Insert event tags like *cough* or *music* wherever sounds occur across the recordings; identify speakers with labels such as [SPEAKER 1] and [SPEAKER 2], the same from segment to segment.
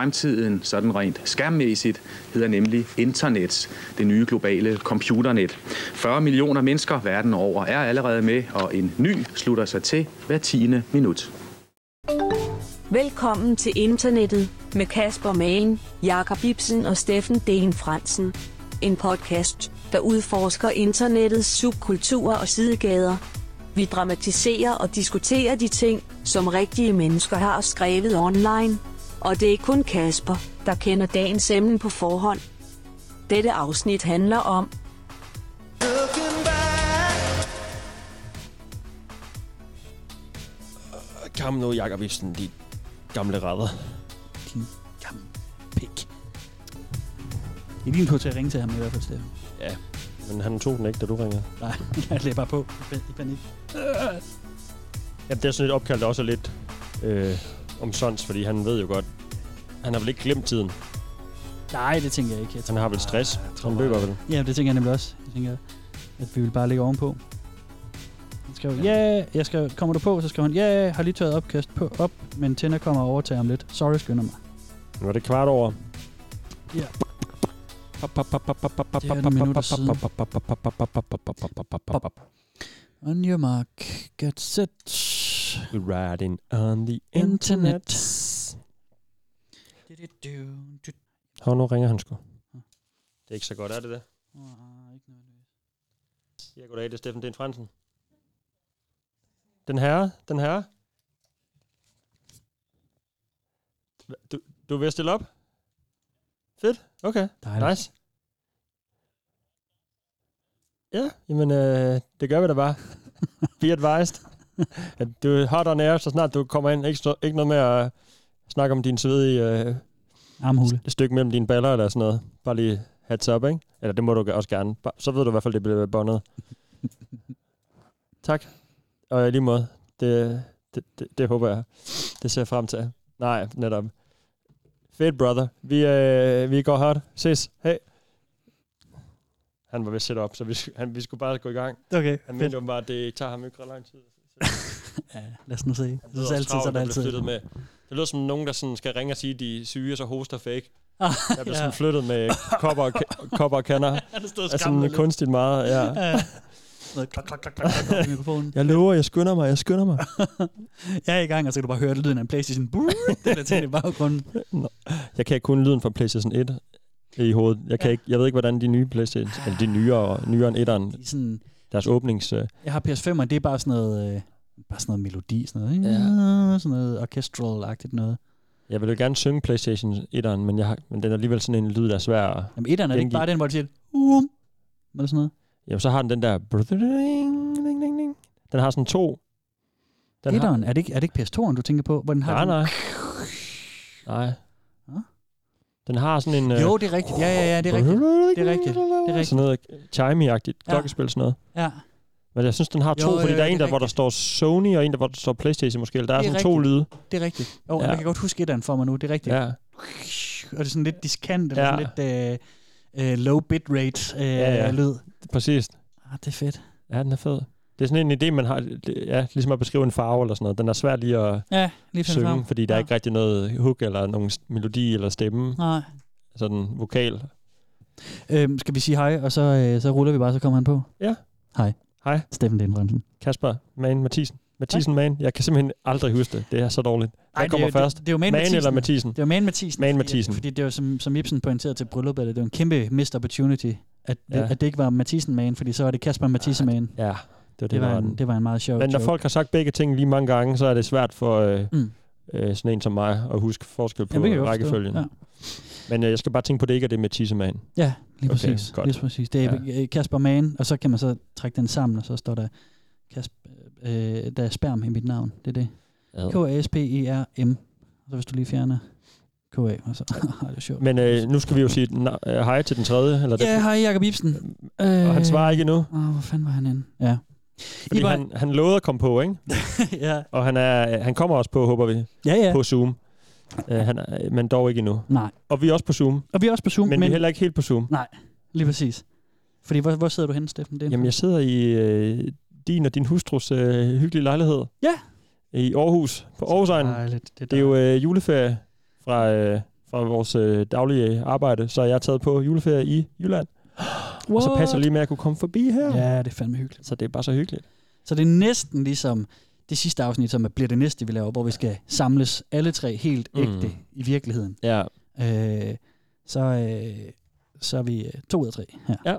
[SPEAKER 1] fremtiden sådan rent skærmmæssigt hedder nemlig internet, det nye globale computernet. 40 millioner mennesker verden over er allerede med, og en ny slutter sig til hver tiende minut.
[SPEAKER 2] Velkommen til internettet med Kasper Magen, Jakob Ibsen og Steffen Dehn Fransen. En podcast, der udforsker internettets subkulturer og sidegader. Vi dramatiserer og diskuterer de ting, som rigtige mennesker har skrevet online. Og det er kun Kasper, der kender dagens emne på forhånd. Dette afsnit handler om
[SPEAKER 3] Kom nu, Jakob Ibsen, de gamle rædder.
[SPEAKER 4] Din,
[SPEAKER 3] Jamen, pik.
[SPEAKER 4] I din på til at ringe til ham i hvert fald, Steffen. *laughs*
[SPEAKER 3] Ja, men han tog den ikke, da du ringede.
[SPEAKER 4] Nej, jeg lagde bare på i pan- i panik.
[SPEAKER 3] Jamen, det er sådan et opkald, der også er lidt øh, om sons, fordi han ved jo godt, han har vel ikke glemt tiden.
[SPEAKER 4] Nej, det tænker jeg ikke. Jeg
[SPEAKER 3] Han
[SPEAKER 4] tænker,
[SPEAKER 3] har vel stress.
[SPEAKER 4] tror
[SPEAKER 3] Han
[SPEAKER 4] bare-
[SPEAKER 3] løber vel.
[SPEAKER 4] Ja, det tænker jeg nemlig også. Jeg tænker, at vi vil bare ligge ovenpå. Han skrev, ja, yeah. jeg skrev, kommer du på? Så skrev han, ja, yeah, har lige tørret opkast på, op, men Tinder kommer og overtager ham lidt. Sorry, skynder mig.
[SPEAKER 3] Nu er det kvart over.
[SPEAKER 4] Det er nogle minutter siden. On your mark, get set.
[SPEAKER 3] Riding on the
[SPEAKER 4] Internet.
[SPEAKER 3] internet. Hov, nu ringer han sgu. Det er ikke så godt, er det det? Ja, goddag, det er Steffen Den Fransen. Den herre, den herre. Hva- Du, du er ved at stille op? Fedt, okay,
[SPEAKER 4] Dejligt.
[SPEAKER 3] nice. Ja, jamen øh, det gør vi da bare. Be advised. At du er hot on air, så snart du kommer ind. Ikke, så- ikke noget med at snakke om din svedige øh,
[SPEAKER 4] Armhule.
[SPEAKER 3] et stykke mellem dine baller eller sådan noget. Bare lige hats up, ikke? Eller det må du også gerne. Bare- Så ved du i hvert fald, det bliver bondet. tak. Og i lige måde. Det, det, det, det håber jeg. Det ser jeg frem til. Nej, netop. Fedt, brother. Vi, øh, vi går hot. Ses. Hej. Han var ved at sætte op, så vi, sk- han, vi skulle bare gå i gang.
[SPEAKER 4] Okay,
[SPEAKER 3] Han mente jo bare, at det tager ham ikke ret lang tid.
[SPEAKER 4] Ja, lad os nu se. Det
[SPEAKER 3] Han
[SPEAKER 4] er
[SPEAKER 3] lyder
[SPEAKER 4] altid
[SPEAKER 3] travlt,
[SPEAKER 4] sådan
[SPEAKER 3] der blev
[SPEAKER 4] altid.
[SPEAKER 3] flyttet med. Det lyder som nogen, der sådan skal ringe og sige, at de er syge, og så hoster fake.
[SPEAKER 4] Ah,
[SPEAKER 3] Jeg blev sådan flyttet med kopper og, ka- kopper og kander.
[SPEAKER 4] Ja, det stod og
[SPEAKER 3] Altså sådan
[SPEAKER 4] lidt.
[SPEAKER 3] kunstigt meget, ja.
[SPEAKER 4] Ja. Noget klak, klak, klak, klak, klak, i mikrofonen.
[SPEAKER 3] Jeg lover, jeg skynder mig, jeg skynder *laughs* mig.
[SPEAKER 4] Jeg er i gang, og så kan du bare høre lyden af en Playstation. Brrr, Den der ting i baggrunden.
[SPEAKER 3] Jeg kan kun lyden fra PlayStation 1 i hovedet. Jeg, kan
[SPEAKER 4] Ja.
[SPEAKER 3] ikke, jeg ved ikke, hvordan de nye PlayStation, eller de nyere og nyere end 1'eren,
[SPEAKER 4] De er sådan,
[SPEAKER 3] deres åbnings... øh,
[SPEAKER 4] jeg har PS5, og det er bare sådan noget, øh, bare sådan noget melodi, sådan noget, ja.
[SPEAKER 3] Ja.
[SPEAKER 4] sådan noget orchestral-agtigt noget.
[SPEAKER 3] Jeg vil jo gerne synge PlayStation 1'eren, men, jeg har, men den er alligevel sådan en lyd, der er svær. at-
[SPEAKER 4] Jamen, etteren er det
[SPEAKER 3] Den
[SPEAKER 4] ikke
[SPEAKER 3] gik-
[SPEAKER 4] bare den, hvor du siger, um, eller sådan noget.
[SPEAKER 3] Jamen, så har den den der... Den har sådan to... Den har,
[SPEAKER 4] Etteren, er det ikke, er det ikke PS2'eren, du tænker på? Hvor den har
[SPEAKER 3] Nej,
[SPEAKER 4] den-
[SPEAKER 3] nej. Nej.
[SPEAKER 4] Nå?
[SPEAKER 3] Den har sådan en... øh,
[SPEAKER 4] Jo, det er rigtigt. Ja, ja, ja, det er rigtigt. Det er rigtigt. Det er rigtigt.
[SPEAKER 3] Sådan noget chimey-agtigt
[SPEAKER 4] Ja.
[SPEAKER 3] klokkespil, sådan noget.
[SPEAKER 4] Ja,
[SPEAKER 3] Men jeg synes, den har to,
[SPEAKER 4] Jo,
[SPEAKER 3] jo,
[SPEAKER 4] jo,
[SPEAKER 3] fordi
[SPEAKER 4] jo,
[SPEAKER 3] der er
[SPEAKER 4] det
[SPEAKER 3] en,
[SPEAKER 4] er
[SPEAKER 3] der, hvor der står Sony, og en, der, hvor der står Playstation måske. Eller der er, er
[SPEAKER 4] Det er
[SPEAKER 3] sådan to lyde.
[SPEAKER 4] det er rigtigt. Og
[SPEAKER 3] Ja.
[SPEAKER 4] jeg kan godt huske etteren for mig nu, det er rigtigt.
[SPEAKER 3] Ja.
[SPEAKER 4] Og det er sådan lidt diskant, eller
[SPEAKER 3] Ja.
[SPEAKER 4] sådan lidt øh, øh, low bitrate øh, ja,
[SPEAKER 3] Ja,
[SPEAKER 4] ja.
[SPEAKER 3] ja.
[SPEAKER 4] lyd.
[SPEAKER 3] præcis.
[SPEAKER 4] Ah, det er fedt.
[SPEAKER 3] Ja, den er fed. Det er sådan en idé, man har, det- ja, ligesom at beskrive en farve eller sådan noget. Den er svær lige at
[SPEAKER 4] Ja, lige finde frem.
[SPEAKER 3] synge, fordi der er
[SPEAKER 4] Ja.
[SPEAKER 3] ikke rigtig noget hook eller nogen s- melodi eller stemme,
[SPEAKER 4] Nej.
[SPEAKER 3] sådan vokal.
[SPEAKER 4] Øhm, skal vi sige hej, og så, øh, så ruller vi bare, så kommer han på.
[SPEAKER 3] Ja.
[SPEAKER 4] Hej.
[SPEAKER 3] Hej.
[SPEAKER 4] Steffen Lindbrandsen.
[SPEAKER 3] Kasper, Man, Mathisen. Mathisen, Man. Jeg kan simpelthen aldrig huske det. Det er så dårligt. Han kommer
[SPEAKER 4] det, er jo-
[SPEAKER 3] først.
[SPEAKER 4] Det, det er jo Man,
[SPEAKER 3] Man
[SPEAKER 4] Mathisen.
[SPEAKER 3] eller Mathisen?
[SPEAKER 4] Det var Man Mathisen.
[SPEAKER 3] Man
[SPEAKER 4] fordi-
[SPEAKER 3] Mathisen.
[SPEAKER 4] Fordi det var, som, som Ibsen pointerede til brylluppet, det var en kæmpe missed opportunity, at, det,
[SPEAKER 3] Ja.
[SPEAKER 4] at det ikke var Mathisen Man, fordi så var det Kasper Mathisen Man.
[SPEAKER 3] Ja, det var det,
[SPEAKER 4] Det var, en,
[SPEAKER 3] den.
[SPEAKER 4] det var en meget sjov
[SPEAKER 3] Men når
[SPEAKER 4] joke.
[SPEAKER 3] folk har sagt begge ting lige mange gange, så er det svært for øh,
[SPEAKER 4] Mm.
[SPEAKER 3] mm. øh, sådan en som mig at huske forskel på
[SPEAKER 4] Jamen, det kan jeg godt forstå.
[SPEAKER 3] rækkefølgen.
[SPEAKER 4] Ja,
[SPEAKER 3] Men øh, jeg skal bare tænke på, at det ikke er det med tissemanden.
[SPEAKER 4] ja
[SPEAKER 3] Okay,
[SPEAKER 4] lige, præcis,
[SPEAKER 3] godt.
[SPEAKER 4] lige præcis. Det er ja. Kasper Man, og så kan man så trække den sammen, og så står der Kasper, øh, der er sperm i mit navn. Det er det. K-A-S-P-E-R-M. E Og så hvis du lige fjerner K-A, og så... *laughs* Ej, det er sjovt.
[SPEAKER 3] Men øh, nu skal vi jo sige na- øh, hej til den tredje. Eller
[SPEAKER 4] Ja,
[SPEAKER 3] det,
[SPEAKER 4] hej Jakob Ibsen. Øh,
[SPEAKER 3] og han svarer ikke endnu,
[SPEAKER 4] Åh, hvor fanden var han henne? Ja.
[SPEAKER 3] fordi
[SPEAKER 4] I var-
[SPEAKER 3] han, han lovede at komme på, ikke?
[SPEAKER 4] *laughs* ja.
[SPEAKER 3] Og han, er, han kommer også på, håber vi,
[SPEAKER 4] ja, ja.
[SPEAKER 3] ja. på Zoom. Øh, han, er- men dog ikke endnu.
[SPEAKER 4] Nej.
[SPEAKER 3] Og vi er også på Zoom,
[SPEAKER 4] Og vi er også på Zoom,
[SPEAKER 3] men,
[SPEAKER 4] men,
[SPEAKER 3] vi er heller ikke helt på Zoom.
[SPEAKER 4] lige præcis. Fordi hvor, hvor sidder du henne, Steffen? Det er-
[SPEAKER 3] Jamen, jeg sidder i øh, din og din hustrus øh, hyggelige lejlighed.
[SPEAKER 4] Ja.
[SPEAKER 3] I Aarhus, på Aarhusegnen.
[SPEAKER 4] Dejligt, det,
[SPEAKER 3] Det er jo øh, juleferie fra, øh, fra vores øh, daglige arbejde, så jeg er taget på juleferie i Jylland. What? Og så passer det lige med, at jeg kunne komme forbi her.
[SPEAKER 4] Ja, det er fandme hyggeligt.
[SPEAKER 3] Så det er bare så hyggeligt.
[SPEAKER 4] Så det er næsten ligesom det sidste afsnit, som bliver det næste, vi laver, hvor vi skal samles alle tre helt ægte mm. i virkeligheden.
[SPEAKER 3] Ja.
[SPEAKER 4] Øh, så, øh, så er vi øh, to ud af tre her.
[SPEAKER 3] Ja.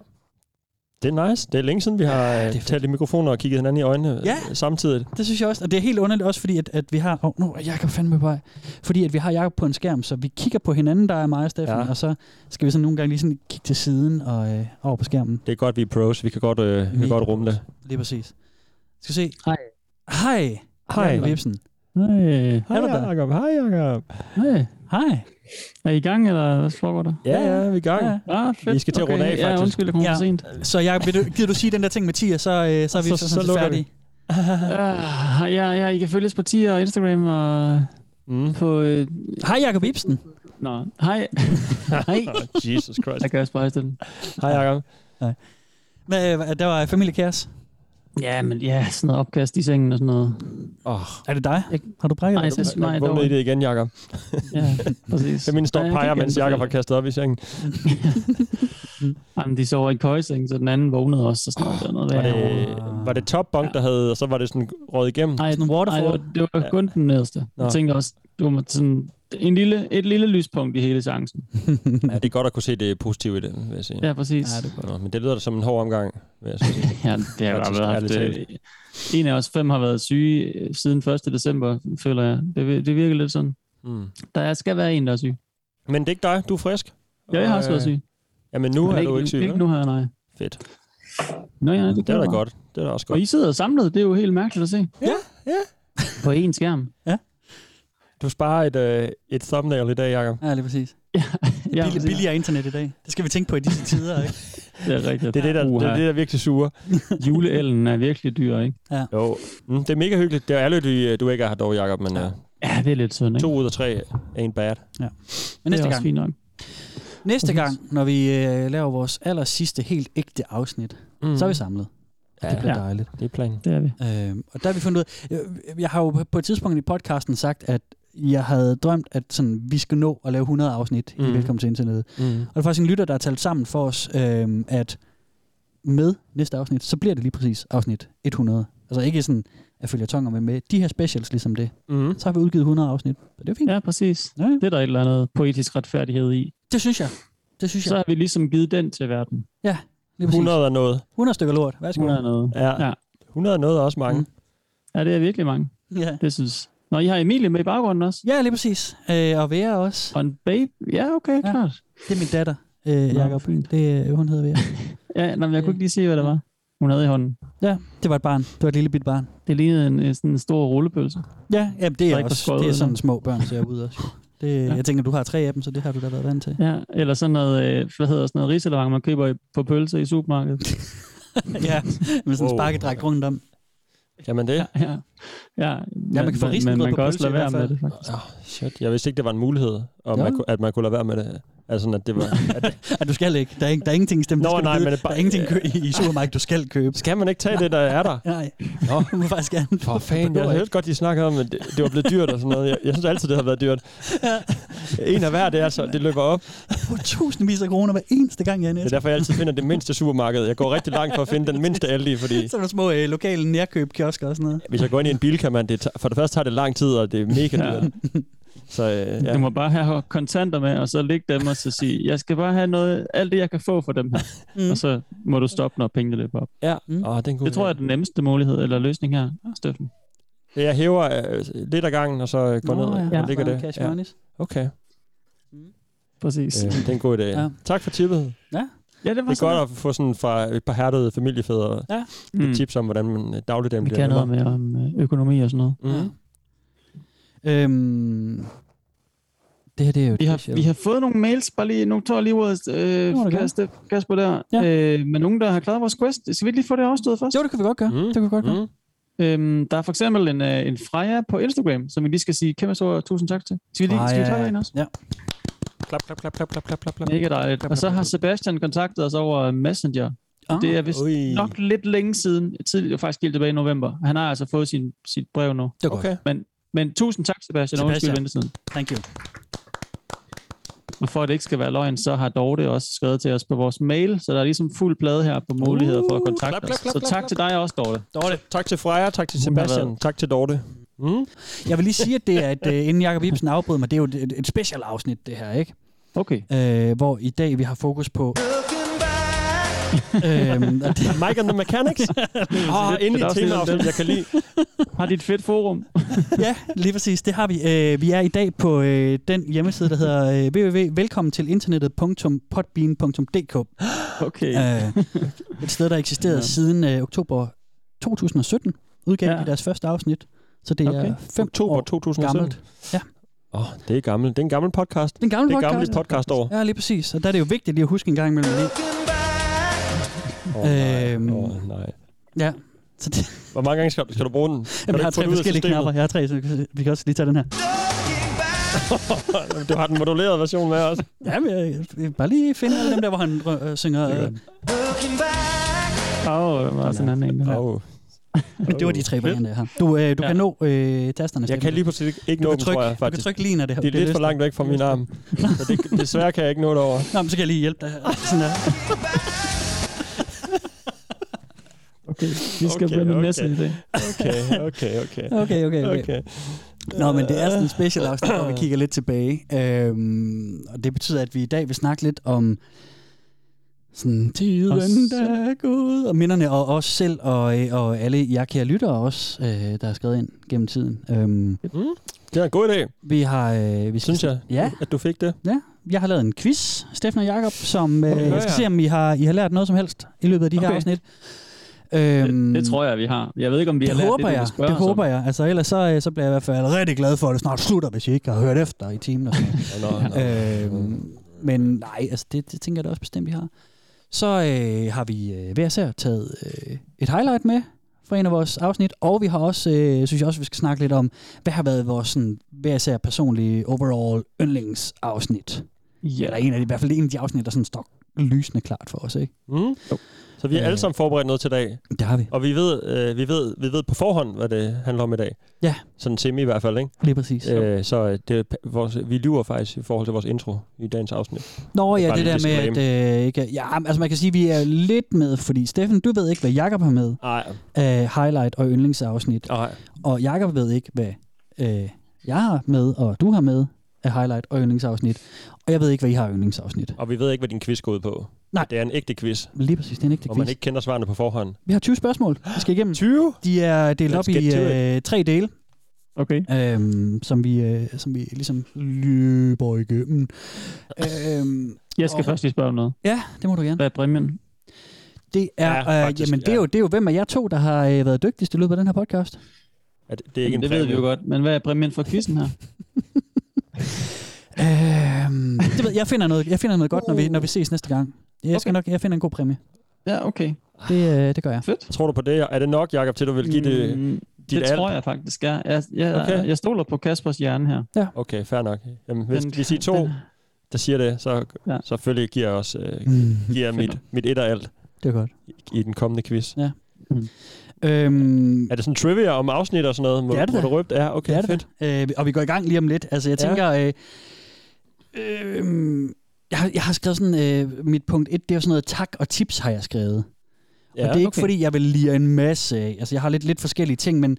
[SPEAKER 3] Det er nice. Det er længe siden, vi har ja, talt i mikrofoner og kigget hinanden i øjnene
[SPEAKER 4] Ja.
[SPEAKER 3] øh, samtidig.
[SPEAKER 4] Det synes jeg også, og det er helt underligt også, fordi at, at vi har... Åh, oh, nu er Jacob fandme på vej. Fordi at vi har Jacob på en skærm, så vi kigger på hinanden, der er mig og Steffen,
[SPEAKER 3] Ja.
[SPEAKER 4] ja. og så skal vi sådan nogle gange lige sådan kigge til siden og øh, over på skærmen.
[SPEAKER 3] Det er godt, vi er pros. Vi kan godt, øh, vi
[SPEAKER 4] Mega
[SPEAKER 3] kan godt rumme det.
[SPEAKER 4] Lige præcis. Skal vi se.
[SPEAKER 5] Hej.
[SPEAKER 4] Hej.
[SPEAKER 3] Hej.
[SPEAKER 4] Jacob Ibsen.
[SPEAKER 5] Hej.
[SPEAKER 3] Hej,
[SPEAKER 4] Er du der?
[SPEAKER 3] Jacob. Hej, Jacob.
[SPEAKER 5] Hej.
[SPEAKER 4] Hej.
[SPEAKER 5] Er I i gang, eller hvad foregår der?
[SPEAKER 3] Ja, ja, vi er i gang.
[SPEAKER 4] Ja.
[SPEAKER 5] Ah, fedt.
[SPEAKER 3] Vi skal til at runde af,
[SPEAKER 5] Ja,
[SPEAKER 3] faktisk.
[SPEAKER 5] undskyld, jeg kom
[SPEAKER 4] Ja.
[SPEAKER 5] for sent.
[SPEAKER 4] Så Jacob, vil du, gider du sige den der ting med Tia, så, øh, så er vi
[SPEAKER 3] Så-
[SPEAKER 4] så,
[SPEAKER 3] så
[SPEAKER 4] så, så,
[SPEAKER 3] lukker vi.
[SPEAKER 4] færdige.
[SPEAKER 5] Uh, ja, ja, I kan følge os på Tier og Instagram og
[SPEAKER 3] Mm.
[SPEAKER 5] på... Øh,
[SPEAKER 4] Hej Jacob Ibsen.
[SPEAKER 5] nå, hej.
[SPEAKER 3] *laughs*
[SPEAKER 5] hej.
[SPEAKER 3] Jesus Christ.
[SPEAKER 5] Jeg kan også bare den.
[SPEAKER 3] Hej, Jacob.
[SPEAKER 4] Hvad, øh, der var familiekaos.
[SPEAKER 5] Ja, men ja, sådan noget opkast i sengen og sådan noget.
[SPEAKER 3] Oh,
[SPEAKER 4] Er det dig?
[SPEAKER 5] Jeg-
[SPEAKER 4] Har du brækket
[SPEAKER 5] Nej,
[SPEAKER 4] dig?
[SPEAKER 5] så smager jeg
[SPEAKER 3] vågnede i
[SPEAKER 5] dårligt.
[SPEAKER 3] det igen, Jacob.
[SPEAKER 5] Ja, præcis.
[SPEAKER 3] Jeg min står
[SPEAKER 5] Ja,
[SPEAKER 3] og
[SPEAKER 5] jeg kan
[SPEAKER 3] peger,
[SPEAKER 5] ikke
[SPEAKER 3] mens Jacob har
[SPEAKER 5] anbefale.
[SPEAKER 3] kastet op i sengen.
[SPEAKER 5] Jamen, de sover i køjseng, så den anden vågnede også og sådan noget. Det var noget
[SPEAKER 3] Var
[SPEAKER 5] værre.
[SPEAKER 3] det,
[SPEAKER 4] Ah.
[SPEAKER 3] var det topbunk, der havde, og så var det sådan røget igennem?
[SPEAKER 5] Nej,
[SPEAKER 4] Sådan en waterfall.
[SPEAKER 5] Nej, det var, det var
[SPEAKER 3] Ja.
[SPEAKER 5] ja. kun den nederste.
[SPEAKER 3] Nå.
[SPEAKER 5] Jeg tænker også, du må sådan en lille, et lille lyspunkt i hele chancen.
[SPEAKER 3] Ja, det er godt at kunne se det positive i det, vil jeg sige.
[SPEAKER 5] Ja, præcis.
[SPEAKER 4] Ja, det
[SPEAKER 3] Nå, men det lyder da som en hård omgang, vil jeg så
[SPEAKER 5] *laughs*
[SPEAKER 3] sige.
[SPEAKER 5] Ja, det har
[SPEAKER 3] Faktisk,
[SPEAKER 5] bare været haft,
[SPEAKER 3] ærligt
[SPEAKER 5] øh, En af os fem har været syge øh, siden 1. december, føler jeg. Det, vir- det virker lidt sådan.
[SPEAKER 3] Mm.
[SPEAKER 5] Der er- skal være en, der er syg.
[SPEAKER 3] Men det er ikke dig, du er frisk.
[SPEAKER 5] Ja, jeg har også
[SPEAKER 3] Og,
[SPEAKER 5] været
[SPEAKER 3] øh,
[SPEAKER 5] syg.
[SPEAKER 3] Jamen nu
[SPEAKER 5] Men
[SPEAKER 3] er
[SPEAKER 5] ikke,
[SPEAKER 3] du ikke syg,
[SPEAKER 5] Ikke
[SPEAKER 3] vel?
[SPEAKER 5] nu her, nej.
[SPEAKER 3] Fedt.
[SPEAKER 5] Nå ja, det,
[SPEAKER 3] Det er
[SPEAKER 5] kan
[SPEAKER 3] da
[SPEAKER 5] jeg
[SPEAKER 3] godt. Det er da også
[SPEAKER 5] Og
[SPEAKER 3] godt.
[SPEAKER 5] I sidder samlet, det er jo helt mærkeligt at se.
[SPEAKER 3] Ja, ja.
[SPEAKER 5] På én
[SPEAKER 3] *laughs*
[SPEAKER 5] skærm.
[SPEAKER 3] Du sparer et, øh, et thumbnail i dag, Jacob.
[SPEAKER 4] *laughs* Ja, lige præcis.
[SPEAKER 5] Ja,
[SPEAKER 4] Billig,
[SPEAKER 5] præcis.
[SPEAKER 4] billigere internet i dag. Det skal vi tænke på i disse tider,
[SPEAKER 5] *laughs*
[SPEAKER 4] ikke?
[SPEAKER 5] Det er rigtigt.
[SPEAKER 3] Det er det, der, det, er
[SPEAKER 5] Uha.
[SPEAKER 3] det, der virkelig
[SPEAKER 5] *laughs*
[SPEAKER 3] suger.
[SPEAKER 5] Juleellen er virkelig dyr, ikke?
[SPEAKER 3] Jo. Mm, det er mega hyggeligt. Det er jo ærligt, øh, du- du ikke er her dog, Jacob, men øh,
[SPEAKER 5] Ja, det er lidt synd, ikke?
[SPEAKER 3] to ud af tre er en bad.
[SPEAKER 4] Men
[SPEAKER 5] det er
[SPEAKER 4] næste
[SPEAKER 5] også
[SPEAKER 4] gang,
[SPEAKER 5] fint nok.
[SPEAKER 4] næste gang, når vi øh, laver vores aller sidste helt ægte afsnit,
[SPEAKER 3] Mm.
[SPEAKER 4] så er vi samlet. Ja, det bliver
[SPEAKER 5] Ja.
[SPEAKER 4] dejligt.
[SPEAKER 3] Det er planen.
[SPEAKER 5] Det er vi.
[SPEAKER 4] Øhm, og der har vi fundet ud af, jeg, jeg har jo på et tidspunkt i podcasten sagt, at jeg havde drømt, at sådan, vi skal nå at lave 100 afsnit mm.
[SPEAKER 3] Mhm.
[SPEAKER 4] i Velkommen til Internettet.
[SPEAKER 3] Mm.
[SPEAKER 4] Og der er faktisk en lytter, der har talt sammen for os, øhm, at med næste afsnit, så bliver det lige præcis afsnit 100. Altså ikke sådan at følge tonger med med de her specials ligesom det.
[SPEAKER 3] Mm.
[SPEAKER 4] Så har vi udgivet 100 afsnit, og det er fint. Ja.
[SPEAKER 5] Ja, præcis.
[SPEAKER 4] Ja, ja.
[SPEAKER 5] Det er der et eller andet poetisk retfærdighed i.
[SPEAKER 4] Det synes jeg. Det synes jeg.
[SPEAKER 5] Så har vi ligesom givet den til verden.
[SPEAKER 4] lige præcis.
[SPEAKER 3] 100 er noget.
[SPEAKER 4] 100 stykker lort. Hvad skal
[SPEAKER 5] Hun er
[SPEAKER 4] man?
[SPEAKER 5] noget.
[SPEAKER 3] Ja.
[SPEAKER 5] Ja.
[SPEAKER 3] 100 er noget er også mange.
[SPEAKER 4] Mm.
[SPEAKER 5] Ja, det er virkelig mange.
[SPEAKER 4] Ja.
[SPEAKER 5] Det synes. Nå, I har Emilie med i baggrunden også.
[SPEAKER 4] ja, lige præcis. Øh, og Vera også.
[SPEAKER 5] Og en babe. Ja, okay,
[SPEAKER 4] Ja.
[SPEAKER 5] ja. klart.
[SPEAKER 4] Det er min datter, øh,
[SPEAKER 5] Nå,
[SPEAKER 4] Jacob.
[SPEAKER 5] fint.
[SPEAKER 4] Det, øh, hun hedder Vera.
[SPEAKER 5] Ja, nå, men jeg kunne ikke lige se, hvad der var, hun havde i hånden.
[SPEAKER 4] Ja, det var et barn. Det var et lille bit barn.
[SPEAKER 5] Det lignede en, øh, sådan en stor rullepølse.
[SPEAKER 4] Ja, jamen, det er,
[SPEAKER 5] ikke
[SPEAKER 4] også,
[SPEAKER 5] forskåret
[SPEAKER 4] det er sådan
[SPEAKER 5] eller?
[SPEAKER 4] små børn ser ud *laughs* også. jo. Det, ja. Jeg tænker, du har tre af dem, så det har du da været vant til.
[SPEAKER 5] Ja, eller sådan noget, øh, hvad hedder sådan noget risalemang, man køber i- på pølse i supermarkedet. *laughs*
[SPEAKER 4] ja, *laughs* med sådan en
[SPEAKER 3] Wow.
[SPEAKER 4] sparkedragt rundt om.
[SPEAKER 3] Jamen det.
[SPEAKER 5] Ja, ja. ja,
[SPEAKER 4] Ja, man kan få
[SPEAKER 5] men, men
[SPEAKER 4] risengrød
[SPEAKER 5] man
[SPEAKER 4] på
[SPEAKER 5] kan også
[SPEAKER 4] pølse
[SPEAKER 5] lade
[SPEAKER 4] i
[SPEAKER 5] være
[SPEAKER 4] hvert
[SPEAKER 5] med
[SPEAKER 4] fald.
[SPEAKER 5] det, faktisk.
[SPEAKER 3] Oh, shit. Jeg vidste ikke, det var en mulighed, og
[SPEAKER 4] Ja.
[SPEAKER 3] man, kunne- at man kunne lade være med det. Altså sådan, at det var... At,
[SPEAKER 5] *laughs*
[SPEAKER 4] At du skal ikke. Der er, ikke, der er ingenting stemt.
[SPEAKER 3] Nå, nej, men det er
[SPEAKER 4] der
[SPEAKER 3] bare-
[SPEAKER 4] er ingenting kø- i, i supermarkedet, du skal købe.
[SPEAKER 3] skal man ikke tage det, der er der?
[SPEAKER 4] Nej,
[SPEAKER 3] Nå.
[SPEAKER 4] du må faktisk gerne.
[SPEAKER 3] For fanden, jeg hørte godt, de snakkede om, at det, det var blevet dyrt og sådan noget. Jeg, jeg synes altid, det har været dyrt. En af hver, det er så, det løber op.
[SPEAKER 4] På tusindvis af kroner hver eneste gang, jeg er i
[SPEAKER 3] Det
[SPEAKER 4] Netto.
[SPEAKER 3] er derfor, jeg altid finder det mindste supermarked. Jeg går rigtig langt for at finde den mindste Aldi, fordi
[SPEAKER 4] Så er der små øh, lokale nærkøbkiosker og sådan noget.
[SPEAKER 3] hvis jeg går ind i en bil, kan man det, ta- for det første tager det lang tid, og det er mega dyrt. Så øh,
[SPEAKER 5] Ja.
[SPEAKER 3] ja.
[SPEAKER 5] Du må bare have kontanter med, og så lægge dem og så sige, jeg skal bare have noget, alt det, jeg kan få for dem her.
[SPEAKER 4] Mm.
[SPEAKER 5] Og så må du stoppe, når pengene løber op.
[SPEAKER 3] ja.
[SPEAKER 4] Mm.
[SPEAKER 3] Åh, den kunne
[SPEAKER 5] Det tror jeg er den nemmeste mulighed, eller løsning her, Steffen.
[SPEAKER 3] Jeg hæver øh, lidt af gangen, og så øh, går
[SPEAKER 4] Nå,
[SPEAKER 3] ned og
[SPEAKER 4] ja.
[SPEAKER 3] ligger
[SPEAKER 4] Nå,
[SPEAKER 3] det.
[SPEAKER 4] Cash
[SPEAKER 3] Ja.
[SPEAKER 4] monies.
[SPEAKER 3] Okay,
[SPEAKER 5] Præcis.
[SPEAKER 3] øh, det er en god idé.
[SPEAKER 4] Ja.
[SPEAKER 3] Tak for tippet.
[SPEAKER 5] Ja, det var
[SPEAKER 3] Det er godt at få sådan fra et par hærdede familiefædre
[SPEAKER 5] Mm.
[SPEAKER 3] tips om, hvordan man øh, dagligdagen
[SPEAKER 5] Vi
[SPEAKER 3] bliver
[SPEAKER 5] kan noget
[SPEAKER 3] nemmere.
[SPEAKER 5] med om øh, økonomi og sådan noget.
[SPEAKER 3] Mm.
[SPEAKER 4] Øhm, det her, det er jo...
[SPEAKER 5] Vi har,
[SPEAKER 4] special.
[SPEAKER 5] vi har fået nogle mails, bare lige, nu tager jeg lige ordet, øh,
[SPEAKER 4] må du gerne.
[SPEAKER 5] Kaste- Kasper der,
[SPEAKER 4] Ja.
[SPEAKER 5] ja. øh, med nogen, der har klaret vores quest. Skal vi ikke lige få det afstået først?
[SPEAKER 4] Jo, det kan vi godt gøre.
[SPEAKER 3] Mm.
[SPEAKER 4] Det kan vi godt gøre.
[SPEAKER 3] Mm.
[SPEAKER 5] Øhm, der er for eksempel en, øh, en Freja på Instagram, som vi lige skal sige kæmpe stor tusind tak til. Skal vi lige skal vi
[SPEAKER 4] Freja.
[SPEAKER 5] tage en også?
[SPEAKER 4] Ja.
[SPEAKER 3] Klap, klap, klap, klap, klap, klap, klap, klap.
[SPEAKER 5] Mega dejligt. Og så har Sebastian kontaktet os over Messenger.
[SPEAKER 4] Ah,
[SPEAKER 5] Det er vist
[SPEAKER 3] Ui.
[SPEAKER 5] nok lidt længe siden, tidligere faktisk helt tilbage i november. Han har altså fået sin, sit brev nu.
[SPEAKER 4] Det var godt.
[SPEAKER 3] Okay.
[SPEAKER 5] Men tusind tak, Sebastian. Sebastian.
[SPEAKER 4] Sebastian.
[SPEAKER 5] Undskyld ventetiden.
[SPEAKER 4] Thank you.
[SPEAKER 5] Og for at det ikke skal være løgn, så har Dorte også skrevet til os på vores mail, så der er ligesom fuld plade her på muligheder for at kontakte
[SPEAKER 3] Uh, klap, klap,
[SPEAKER 5] os.
[SPEAKER 3] klap,
[SPEAKER 5] Så
[SPEAKER 3] klap,
[SPEAKER 5] tak til dig også, Dorte.
[SPEAKER 3] Dorte. Tak til Freja, tak til
[SPEAKER 5] Hun har
[SPEAKER 3] Sebastian,
[SPEAKER 5] været-
[SPEAKER 3] tak til Dorte. Mm.
[SPEAKER 4] Jeg vil lige sige, at det er, et, øh, inden Jacob Ibsen afbryder mig, det er jo et, et special afsnit, det her, ikke?
[SPEAKER 5] Okay.
[SPEAKER 4] Øh, hvor i dag vi har fokus på... øhm, og det,
[SPEAKER 3] Mike and the
[SPEAKER 4] *laughs*
[SPEAKER 3] Mechanics. Åh, oh, endelig
[SPEAKER 5] er
[SPEAKER 3] et
[SPEAKER 5] også lidt om
[SPEAKER 3] temaafsnit,
[SPEAKER 5] dem.
[SPEAKER 3] jeg kan lide.
[SPEAKER 5] Har dit fedt forum.
[SPEAKER 4] *laughs* ja, lige præcis, det har vi. Øh, vi er i dag på øh, den hjemmeside, der hedder øh, www.velkommen til internettet.podbean.dk.
[SPEAKER 5] Okay.
[SPEAKER 4] Øh, et sted, der eksisterede ja.
[SPEAKER 5] Ja.
[SPEAKER 4] siden øh, oktober 2017, udgav ja.
[SPEAKER 5] Ja.
[SPEAKER 4] de deres første afsnit. Så det er
[SPEAKER 5] Okay.
[SPEAKER 4] fem
[SPEAKER 3] Oktober
[SPEAKER 4] år
[SPEAKER 3] 2017.
[SPEAKER 4] gammelt.
[SPEAKER 3] Åh, oh, det er gammelt. Det er en gammel podcast.
[SPEAKER 4] Den gamle
[SPEAKER 3] Det er
[SPEAKER 4] podcast.
[SPEAKER 3] gammelt podcast år.
[SPEAKER 4] Ja, lige præcis. Og der er det jo vigtigt lige at huske en gang imellem. Lige.
[SPEAKER 3] Åh, nej.
[SPEAKER 4] Øhm.
[SPEAKER 3] Åh, nej.
[SPEAKER 4] Ja. Så det,
[SPEAKER 3] Hvor mange gange skal, skal du bruge den? Kan
[SPEAKER 4] jamen,
[SPEAKER 3] du
[SPEAKER 4] jeg har
[SPEAKER 3] ikke få
[SPEAKER 4] tre
[SPEAKER 3] den ud af
[SPEAKER 4] forskellige
[SPEAKER 3] systemet?
[SPEAKER 4] knapper. Jeg har tre, så vi kan- vi kan også lige tage den her.
[SPEAKER 3] *laughs* Jamen, Du har den modulerede version med også.
[SPEAKER 4] Jamen, jeg, jeg, bare lige finde alle dem der, hvor han øh, synger.
[SPEAKER 3] Det er
[SPEAKER 4] Øh,
[SPEAKER 5] Åh, oh, der var sådan en anden en. der.
[SPEAKER 3] Oh.
[SPEAKER 4] men det var de tre varianter, jeg har. Du, øh, du ja.
[SPEAKER 5] Ja.
[SPEAKER 4] kan nå øh, tasterne.
[SPEAKER 3] Jeg
[SPEAKER 4] Steffen.
[SPEAKER 3] kan lige præcis ikke, ikke nå
[SPEAKER 4] du kan
[SPEAKER 3] den,
[SPEAKER 4] trykke,
[SPEAKER 3] tror jeg,
[SPEAKER 4] du kan
[SPEAKER 3] faktisk.
[SPEAKER 4] trykke lige, når det her
[SPEAKER 3] Det er lidt
[SPEAKER 4] lyst.
[SPEAKER 3] for langt væk fra min arm. Så det, desværre kan jeg ikke nå det over.
[SPEAKER 4] Nå, men så kan jeg lige hjælpe dig. her. *laughs* Sådan der.
[SPEAKER 5] Okay, vi skal
[SPEAKER 3] Okay,
[SPEAKER 5] okay, okay.
[SPEAKER 3] okay.
[SPEAKER 5] næste i dag.
[SPEAKER 3] Okay, okay, okay.
[SPEAKER 4] Okay, okay, okay.
[SPEAKER 3] okay.
[SPEAKER 4] Nå, men det er sådan en special afsnit, hvor vi kigger lidt tilbage. Øhm, og det betyder, at vi i dag vil snakke lidt om sådan
[SPEAKER 5] Og
[SPEAKER 4] tiden,
[SPEAKER 5] s-
[SPEAKER 4] der er gået, og minderne, og os selv, og, øh, og alle jer kære lyttere også, øh, der er skrevet ind gennem tiden. Øhm,
[SPEAKER 3] Mm, det er en god idé,
[SPEAKER 4] vi har... Øh, vi skal,
[SPEAKER 3] synes jeg,
[SPEAKER 4] Ja,
[SPEAKER 3] at du fik det.
[SPEAKER 4] jeg har lavet en quiz, Steffen og Jakob, som øh,
[SPEAKER 3] Okay,
[SPEAKER 4] jeg skal
[SPEAKER 3] ja.
[SPEAKER 4] se, om I har, I har lært noget som helst i løbet af de okay. her
[SPEAKER 5] Okay.
[SPEAKER 4] afsnit. Øhm,
[SPEAKER 5] Det, det tror jeg, vi har. Jeg ved ikke, om vi
[SPEAKER 4] det
[SPEAKER 5] har lært
[SPEAKER 4] håber
[SPEAKER 5] det,
[SPEAKER 4] jeg.
[SPEAKER 5] du
[SPEAKER 4] det
[SPEAKER 5] spørger
[SPEAKER 4] håber jeg. Altså, ellers så, øh, så bliver jeg i hvert fald rigtig glad for, at det snart slutter, hvis I ikke har hørt efter i timen. Og sådan. noget.
[SPEAKER 3] Oh, nå, nå.
[SPEAKER 4] øhm, men nej, altså, det, det tænker jeg da også bestemt, vi har. Så øh, har vi øh, hver især taget øh, et highlight med fra en af vores afsnit, og vi har også, øh, synes jeg også, vi skal snakke lidt om, hvad har været vores sådan, hver især personlige overall yndlingsafsnit. Ja.
[SPEAKER 5] Ja,
[SPEAKER 4] Eller en af de, i hvert fald en af de afsnit, der sådan står lysende klart for os, ikke?
[SPEAKER 3] Mm. Så vi er
[SPEAKER 4] Øh.
[SPEAKER 3] alle sammen forberedt noget til i dag,
[SPEAKER 4] Det har vi.
[SPEAKER 3] og vi ved, øh, vi, ved, vi ved på forhånd, hvad det handler om i dag.
[SPEAKER 4] Ja.
[SPEAKER 3] Sådan semi i hvert fald, ikke?
[SPEAKER 4] Lige præcis. Øh,
[SPEAKER 3] Øh, så øh, det, er pa- vores, vi lyver faktisk i forhold til vores intro i dagens afsnit.
[SPEAKER 4] Nå
[SPEAKER 3] det er
[SPEAKER 4] ja,
[SPEAKER 3] bare
[SPEAKER 4] det
[SPEAKER 3] lige
[SPEAKER 4] der med, at øh, ikke, ja, altså man kan sige, at vi er lidt med, fordi Steffen, du ved ikke, hvad Jakob har med
[SPEAKER 3] Nej,
[SPEAKER 4] af highlight og yndlingsafsnit,
[SPEAKER 3] nej.
[SPEAKER 4] og Jakob ved ikke, hvad øh, jeg har med, og du har med af highlight og yndlingsafsnit, og jeg ved ikke, hvad I har af yndlingsafsnit.
[SPEAKER 3] Og vi ved ikke, hvad din quiz går ud på.
[SPEAKER 4] Nej.
[SPEAKER 3] Det er en ægte quiz, hvor
[SPEAKER 4] Lige præcis, det er en ægte
[SPEAKER 3] man
[SPEAKER 4] quiz.
[SPEAKER 3] ikke kender svarene på forhånd.
[SPEAKER 4] Vi har 20 spørgsmål, vi skal igennem.
[SPEAKER 3] 20?
[SPEAKER 4] De er delt
[SPEAKER 3] Let's
[SPEAKER 4] op
[SPEAKER 3] get
[SPEAKER 4] i
[SPEAKER 3] to
[SPEAKER 4] øh, tre dele,
[SPEAKER 5] okay.
[SPEAKER 4] øh, som, vi, øh, som vi ligesom løber igennem. Øh,
[SPEAKER 5] Jeg skal
[SPEAKER 4] Og-
[SPEAKER 5] først lige spørge om noget.
[SPEAKER 4] ja, det må du gerne.
[SPEAKER 5] Hvad er præmien?
[SPEAKER 4] Det er,
[SPEAKER 3] Ja,
[SPEAKER 4] ja,
[SPEAKER 3] faktisk,
[SPEAKER 4] øh, jamen, det, er
[SPEAKER 3] ja.
[SPEAKER 4] jo, det er jo, hvem af jer to, der har øh, været dygtigst i løbet af den her podcast.
[SPEAKER 3] Er det, det er ikke en
[SPEAKER 5] det ved vi
[SPEAKER 3] præmie.
[SPEAKER 5] jo godt, men hvad er præmien for quizzen her?
[SPEAKER 4] Øh, det ved, jeg finder noget, jeg finder noget godt, når vi, når vi ses næste gang. Jeg skal okay. nok, jeg finder en god præmie.
[SPEAKER 5] Ja, okay.
[SPEAKER 4] Det, øh, det gør jeg.
[SPEAKER 5] Fedt.
[SPEAKER 3] Tror du på det? Er det nok, Jakob, til du vil give det
[SPEAKER 5] Mm,
[SPEAKER 3] dit
[SPEAKER 5] det
[SPEAKER 3] alt?
[SPEAKER 5] tror jeg faktisk, ja. Jeg, jeg,
[SPEAKER 3] Okay.
[SPEAKER 5] okay. jeg stoler på Kaspers hjerne her.
[SPEAKER 3] Okay, fair nok. Jamen, hvis,
[SPEAKER 5] Den-
[SPEAKER 3] hvis I to,
[SPEAKER 5] den-
[SPEAKER 3] der siger det, så ja.
[SPEAKER 5] Ja.
[SPEAKER 3] selvfølgelig giver jeg også øh,
[SPEAKER 4] Mm,
[SPEAKER 3] giver jeg mit, mit et og alt
[SPEAKER 4] det er godt.
[SPEAKER 3] i den kommende quiz.
[SPEAKER 4] Øhm,
[SPEAKER 3] Er det sådan trivia om afsnit og sådan noget? Hvor,
[SPEAKER 4] Det er det
[SPEAKER 3] hvor
[SPEAKER 4] da.
[SPEAKER 3] du røbt er? Okay,
[SPEAKER 4] det er det
[SPEAKER 3] fedt.
[SPEAKER 4] da. Øh, og vi går i gang lige om lidt. Altså, jeg
[SPEAKER 3] Ja.
[SPEAKER 4] tænker... Øh, øh, jeg, har, jeg har skrevet sådan... Øh, mit punkt 1, det er jo sådan noget tak og tips, har jeg skrevet. Ja, og det er ikke, okay.
[SPEAKER 5] okay.
[SPEAKER 4] fordi jeg vil lire en masse af. Altså, jeg har lidt, lidt forskellige ting, men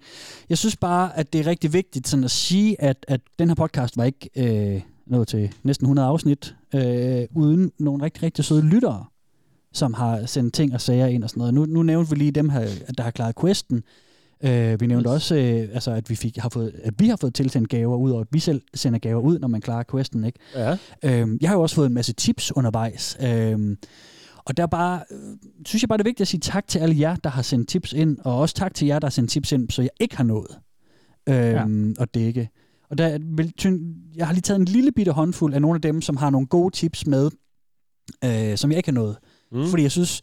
[SPEAKER 4] jeg synes bare, at det er rigtig vigtigt sådan at sige, at, at den her podcast var ikke øh, nået til næsten 100 afsnit, øh, uden nogle rigtig, rigtig søde lyttere, som har sendt ting og sager ind og sådan noget. Nu, nu nævnte vi lige dem, her, der har klaret questen. Øh, vi nævnte yes.
[SPEAKER 5] Yes.
[SPEAKER 4] også, øh, altså, at, vi fik, har fået, at vi har fået tilsendt gaver ud, og at vi selv sender gaver ud, når man klarer questen. Ikke?
[SPEAKER 3] Ja.
[SPEAKER 4] Øhm, jeg har jo også fået en masse tips undervejs. Øhm, og der er bare, øh, synes jeg bare, det er vigtigt at sige tak til alle jer, der har sendt tips ind, og også tak til jer, der har sendt tips ind, så jeg ikke har nået øhm, ja. at dække. Og der vil, tyn- jeg har lige taget en lille bitte håndfuld af nogle af dem, som har nogle gode tips med, øh, som jeg ikke har nået.
[SPEAKER 3] Mm.
[SPEAKER 4] Mm. Fordi jeg synes,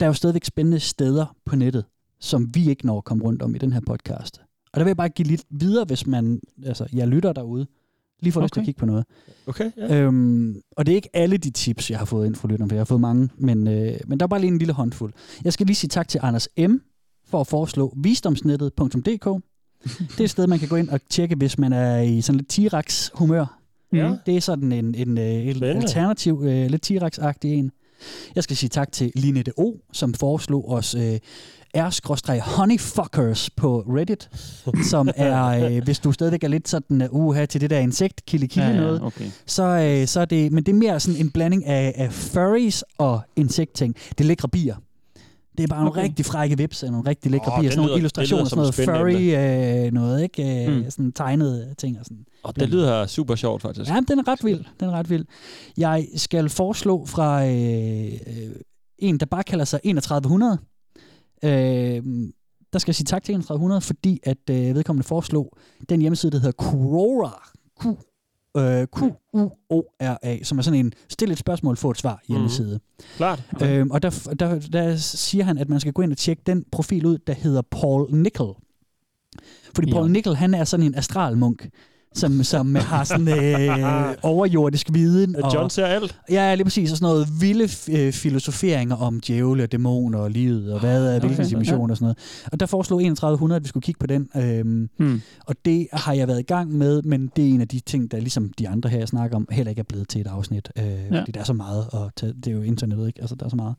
[SPEAKER 4] der er jo stadigvæk spændende steder på nettet, som vi ikke når at komme rundt om i den her podcast. Og der vil jeg bare give lidt videre, hvis man, altså jeg lytter derude, lige får okay. lyst til at
[SPEAKER 5] Okay.
[SPEAKER 4] kigge på noget.
[SPEAKER 3] Okay, ja.
[SPEAKER 4] Øhm, og det er ikke alle de tips, jeg har fået ind fra lytterne, for jeg har fået mange, men, øh, men der er bare lige en lille håndfuld. Jeg skal lige sige tak til Anders M. for at foreslå visdomsnettet.dk. Det er et sted, man kan gå ind og tjekke, hvis man er i sådan lidt T-Rex-humør.
[SPEAKER 3] Ja.
[SPEAKER 4] Det er sådan en, en, øh, en
[SPEAKER 3] Spændende.
[SPEAKER 4] alternativ, øh, lidt T-Rex-agtig en. Jeg skal sige tak til Linette O, som foreslog os øh, r-honeyfuckers på Reddit, som er, øh, hvis du stadigvæk er lidt sådan, øh, uha, til det der insekt, kilde kilde
[SPEAKER 5] Ja, ja,
[SPEAKER 4] noget,
[SPEAKER 5] okay.
[SPEAKER 4] så, øh, så er det, men det er mere sådan en blanding af, af furries og insektting. Det er lækre bier. Det er bare nogle
[SPEAKER 5] Okay.
[SPEAKER 4] rigtig frække vips og nogle rigtig lækre
[SPEAKER 3] Åh,
[SPEAKER 4] oh, bier.
[SPEAKER 3] det
[SPEAKER 4] Sådan nogle
[SPEAKER 3] lyder-
[SPEAKER 4] illustrationer,
[SPEAKER 3] det
[SPEAKER 4] sådan
[SPEAKER 3] lyder
[SPEAKER 4] noget
[SPEAKER 3] som
[SPEAKER 4] furry øh, noget, ikke? Øh,
[SPEAKER 5] Mm.
[SPEAKER 4] Sådan tegnede ting og sådan.
[SPEAKER 3] Og det lyder super sjovt, faktisk.
[SPEAKER 4] Ja, men den er ret vild. Den er ret vild. Jeg skal foreslå fra øh, øh, en, der bare kalder sig 3100. Øh, der skal jeg sige tak til 3100, fordi at øh, vedkommende foreslog den hjemmeside, der hedder Quora. Q, øh, Q-U-O-R-A, som er sådan en stille et spørgsmål, få et svar hjemmeside.
[SPEAKER 3] Klart.
[SPEAKER 4] Øhm, og der, der, der siger han, at man skal gå ind og tjekke den profil ud, der hedder Paul Nickel. Fordi Paul
[SPEAKER 5] Ja.
[SPEAKER 4] Nickel, han er sådan en astralmunk, som, som *laughs* har sådan øh, overjordisk viden.
[SPEAKER 3] Øh, John ser alt.
[SPEAKER 4] Ja, lige præcis. Og sådan noget vilde øh, filosoferinger om djævle og dæmoner og livet, og hvad er hvilken
[SPEAKER 5] Ah, Okay,
[SPEAKER 4] dimension og sådan noget. Og der foreslog 3100, at vi skulle kigge på den. Øhm,
[SPEAKER 5] Hmm.
[SPEAKER 4] og det har jeg været i gang med, men det er en af de ting, der ligesom de andre her, jeg snakker om, heller ikke er blevet til et afsnit. Øh, ja. Fordi der er så meget, og det er jo internettet, ikke? Altså, der er så meget.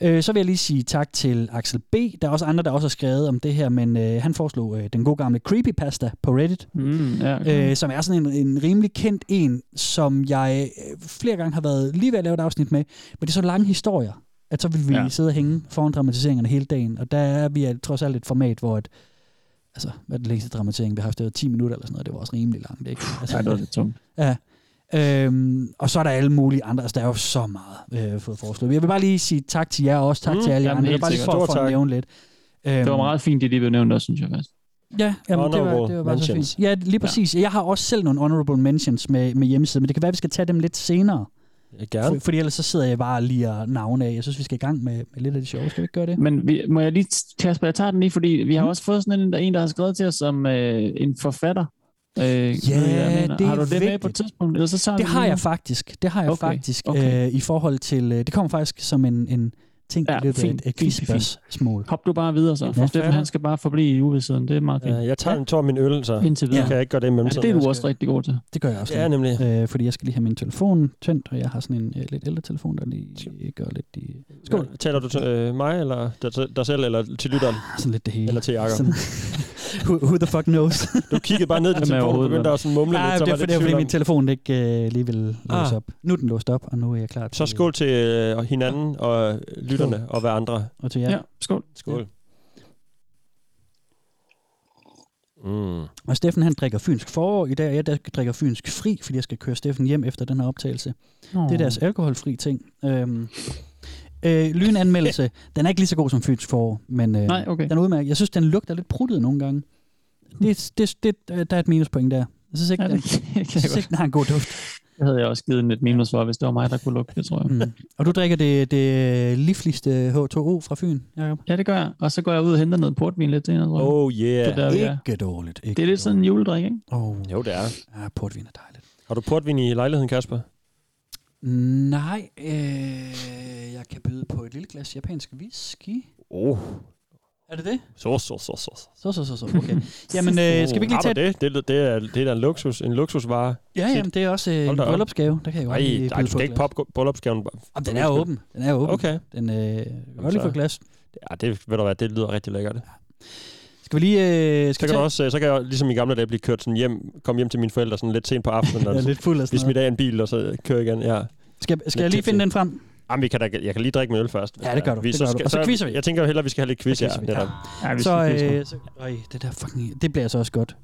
[SPEAKER 4] Øh, så vil jeg lige sige tak til Axel B. Der er også andre, der også har skrevet om det her, men øh, han foreslog øh, den gode gamle Creepypasta på Reddit
[SPEAKER 5] Mm, ja, okay.
[SPEAKER 4] øh, som er sådan en, en rimelig kendt en, som jeg øh, flere gange har været lige ved at lave et afsnit med, men det er så lange historier, at så vil vi ja.
[SPEAKER 5] Ja.
[SPEAKER 4] sidde og hænge foran dramatiseringerne hele dagen, og der er vi er trods alt et format, hvor et, altså, hvad er den længste dramatisering, vi har haft, det var 10 minutter eller sådan noget, det var også rimelig langt, ikke?
[SPEAKER 5] Ja, det var
[SPEAKER 4] Altså,
[SPEAKER 5] lidt tungt.
[SPEAKER 4] ja. Øhm, og så er der alle mulige andre, altså der er jo så meget øh, fået foreslået. Jeg vil bare lige sige tak til jer og også, tak
[SPEAKER 3] Mm,
[SPEAKER 4] til alle jer
[SPEAKER 5] jamen,
[SPEAKER 4] andre, det er
[SPEAKER 5] helt
[SPEAKER 4] bare lige
[SPEAKER 5] sikkert.
[SPEAKER 3] Stor
[SPEAKER 4] for, for at
[SPEAKER 3] tak.
[SPEAKER 4] nævne lidt. Øhm,
[SPEAKER 5] Det var meget fint, det lige blev nævnt også, synes jeg faktisk.
[SPEAKER 4] Ja, jamen, det, var,
[SPEAKER 3] Honorable
[SPEAKER 4] det var bare så
[SPEAKER 3] mentions.
[SPEAKER 4] fint. Ja, lige præcis. Ja. Jeg har også selv nogle honorable mentions med, med hjemmesiden, men det kan være, at vi skal tage dem lidt senere.
[SPEAKER 3] Ja,
[SPEAKER 4] Ja. For,
[SPEAKER 3] gerne.
[SPEAKER 4] fordi ellers så sidder jeg bare lige og navne af. Jeg synes, vi skal i gang med, med lidt af det sjove. Skal vi ikke gøre det?
[SPEAKER 5] Men vi, må jeg lige, Kasper, jeg tager den lige, fordi vi
[SPEAKER 4] Mm.
[SPEAKER 5] har også fået sådan en, der, en, der har skrevet til os som øh, en forfatter. Øh, ja,
[SPEAKER 4] det er
[SPEAKER 5] Har du det med
[SPEAKER 4] vigtigt.
[SPEAKER 5] på et tidspunkt? Eller så tager vi
[SPEAKER 4] Det
[SPEAKER 5] den
[SPEAKER 4] har
[SPEAKER 5] lige
[SPEAKER 4] jeg
[SPEAKER 5] nu?
[SPEAKER 4] faktisk. Det har jeg
[SPEAKER 5] Mm. Okay,
[SPEAKER 4] faktisk
[SPEAKER 5] okay.
[SPEAKER 4] Øh, i forhold til... Øh, det kommer faktisk som en, en ting
[SPEAKER 5] Ja,
[SPEAKER 4] i løbet af
[SPEAKER 5] fint,
[SPEAKER 4] et- et
[SPEAKER 5] fint, fint.
[SPEAKER 4] quizspørgsmål.
[SPEAKER 5] Hop du bare videre så.
[SPEAKER 3] En
[SPEAKER 5] Ja, Steffen,
[SPEAKER 3] forfatter.
[SPEAKER 5] han skal bare forblive i uvidsheden. Det er meget fint.
[SPEAKER 3] Øh, Jeg tager en tår af min øl, så
[SPEAKER 5] Indtil videre.
[SPEAKER 3] kan jeg ikke gøre det i
[SPEAKER 5] Ja,
[SPEAKER 3] mellemtiden.
[SPEAKER 5] det er du
[SPEAKER 3] Jeg
[SPEAKER 5] også rigtig god til.
[SPEAKER 4] Det gør jeg
[SPEAKER 3] skal-
[SPEAKER 4] også.
[SPEAKER 3] Det er
[SPEAKER 4] lige.
[SPEAKER 3] nemlig.
[SPEAKER 4] Øh, fordi jeg skal lige have min telefon tændt, og jeg har sådan en øh, lidt ældre telefon, der lige gør lidt, i, Skål.
[SPEAKER 3] Ja, Taler du til øh, mig, eller dig- dig selv, eller til lytteren,
[SPEAKER 4] sådan lidt det hele.
[SPEAKER 3] eller til Jakob?
[SPEAKER 4] Sådan, who, who the fuck knows?
[SPEAKER 3] Du kiggede bare ned i din
[SPEAKER 5] Hvem er
[SPEAKER 3] telefon, og
[SPEAKER 5] overhovedet
[SPEAKER 3] begyndte også at mumle
[SPEAKER 4] Nej,
[SPEAKER 3] lidt, så
[SPEAKER 4] Ah, det
[SPEAKER 3] var jeg
[SPEAKER 4] er fordi,
[SPEAKER 3] lidt
[SPEAKER 4] det
[SPEAKER 3] i
[SPEAKER 4] var
[SPEAKER 3] tvivl
[SPEAKER 4] fordi min
[SPEAKER 3] om-
[SPEAKER 4] telefon ikke øh, lige ville
[SPEAKER 3] Ah.
[SPEAKER 4] låse op. Nu er den låst op, og nu er jeg klar til,
[SPEAKER 3] Så skål til øh, hinanden og lytterne og hver andre.
[SPEAKER 4] Og til jer.
[SPEAKER 5] Ja,
[SPEAKER 4] Ja.
[SPEAKER 5] skål.
[SPEAKER 3] Skål. Mm.
[SPEAKER 4] Og Steffen han drikker fynsk forår i dag, og jeg der drikker fynsk fri, fordi jeg skal køre Steffen hjem efter den her optagelse. Det er deres alkoholfri ting. Øhm, øh,
[SPEAKER 5] *laughs*
[SPEAKER 4] lynanmeldelse, den er ikke lige så god som fynsk forår, men øh,
[SPEAKER 5] Nej, okay.
[SPEAKER 4] den er udmærket. Jeg synes, den lugter lidt pruttet nogle gange. Det, det, det, øh, der er et minuspoint der. Jeg synes ikke,
[SPEAKER 5] Ja,
[SPEAKER 4] ja,
[SPEAKER 5] det, *laughs*
[SPEAKER 4] den,
[SPEAKER 5] det,
[SPEAKER 4] jeg
[SPEAKER 5] kan jeg
[SPEAKER 4] synes
[SPEAKER 5] godt.
[SPEAKER 4] ikke, den har en god
[SPEAKER 5] *laughs*
[SPEAKER 4] duft.
[SPEAKER 5] det havde jeg også givet en et minus for, hvis det var mig, der kunne lukke det, tror jeg.
[SPEAKER 4] Mm. Og du drikker det, øh, det livligste H2O fra Fyn, Jacob?
[SPEAKER 5] Ja, det gør jeg. Og så går jeg ud og henter noget portvin lidt til hende, tror jeg.
[SPEAKER 3] Oh
[SPEAKER 5] Det,
[SPEAKER 3] yeah.
[SPEAKER 5] der, ja.
[SPEAKER 4] Ikke dårligt. Ikke
[SPEAKER 5] det er lidt sådan en juledrik, ikke?
[SPEAKER 4] Oh.
[SPEAKER 3] Jo, det er.
[SPEAKER 4] Ja, portvin er dejligt.
[SPEAKER 3] Har du portvin i lejligheden, Kasper?
[SPEAKER 4] Nej, øh, jeg kan byde på et lille glas japansk whisky.
[SPEAKER 3] Oh.
[SPEAKER 4] Er det det?
[SPEAKER 3] Så, så, så, så.
[SPEAKER 4] Så, så, så, så.
[SPEAKER 3] *laughs*
[SPEAKER 4] Okay. jamen, øh, skal vi ikke lige
[SPEAKER 3] Har
[SPEAKER 4] tage...
[SPEAKER 3] du det? Det, er- det, er, det er da en, luksus, en luksusvare.
[SPEAKER 4] Ja, jamen, det er også øh, en
[SPEAKER 3] Hold da op.
[SPEAKER 4] bryllupsgave. Der kan jeg jo
[SPEAKER 3] Nej,
[SPEAKER 4] lige
[SPEAKER 3] nej,
[SPEAKER 4] byde
[SPEAKER 3] du skal
[SPEAKER 4] et
[SPEAKER 3] ikke
[SPEAKER 4] glas.
[SPEAKER 3] poppe bryllupsgaven.
[SPEAKER 4] Jamen, den er åben. Den er åben.
[SPEAKER 3] Okay.
[SPEAKER 4] Den øh,
[SPEAKER 3] Jamen,
[SPEAKER 4] godt lige
[SPEAKER 3] så-
[SPEAKER 4] få et glas.
[SPEAKER 3] Ja, det ved du hvad, det lyder rigtig lækkert.
[SPEAKER 4] Skal vi lige...
[SPEAKER 3] Så
[SPEAKER 4] Øh, skal Øh, vi
[SPEAKER 3] kan, du
[SPEAKER 4] tage...
[SPEAKER 3] også, øh, så kan jeg ligesom i gamle dage blive kørt sådan hjem, komme hjem til mine forældre sådan lidt sent på
[SPEAKER 4] *laughs*
[SPEAKER 3] aftenen, og
[SPEAKER 4] Jeg er
[SPEAKER 3] sådan,
[SPEAKER 4] lidt fuld af
[SPEAKER 3] blive
[SPEAKER 4] sådan noget.
[SPEAKER 3] smidt af en bil, og så køre igen. Ja.
[SPEAKER 4] Skal, skal
[SPEAKER 3] lidt
[SPEAKER 4] jeg lige
[SPEAKER 3] tipsy.
[SPEAKER 4] finde den frem?
[SPEAKER 3] Jamen, vi kan da, jeg kan lige drikke min øl først.
[SPEAKER 4] Ja, det gør du, det gør du. Og så quizzer vi.
[SPEAKER 3] Jeg tænker jo hellere, at vi skal have lidt quiz.
[SPEAKER 4] Så
[SPEAKER 3] Ja,
[SPEAKER 4] quizzer vi.
[SPEAKER 3] netop.
[SPEAKER 5] Ja, vi
[SPEAKER 4] Så,
[SPEAKER 5] skal blive
[SPEAKER 4] øh, så øj, det der fucking... Det bliver altså også godt.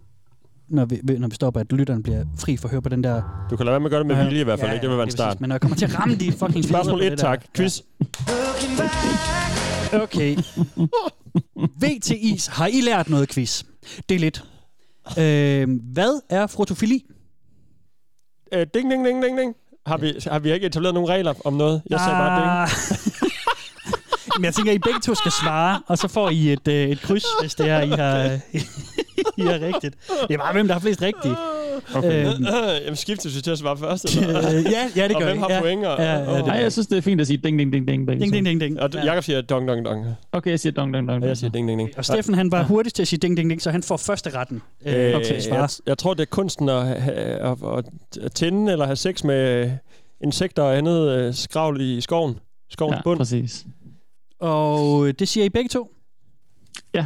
[SPEAKER 4] Når vi, når vi stopper, at lytteren bliver fri for at høre på den der...
[SPEAKER 3] Du kan lade være med at gøre det med
[SPEAKER 4] Ja,
[SPEAKER 3] vilje i hvert fald.
[SPEAKER 4] ja,
[SPEAKER 3] ikke? Det vil være en
[SPEAKER 4] det er
[SPEAKER 3] start.
[SPEAKER 4] præcis. Men når jeg kommer til at ramme de
[SPEAKER 3] *laughs*
[SPEAKER 4] fucking
[SPEAKER 3] Spørgsmål
[SPEAKER 4] ledere
[SPEAKER 3] 1,
[SPEAKER 4] på det der-
[SPEAKER 3] tak. Quiz.
[SPEAKER 4] Okay. VTI's, har I lært noget quiz? Det er lidt. Øh, hvad er frotofili?
[SPEAKER 3] Øh, ding, ding, ding, ding, ding. Har vi, har vi ikke etableret nogen regler om noget? Jeg sagde bare
[SPEAKER 4] Ah, *laughs*
[SPEAKER 3] ding.
[SPEAKER 4] Men jeg tænker, I begge to skal svare, og så får I et, *laughs* øh, et kryds, hvis det er, I har, I har rigtigt. Det er bare, hvem der har flest rigtigt.
[SPEAKER 3] Okay.
[SPEAKER 4] Øhm,
[SPEAKER 3] Jamen, skiftes vi til at svare først, eller?
[SPEAKER 4] øh, *laughs* ja, ja, det
[SPEAKER 3] og
[SPEAKER 4] gør
[SPEAKER 3] hvem
[SPEAKER 4] vi.
[SPEAKER 3] har
[SPEAKER 4] ja.
[SPEAKER 3] point? Og,
[SPEAKER 4] Ja, ja,
[SPEAKER 3] og,
[SPEAKER 4] det
[SPEAKER 5] Nej, jeg synes, det er fint at sige ding, ding, ding, ding. begge
[SPEAKER 4] Ding,
[SPEAKER 5] to.
[SPEAKER 4] ding, ding, ding.
[SPEAKER 3] og du- Jakob siger dong, dong, dong.
[SPEAKER 5] Okay, jeg siger dong, dong, dong.
[SPEAKER 3] Og jeg siger ding, ding, ding.
[SPEAKER 4] Og Steffen, han var hurtigst til at sige ding, ding, ding, så han får første retten. Øh, okay,
[SPEAKER 3] jeg,
[SPEAKER 4] svare.
[SPEAKER 3] jeg tror, det er kunsten at, ha- ha- at, at, at tænde eller have sex med øh, insekter og andet øh, skravl i skoven. Skovens
[SPEAKER 5] ja,
[SPEAKER 3] bund.
[SPEAKER 5] præcis.
[SPEAKER 4] Og øh, det siger I begge to?
[SPEAKER 5] Ja.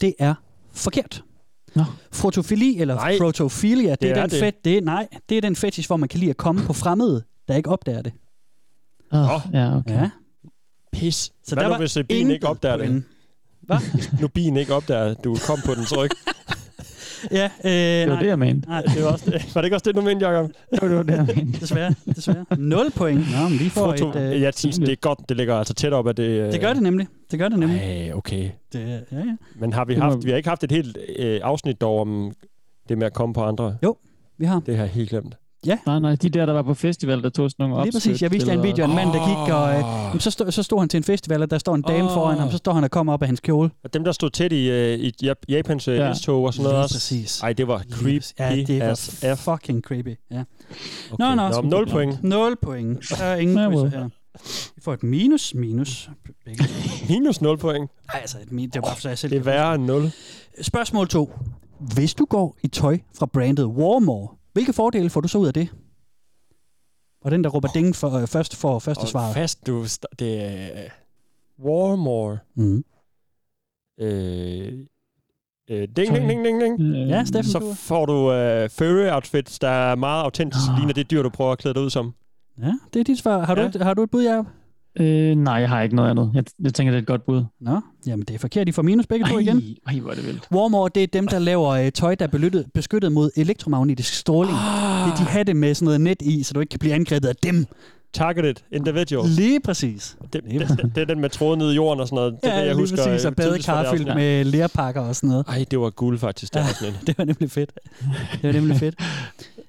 [SPEAKER 4] Det er forkert.
[SPEAKER 5] Nå.
[SPEAKER 4] Frotofili eller
[SPEAKER 3] Nej.
[SPEAKER 4] nej, protofilia, det,
[SPEAKER 3] Det
[SPEAKER 4] det er,
[SPEAKER 3] er
[SPEAKER 4] den
[SPEAKER 3] det.
[SPEAKER 4] Fet, det er, nej, det er den fetish, hvor man kan lide at komme på fremmede, der ikke opdager det.
[SPEAKER 5] Oh,
[SPEAKER 3] Nå.
[SPEAKER 5] ja, okay.
[SPEAKER 4] Ja.
[SPEAKER 3] Pis.
[SPEAKER 4] Så
[SPEAKER 3] Hvad
[SPEAKER 4] der
[SPEAKER 3] nu,
[SPEAKER 4] var
[SPEAKER 3] hvis øh, bien
[SPEAKER 4] intet
[SPEAKER 3] ikke opdager det?
[SPEAKER 4] point.
[SPEAKER 3] Nu bien ikke opdager, at du kom på den tryk.
[SPEAKER 4] Ja, øh,
[SPEAKER 5] Det var
[SPEAKER 4] nej.
[SPEAKER 5] det, jeg mente.
[SPEAKER 4] nej,
[SPEAKER 3] Det var, også
[SPEAKER 4] *laughs*
[SPEAKER 3] det. var det ikke også det, du mente, Jacob?
[SPEAKER 5] Det var det, jeg mente.
[SPEAKER 4] desværre, desværre. Nul point. Nå, men vi får
[SPEAKER 3] Foto.
[SPEAKER 4] et... Øh,
[SPEAKER 3] Jeg synes, det er godt, det ligger altså tæt op af det. øh,
[SPEAKER 4] det gør det nemlig. Det gør det nemlig.
[SPEAKER 3] Ej, okay.
[SPEAKER 4] Det, øh, ja, ja.
[SPEAKER 3] Men har vi,
[SPEAKER 5] Det må
[SPEAKER 3] haft,
[SPEAKER 5] vi-
[SPEAKER 3] vi har ikke haft et helt øh, afsnit dog om det med at komme på andre.
[SPEAKER 4] Vi har.
[SPEAKER 3] Det har jeg helt glemt.
[SPEAKER 5] Nej, nej, de der, der var på festival, der tog sådan nogle
[SPEAKER 4] Lige præcis. Jeg viste jer en video af en mand, der gik og... Øh,
[SPEAKER 3] Åh.
[SPEAKER 4] Jamen, så, stod, så stod han til en festival, og der står en dame
[SPEAKER 3] Åh.
[SPEAKER 4] oh. foran ham, så står han og kommer op af hans kjole.
[SPEAKER 3] Og dem, der stod tæt i, øh, i Jap- Japans øh,
[SPEAKER 5] Ja.
[SPEAKER 3] ja. S-tog og sådan noget
[SPEAKER 4] Lige
[SPEAKER 3] også.
[SPEAKER 4] præcis.
[SPEAKER 3] Ej, det var creepy
[SPEAKER 4] Ja, det var
[SPEAKER 3] as F.
[SPEAKER 4] fucking creepy. Ja.
[SPEAKER 3] Okay.
[SPEAKER 4] Nå, nå.
[SPEAKER 3] Nå, 0 point.
[SPEAKER 4] 0 point. Der er ingen
[SPEAKER 5] Ja,
[SPEAKER 4] quizzer
[SPEAKER 5] well.
[SPEAKER 4] her. Vi får et minus, minus. Begge.
[SPEAKER 3] Minus 0 point.
[SPEAKER 4] Nej, altså, et minus. det var bare for sig selv.
[SPEAKER 3] Det er værre end 0.
[SPEAKER 4] Spørgsmål 2. Hvis du går i tøj fra brandet Warmore, hvilke fordele får du så ud af det? Og den, der råber ding for, øh, først, får første
[SPEAKER 3] Og
[SPEAKER 4] svar.
[SPEAKER 3] fast, du... st- Det er... øh, Warmore.
[SPEAKER 4] Mm.
[SPEAKER 3] Øh, øh, ding,
[SPEAKER 5] Sorry.
[SPEAKER 3] ding, ding, ding, ding.
[SPEAKER 5] Øh,
[SPEAKER 4] Ja, Steffen,
[SPEAKER 3] Så
[SPEAKER 4] du...
[SPEAKER 3] får du øh, furry-outfits, der er meget autentisk,
[SPEAKER 5] Ah.
[SPEAKER 3] ligner det dyr, du prøver at klæde dig ud som.
[SPEAKER 4] Ja, det er dit svar. Har,
[SPEAKER 3] Ja.
[SPEAKER 4] ja. du, et, har du et bud, Jacob?
[SPEAKER 5] Øh, nej, jeg har ikke noget andet. Jeg, jeg tænker, det er et godt bud.
[SPEAKER 4] Nå, jamen det er forkert. I får minus begge to igen.
[SPEAKER 5] Ej, hvor er det vildt.
[SPEAKER 4] Warmore, det er dem, der laver øh, tøj, der er beløttet- beskyttet mod elektromagnetisk stråling.
[SPEAKER 3] Ah.
[SPEAKER 4] Det, de har det med sådan noget net i, så du ikke kan blive angrebet af dem.
[SPEAKER 3] Targeted individual.
[SPEAKER 4] Lige præcis.
[SPEAKER 3] Det, det, det, det er den med tråden nede i jorden og sådan noget. Det er det, jeg
[SPEAKER 4] lige
[SPEAKER 3] husker.
[SPEAKER 4] præcis. Og
[SPEAKER 3] øh, tydeligst fra det
[SPEAKER 4] badekar fyldt
[SPEAKER 3] afsnit.
[SPEAKER 4] med lerpakker og sådan noget.
[SPEAKER 3] Ej, det var guld faktisk, det afsnit.
[SPEAKER 4] Det var nemlig fedt. Det var nemlig
[SPEAKER 3] *laughs*
[SPEAKER 4] fedt.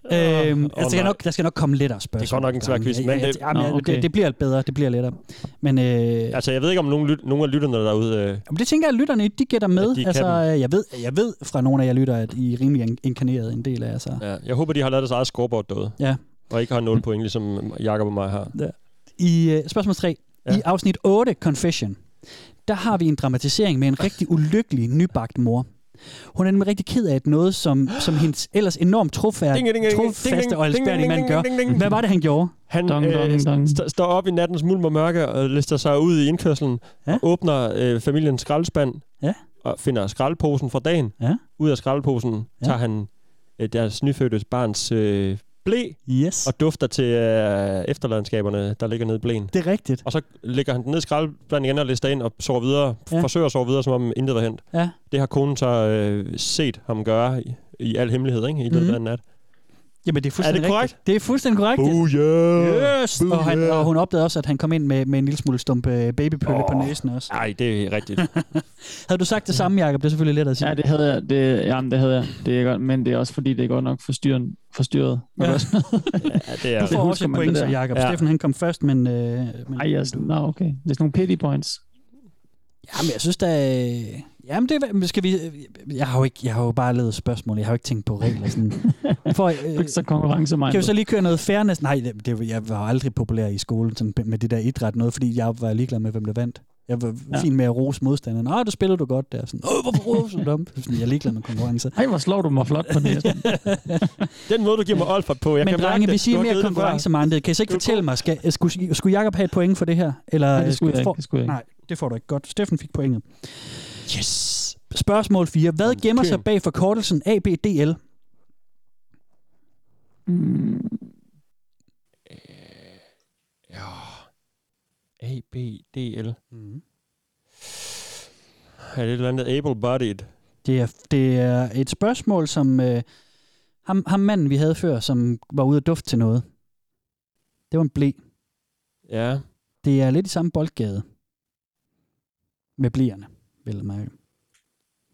[SPEAKER 4] *laughs* øhm, altså, der, skal
[SPEAKER 3] nej.
[SPEAKER 4] nok, der skal nok komme lettere spørgsmål.
[SPEAKER 3] godt nok en svær quiz,
[SPEAKER 4] Ja,
[SPEAKER 3] men
[SPEAKER 4] ja,
[SPEAKER 3] det-
[SPEAKER 4] jamen,
[SPEAKER 5] Nå,
[SPEAKER 4] ja,
[SPEAKER 5] okay.
[SPEAKER 4] det, det bliver bedre, det bliver lettere. Men øh, ja.
[SPEAKER 3] Altså, jeg ved ikke, om nogen, lyt, nogen af lytterne derude... Øh,
[SPEAKER 4] jamen, det tænker jeg, at lytterne de gætter med.
[SPEAKER 3] At de kan
[SPEAKER 4] altså,
[SPEAKER 3] den.
[SPEAKER 4] øh, jeg, ved, jeg ved fra nogle af jer lytter, at I er rimelig in- inkarneret en del af jer. Så.
[SPEAKER 3] ja, jeg håber, de har lavet deres eget scoreboard derude.
[SPEAKER 4] Ja.
[SPEAKER 3] Og ikke har 0 point, ligesom Jakob og mig har.
[SPEAKER 4] I øh, spørgsmål 3,
[SPEAKER 3] Ja.
[SPEAKER 4] ja. i afsnit 8, Confession, der har vi en dramatisering med en rigtig ulykkelig nybagt mor. Hun er nemlig rigtig ked af at noget, som, som hendes ellers enormt trofærd,
[SPEAKER 3] Ding, ding, ding, ding, ding,
[SPEAKER 4] trofaste
[SPEAKER 3] ding,
[SPEAKER 4] og
[SPEAKER 3] ding,
[SPEAKER 4] elskværdige
[SPEAKER 3] ding,
[SPEAKER 4] mand
[SPEAKER 3] ding,
[SPEAKER 4] gør.
[SPEAKER 3] ding, ding, ding.
[SPEAKER 4] Hvad var det, han gjorde?
[SPEAKER 3] Han
[SPEAKER 5] Dong, dong,
[SPEAKER 3] øh,
[SPEAKER 5] dong.
[SPEAKER 3] st- står op i nattens mulm og mørke og lister sig ud i indkørslen
[SPEAKER 4] Ja.
[SPEAKER 3] og åbner øh, familiens skraldespand
[SPEAKER 4] Ja.
[SPEAKER 3] og finder skraldposen fra dagen.
[SPEAKER 4] Ja.
[SPEAKER 3] Ud af skraldposen
[SPEAKER 4] Ja.
[SPEAKER 3] tager han øh, deres nyfødte barns øh, blæ
[SPEAKER 4] Yes.
[SPEAKER 3] og dufter til øh, efterladenskaberne, der ligger nede i blæen.
[SPEAKER 4] Det er rigtigt.
[SPEAKER 3] Og så lægger han den ned i skraldespanden igen og lister ind og sover videre, ja.
[SPEAKER 4] Ja.
[SPEAKER 3] forsøger at sove videre, som om intet var hent.
[SPEAKER 4] Ja.
[SPEAKER 3] Det har konen så øh, set ham gøre i, i al hemmelighed ikke? i løbet
[SPEAKER 4] Mhm.
[SPEAKER 3] af en nat.
[SPEAKER 4] Jamen, det er fuldstændig
[SPEAKER 3] korrekt?
[SPEAKER 4] Rigtigt. Det er fuldstændig korrekt.
[SPEAKER 3] Oh yeah!
[SPEAKER 4] Yes! Og, han, og hun opdagede også, at han kom ind med, med en lille smule stump øh, babypølle oh. på
[SPEAKER 3] Åh.
[SPEAKER 4] næsen også.
[SPEAKER 3] Ej, det er rigtigt.
[SPEAKER 4] Havde du sagt det samme, Jacob? Det er selvfølgelig lettere at sige.
[SPEAKER 5] Ja, det havde jeg. Det, jamen, det havde jeg. Det er godt, men det er også fordi, det er godt nok forstyrren, forstyrret.
[SPEAKER 4] Ja.
[SPEAKER 5] Ja.
[SPEAKER 3] ja, det er
[SPEAKER 4] Du får også
[SPEAKER 5] husker
[SPEAKER 4] et
[SPEAKER 5] man
[SPEAKER 4] point,
[SPEAKER 5] det
[SPEAKER 4] så
[SPEAKER 5] der.
[SPEAKER 4] Jacob.
[SPEAKER 3] Ja.
[SPEAKER 4] Ja. Steffen, han kom først, men... Øh, men
[SPEAKER 5] *laughs* Ej, jeg, nå, okay. Det er sådan nogle pity
[SPEAKER 4] *laughs*
[SPEAKER 5] points.
[SPEAKER 4] Jamen, jeg synes da... øh, Jamen, det er- men skal vi... øh, Jeg har jo, ikke, jeg har jo bare lavet spørgsmål. Jeg har jo ikke tænkt på regler. Sådan. For,
[SPEAKER 5] *laughs* Du
[SPEAKER 4] øh,
[SPEAKER 5] er ikke så konkurrence mig.
[SPEAKER 4] kan vi så lige køre noget fairness? Nej, det, det, jeg var aldrig populær i skolen sådan, med det der idræt noget, fordi jeg var ligeglad med, hvem der vandt. Jeg var
[SPEAKER 5] Ja.
[SPEAKER 4] ja. fin med at rose modstanderen. Åh, det spillede du godt der. Sådan, Åh, hvorfor rose du dem? Sådan, jeg er ligeglad med konkurrence.
[SPEAKER 5] Ej, hvor slår du mig flot
[SPEAKER 4] *laughs*
[SPEAKER 5] på næsen.
[SPEAKER 3] Den måde, du giver mig Olfert på, jeg
[SPEAKER 4] Men
[SPEAKER 3] kan
[SPEAKER 4] drenge,
[SPEAKER 3] mærke det.
[SPEAKER 4] hvis I
[SPEAKER 3] Du
[SPEAKER 4] er
[SPEAKER 3] har
[SPEAKER 4] mere
[SPEAKER 3] givet det før.
[SPEAKER 4] konkurrencemindet, kan I så ikke
[SPEAKER 3] Det er
[SPEAKER 4] fortælle mig, skal, skulle, skulle Jacob have et point for det her? Eller, øh,
[SPEAKER 5] Nej, det skulle jeg ikke.
[SPEAKER 4] får-
[SPEAKER 5] Det skulle jeg ikke.
[SPEAKER 4] Nej, det får du ikke godt. Steffen fik pointet.
[SPEAKER 3] Yes!
[SPEAKER 4] Spørgsmål 4. Hvad
[SPEAKER 3] Om
[SPEAKER 4] gemmer sig
[SPEAKER 3] køen.
[SPEAKER 4] bag forkortelsen ABDL?
[SPEAKER 5] Mm,
[SPEAKER 3] øh, Ja. A, B, D, L.
[SPEAKER 4] Mm.
[SPEAKER 3] Er det et eller andet able-bodied?
[SPEAKER 4] Det er, det er et spørgsmål, som øh, ham, ham manden, vi havde før, som var ude at dufte til noget. Det var en blæ.
[SPEAKER 3] Ja.
[SPEAKER 4] Det er lidt i samme boldgade. Med blæerne, vil jeg mærke.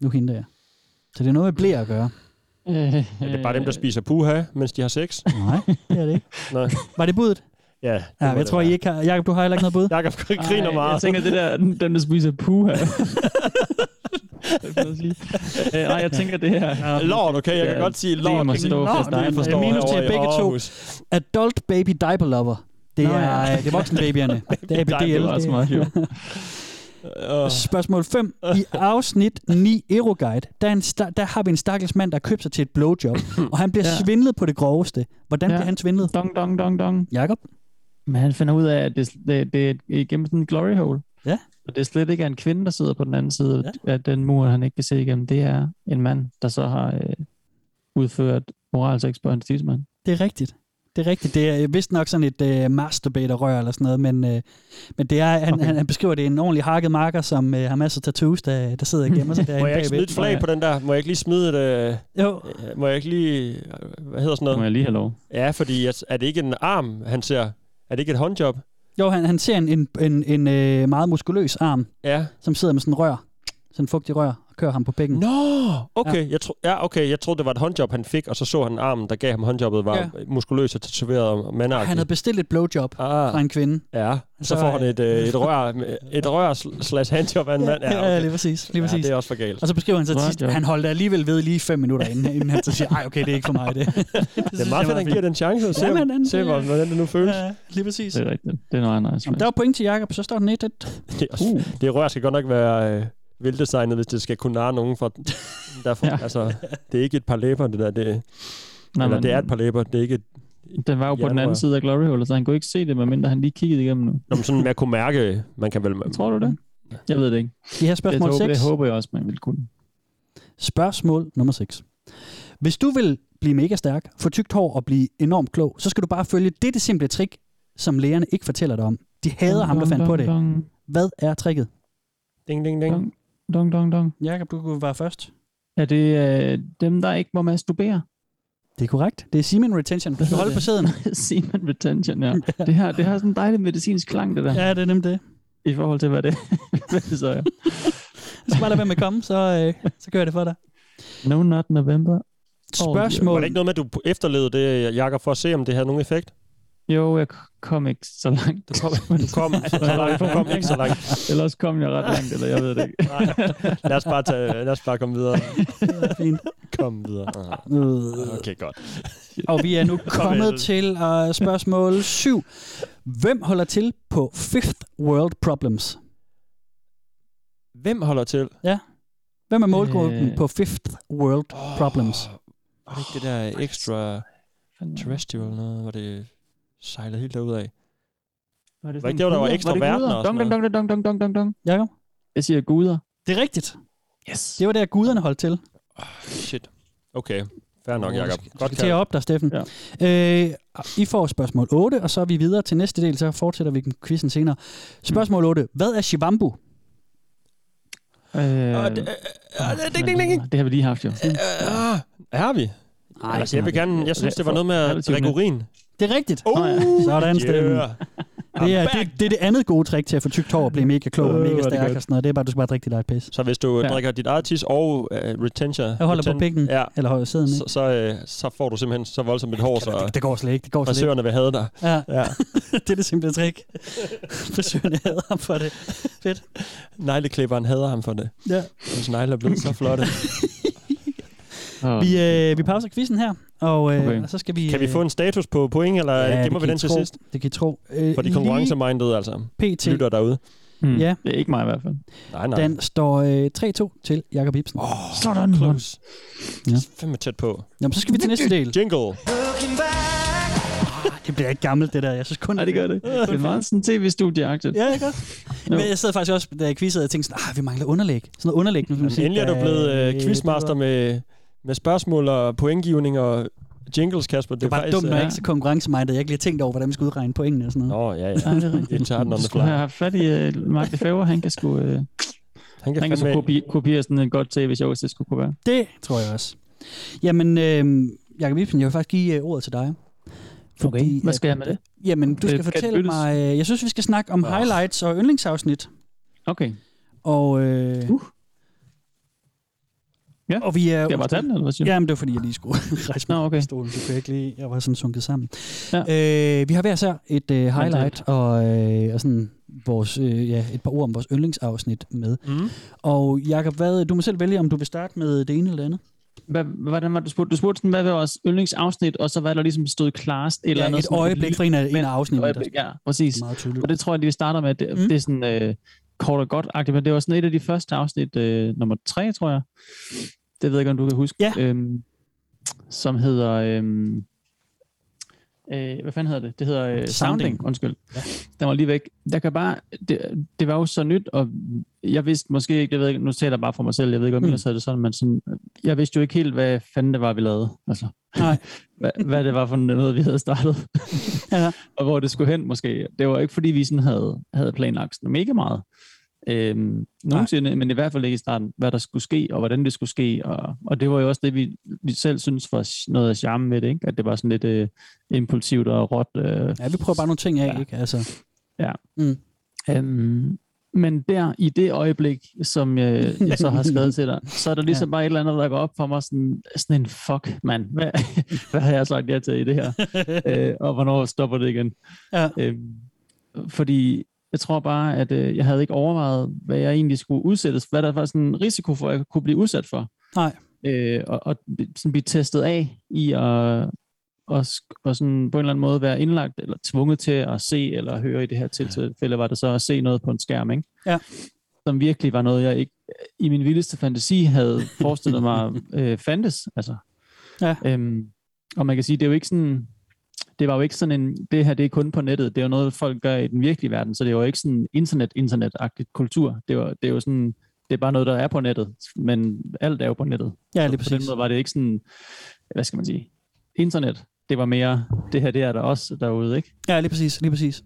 [SPEAKER 4] Nu henter jeg. Så det er noget med blæer at gøre.
[SPEAKER 5] øh,
[SPEAKER 3] Er det bare dem, der spiser puha, mens de har sex?
[SPEAKER 4] Nej, *laughs* det er det ikke. *laughs*
[SPEAKER 3] Nej.
[SPEAKER 4] Var det budet?
[SPEAKER 3] Ja,
[SPEAKER 4] Ja, jeg tror, I ikke har... Jakob, *laughs* du har heller ikke noget bud?
[SPEAKER 3] Jakob griner
[SPEAKER 5] Ej, Jeg
[SPEAKER 3] meget. *laughs*
[SPEAKER 5] tænker, det der, dem der spiser puha. Øh, nej, jeg tænker det her.
[SPEAKER 3] Lort, okay? Jeg kan
[SPEAKER 5] Ja,
[SPEAKER 3] godt sige
[SPEAKER 5] det
[SPEAKER 3] lort.
[SPEAKER 5] må
[SPEAKER 3] Det
[SPEAKER 5] stå
[SPEAKER 3] er
[SPEAKER 5] for dig.
[SPEAKER 3] lort,
[SPEAKER 5] Jeg
[SPEAKER 3] forstår
[SPEAKER 4] minus til
[SPEAKER 3] herovre i
[SPEAKER 4] begge to.
[SPEAKER 3] Aarhus.
[SPEAKER 4] Adult Baby Diaper Lover. Det
[SPEAKER 5] Nå,
[SPEAKER 4] er,
[SPEAKER 5] ja.
[SPEAKER 4] øh, det er
[SPEAKER 5] *laughs*
[SPEAKER 4] voksenbabyerne. det er ABDL.
[SPEAKER 5] Det var også meget jo.
[SPEAKER 4] Øh.
[SPEAKER 3] Åh,
[SPEAKER 4] *laughs* Spørgsmål 5. I afsnit 9 Eroguide, der, er en sta- der har vi en stakkels mand, der købte sig til et blowjob,
[SPEAKER 5] *coughs*
[SPEAKER 4] og han bliver ja.
[SPEAKER 5] Ja.
[SPEAKER 4] svindlet på det groveste. Hvordan ja.
[SPEAKER 5] Ja.
[SPEAKER 4] bliver han svindlet?
[SPEAKER 5] Dong, dong, dong, dong.
[SPEAKER 4] Jakob?
[SPEAKER 5] Men han finder ud af, at det, det, det er igennem sådan en glory hole.
[SPEAKER 4] Ja.
[SPEAKER 5] Og det er slet ikke en kvinde, der sidder på den anden side ja. af den mur, han ikke kan se igennem. Det er en mand, der så har øh, udført moralsex på hans tidsmand.
[SPEAKER 4] Det er rigtigt. Det er rigtigt. Det er øh, vist nok sådan et øh, masturbator-rør eller sådan noget, men, øh, men det er, han, okay.
[SPEAKER 5] Okay.
[SPEAKER 4] han, han beskriver, det er en ordentlig hakket marker, som øh, har masser af tattoos, der, der sidder igennem.
[SPEAKER 5] *laughs*
[SPEAKER 4] Så
[SPEAKER 3] Må jeg ikke smide et flag på den der? Må jeg ikke lige smide et... øh,
[SPEAKER 4] Jo,
[SPEAKER 3] øh, Må jeg ikke lige... Hvad hedder sådan
[SPEAKER 5] Må
[SPEAKER 3] noget?
[SPEAKER 5] jeg lige have lov?
[SPEAKER 3] Ja, fordi at- er det ikke en arm, han ser? Er det ikke et håndjob?
[SPEAKER 4] jo han, han ser en, en, en, en øh, meget muskuløs arm,
[SPEAKER 3] Ja.
[SPEAKER 4] som sidder med sådan en rør, sådan en fugtig rør, og kører ham på bækken.
[SPEAKER 3] Nå, okay. Ja. Jeg tro, ja, okay. Jeg troede, det var et håndjob, han fik, og så så han armen, der gav ham håndjobbet, var
[SPEAKER 4] Ja.
[SPEAKER 3] ja. muskuløs og tatoveret og mandagtig.
[SPEAKER 4] Han havde bestilt et blowjob fra
[SPEAKER 3] ah,
[SPEAKER 4] en kvinde.
[SPEAKER 3] ja. Så
[SPEAKER 4] Så,
[SPEAKER 3] får han
[SPEAKER 4] øh,
[SPEAKER 3] et, øh, et rør, et rør sl- slash handjob af en mand. Ja,
[SPEAKER 4] *laughs* Ja, ja,
[SPEAKER 3] okay.
[SPEAKER 4] lige præcis. Lige
[SPEAKER 3] ja,
[SPEAKER 4] præcis.
[SPEAKER 3] det er også for galt.
[SPEAKER 4] Og så beskriver han så til sidst,
[SPEAKER 5] Right,
[SPEAKER 4] at
[SPEAKER 5] ja.
[SPEAKER 4] han holdt alligevel ved lige fem minutter, inden, inden han så siger, ej, okay, det er ikke for mig, det. det,
[SPEAKER 3] *laughs* Det er meget fedt, at han giver den chance, og se,
[SPEAKER 4] Ja, men
[SPEAKER 3] ja,
[SPEAKER 4] han-
[SPEAKER 3] se hvor- hvordan det nu føles.
[SPEAKER 4] Ja, lige præcis.
[SPEAKER 5] Det er rigtigt. Det er noget altså. nice.
[SPEAKER 4] Jamen, der var point til Jakob, så står den 1 1
[SPEAKER 3] Det, er også,
[SPEAKER 4] Uh.
[SPEAKER 3] det rør skal godt nok være øh, veldesignet, hvis det skal kunne narre nogen
[SPEAKER 4] *laughs*
[SPEAKER 3] fra derfor. ja.
[SPEAKER 5] Ja.
[SPEAKER 3] Altså, det er ikke et par læber, det der. Det, Nej,
[SPEAKER 5] Nej,
[SPEAKER 3] eller
[SPEAKER 5] men-
[SPEAKER 3] det er et par læber. Det er ikke et,
[SPEAKER 5] Den var jo på den anden
[SPEAKER 3] Jernrør.
[SPEAKER 5] side af glory hole, så han kunne ikke se det, medmindre han lige kiggede igennem nu.
[SPEAKER 3] når man sådan, man kunne mærke, man kan vel...
[SPEAKER 5] Tror du det? Jeg ved det ikke.
[SPEAKER 4] Vi har
[SPEAKER 5] Jeg
[SPEAKER 4] spørgsmål
[SPEAKER 5] håber,
[SPEAKER 4] 6.
[SPEAKER 5] det håber jeg også, man ville kunne.
[SPEAKER 4] Spørgsmål nummer 6. Hvis du vil blive mega stærk, få tykt hår og blive enormt klog, så skal du bare følge dette simple trick, som lægerne ikke fortæller dig om. De hader ham, der fandt på det.
[SPEAKER 5] Dong,
[SPEAKER 4] Hvad er tricket?
[SPEAKER 3] Ding, ding, ding.
[SPEAKER 5] dong, dong, dong, dong.
[SPEAKER 4] Jakob, du kunne være først.
[SPEAKER 5] Er det øh, dem, der ikke må masturbere? *laughs*
[SPEAKER 4] Det er korrekt. Det er semen retention. Du skal holde på sæden.
[SPEAKER 5] Semen retention, ja. Det her, det har sådan en dejlig medicinsk klang, det der. Ja.
[SPEAKER 4] Ja, det er nemt det.
[SPEAKER 5] I forhold til, hvad det, *laughs* hvad det så er.
[SPEAKER 4] Så bare lad være med at komme, så, øh, så gør jeg det for dig.
[SPEAKER 5] No Not November.
[SPEAKER 4] Spørgsmål.
[SPEAKER 3] Var det ikke noget med, at du efterlevede det, øh, Jakob, for at se, om det havde nogen effekt?
[SPEAKER 5] Jo, jeg kom ikke så langt.
[SPEAKER 3] Du kom, du *laughs* kom, så langt, du kom ikke så langt.
[SPEAKER 5] Ellers kom jeg ret langt, eller jeg ved det ikke.
[SPEAKER 3] Nej. Lad, os bare tage, lad os bare komme videre.
[SPEAKER 4] Fint.
[SPEAKER 3] Kom videre.
[SPEAKER 4] Øh.
[SPEAKER 3] Okay, godt.
[SPEAKER 4] Og vi er *laughs* nu kommet
[SPEAKER 3] Farvel.
[SPEAKER 4] til uh, spørgsmål 7. Hvem holder til på Fifth World Problems?
[SPEAKER 3] Hvem holder til?
[SPEAKER 4] Hvem er målgruppen
[SPEAKER 5] Øh.
[SPEAKER 4] på Fifth World Oh. Problems?
[SPEAKER 3] Var det ikke det der extra terrestrial noget, hvor det sejlede helt derud af?
[SPEAKER 5] Var det,
[SPEAKER 3] Var ikke det, hvor der var ekstra verdener og sådan
[SPEAKER 5] Dong, dong, dong, dong, dong, dong, dong, dong.
[SPEAKER 4] Jakob?
[SPEAKER 5] Jeg siger guder.
[SPEAKER 4] Det er rigtigt.
[SPEAKER 5] Yes.
[SPEAKER 4] Det var der, guderne holdt til.
[SPEAKER 3] Shit. Okay, fair nok, Jakob.
[SPEAKER 4] Godt
[SPEAKER 3] Godt
[SPEAKER 4] til
[SPEAKER 3] kaldt.
[SPEAKER 4] op der, Steffen.
[SPEAKER 5] Ja.
[SPEAKER 4] Øh, I får spørgsmål 8, og så er vi videre til næste del, så fortsætter vi quizzen senere. Spørgsmål 8. Hvad er Shivambu?
[SPEAKER 5] Øh,
[SPEAKER 3] Øh,
[SPEAKER 5] det,
[SPEAKER 3] det- øh, øh, Ding, ding, ding, ding.
[SPEAKER 5] det har vi lige haft jo.
[SPEAKER 3] Ah, er vi?
[SPEAKER 4] Nej,
[SPEAKER 3] jeg vil gerne, jeg synes, det var noget med at
[SPEAKER 5] Relativt
[SPEAKER 3] drikke
[SPEAKER 5] nemt.
[SPEAKER 3] urin.
[SPEAKER 4] det er rigtigt.
[SPEAKER 3] Oh,
[SPEAKER 4] Sådan, Steffen. Det er, det, det er det andet gode trick til at få tykt hår og blive mega klog og
[SPEAKER 3] Øh, hvor
[SPEAKER 4] mega
[SPEAKER 3] er det
[SPEAKER 4] stærk
[SPEAKER 3] godt.
[SPEAKER 4] og sådan noget. Det er bare, du skal bare drikke dit eget pis.
[SPEAKER 3] Så hvis du
[SPEAKER 5] Ja.
[SPEAKER 3] ja. drikker dit eget tis og uh, retention...
[SPEAKER 4] Jeg holder på
[SPEAKER 3] reten-
[SPEAKER 4] pikken.
[SPEAKER 3] Ja,
[SPEAKER 4] Eller højre siden,
[SPEAKER 3] så, så, øh, så får du simpelthen så voldsomt et hår,
[SPEAKER 4] ikke? Det,
[SPEAKER 3] så
[SPEAKER 4] det går slet ikke. Det går slet ikke.
[SPEAKER 3] frisørerne vil have dig.
[SPEAKER 4] Ja, *laughs*
[SPEAKER 3] Ja.
[SPEAKER 4] det er det simple trick. *laughs* Frisørerne hader ham for det.
[SPEAKER 3] Negleklipperen hader ham for det.
[SPEAKER 4] Ja.
[SPEAKER 3] Hans negle er blevet så flotte.
[SPEAKER 5] Og,
[SPEAKER 4] Vi, øh, vi pauser quizzen her, og, øh, okay.
[SPEAKER 5] Okay.
[SPEAKER 4] og så skal vi... øh,
[SPEAKER 3] Kan vi få en status på point, eller ja, gemmer
[SPEAKER 4] det
[SPEAKER 3] vi
[SPEAKER 4] kan
[SPEAKER 3] den
[SPEAKER 4] I
[SPEAKER 3] til
[SPEAKER 4] tro.
[SPEAKER 3] sidst?
[SPEAKER 4] Det kan I tro. Øh,
[SPEAKER 3] For de konkurrencemindede, altså.
[SPEAKER 4] lige PT.
[SPEAKER 3] Lytter derude.
[SPEAKER 5] mm,
[SPEAKER 4] ja.
[SPEAKER 5] Det er ikke mig i hvert fald.
[SPEAKER 3] Nej, nej.
[SPEAKER 4] Den står øh, 3-2 til Jakob Ibsen. Oh.
[SPEAKER 5] Sådan.
[SPEAKER 3] Close.
[SPEAKER 4] Ja.
[SPEAKER 3] Ja. Fem tæt på.
[SPEAKER 4] Jamen, så skal vi til næste del.
[SPEAKER 3] Jingle.
[SPEAKER 4] Det bliver ikke gammelt, det der. Jeg synes kun...
[SPEAKER 5] Nej, det gør det. Det er meget sådan tv-studieagtigt.
[SPEAKER 4] Ja, ikke? No.
[SPEAKER 5] Jo.
[SPEAKER 4] Men jeg sad faktisk også, da jeg quizzede, og tænkte sådan, ah, vi mangler underlæg. Sådan noget underlæg. Nu,
[SPEAKER 3] Jamen, endelig er du blevet øh, quizmaster med, med spørgsmål og pointgivning og jingles, Kasper.
[SPEAKER 4] Det var bare dumt, når jeg
[SPEAKER 5] ja.
[SPEAKER 4] ikke så konkurrencemindet. Jeg har ikke lige tænkt over, hvordan vi skulle udregne pointene og sådan noget.
[SPEAKER 3] øh, Nå, ja, ja.
[SPEAKER 5] Ja, det er rigtigt.
[SPEAKER 3] Det tager den on
[SPEAKER 5] Du
[SPEAKER 3] the
[SPEAKER 5] skulle have
[SPEAKER 3] fly.
[SPEAKER 5] haft fat i uh, Mark Lefebvre. Han kan sgu, uh,
[SPEAKER 3] Han kan,
[SPEAKER 5] han kan sgu
[SPEAKER 3] fandme...
[SPEAKER 5] kopiere, kopiere sådan en godt tv-show, hvis det skulle kunne være.
[SPEAKER 4] Det tror jeg også. Jamen, øh, Jakob Ibsen, jeg vil faktisk give øh, ordet til dig. Fordi,
[SPEAKER 5] Hvad
[SPEAKER 4] at-
[SPEAKER 5] skal jeg med det?
[SPEAKER 4] Jamen, du
[SPEAKER 5] Øh,
[SPEAKER 4] skal
[SPEAKER 5] kan
[SPEAKER 4] fortælle
[SPEAKER 5] byttes?
[SPEAKER 4] mig... øh, Jeg synes, vi skal snakke om
[SPEAKER 3] Åh.
[SPEAKER 4] highlights og yndlingsafsnit.
[SPEAKER 5] Okay.
[SPEAKER 4] Og, øh,
[SPEAKER 5] Uh. Ja,
[SPEAKER 4] og vi er...
[SPEAKER 5] Skal jeg bare tage den, eller hvad siger du?
[SPEAKER 4] Ja, men det var fordi, jeg lige skulle *laughs* rejse mig
[SPEAKER 5] Nå,
[SPEAKER 4] okay.
[SPEAKER 5] okay.
[SPEAKER 4] stolen. Det kunne jeg ikke lige. Jeg var sådan sunket sammen.
[SPEAKER 5] Ja.
[SPEAKER 4] Øh, vi har hver især et øh, highlight og, øh, og sådan vores, øh, ja, et par ord om vores yndlingsafsnit med.
[SPEAKER 3] Mm.
[SPEAKER 4] Og Jakob, hvad, du må selv vælge, om du vil starte med det ene eller det andet.
[SPEAKER 5] Hvad, hvordan var det, du spurgte? Du spurgte sådan, hvad var vores yndlingsafsnit, og så hvad der ligesom stod klarest? Eller
[SPEAKER 4] Ja,
[SPEAKER 5] noget,
[SPEAKER 4] et
[SPEAKER 5] sådan,
[SPEAKER 4] øjeblik fra en af, en af
[SPEAKER 5] Et
[SPEAKER 4] afsnittene, der
[SPEAKER 5] øjeblik, ja, præcis.
[SPEAKER 4] er meget tydeligt.
[SPEAKER 5] Og det tror jeg, de starter med. Det,
[SPEAKER 4] Mm.
[SPEAKER 5] mm. det er sådan øh, kort og godt-agtigt, men det var sådan et af de første afsnit, øh, nummer tre, tror jeg. Det ved jeg ikke, om du kan huske.
[SPEAKER 4] Ja.
[SPEAKER 5] Øhm, som hedder... Øhm, øh, hvad fanden hedder det? Det hedder øh, Sounding.
[SPEAKER 4] Sounding.
[SPEAKER 5] Sounding, undskyld.
[SPEAKER 4] Ja.
[SPEAKER 5] Ja. Den var lige væk. Jeg kan bare... Det, det var jo så nyt, og jeg vidste måske ikke... Jeg ved ikke nu taler jeg bare for mig selv. Jeg ved ikke, om
[SPEAKER 4] Mm.
[SPEAKER 5] mm. jeg sagde det sådan, men sådan, jeg vidste jo ikke helt, hvad fanden det var, vi lavede. Altså,
[SPEAKER 4] Nej.
[SPEAKER 5] *laughs* hvad, hvad det var for noget, vi havde startet.
[SPEAKER 4] *laughs* Ja.
[SPEAKER 5] Og hvor det skulle hen, måske. Det var ikke, fordi vi sådan havde, havde planlagt sådan mega meget. Øhm, nogensinde, men i hvert fald ikke i starten, hvad der skulle ske, og hvordan det skulle ske. Og, og det var jo også det, vi, vi selv synes var s- noget af charmen ved det, ikke? at det var sådan lidt øh, impulsivt og råt. Øh.
[SPEAKER 4] Ja, vi prøver bare nogle ting af, ja.
[SPEAKER 5] Ja.
[SPEAKER 4] ikke? Altså,
[SPEAKER 5] Øhm, men der, i det øjeblik, som jeg, jeg så har skrevet til dig, så er der ligesom ja. bare et eller andet, der går op for mig, sådan, sådan en fuck, mand. Hvad, *laughs* hvad har jeg sagt ja til i det her? øh, og hvornår stopper det igen.
[SPEAKER 4] Ja.
[SPEAKER 5] Øhm, fordi jeg tror bare, at øh, jeg havde ikke overvejet, hvad jeg egentlig skulle udsættes, hvad der var sådan en risiko for, at jeg kunne blive udsat for.
[SPEAKER 4] Nej.
[SPEAKER 5] Øh, og, og bl- sådan blive testet af i at og, sk- og sådan på en eller anden måde være indlagt eller tvunget til at se eller høre i det her tilfælde, var det så at se noget på en skærm, ikke?
[SPEAKER 4] Ja.
[SPEAKER 5] Som virkelig var noget, jeg ikke i min vildeste fantasi havde
[SPEAKER 4] *laughs*
[SPEAKER 5] forestillet mig øh, fandtes. Altså.
[SPEAKER 4] Ja.
[SPEAKER 5] Øhm, og man kan sige, det er jo ikke sådan, det var jo ikke sådan en, det her det er kun på nettet, det er jo noget, folk gør i den virkelige verden, så det er jo ikke sådan internet internet agtigt kultur. Det, var, det er jo sådan, det er bare noget, der er på nettet, men alt er jo på nettet.
[SPEAKER 4] ja,
[SPEAKER 5] Så
[SPEAKER 4] lige
[SPEAKER 5] på den
[SPEAKER 4] præcis.
[SPEAKER 5] måde var det ikke sådan, hvad skal man sige, internet. Det var mere, det her det er der også derude, ikke?
[SPEAKER 4] Ja, lige præcis, lige præcis.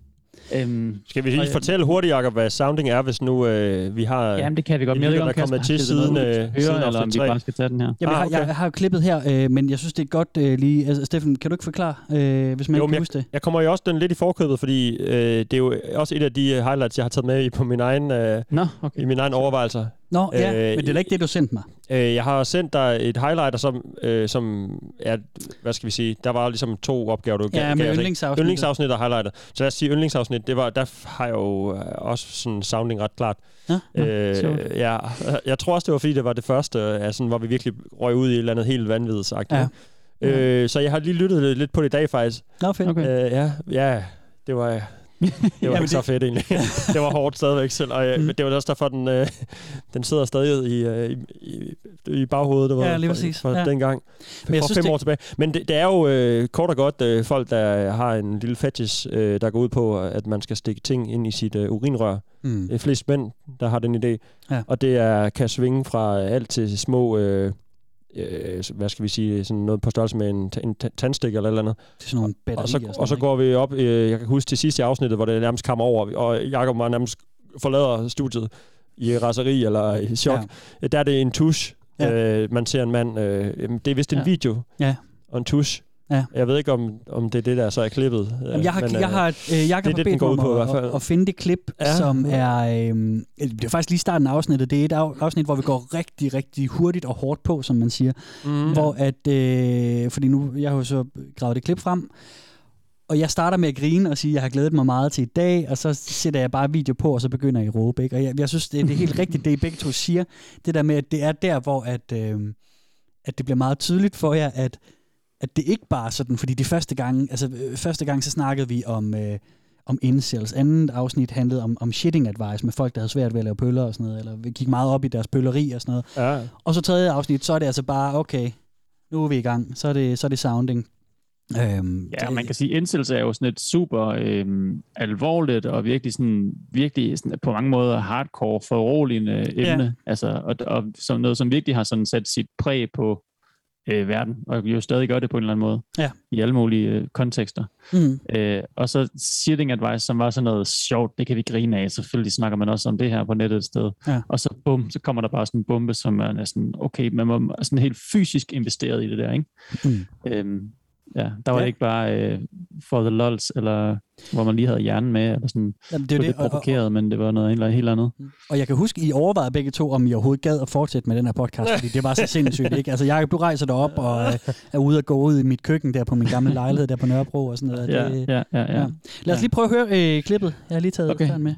[SPEAKER 5] Øhm,
[SPEAKER 3] Skal vi
[SPEAKER 5] Og
[SPEAKER 3] lige
[SPEAKER 5] jeg-
[SPEAKER 3] fortælle hurtigt, Jacob, hvad sounding er, hvis nu øh, vi har...
[SPEAKER 5] jamen det kan vi godt.
[SPEAKER 3] en
[SPEAKER 5] Jeg ved
[SPEAKER 3] lytter,
[SPEAKER 5] ikke, om
[SPEAKER 3] der er kommet
[SPEAKER 5] Kasper
[SPEAKER 3] til
[SPEAKER 5] har klippet
[SPEAKER 3] siden,
[SPEAKER 5] noget, vi skal
[SPEAKER 3] øh,
[SPEAKER 5] høre,
[SPEAKER 3] siden
[SPEAKER 5] eller om vi
[SPEAKER 3] afsnit tre.
[SPEAKER 5] bare skal tage den her.
[SPEAKER 4] Jamen,
[SPEAKER 3] Ah,
[SPEAKER 4] ah, okay. jeg,
[SPEAKER 3] okay.
[SPEAKER 4] jeg har jo klippet her, øh, men jeg synes, det er godt øh, lige... Altså, Steffen, kan du ikke forklare, øh, hvis man
[SPEAKER 3] Jo,
[SPEAKER 4] jo,
[SPEAKER 3] men
[SPEAKER 4] ikke kan huske det?
[SPEAKER 3] Jeg kommer jo også den lidt i forkøbet, fordi øh, det er jo også et af de øh, highlights, jeg har taget med i, på min egen, øh,
[SPEAKER 5] Nå, okay.
[SPEAKER 3] i mine egne overvejelser.
[SPEAKER 4] Nå, ja,
[SPEAKER 3] Øh,
[SPEAKER 4] men det er da ikke det, du sendte mig.
[SPEAKER 3] Øh, jeg har sendt dig et highlighter, som, øh, som er, hvad skal vi sige, der var ligesom to opgaver, du
[SPEAKER 4] Ja,
[SPEAKER 3] gav
[SPEAKER 4] med
[SPEAKER 3] os, ikke?
[SPEAKER 4] yndlingsafsnittet.
[SPEAKER 3] Yndlingsafsnit og highlighter. Så lad os sige yndlingsafsnit, det var, der f- har jeg jo øh, også sådan sounding ret klart.
[SPEAKER 4] Ja,
[SPEAKER 5] nå, sjovt.
[SPEAKER 3] øh, ja, *laughs* jeg tror også, det var fordi, det var det første, øh, sådan, hvor vi virkelig røg ud i et eller andet helt vanvidsagtigt.
[SPEAKER 4] Ja.
[SPEAKER 3] Ja. Øh, så jeg har lige lyttet lidt på det i dag faktisk.
[SPEAKER 4] Nå, fedt.
[SPEAKER 5] okay.
[SPEAKER 3] Øh, ja, ja, det var... Det var
[SPEAKER 4] Jamen,
[SPEAKER 3] ikke så
[SPEAKER 4] det-
[SPEAKER 3] fedt
[SPEAKER 4] *laughs*
[SPEAKER 3] egentlig. det var hårdt stadigvæk selv, og øh,
[SPEAKER 4] Mm.
[SPEAKER 3] mm. det var også derfor, den, øh, den sidder stadig i, øh, i- i, i baghovedet, det var
[SPEAKER 4] Ja, lige
[SPEAKER 3] fra-
[SPEAKER 4] præcis.
[SPEAKER 3] fra
[SPEAKER 4] Ja.
[SPEAKER 3] ja. dengang. Men jeg
[SPEAKER 4] jeg
[SPEAKER 3] for
[SPEAKER 4] synes,
[SPEAKER 3] synes, fem
[SPEAKER 4] det-
[SPEAKER 3] år tilbage. Men det, det er jo øh, kort og godt øh, folk, der har en lille fetish, øh, der går ud på, at man skal stikke ting ind i sit øh, urinrør.
[SPEAKER 4] Mm.
[SPEAKER 3] Det er flest mænd, der har den idé.
[SPEAKER 4] Ja.
[SPEAKER 3] Og det er, kan svinge fra alt til små... Øh, øh, hvad skal vi sige, sådan noget på størrelse med en, ta- en ta- tandstik eller et eller andet.
[SPEAKER 4] Det er sådan nogle batterier.
[SPEAKER 3] Og så,
[SPEAKER 4] sådan
[SPEAKER 3] og så
[SPEAKER 4] noget,
[SPEAKER 3] går vi op, øh, jeg kan huske til sidste afsnittet, hvor det nærmest kom over, og Jacob var nærmest forlader studiet i raseri eller i chok. Ja. Der er det en tusch,
[SPEAKER 4] Ja.
[SPEAKER 3] ja. øh, man ser en mand. Øh, jamen, det er vist en
[SPEAKER 5] Ja.
[SPEAKER 3] video
[SPEAKER 4] Ja.
[SPEAKER 3] og en tusch.
[SPEAKER 4] Ja.
[SPEAKER 3] Jeg ved ikke, om, om det er det, der så er klippet. øh,
[SPEAKER 4] Jamen, jeg har,
[SPEAKER 3] men,
[SPEAKER 4] jeg har, øh, Jacob
[SPEAKER 3] det er
[SPEAKER 4] har
[SPEAKER 3] det,
[SPEAKER 4] bedt
[SPEAKER 3] den går
[SPEAKER 4] mig
[SPEAKER 3] ud på i
[SPEAKER 4] om
[SPEAKER 3] hvert
[SPEAKER 4] at,
[SPEAKER 3] fald.
[SPEAKER 4] at finde det klip, ja.
[SPEAKER 3] Ja.
[SPEAKER 4] som er... Øh, det er faktisk lige starten af afsnittet. Det er et af- afsnit, hvor vi går rigtig, rigtig hurtigt og hårdt på, som man siger.
[SPEAKER 3] mm,
[SPEAKER 4] Hvor at... Øh, fordi nu, jeg har jo så gravet det klip frem, og jeg starter med at grine og sige, at jeg har glædet mig meget til i dag, og så sætter jeg bare video på, og så begynder jeg at råbe. Ikke? Og jeg, jeg synes, det, det er helt rigtigt, det I begge to siger. Det der med, at det er der, hvor at, øh, at det bliver meget tydeligt for jer, at, at det ikke bare er sådan, fordi de første gange, altså øh, første gang, så snakkede vi om, øh, om incels. Andet afsnit handlede om, om shitting advice med folk, der havde svært ved at lave pøller og sådan noget, eller gik meget op i deres pølleri og sådan noget.
[SPEAKER 3] ja.
[SPEAKER 4] Og så tredje afsnit, så er det altså bare, okay, nu er vi i gang. Så er det, så er det sounding. Øhm,
[SPEAKER 5] Ja,
[SPEAKER 4] det-
[SPEAKER 5] man kan sige, indsættelse er jo sådan et super øhm, alvorligt og virkelig, sådan, virkelig sådan, på mange måder hardcore, foruroligende emne. Ja. Altså, og, og som noget, som virkelig har sådan sat sit præg på øh, verden, og jo stadig gør det på en eller anden måde,
[SPEAKER 4] Ja.
[SPEAKER 5] i alle mulige øh, kontekster.
[SPEAKER 4] Mm.
[SPEAKER 5] Øh, og så shitting advice, som var sådan noget sjovt, det kan vi grine af, selvfølgelig snakker man også om det her på nettet et sted.
[SPEAKER 4] Ja.
[SPEAKER 5] Og så bum, så kommer der bare sådan en bombe, som er næsten, okay, man var sådan helt fysisk investeret i det der, ikke?
[SPEAKER 4] Mm.
[SPEAKER 5] Øhm, ja,
[SPEAKER 4] Ja.
[SPEAKER 5] der var ja. det ikke bare øh, for the lols, eller hvor man lige havde hjernen med, eller sådan,
[SPEAKER 4] Jamen, det
[SPEAKER 5] det
[SPEAKER 4] er
[SPEAKER 5] var
[SPEAKER 4] jo det,
[SPEAKER 5] lidt
[SPEAKER 4] og, og,
[SPEAKER 5] provokeret, men det var noget helt, helt andet.
[SPEAKER 4] og jeg kan huske, I overvejede begge to, om I overhovedet gad at fortsætte med den her podcast, fordi det var så sindssygt, ikke? Altså, Jacob, du rejser dig op og øh, er ude og gå ud i mit køkken der på min gamle lejlighed der på Nørrebro og sådan noget.
[SPEAKER 5] Ja,
[SPEAKER 4] Det,
[SPEAKER 5] ja, ja, ja.
[SPEAKER 4] Lad os lige prøve at høre øh, klippet. Jeg har lige taget
[SPEAKER 5] Okay.
[SPEAKER 4] okay. med.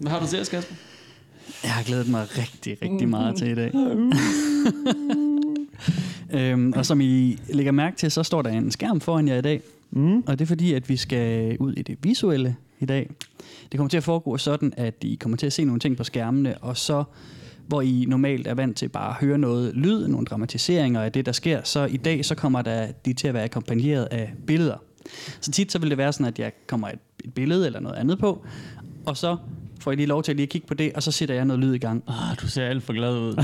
[SPEAKER 5] Hvad har du til os, Kasper?
[SPEAKER 4] Jeg har glædet mig rigtig, rigtig meget til i
[SPEAKER 5] *laughs*
[SPEAKER 4] dag. øhm, og som I lægger mærke til, så står der en skærm foran jer i dag. Mm. Og det er fordi, at vi skal ud i det visuelle i dag. Det kommer til at foregå sådan, at I kommer til at se nogle ting på skærmene, og så hvor I normalt er vant til bare at høre noget lyd, nogle dramatiseringer af det, der sker, så i dag så kommer der de til at være akkompagneret af billeder. Så tit så vil det være sådan, at jeg kommer et, et billede eller noget andet på, og så får I lige lov til at lige kigge på det, og så sætter jeg noget lyd i gang.
[SPEAKER 5] Ah, du ser alt for glad ud.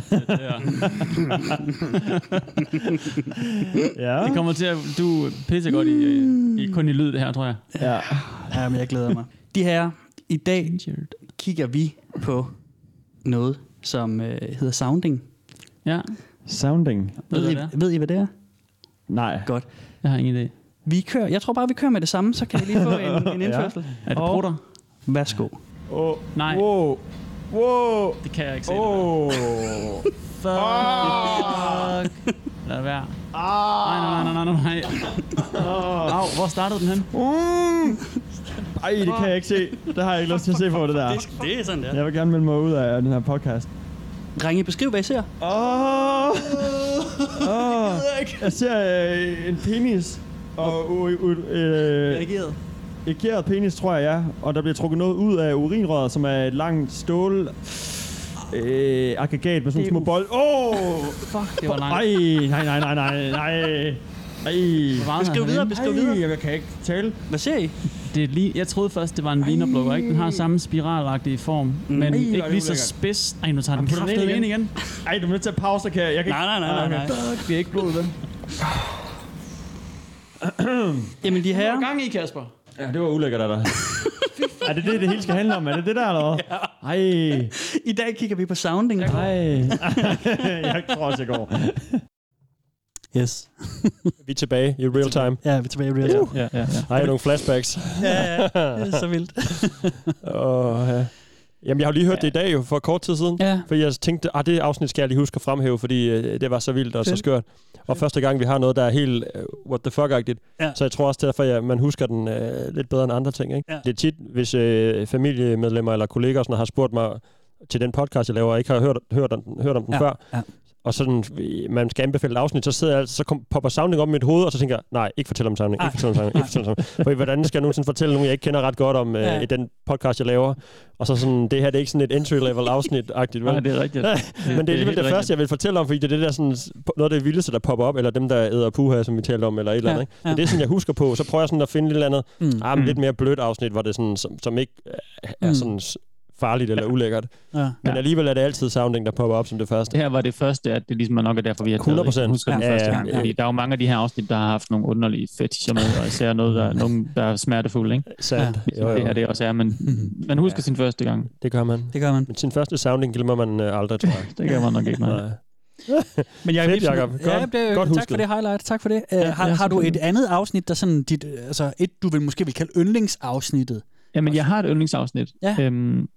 [SPEAKER 5] ja. Det kommer til at... Du er pissegodt i, øh, i, kun i lyd, det her, tror jeg.
[SPEAKER 4] Mm. Ja. *laughs* ja, men jeg glæder mig. De her, i dag kigger vi på noget, som øh, hedder sounding.
[SPEAKER 5] Ja.
[SPEAKER 3] Sounding?
[SPEAKER 5] Ved
[SPEAKER 4] Ved
[SPEAKER 5] I,
[SPEAKER 4] I, ved I, hvad det er?
[SPEAKER 3] Nej.
[SPEAKER 4] Godt.
[SPEAKER 5] jeg har ingen idé.
[SPEAKER 4] Vi kører, jeg tror bare, vi kører med det samme, så kan I lige få
[SPEAKER 5] *laughs*
[SPEAKER 4] en, en indførsel.
[SPEAKER 5] Er det
[SPEAKER 4] Og-
[SPEAKER 5] prutter?
[SPEAKER 4] Værsgo.
[SPEAKER 3] Oh,
[SPEAKER 5] Nej.
[SPEAKER 3] Wow. Wow.
[SPEAKER 5] Det kan jeg ikke se. Oh.
[SPEAKER 3] Oh.
[SPEAKER 5] Fuck. Fuck. Lad det være. Nej, nej, nej, nej, nej, nej. Au, hvor startede den hen?
[SPEAKER 3] Ah. Mm. Ej, det kan jeg ikke se. Det har jeg ikke lyst til at se på, det der.
[SPEAKER 4] Det er sådan der.
[SPEAKER 3] Jeg vil gerne melde mig ud af den her podcast.
[SPEAKER 4] Drenge, beskriv, hvad I ser.
[SPEAKER 3] Åh!
[SPEAKER 5] *laughs*
[SPEAKER 3] Åh! Jeg ser øh, en penis. Og u- u- øh,
[SPEAKER 4] Reageret.
[SPEAKER 3] Egeret penis, tror jeg, ja. Og der bliver trukket noget ud af urinrøret, som er et langt stål... Øh, aggregat med sådan
[SPEAKER 4] Det er
[SPEAKER 3] små
[SPEAKER 4] u-
[SPEAKER 3] bold. Åh! Oh,
[SPEAKER 5] Fuck, det var langt.
[SPEAKER 3] ej, nej, nej, nej, nej, nej. Ej.
[SPEAKER 5] Hvor meget
[SPEAKER 4] Beskriv
[SPEAKER 5] havde han
[SPEAKER 4] videre,
[SPEAKER 5] inde?
[SPEAKER 4] beskriv videre.
[SPEAKER 3] Ej, jeg kan ikke tale.
[SPEAKER 4] Hvad ser I?
[SPEAKER 5] Det er lige, jeg troede først, det var en vinerblukker, ikke? Den har samme spiralagtige form, mm. men
[SPEAKER 3] Ej, hvor er
[SPEAKER 5] ikke
[SPEAKER 3] det
[SPEAKER 5] lige så
[SPEAKER 3] ulækkert.
[SPEAKER 5] spids. Ej, nu tager
[SPEAKER 3] Jamen,
[SPEAKER 5] den
[SPEAKER 3] putter den
[SPEAKER 5] kraftedeme
[SPEAKER 3] ind
[SPEAKER 5] ind igen.
[SPEAKER 3] Ej, du er nødt til at pause, kan jeg. jeg kan
[SPEAKER 4] Nej, nej, nej, nej, nej.
[SPEAKER 3] Fuck, det er ikke blod, vel?
[SPEAKER 4] *clears throat* Jamen, de her...
[SPEAKER 5] gang i, Kasper.
[SPEAKER 3] Ja, det var ulækkert af dig. er det det, det hele skal handle om? Er det det der, eller hvad? Ej,
[SPEAKER 4] I dag kigger vi på sounding.
[SPEAKER 3] ej.
[SPEAKER 6] *laughs*
[SPEAKER 3] jeg tror også, jeg går.
[SPEAKER 4] Yes.
[SPEAKER 3] Vi er tilbage i real time.
[SPEAKER 4] Ja, vi er tilbage i real time.
[SPEAKER 5] Ja, ja, ja.
[SPEAKER 3] Ej, nogle
[SPEAKER 4] *laughs*
[SPEAKER 3] flashbacks.
[SPEAKER 4] Ja, ja,
[SPEAKER 3] *laughs*
[SPEAKER 4] det er så vildt.
[SPEAKER 3] Åh, ja. øh, Jamen, jeg har jo lige hørt det i dag jo, for kort tid siden.
[SPEAKER 4] *laughs* Ja.
[SPEAKER 3] Fordi jeg tænkte, at det afsnit skal jeg lige huske at fremhæve, fordi øh, det var så vildt og så
[SPEAKER 4] Fedt.
[SPEAKER 3] skørt. Og første gang, vi har noget, der er helt øh, what the fuck-agtigt.
[SPEAKER 4] Ja.
[SPEAKER 3] Så jeg tror også derfor, at man husker den øh, lidt bedre end andre ting. Ikke?
[SPEAKER 4] Ja.
[SPEAKER 3] Det er tit, hvis øh, familiemedlemmer eller kolleger og sådan noget har spurgt mig til den podcast, jeg laver, og ikke har hørt, hørt, om, den- hørt om den
[SPEAKER 4] Ja,
[SPEAKER 3] før,
[SPEAKER 4] ja.
[SPEAKER 3] og sådan, øh, man skal anbefale et afsnit, så sidder jeg altid, så kom, popper samling op i mit hoved, og så tænker jeg, nej, ikke fortæl om samling,
[SPEAKER 4] Ej.
[SPEAKER 3] ikke fortæl om samling, ikke fortæl om samling. Fordi hvordan skal jeg nogensinde fortælle nogen, jeg ikke kender ret godt om øh,
[SPEAKER 4] Ja.
[SPEAKER 3] i den podcast, jeg laver? Og så sådan, det her det er ikke sådan et entry-level afsnit-agtigt, vel?
[SPEAKER 5] Nej, det er rigtigt.
[SPEAKER 3] Men det er alligevel
[SPEAKER 5] helt
[SPEAKER 3] det, det første,
[SPEAKER 5] rigtigt.
[SPEAKER 3] jeg vil fortælle om, fordi det er det der sådan, noget af det vildeste, der popper op, eller dem, der æder puha, som vi talte om, eller et eller
[SPEAKER 4] Ja,
[SPEAKER 3] andet. Ikke?
[SPEAKER 4] ja.
[SPEAKER 3] Ja. Det er sådan, jeg husker på. Så prøver jeg sådan at finde et eller andet
[SPEAKER 4] Mm.
[SPEAKER 3] ah, men
[SPEAKER 5] Mm.
[SPEAKER 3] lidt mere blødt afsnit, hvor det er sådan, som, som ikke øh, er
[SPEAKER 4] Mm.
[SPEAKER 3] sådan s- farligt eller ulækkert.
[SPEAKER 4] Ja.
[SPEAKER 3] Men
[SPEAKER 5] Ja.
[SPEAKER 3] alligevel er det altid sounding, der popper op som det første.
[SPEAKER 5] Det her var det første, at det ligesom er nok er derfor, vi har
[SPEAKER 3] 100%.
[SPEAKER 5] Husker den
[SPEAKER 3] Ja,
[SPEAKER 5] første
[SPEAKER 3] ja,
[SPEAKER 5] gang.
[SPEAKER 3] ja.
[SPEAKER 5] Fordi der er jo mange af de her afsnit, der har haft nogle underlige fetischer med, og især noget, der, nogen, der er smertefulde, ikke?
[SPEAKER 3] Sandt.
[SPEAKER 5] Ligesom
[SPEAKER 3] Jo, jo.
[SPEAKER 5] Det her det også er, men man husker sin første gang.
[SPEAKER 3] Det gør man.
[SPEAKER 4] Mm. Det gør man.
[SPEAKER 3] Men sin første sounding glemmer man øh, aldrig, tror jeg.
[SPEAKER 5] Det gør man nok ikke, *laughs* nej.
[SPEAKER 3] Nej.
[SPEAKER 4] Men Jacob,
[SPEAKER 3] Fedt,
[SPEAKER 4] Ibsen-
[SPEAKER 3] Jacob.
[SPEAKER 4] Ja,
[SPEAKER 3] Godt-
[SPEAKER 4] det,
[SPEAKER 3] godt
[SPEAKER 4] tak
[SPEAKER 3] husket.
[SPEAKER 4] for det highlight. Tak for det. Ja, har,
[SPEAKER 5] ja,
[SPEAKER 4] har du et
[SPEAKER 5] selvfølgelig.
[SPEAKER 4] andet afsnit, der sådan dit, øh, altså et, du vil måske vil kalde yndlingsafsnittet?
[SPEAKER 5] Jamen, jeg har et yndlingsafsnit,
[SPEAKER 4] Ja.
[SPEAKER 5] øhm,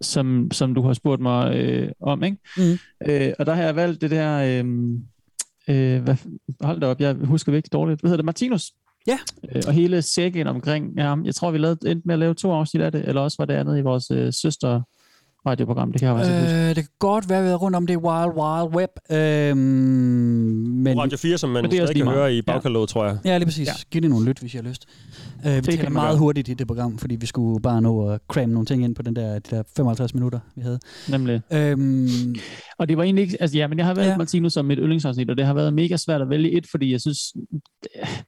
[SPEAKER 5] som, som du har spurgt mig øh, om, ikke?
[SPEAKER 4] Mhm.
[SPEAKER 5] Øh, og der har jeg valgt det der... Øh, øh, hvad, f- hold da op, jeg husker virkelig dårligt. Hvad hedder det? Martinus.
[SPEAKER 4] Ja.
[SPEAKER 5] Øh, og hele sækken omkring ham. Jeg tror, vi lavede, endte med at lave to afsnit af det, eller også var det andet i vores øh, søster radioprogram. Det kan jeg faktisk ikke huske.
[SPEAKER 4] Øh, det kan godt være, vi har rundt om det Wild Wild Web. Øh, men
[SPEAKER 3] Radio 4, som man
[SPEAKER 5] Men det er også
[SPEAKER 3] stadig
[SPEAKER 5] lige
[SPEAKER 3] kan
[SPEAKER 5] meget.
[SPEAKER 3] høre i bagkaloget, tror jeg.
[SPEAKER 4] Ja, lige præcis. Ja.
[SPEAKER 5] Ja.
[SPEAKER 4] Giv det nogle lyt, hvis I har lyst. Uh, vi taler
[SPEAKER 5] man
[SPEAKER 4] meget
[SPEAKER 5] gøre.
[SPEAKER 4] hurtigt i det program, fordi vi skulle bare nå at cramme nogle ting ind på den der, de der 55 minutter, vi havde.
[SPEAKER 5] Nemlig.
[SPEAKER 4] Øhm,
[SPEAKER 5] Og det var egentlig ikke, altså ja, men jeg har valgt
[SPEAKER 4] Ja.
[SPEAKER 5] ja. Martinus som et yndlingsafsnit, og det har været mega svært at vælge et, fordi jeg synes,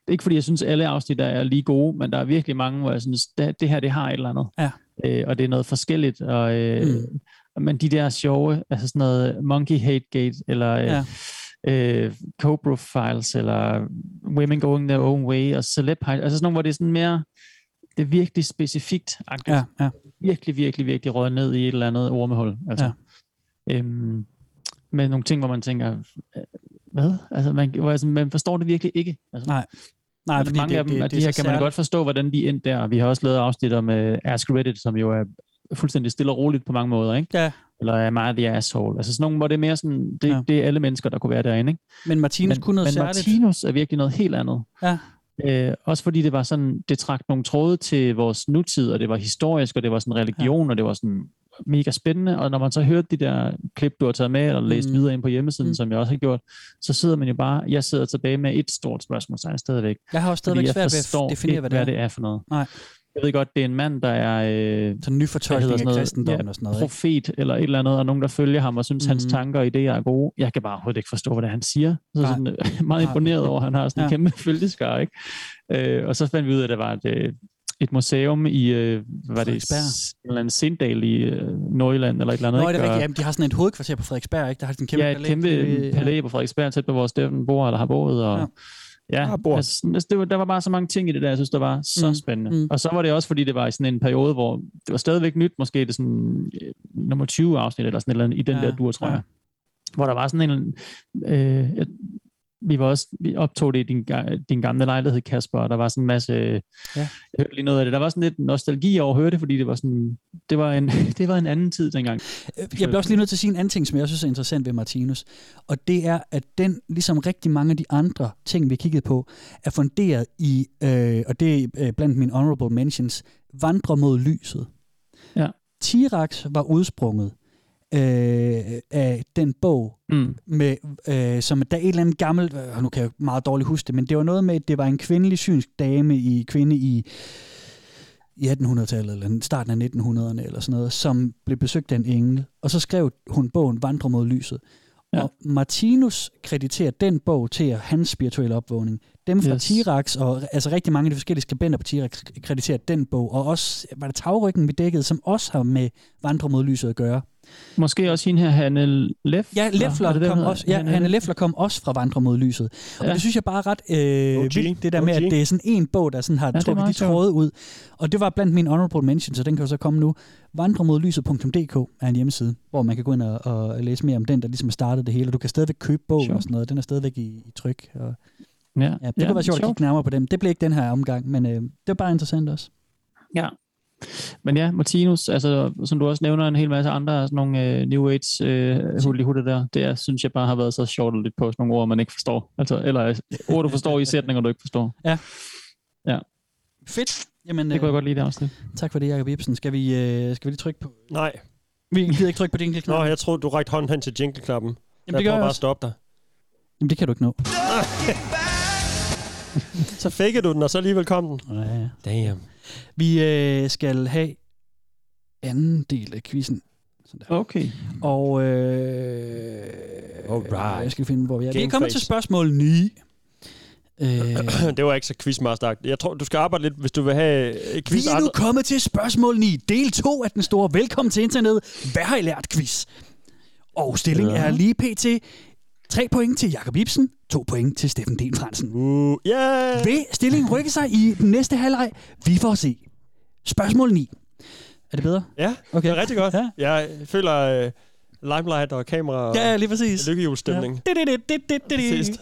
[SPEAKER 5] ikke fordi jeg synes, alle afsnit der er lige gode, men der er virkelig mange, hvor jeg synes, det, det her, det har et eller andet.
[SPEAKER 4] Ja.
[SPEAKER 5] Øh, og det er noget forskelligt, og, øh, mm. men de der sjove, altså sådan noget Monkey Hate Gate, eller
[SPEAKER 4] Ja.
[SPEAKER 5] ja. øh, Cobra Files, eller Women Going Their Own Way, og Celeb Hide, altså sådan nogle, hvor det er sådan mere, det er virkelig specifikt,
[SPEAKER 4] ja, ja.
[SPEAKER 5] virkelig, virkelig, virkelig røget ned i et eller andet ormehul. Altså. Ja. Øhm, med nogle ting, hvor man tænker, øh, hvad? Altså, man, hvor jeg, sådan, man forstår det virkelig ikke. Altså,
[SPEAKER 4] Nej, Nej,
[SPEAKER 5] men mange af dem, at de her
[SPEAKER 4] så
[SPEAKER 5] kan man godt forstå, hvordan de endte der. Vi har også lavet afsnit om uh, Ask Reddit, som jo er fuldstændig stille og roligt på mange måder, ikke?
[SPEAKER 4] Ja.
[SPEAKER 5] Eller er meget the asshole. Altså sådan nogle, hvor det er mere sådan, det,
[SPEAKER 4] Ja.
[SPEAKER 5] ja. det er alle mennesker, der kunne være derinde, ikke?
[SPEAKER 4] særligt. Men Martinus
[SPEAKER 5] Men,
[SPEAKER 4] kunne noget
[SPEAKER 5] men
[SPEAKER 4] særligt.
[SPEAKER 5] Martinus er virkelig noget helt andet.
[SPEAKER 4] Ja.
[SPEAKER 5] Øh, også fordi det var sådan, det trak nogle tråde til vores nutid, og det var historisk, og det var sådan religion, ja. og det var sådan mega spændende, og når man så hørte de der klip, du har taget med, eller læst mm. videre ind på hjemmesiden, mm. som jeg også har gjort, så sidder man jo bare, jeg sidder tilbage med et stort spørgsmålstegn stadigvæk.
[SPEAKER 4] Jeg har også stadigvæk svært ved at definere,
[SPEAKER 5] hvad det, er. hvad det er for noget.
[SPEAKER 4] Nej.
[SPEAKER 5] Jeg ved godt, det er en mand, der er... Øh,
[SPEAKER 4] Så nyfortolkning af
[SPEAKER 5] hedder sådan noget?
[SPEAKER 4] kristendommen
[SPEAKER 5] Ja,
[SPEAKER 4] og sådan noget. Ikke?
[SPEAKER 5] profet eller et eller andet, og nogen, der følger ham og synes, mm. hans
[SPEAKER 4] Mhm.
[SPEAKER 5] tanker og idéer er gode. Jeg kan bare overhovedet ikke forstå, hvad det er, han siger. Så
[SPEAKER 4] Nej.
[SPEAKER 5] sådan, øh, *laughs* meget
[SPEAKER 4] Nej.
[SPEAKER 5] imponeret over, at han har sådan en
[SPEAKER 4] Ja.
[SPEAKER 5] kæmpe følgeskar, ikke? Øh, og så fandt vi ud af, at der var et, øh, et museum i, øh, hvad var det,
[SPEAKER 4] Frederiksberg.
[SPEAKER 5] S- en eller anden Sindal i øh, Nordjylland eller et eller andet.
[SPEAKER 4] Nå, er det
[SPEAKER 5] ikke?
[SPEAKER 4] rigtigt?
[SPEAKER 5] Og-
[SPEAKER 4] Jamen, de har sådan et hovedkvarter på Frederiksberg, ikke? Der har sådan en kæmpe
[SPEAKER 5] ja, et kæmpe
[SPEAKER 4] palæ-
[SPEAKER 5] palæ på Frederiksberg, tæt på hvor Steffen bor, eller har boet, og
[SPEAKER 4] Ja.
[SPEAKER 5] ja. Ja,
[SPEAKER 3] Har boet.
[SPEAKER 5] altså, sådan- altså, det var, der var bare så mange ting i det der, jeg synes, der var så
[SPEAKER 4] Mm,
[SPEAKER 5] mm. spændende.
[SPEAKER 4] mm.
[SPEAKER 5] Mm. Og så var det også, fordi det var i sådan en periode, hvor det var stadigvæk nyt, måske det sådan øh, nummer 20 afsnit, eller sådan et eller andet, i den
[SPEAKER 4] Ja,
[SPEAKER 5] ja, der dur, tror
[SPEAKER 4] ja.
[SPEAKER 5] ja. jeg. Hvor der var sådan en... Øh, jeg- vi var også vi optog det i din, ga- din gamle lejlighed, Kasper, og der var sådan en masse... Ja. Jeg hørte lige noget af det. Der var sådan lidt nostalgi over at høre det, fordi det var sådan... Det var en, *laughs* det var en anden tid dengang.
[SPEAKER 4] Øh, Jeg bliver også lige nødt til at sige en anden ting, som jeg synes er interessant ved Martinus. Og det er, at den, ligesom rigtig mange af de andre ting, vi har kigget på, er funderet i, øh, og det er øh, blandt mine honorable mentions, vandre mod lyset.
[SPEAKER 5] Ja.
[SPEAKER 4] T-Rex var udsprunget øh, af den bog,
[SPEAKER 5] Mm.
[SPEAKER 4] med, øh, som der er et eller andet gammelt, øh, nu kan jeg meget dårligt huske det, men det var noget med, at det var en kvindelig synsk dame i kvinde i, i 1800-tallet, eller starten af 1900'erne, eller sådan noget, som blev besøgt af en engel, og så skrev hun bogen Vandre mod lyset. Ja.
[SPEAKER 5] Ja.
[SPEAKER 4] Og Martinus krediterer den bog til hans spirituelle opvågning. Dem fra yes.
[SPEAKER 5] Yes.
[SPEAKER 4] T-Rex, og altså rigtig mange af de forskellige skribenter på T-Rex krediterer den bog, og også, var det tagryggen, vi dækkede, som også har med Vandre mod lyset at gøre.
[SPEAKER 5] Måske også hende her, Hanne Lef.
[SPEAKER 4] Ja, Leffler
[SPEAKER 5] er det,
[SPEAKER 4] det,
[SPEAKER 5] den
[SPEAKER 4] kom
[SPEAKER 5] hedder?
[SPEAKER 4] også, ja, Hanne Leffler kom også fra Vandre mod lyset. Og ja.
[SPEAKER 5] Ja.
[SPEAKER 4] det synes jeg bare er ret øh,
[SPEAKER 3] OG.
[SPEAKER 4] vildt, det der med, at
[SPEAKER 3] OG.
[SPEAKER 4] det er sådan en bog, der sådan har
[SPEAKER 5] det
[SPEAKER 4] ja,
[SPEAKER 5] er
[SPEAKER 4] trukket de
[SPEAKER 5] meget sjovt.
[SPEAKER 4] tråde ud. Og det var blandt mine honorable mentions, så den kan jo så komme nu. Vandremodlyset.dk er en hjemmeside, hvor man kan gå ind og, og læse mere om den, der ligesom startede det hele. Og du kan stadigvæk købe bogen
[SPEAKER 5] Sjovt.
[SPEAKER 4] og sådan noget. Den er stadigvæk i, i tryk. Og,
[SPEAKER 5] Ja,
[SPEAKER 4] ja, det ja, kunne være sjovt at kigge nærmere på dem. Det blev ikke den her omgang, men øh, det var bare interessant også.
[SPEAKER 5] Ja. Men ja, Martinus, altså, som du også nævner, en hel masse andre sådan nogle øh, New Age øh, hulihutter der, det er, synes jeg bare har været så sjovt lidt på sådan nogle ord, man ikke forstår. Altså, eller øh, ord, du forstår i sætninger, du ikke forstår.
[SPEAKER 4] Fedt! Jamen,
[SPEAKER 5] Det
[SPEAKER 4] øh,
[SPEAKER 5] kunne jeg godt lide det afsnit.
[SPEAKER 4] tak for det, Jacob Ibsen. Skal vi, øh, skal vi lige trykke på...
[SPEAKER 3] Nej.
[SPEAKER 4] Vi gider ikke trykke på din lille knap.
[SPEAKER 3] Nå, jeg troede, du rækte hånden hen til jingle-knappen.
[SPEAKER 4] Jamen,
[SPEAKER 3] jeg
[SPEAKER 4] det gør
[SPEAKER 3] prøver
[SPEAKER 4] jeg
[SPEAKER 3] bare at
[SPEAKER 4] også.
[SPEAKER 3] stoppe dig.
[SPEAKER 4] Jamen, det kan du ikke nå.
[SPEAKER 3] Så fækkede du den, og så alligevel kom den.
[SPEAKER 4] Ja, ja.
[SPEAKER 3] Damn.
[SPEAKER 4] Vi øh, skal have anden del af quizzen.
[SPEAKER 5] Okay.
[SPEAKER 4] Og øh,
[SPEAKER 3] Alright.
[SPEAKER 4] jeg skal finde, hvor vi er. vi er
[SPEAKER 3] Game
[SPEAKER 4] kommet
[SPEAKER 3] face.
[SPEAKER 4] til spørgsmål 9. Øh,
[SPEAKER 3] *clears throat* Det var ikke så quizmaster Jeg tror, du skal arbejde lidt, hvis du vil have øh,
[SPEAKER 4] vi
[SPEAKER 3] quiz
[SPEAKER 4] er nu kommet til spørgsmål 9, del 2 af den store Velkommen til internettet. Hvad har I lært quiz? Og stillingen
[SPEAKER 3] Ja.
[SPEAKER 4] er lige pt. 3 point til Jakob Ibsen, 2 point til Steffen Den Fransen.
[SPEAKER 3] Uh, yeah!
[SPEAKER 4] Vil stillingen rykke sig i den næste halvleg? Vi får se. Spørgsmål 9. Er det bedre?
[SPEAKER 3] Ja,
[SPEAKER 4] Okay.
[SPEAKER 3] det er rigtig godt.
[SPEAKER 4] Ja.
[SPEAKER 3] Ja. Jeg føler øh, limelight og kamera og
[SPEAKER 4] Ja, lige præcis.
[SPEAKER 3] lykkehjulsstemning.
[SPEAKER 4] Ja. Det, det, det, det, det,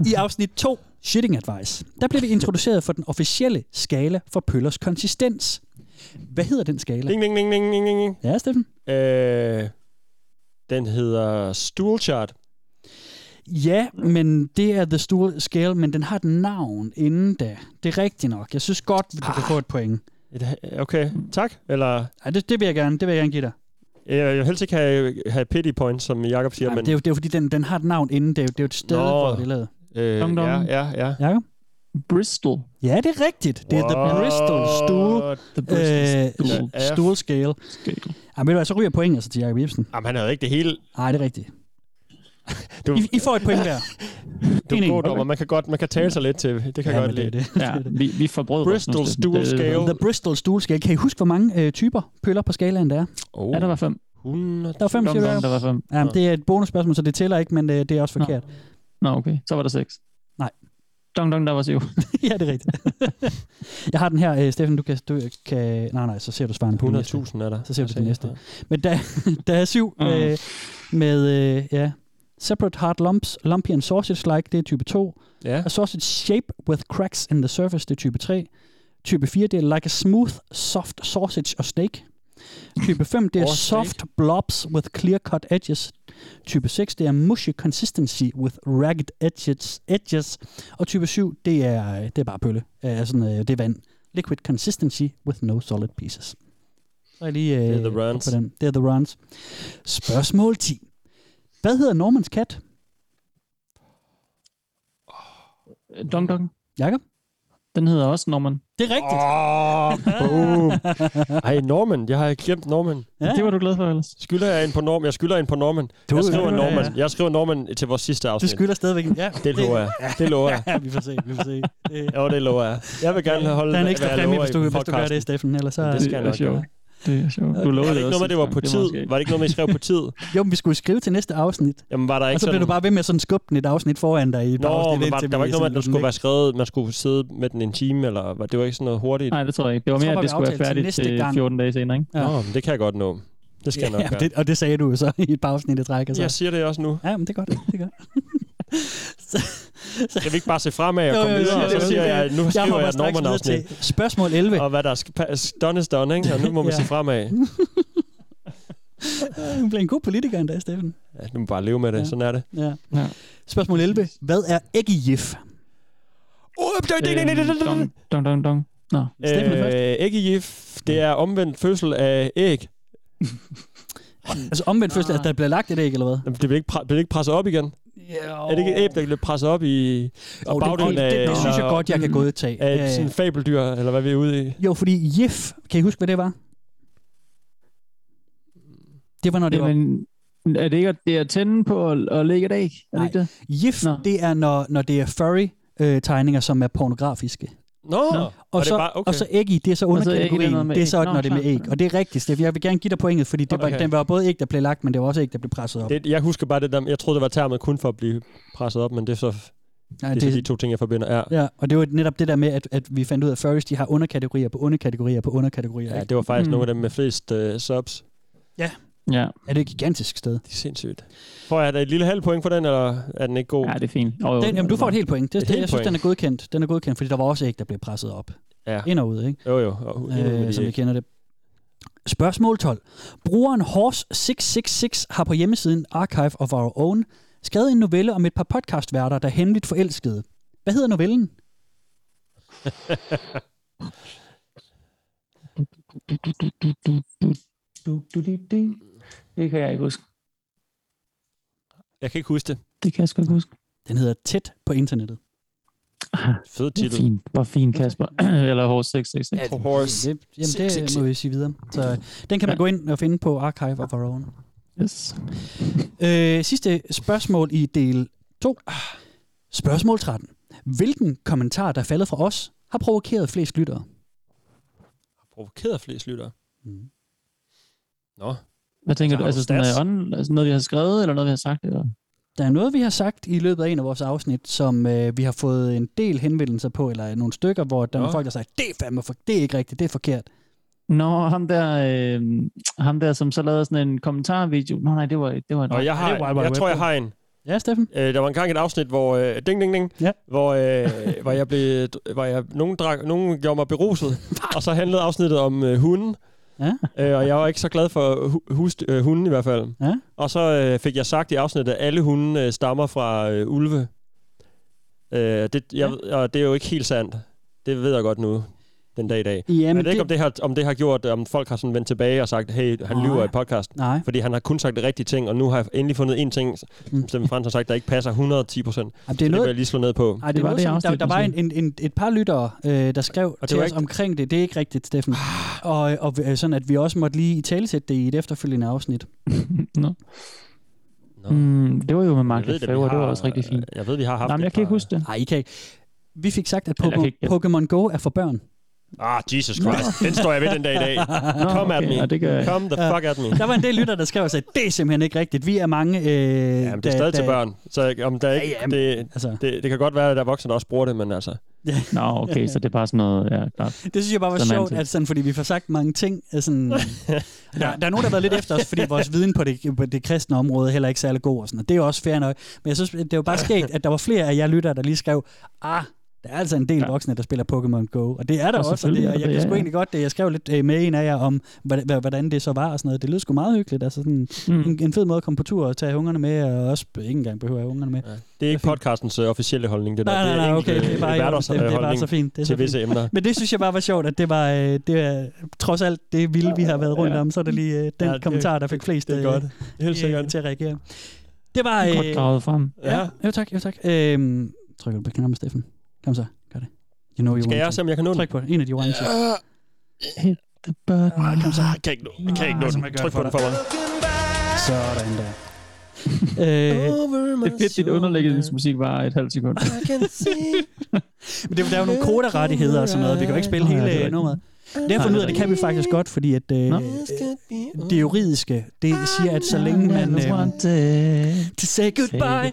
[SPEAKER 4] det. *laughs* I afsnit 2, Shitting Advice, der blev vi introduceret for den officielle skala for pøllers konsistens. Hvad hedder den skala?
[SPEAKER 3] Ding, ding, ding, ding, ding, ding, ding.
[SPEAKER 4] Ja, Steffen?
[SPEAKER 3] Øh, den hedder Stool Chart.
[SPEAKER 4] Ja, men det er The Stool Scale, men den har et navn inden da. Det er rigtigt nok. Jeg synes godt, du
[SPEAKER 3] Ah.
[SPEAKER 4] kan få et point.
[SPEAKER 3] Et, okay, tak. Eller,
[SPEAKER 4] Ej, det, det, vil jeg gerne, det vil jeg gerne give dig.
[SPEAKER 3] jeg, jeg vil helst ikke have, have pity points, som Jakob siger,
[SPEAKER 4] Ej,
[SPEAKER 3] men...
[SPEAKER 4] det, er jo, det er jo fordi, den, den har et navn inden. Det er jo, det er jo et sted,
[SPEAKER 3] Nå.
[SPEAKER 4] hvor det er lavet.
[SPEAKER 3] Øh,
[SPEAKER 5] Dong, dong.
[SPEAKER 3] ja, ja, ja.
[SPEAKER 4] Jacob?
[SPEAKER 5] Bristol.
[SPEAKER 4] Ja, det er rigtigt. Det er The Bristol Stool,
[SPEAKER 5] The Bristol
[SPEAKER 4] øh,
[SPEAKER 5] Stool.
[SPEAKER 3] Ja, ja.
[SPEAKER 4] stool Scale.
[SPEAKER 5] Scale.
[SPEAKER 4] Ej, ved du hvad, så ryger point altså til Jacob Ibsen.
[SPEAKER 3] Jamen, han havde ikke det hele.
[SPEAKER 4] Nej, det er rigtigt.
[SPEAKER 3] Du-
[SPEAKER 4] I, I får et point hver.
[SPEAKER 3] Du
[SPEAKER 4] En, en.
[SPEAKER 3] er god dommer. Man kan, godt, man kan tale sig lidt til. Det kan jeg
[SPEAKER 4] Ja,
[SPEAKER 3] godt
[SPEAKER 4] men
[SPEAKER 3] lide.
[SPEAKER 4] det, er det.
[SPEAKER 5] Ja, vi, vi forbrød Øh,
[SPEAKER 3] Bristol Stool Scale.
[SPEAKER 4] The Bristol Stolskal. Kan I huske, hvor mange øh, typer pøller på skalaen der er?
[SPEAKER 3] Oh.
[SPEAKER 5] Ja, der var fem.
[SPEAKER 3] 100.
[SPEAKER 4] Der er fem,
[SPEAKER 5] Dom,
[SPEAKER 4] siger
[SPEAKER 5] dom,
[SPEAKER 4] jeg.
[SPEAKER 5] der var fem.
[SPEAKER 4] Ja, men det er et bonusspørgsmål, så det tæller ikke, men øh, det er også
[SPEAKER 5] Nå.
[SPEAKER 4] forkert. *laughs*
[SPEAKER 5] Nå, okay. Så var der seks.
[SPEAKER 4] Nej.
[SPEAKER 5] Dong, dong, der var syv.
[SPEAKER 4] ja, det er rigtigt. *laughs* jeg har den her. Øh, Steffen, du kan, du kan... Nej, nej, så ser du svarene på den næste.
[SPEAKER 3] 100.000 er der.
[SPEAKER 4] Så ser vi det næste. Men der, *laughs* der er syv
[SPEAKER 5] Mm.
[SPEAKER 4] øh, med... Øh, ja. Separate hard lumps, lumpy and sausage like, det er type 2.
[SPEAKER 3] Ja.
[SPEAKER 4] A sausage shape with cracks in the surface, det er type 3. Type 4, det er like a smooth, soft sausage og steak. Type 5,
[SPEAKER 3] *laughs*
[SPEAKER 4] det er
[SPEAKER 3] Årsag.
[SPEAKER 4] soft blobs with clear-cut edges. Type 6, det er mushy consistency with ragged edges. edges. Og type 7, det er, øh, det er bare pølle. Øh, sådan, øh, det er vand. Liquid consistency with no solid pieces. Så er jeg lige... Øh,
[SPEAKER 3] Det er the runs.
[SPEAKER 4] på den. Det er the runs. Spørgsmål 10. Hvad hedder Normans kat?
[SPEAKER 5] Dong Dong.
[SPEAKER 4] Jakob?
[SPEAKER 5] Den hedder også Norman.
[SPEAKER 4] Det er rigtigt.
[SPEAKER 3] Boom. Ej, Norman. Jeg har glemt Norman.
[SPEAKER 5] Ja. Det var du glad for ellers.
[SPEAKER 3] Skylder jeg en på Norman? Jeg skylder en på Norman.
[SPEAKER 4] Du-
[SPEAKER 3] Jeg skriver
[SPEAKER 4] Ja,
[SPEAKER 3] Norman.
[SPEAKER 4] ja.
[SPEAKER 3] Jeg skriver Norman til vores sidste
[SPEAKER 4] Du
[SPEAKER 3] afsnit.
[SPEAKER 4] skylder stadigvæk. en- Ja,
[SPEAKER 3] Det lover jeg. Det lover jeg.
[SPEAKER 4] *laughs* Ja, vi får se, vi får se. Øh,
[SPEAKER 3] Jo, det lover jeg. Jeg vil gerne holde
[SPEAKER 4] Der er en ekstra
[SPEAKER 3] hvad jeg
[SPEAKER 4] præmie,
[SPEAKER 3] lover
[SPEAKER 4] hvis du,
[SPEAKER 3] i
[SPEAKER 4] hvis du gør
[SPEAKER 3] podcasten.
[SPEAKER 4] det, Steffen. Eller så,
[SPEAKER 3] Det skal jeg
[SPEAKER 5] det er
[SPEAKER 3] nok
[SPEAKER 5] sjovt.
[SPEAKER 3] gøre.
[SPEAKER 5] Det er sjovt. Du lovede
[SPEAKER 3] Var det ikke noget med, det var på
[SPEAKER 5] sidste
[SPEAKER 3] tid?
[SPEAKER 5] gang. Det
[SPEAKER 3] Var det ikke noget med, I skrev på tid?
[SPEAKER 4] Jo, men vi skulle skrive til næste afsnit.
[SPEAKER 3] Jamen, var der
[SPEAKER 4] Og
[SPEAKER 3] ikke
[SPEAKER 4] så blev
[SPEAKER 3] sådan...
[SPEAKER 4] du bare ved med at sådan skubbe den et afsnit foran dig. I et par
[SPEAKER 3] Nå,
[SPEAKER 4] afsnit,
[SPEAKER 3] men var,
[SPEAKER 4] indtil
[SPEAKER 3] der var
[SPEAKER 4] vi
[SPEAKER 3] ikke noget med, at
[SPEAKER 4] sådan
[SPEAKER 3] der skulle
[SPEAKER 4] lidt-
[SPEAKER 3] være skrevet, man skulle sidde med den en time, eller var, det var ikke sådan noget hurtigt?
[SPEAKER 5] Nej, det tror jeg ikke. Det var
[SPEAKER 4] Jeg tror
[SPEAKER 5] mere, at
[SPEAKER 4] bare,
[SPEAKER 5] det
[SPEAKER 4] vi
[SPEAKER 5] skulle være
[SPEAKER 4] aftalte til
[SPEAKER 5] færdigt
[SPEAKER 4] næste
[SPEAKER 5] øh,
[SPEAKER 4] gang.
[SPEAKER 5] 14 dage senere, ikke?
[SPEAKER 4] Ja.
[SPEAKER 3] Nå, men det kan jeg godt nå. Det skal jeg nok
[SPEAKER 4] Ja,
[SPEAKER 3] gøre.
[SPEAKER 4] det, og det sagde du jo så i et par afsnit i træk. Og så.
[SPEAKER 3] Jeg siger det også nu.
[SPEAKER 4] Ja, men det er godt. Det er godt.
[SPEAKER 3] Skal vi ikke bare se fremad og
[SPEAKER 4] Jo,
[SPEAKER 3] komme
[SPEAKER 4] jo, jo,
[SPEAKER 3] videre? Og
[SPEAKER 4] jo,
[SPEAKER 3] så
[SPEAKER 4] jo,
[SPEAKER 3] siger
[SPEAKER 4] jo, jo.
[SPEAKER 3] jeg, nu
[SPEAKER 4] Øh, Jeg
[SPEAKER 3] skriver
[SPEAKER 4] hopper
[SPEAKER 3] jeg
[SPEAKER 4] straks
[SPEAKER 3] Norman
[SPEAKER 4] ned
[SPEAKER 3] afsnit.
[SPEAKER 4] til spørgsmål 11.
[SPEAKER 3] Og hvad der skal... Done is done, ikke? Og nu må man
[SPEAKER 4] Ja.
[SPEAKER 3] se fremad.
[SPEAKER 4] Du bliver en god politiker endda, Steffen.
[SPEAKER 3] Ja, nu må bare leve med
[SPEAKER 4] Ja.
[SPEAKER 3] det. Sådan er det.
[SPEAKER 4] Ja.
[SPEAKER 5] Ja.
[SPEAKER 4] Spørgsmål 11. Hvad er æggejif?
[SPEAKER 5] Øhm, dong, dong, dong, dong. Nå,
[SPEAKER 4] Steffen er først.
[SPEAKER 3] Øh, æggegif, det er omvendt fødsel af æg.
[SPEAKER 4] Altså omvendt fødsel, at der bliver lagt et æg, eller hvad?
[SPEAKER 3] Jamen, Det bliver ikke, pre- bliver det ikke presset op igen.
[SPEAKER 4] Ja,
[SPEAKER 3] Er det ikke et æg, der bliver presset op i
[SPEAKER 4] Og
[SPEAKER 3] og bagdelen
[SPEAKER 4] det,
[SPEAKER 3] af,
[SPEAKER 4] det, det, synes jeg
[SPEAKER 3] eller-
[SPEAKER 4] godt, jeg kan godtage.
[SPEAKER 3] af
[SPEAKER 4] Ja, ja.
[SPEAKER 3] sådan en fabeldyr, eller hvad vi er ude i?
[SPEAKER 4] Jo, fordi jif, kan I huske, hvad det var? Det var, når det var...
[SPEAKER 5] Jamen, er det ikke at, det er at tænde på at, at lægge et æg? Er det
[SPEAKER 4] Nej.
[SPEAKER 5] ikke det?
[SPEAKER 4] Jif,
[SPEAKER 5] Nå.
[SPEAKER 4] det er, når, når det er furry-tegninger, som er pornografiske.
[SPEAKER 3] Nå,
[SPEAKER 5] Nå.
[SPEAKER 4] Og,
[SPEAKER 3] Var det
[SPEAKER 4] så,
[SPEAKER 3] bare- okay.
[SPEAKER 4] og så æggi, det er så
[SPEAKER 5] så æg, det er
[SPEAKER 4] underkategorien.
[SPEAKER 5] noget
[SPEAKER 4] Det,
[SPEAKER 5] med
[SPEAKER 4] det er
[SPEAKER 5] æg.
[SPEAKER 4] så,
[SPEAKER 5] Nå,
[SPEAKER 4] når det er med
[SPEAKER 5] klart.
[SPEAKER 4] æg. Og det er rigtigt, Steff. Jeg vil gerne give dig pointet, fordi det var,
[SPEAKER 3] Okay.
[SPEAKER 4] den var både æg, der blev lagt, men det var også æg, der blev presset op. Det,
[SPEAKER 3] Det, jeg husker bare det der, jeg troede, det var termet kun for at blive presset op, men det er så, det
[SPEAKER 4] Nej,
[SPEAKER 3] er
[SPEAKER 4] det,
[SPEAKER 3] så de to ting, jeg forbinder. Ja,
[SPEAKER 4] ja, og det var netop det der med, at, at vi fandt ud af, at furries, de har underkategorier på underkategorier på underkategorier.
[SPEAKER 3] ja
[SPEAKER 4] Ja.
[SPEAKER 3] det var faktisk
[SPEAKER 5] Mm.
[SPEAKER 3] mm. nogle af dem med flest øh, subs.
[SPEAKER 5] Ja.
[SPEAKER 4] Er det et gigantisk sted?
[SPEAKER 3] Det er sindssygt. Får jeg da et lille halvt point for den, eller er den ikke god?
[SPEAKER 5] ja, det er fint. Oh,
[SPEAKER 4] Den, jamen, du får et helt point. Det,
[SPEAKER 3] Et
[SPEAKER 4] det,
[SPEAKER 3] helt
[SPEAKER 4] jeg synes,
[SPEAKER 3] point.
[SPEAKER 4] den er godkendt. Den er godkendt, fordi der var også æg, der blev presset op.
[SPEAKER 3] Ja.
[SPEAKER 4] Ind og ud, ikke?
[SPEAKER 3] Jo, jo. Og,
[SPEAKER 4] øh, som vi
[SPEAKER 3] øh,
[SPEAKER 4] kender det. Spørgsmål 12. Brugeren Horse666 har på hjemmesiden Archive of Our Own skrevet en novelle om et par podcastværter, der er hemmeligt forelskede. Hvad hedder novellen?
[SPEAKER 5] Det kan jeg ikke huske.
[SPEAKER 3] jeg kan ikke huske det.
[SPEAKER 5] Det kan jeg sgu ikke huske.
[SPEAKER 4] Den hedder Tæt på internettet.
[SPEAKER 3] Fed
[SPEAKER 5] Det er
[SPEAKER 3] titel.
[SPEAKER 5] fint. Hvor fint, Kasper. *clears throat* Eller hårdt 666.
[SPEAKER 3] Ja, Horse.
[SPEAKER 4] Det, jamen,
[SPEAKER 3] Sik, sik,
[SPEAKER 4] det
[SPEAKER 3] sik.
[SPEAKER 4] må vi sige videre. Så øh, den kan man
[SPEAKER 5] Ja.
[SPEAKER 4] gå ind og finde på Archive of Our Own.
[SPEAKER 5] Yes.
[SPEAKER 4] Øh, sidste spørgsmål i del 2. Spørgsmål 13. Hvilken kommentar, der er faldet fra os, har provokeret flest lyttere?
[SPEAKER 3] Provokeret flest lyttere.
[SPEAKER 4] Mm.
[SPEAKER 3] Nå.
[SPEAKER 5] Hvad tænker
[SPEAKER 3] Så har
[SPEAKER 5] du?
[SPEAKER 3] du
[SPEAKER 5] Altså, sådan noget,
[SPEAKER 3] stats.
[SPEAKER 5] on, altså noget, vi har skrevet, eller noget, vi har sagt? Eller?
[SPEAKER 4] Der er noget, vi har sagt i løbet af en af vores afsnit, som øh, vi har fået en del henvendelser på, eller nogle stykker, hvor der er nogle
[SPEAKER 3] Nå.
[SPEAKER 4] folk, der siger, det er fandme for, det er ikke rigtigt, det er forkert.
[SPEAKER 5] Nå, ham der, øh, ham der, som så lavede sådan en kommentarvideo. Nå, nej, det var, det var en...
[SPEAKER 3] Og jeg, har,
[SPEAKER 4] det er Wild Wild
[SPEAKER 3] jeg
[SPEAKER 4] Web,
[SPEAKER 3] tror, jeg
[SPEAKER 4] jo.
[SPEAKER 3] har en.
[SPEAKER 4] Ja, Steffen?
[SPEAKER 3] Øh, der var engang et afsnit, hvor øh, ding, ding, ding,
[SPEAKER 4] Ja.
[SPEAKER 3] hvor, øh, *laughs* hvor jeg blev, hvor jeg, nogen, drak, nogen gjorde mig beruset, og så handlede afsnittet om øh, hunden.
[SPEAKER 4] Ja.
[SPEAKER 3] Øh, og jeg var ikke så glad for hu- hus, øh, hunden i hvert fald.
[SPEAKER 4] Ja.
[SPEAKER 3] Og så øh, fik jeg sagt i afsnittet, at alle hunde øh, stammer fra øh, ulve. Øh, det, jeg, ja. Og det er jo ikke helt sandt. Det ved jeg godt nu, den dag i dag.
[SPEAKER 4] Jamen,
[SPEAKER 3] Jamen, jeg ved ikke, om det, har, om det har gjort, om folk har sådan vendt tilbage og sagt, hey, han
[SPEAKER 4] Nej.
[SPEAKER 3] lyver i podcast.
[SPEAKER 4] Nej,
[SPEAKER 3] Fordi han har kun sagt de rigtige ting, og nu har jeg endelig fundet en ting,
[SPEAKER 4] Mm.
[SPEAKER 3] som Steffen Frans har sagt, der ikke passer 110 procent.
[SPEAKER 4] jamen, det
[SPEAKER 3] Det,
[SPEAKER 4] er
[SPEAKER 3] det vil
[SPEAKER 4] noget...
[SPEAKER 3] jeg lige slå ned på.
[SPEAKER 4] Ej, det,
[SPEAKER 5] Det
[SPEAKER 4] var
[SPEAKER 5] var
[SPEAKER 4] noget,
[SPEAKER 5] det
[SPEAKER 4] som, der,
[SPEAKER 5] afsnit,
[SPEAKER 4] der
[SPEAKER 5] du
[SPEAKER 4] var en,
[SPEAKER 5] siger.
[SPEAKER 4] en, en, et par lyttere, øh, der skrev
[SPEAKER 3] var
[SPEAKER 4] til os
[SPEAKER 3] ikke-
[SPEAKER 4] omkring det. Det er ikke rigtigt, Steffen. Og, og øh, sådan, at vi også måtte lige i talsætte det i et efterfølgende afsnit.
[SPEAKER 5] *laughs* Nå.
[SPEAKER 3] Nå.
[SPEAKER 5] Mm, det var jo med
[SPEAKER 3] Jeg
[SPEAKER 5] Mark
[SPEAKER 3] ved, da,
[SPEAKER 5] Lefebvre, det,
[SPEAKER 3] vi har,
[SPEAKER 5] var også rigtig
[SPEAKER 4] *laughs*
[SPEAKER 5] fint.
[SPEAKER 3] Jeg ved, vi har haft
[SPEAKER 5] Nej, men jeg
[SPEAKER 3] et
[SPEAKER 5] kan ikke
[SPEAKER 3] par-
[SPEAKER 5] huske det.
[SPEAKER 4] Nej, I kan ikke. Vi fik sagt, at
[SPEAKER 5] Eller jeg
[SPEAKER 4] Pokémon,
[SPEAKER 5] kan ikke-
[SPEAKER 4] Pokémon Go er for børn.
[SPEAKER 3] Ah, Jesus Christ. den står jeg ved den dag i
[SPEAKER 4] *laughs*
[SPEAKER 3] dag.
[SPEAKER 5] Nå,
[SPEAKER 3] Kom at me.
[SPEAKER 5] og det gør jeg.
[SPEAKER 3] Come the fuck at me.
[SPEAKER 4] Der var en del lyttere, der skrev og sagde, det er simpelthen ikke rigtigt. Vi er mange... Øh,
[SPEAKER 3] Jamen, det er stadig til børn. Så om der ikke,
[SPEAKER 4] Ja, ja, men-
[SPEAKER 3] det,
[SPEAKER 4] Altså,
[SPEAKER 3] det, det kan godt være, at der er voksne, der også bruger det, men altså...
[SPEAKER 5] Nå, okay, så det er bare sådan noget, ja, klart.
[SPEAKER 4] Det synes jeg bare var
[SPEAKER 5] Sådan er
[SPEAKER 4] sjovt,
[SPEAKER 5] det.
[SPEAKER 4] at sådan, fordi vi får sagt mange ting. øh, *laughs* Sådan, der, der er nogen, der har været lidt efter os, fordi vores viden på det, på det kristne område heller ikke særlig god. Og sådan, og det er jo også fair nok. Men jeg synes, det var bare sket, at der var flere af jer lyttere, der lige skrev, ah, Der er altså en del ja. voksne, der spiller Pokémon Go, og det er der og også, og, det, og jeg kan sgu ja, ja. egentlig godt, det, jeg skrev lidt øh, med en af jer om, hvordan, hvordan det så var og sådan noget. Det lød sgu meget hyggeligt, altså sådan mm. en, en fed måde at komme på tur og tage ungerne med, og også ikke engang behøver jeg ungerne med. Ja.
[SPEAKER 3] Det er ikke podcastens øh, officielle holdning, det der.
[SPEAKER 4] Nej, nej, nej, okay, det er bare,
[SPEAKER 3] øh,
[SPEAKER 4] det, det er bare så fint. Det
[SPEAKER 3] til
[SPEAKER 4] er så fint.
[SPEAKER 3] visse emner.
[SPEAKER 4] Men det synes jeg bare var sjovt, at det var, øh, det var trods alt det vilde, vi har været rundt ja. om, så er det lige øh, den ja, det, kommentar, der fik flest
[SPEAKER 3] det er
[SPEAKER 4] øh,
[SPEAKER 3] godt. Helt sikkert.
[SPEAKER 4] Øh, til at reagere. Det var... Øh,
[SPEAKER 5] Godt gravet frem.
[SPEAKER 4] Ja, jo tak, jo tak. Øh, Trykker du på knappen, Steffen? Kom så, gør det. You know you
[SPEAKER 3] Skal
[SPEAKER 4] want
[SPEAKER 3] jeg
[SPEAKER 4] to.
[SPEAKER 3] se, om jeg kan nå den?
[SPEAKER 4] Tryk på det. En af de orange.
[SPEAKER 5] Hit the button.
[SPEAKER 3] Ah, kom så. Kan ikke nå den. Kan ikke nå
[SPEAKER 4] så må jeg
[SPEAKER 3] den.
[SPEAKER 4] gøre
[SPEAKER 3] Tryk
[SPEAKER 4] det
[SPEAKER 3] på
[SPEAKER 4] for
[SPEAKER 3] den for mig.
[SPEAKER 4] Sådan der. *laughs* øh,
[SPEAKER 5] Det er fedt, dit underlæggende musik var et halvt sekund.
[SPEAKER 4] men det, der er jo nogle koderettigheder og sådan noget. Vi kan jo ikke spille
[SPEAKER 5] Nej, det er
[SPEAKER 4] hele øh,
[SPEAKER 5] rigtigt.
[SPEAKER 4] nummeret. Det har jeg fundet ud af, det kan vi faktisk godt, fordi at, øh,
[SPEAKER 5] Nå.
[SPEAKER 4] det juridiske, det siger, at så længe man... Øh, *laughs* to say goodbye.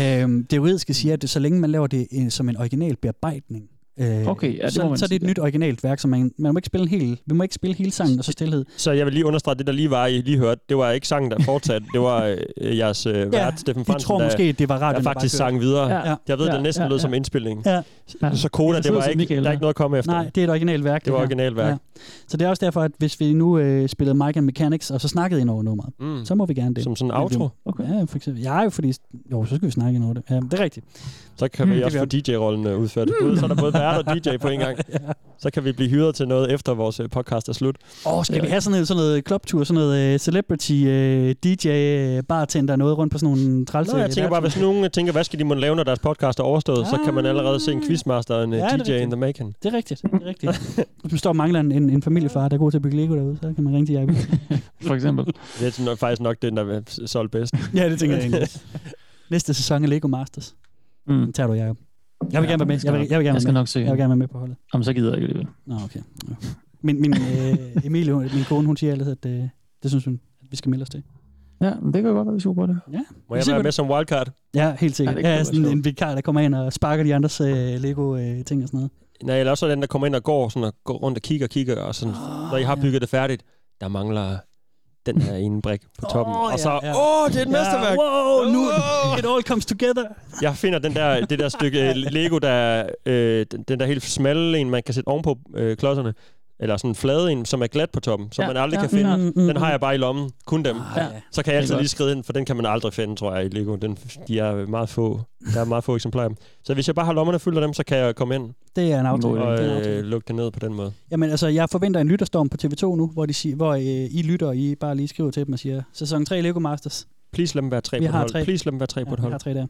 [SPEAKER 4] Øhm, det juridiske siger, at det, så længe man laver det øh, som en original bearbejdning, øh,
[SPEAKER 5] Okay, ja, det
[SPEAKER 4] så,
[SPEAKER 5] må man
[SPEAKER 4] så er det et
[SPEAKER 5] sige,
[SPEAKER 4] nyt originalt værk, så man, man må ikke spille hele, vi må ikke spille hele sangen og så stillhed.
[SPEAKER 3] Så jeg vil lige understrege, det der lige var, I lige hørte, det var ikke sangen, der fortsatte. Det var øh, jeres øh, vært, Steffen
[SPEAKER 4] de
[SPEAKER 3] Fransen,
[SPEAKER 4] tror
[SPEAKER 3] der,
[SPEAKER 4] måske, det var
[SPEAKER 3] der
[SPEAKER 4] radioen,
[SPEAKER 3] faktisk
[SPEAKER 4] der bare
[SPEAKER 3] sang videre.
[SPEAKER 5] Ja.
[SPEAKER 3] Jeg ved,
[SPEAKER 5] Ja,
[SPEAKER 3] det næsten
[SPEAKER 5] ja,
[SPEAKER 3] lød
[SPEAKER 5] ja.
[SPEAKER 3] som indstilling.
[SPEAKER 4] kørte. Ja,
[SPEAKER 3] Så Koda, det
[SPEAKER 5] lyder
[SPEAKER 3] var
[SPEAKER 5] som
[SPEAKER 3] ikke,
[SPEAKER 5] Michael,
[SPEAKER 3] der er
[SPEAKER 5] ja.
[SPEAKER 3] ikke noget at komme efter.
[SPEAKER 4] nej, det er et originalt værk.
[SPEAKER 3] det var
[SPEAKER 4] her.
[SPEAKER 3] originalværk.
[SPEAKER 4] Ja. Så det er også derfor, at hvis vi nu øh, spillede Mike and Mechanics, og så snakkede ind over nummeret,
[SPEAKER 3] Mm.
[SPEAKER 4] så må vi gerne det.
[SPEAKER 3] Som sådan en outro.
[SPEAKER 4] Okay. Ja, for eksempel. Ja, jo, fordi... Jo, så skal vi snakke ind over det. Ja, det er rigtigt.
[SPEAKER 3] Så kan vi
[SPEAKER 4] det
[SPEAKER 3] også få
[SPEAKER 4] vil
[SPEAKER 3] DJ-rollen øh, udført. Gud, så er der både vært og DJ på en gang. Så kan vi blive hyret til noget, efter vores øh, podcast er slut.
[SPEAKER 4] Åh, skal vi have sådan noget, sådan noget klubtur, sådan noget øh, celebrity, øh, DJ, øh, bartender, noget rundt på sådan nogle trælse...
[SPEAKER 3] Nå, jeg tænker bare, hvis nogen øh, tænker, hvad skal de må lave, når deres podcast er overstået, så kan man allerede se en quizmaster og en
[SPEAKER 4] Ja,
[SPEAKER 3] ja,
[SPEAKER 4] det er
[SPEAKER 3] DJ in
[SPEAKER 4] rigtigt.
[SPEAKER 3] the making.
[SPEAKER 4] Det er rigtigt, det er rigtigt. Hvis man står og mangler en, en, en familiefar, der er god til at bygge Lego derude, så kan man ringe til Jacob.
[SPEAKER 5] For eksempel.
[SPEAKER 3] Det er sådan nok- faktisk nok den, der er solgt bedst.
[SPEAKER 4] ja, det tænker jeg egentlig. også. *laughs* Næste sæson af Lego Masters.
[SPEAKER 5] Mm.
[SPEAKER 4] Den tager du, Jacob. Jeg vil gerne være med. Jeg vil, jeg vil gerne
[SPEAKER 5] Jeg
[SPEAKER 4] være
[SPEAKER 5] skal
[SPEAKER 4] med.
[SPEAKER 5] nok se.
[SPEAKER 4] Jeg vil gerne være med på holdet.
[SPEAKER 5] Jamen, så gider jeg ikke alligevel.
[SPEAKER 4] Nå, okay. Ja. Min, min øh, Emilie, hun- min kone, hun siger altid, at øh, det synes hun, at vi skal melde os til.
[SPEAKER 5] Ja, men det kan godt være, vi skulle på det.
[SPEAKER 3] Må jeg
[SPEAKER 4] Se,
[SPEAKER 3] være
[SPEAKER 4] hvad
[SPEAKER 3] med som wildcard?
[SPEAKER 4] Ja, helt
[SPEAKER 5] Ja,
[SPEAKER 4] sikkert.
[SPEAKER 5] det kunne
[SPEAKER 4] Ja,
[SPEAKER 5] være
[SPEAKER 4] sådan
[SPEAKER 5] sjovt.
[SPEAKER 4] en vikar, der kommer ind og sparker de andres øh, Lego-ting og sådan noget.
[SPEAKER 3] Nej, eller også er den, der kommer ind og går, sådan, og går rundt og kigger og kigger, og sådan, oh, når I har
[SPEAKER 4] Ah, ja.
[SPEAKER 3] bygget det færdigt, der mangler den her ene brik på toppen.
[SPEAKER 4] Åh,
[SPEAKER 3] og så,
[SPEAKER 4] ja, ja.
[SPEAKER 3] åh, det er et mesterværk!
[SPEAKER 4] wow, nu,
[SPEAKER 3] Wow.
[SPEAKER 4] it all comes together.
[SPEAKER 3] Jeg finder den der, det der stykke øh, Lego, der, er, øh, den, den der helt smalle en, man kan sætte ovenpå øh, klodserne, eller sådan en flade en, som er glat på toppen, som ja,
[SPEAKER 5] Ja,
[SPEAKER 3] man aldrig ja,
[SPEAKER 5] ja,
[SPEAKER 3] kan finde.
[SPEAKER 4] mm, mm,
[SPEAKER 3] Den har jeg bare i lommen. Kun dem.
[SPEAKER 4] Ah, ja.
[SPEAKER 3] Så kan jeg
[SPEAKER 5] Det er
[SPEAKER 3] altid
[SPEAKER 5] godt.
[SPEAKER 3] lige skride ind, for den kan man aldrig finde, tror jeg, i Lego. Den, de er meget få. Der er meget få eksemplarer af dem. Så hvis jeg bare har lommerne fyldt af dem, så kan jeg komme ind
[SPEAKER 4] Det er en
[SPEAKER 5] God
[SPEAKER 4] aftale.
[SPEAKER 5] idé.
[SPEAKER 4] Det er en
[SPEAKER 3] og
[SPEAKER 4] aftale.
[SPEAKER 3] øh, lukke det ned på den måde.
[SPEAKER 4] Jamen altså, jeg forventer en lytterstorm på TV2 nu, hvor, de siger, hvor øh, I lytter, og I bare lige skriver til dem og siger, sæson 3 Lego Masters.
[SPEAKER 3] Please lad dem være tre
[SPEAKER 4] Vi
[SPEAKER 3] på et
[SPEAKER 4] har
[SPEAKER 3] hold.
[SPEAKER 4] tre.
[SPEAKER 3] Please lad dem være tre på et
[SPEAKER 4] jeg
[SPEAKER 3] hold.
[SPEAKER 4] har tre der.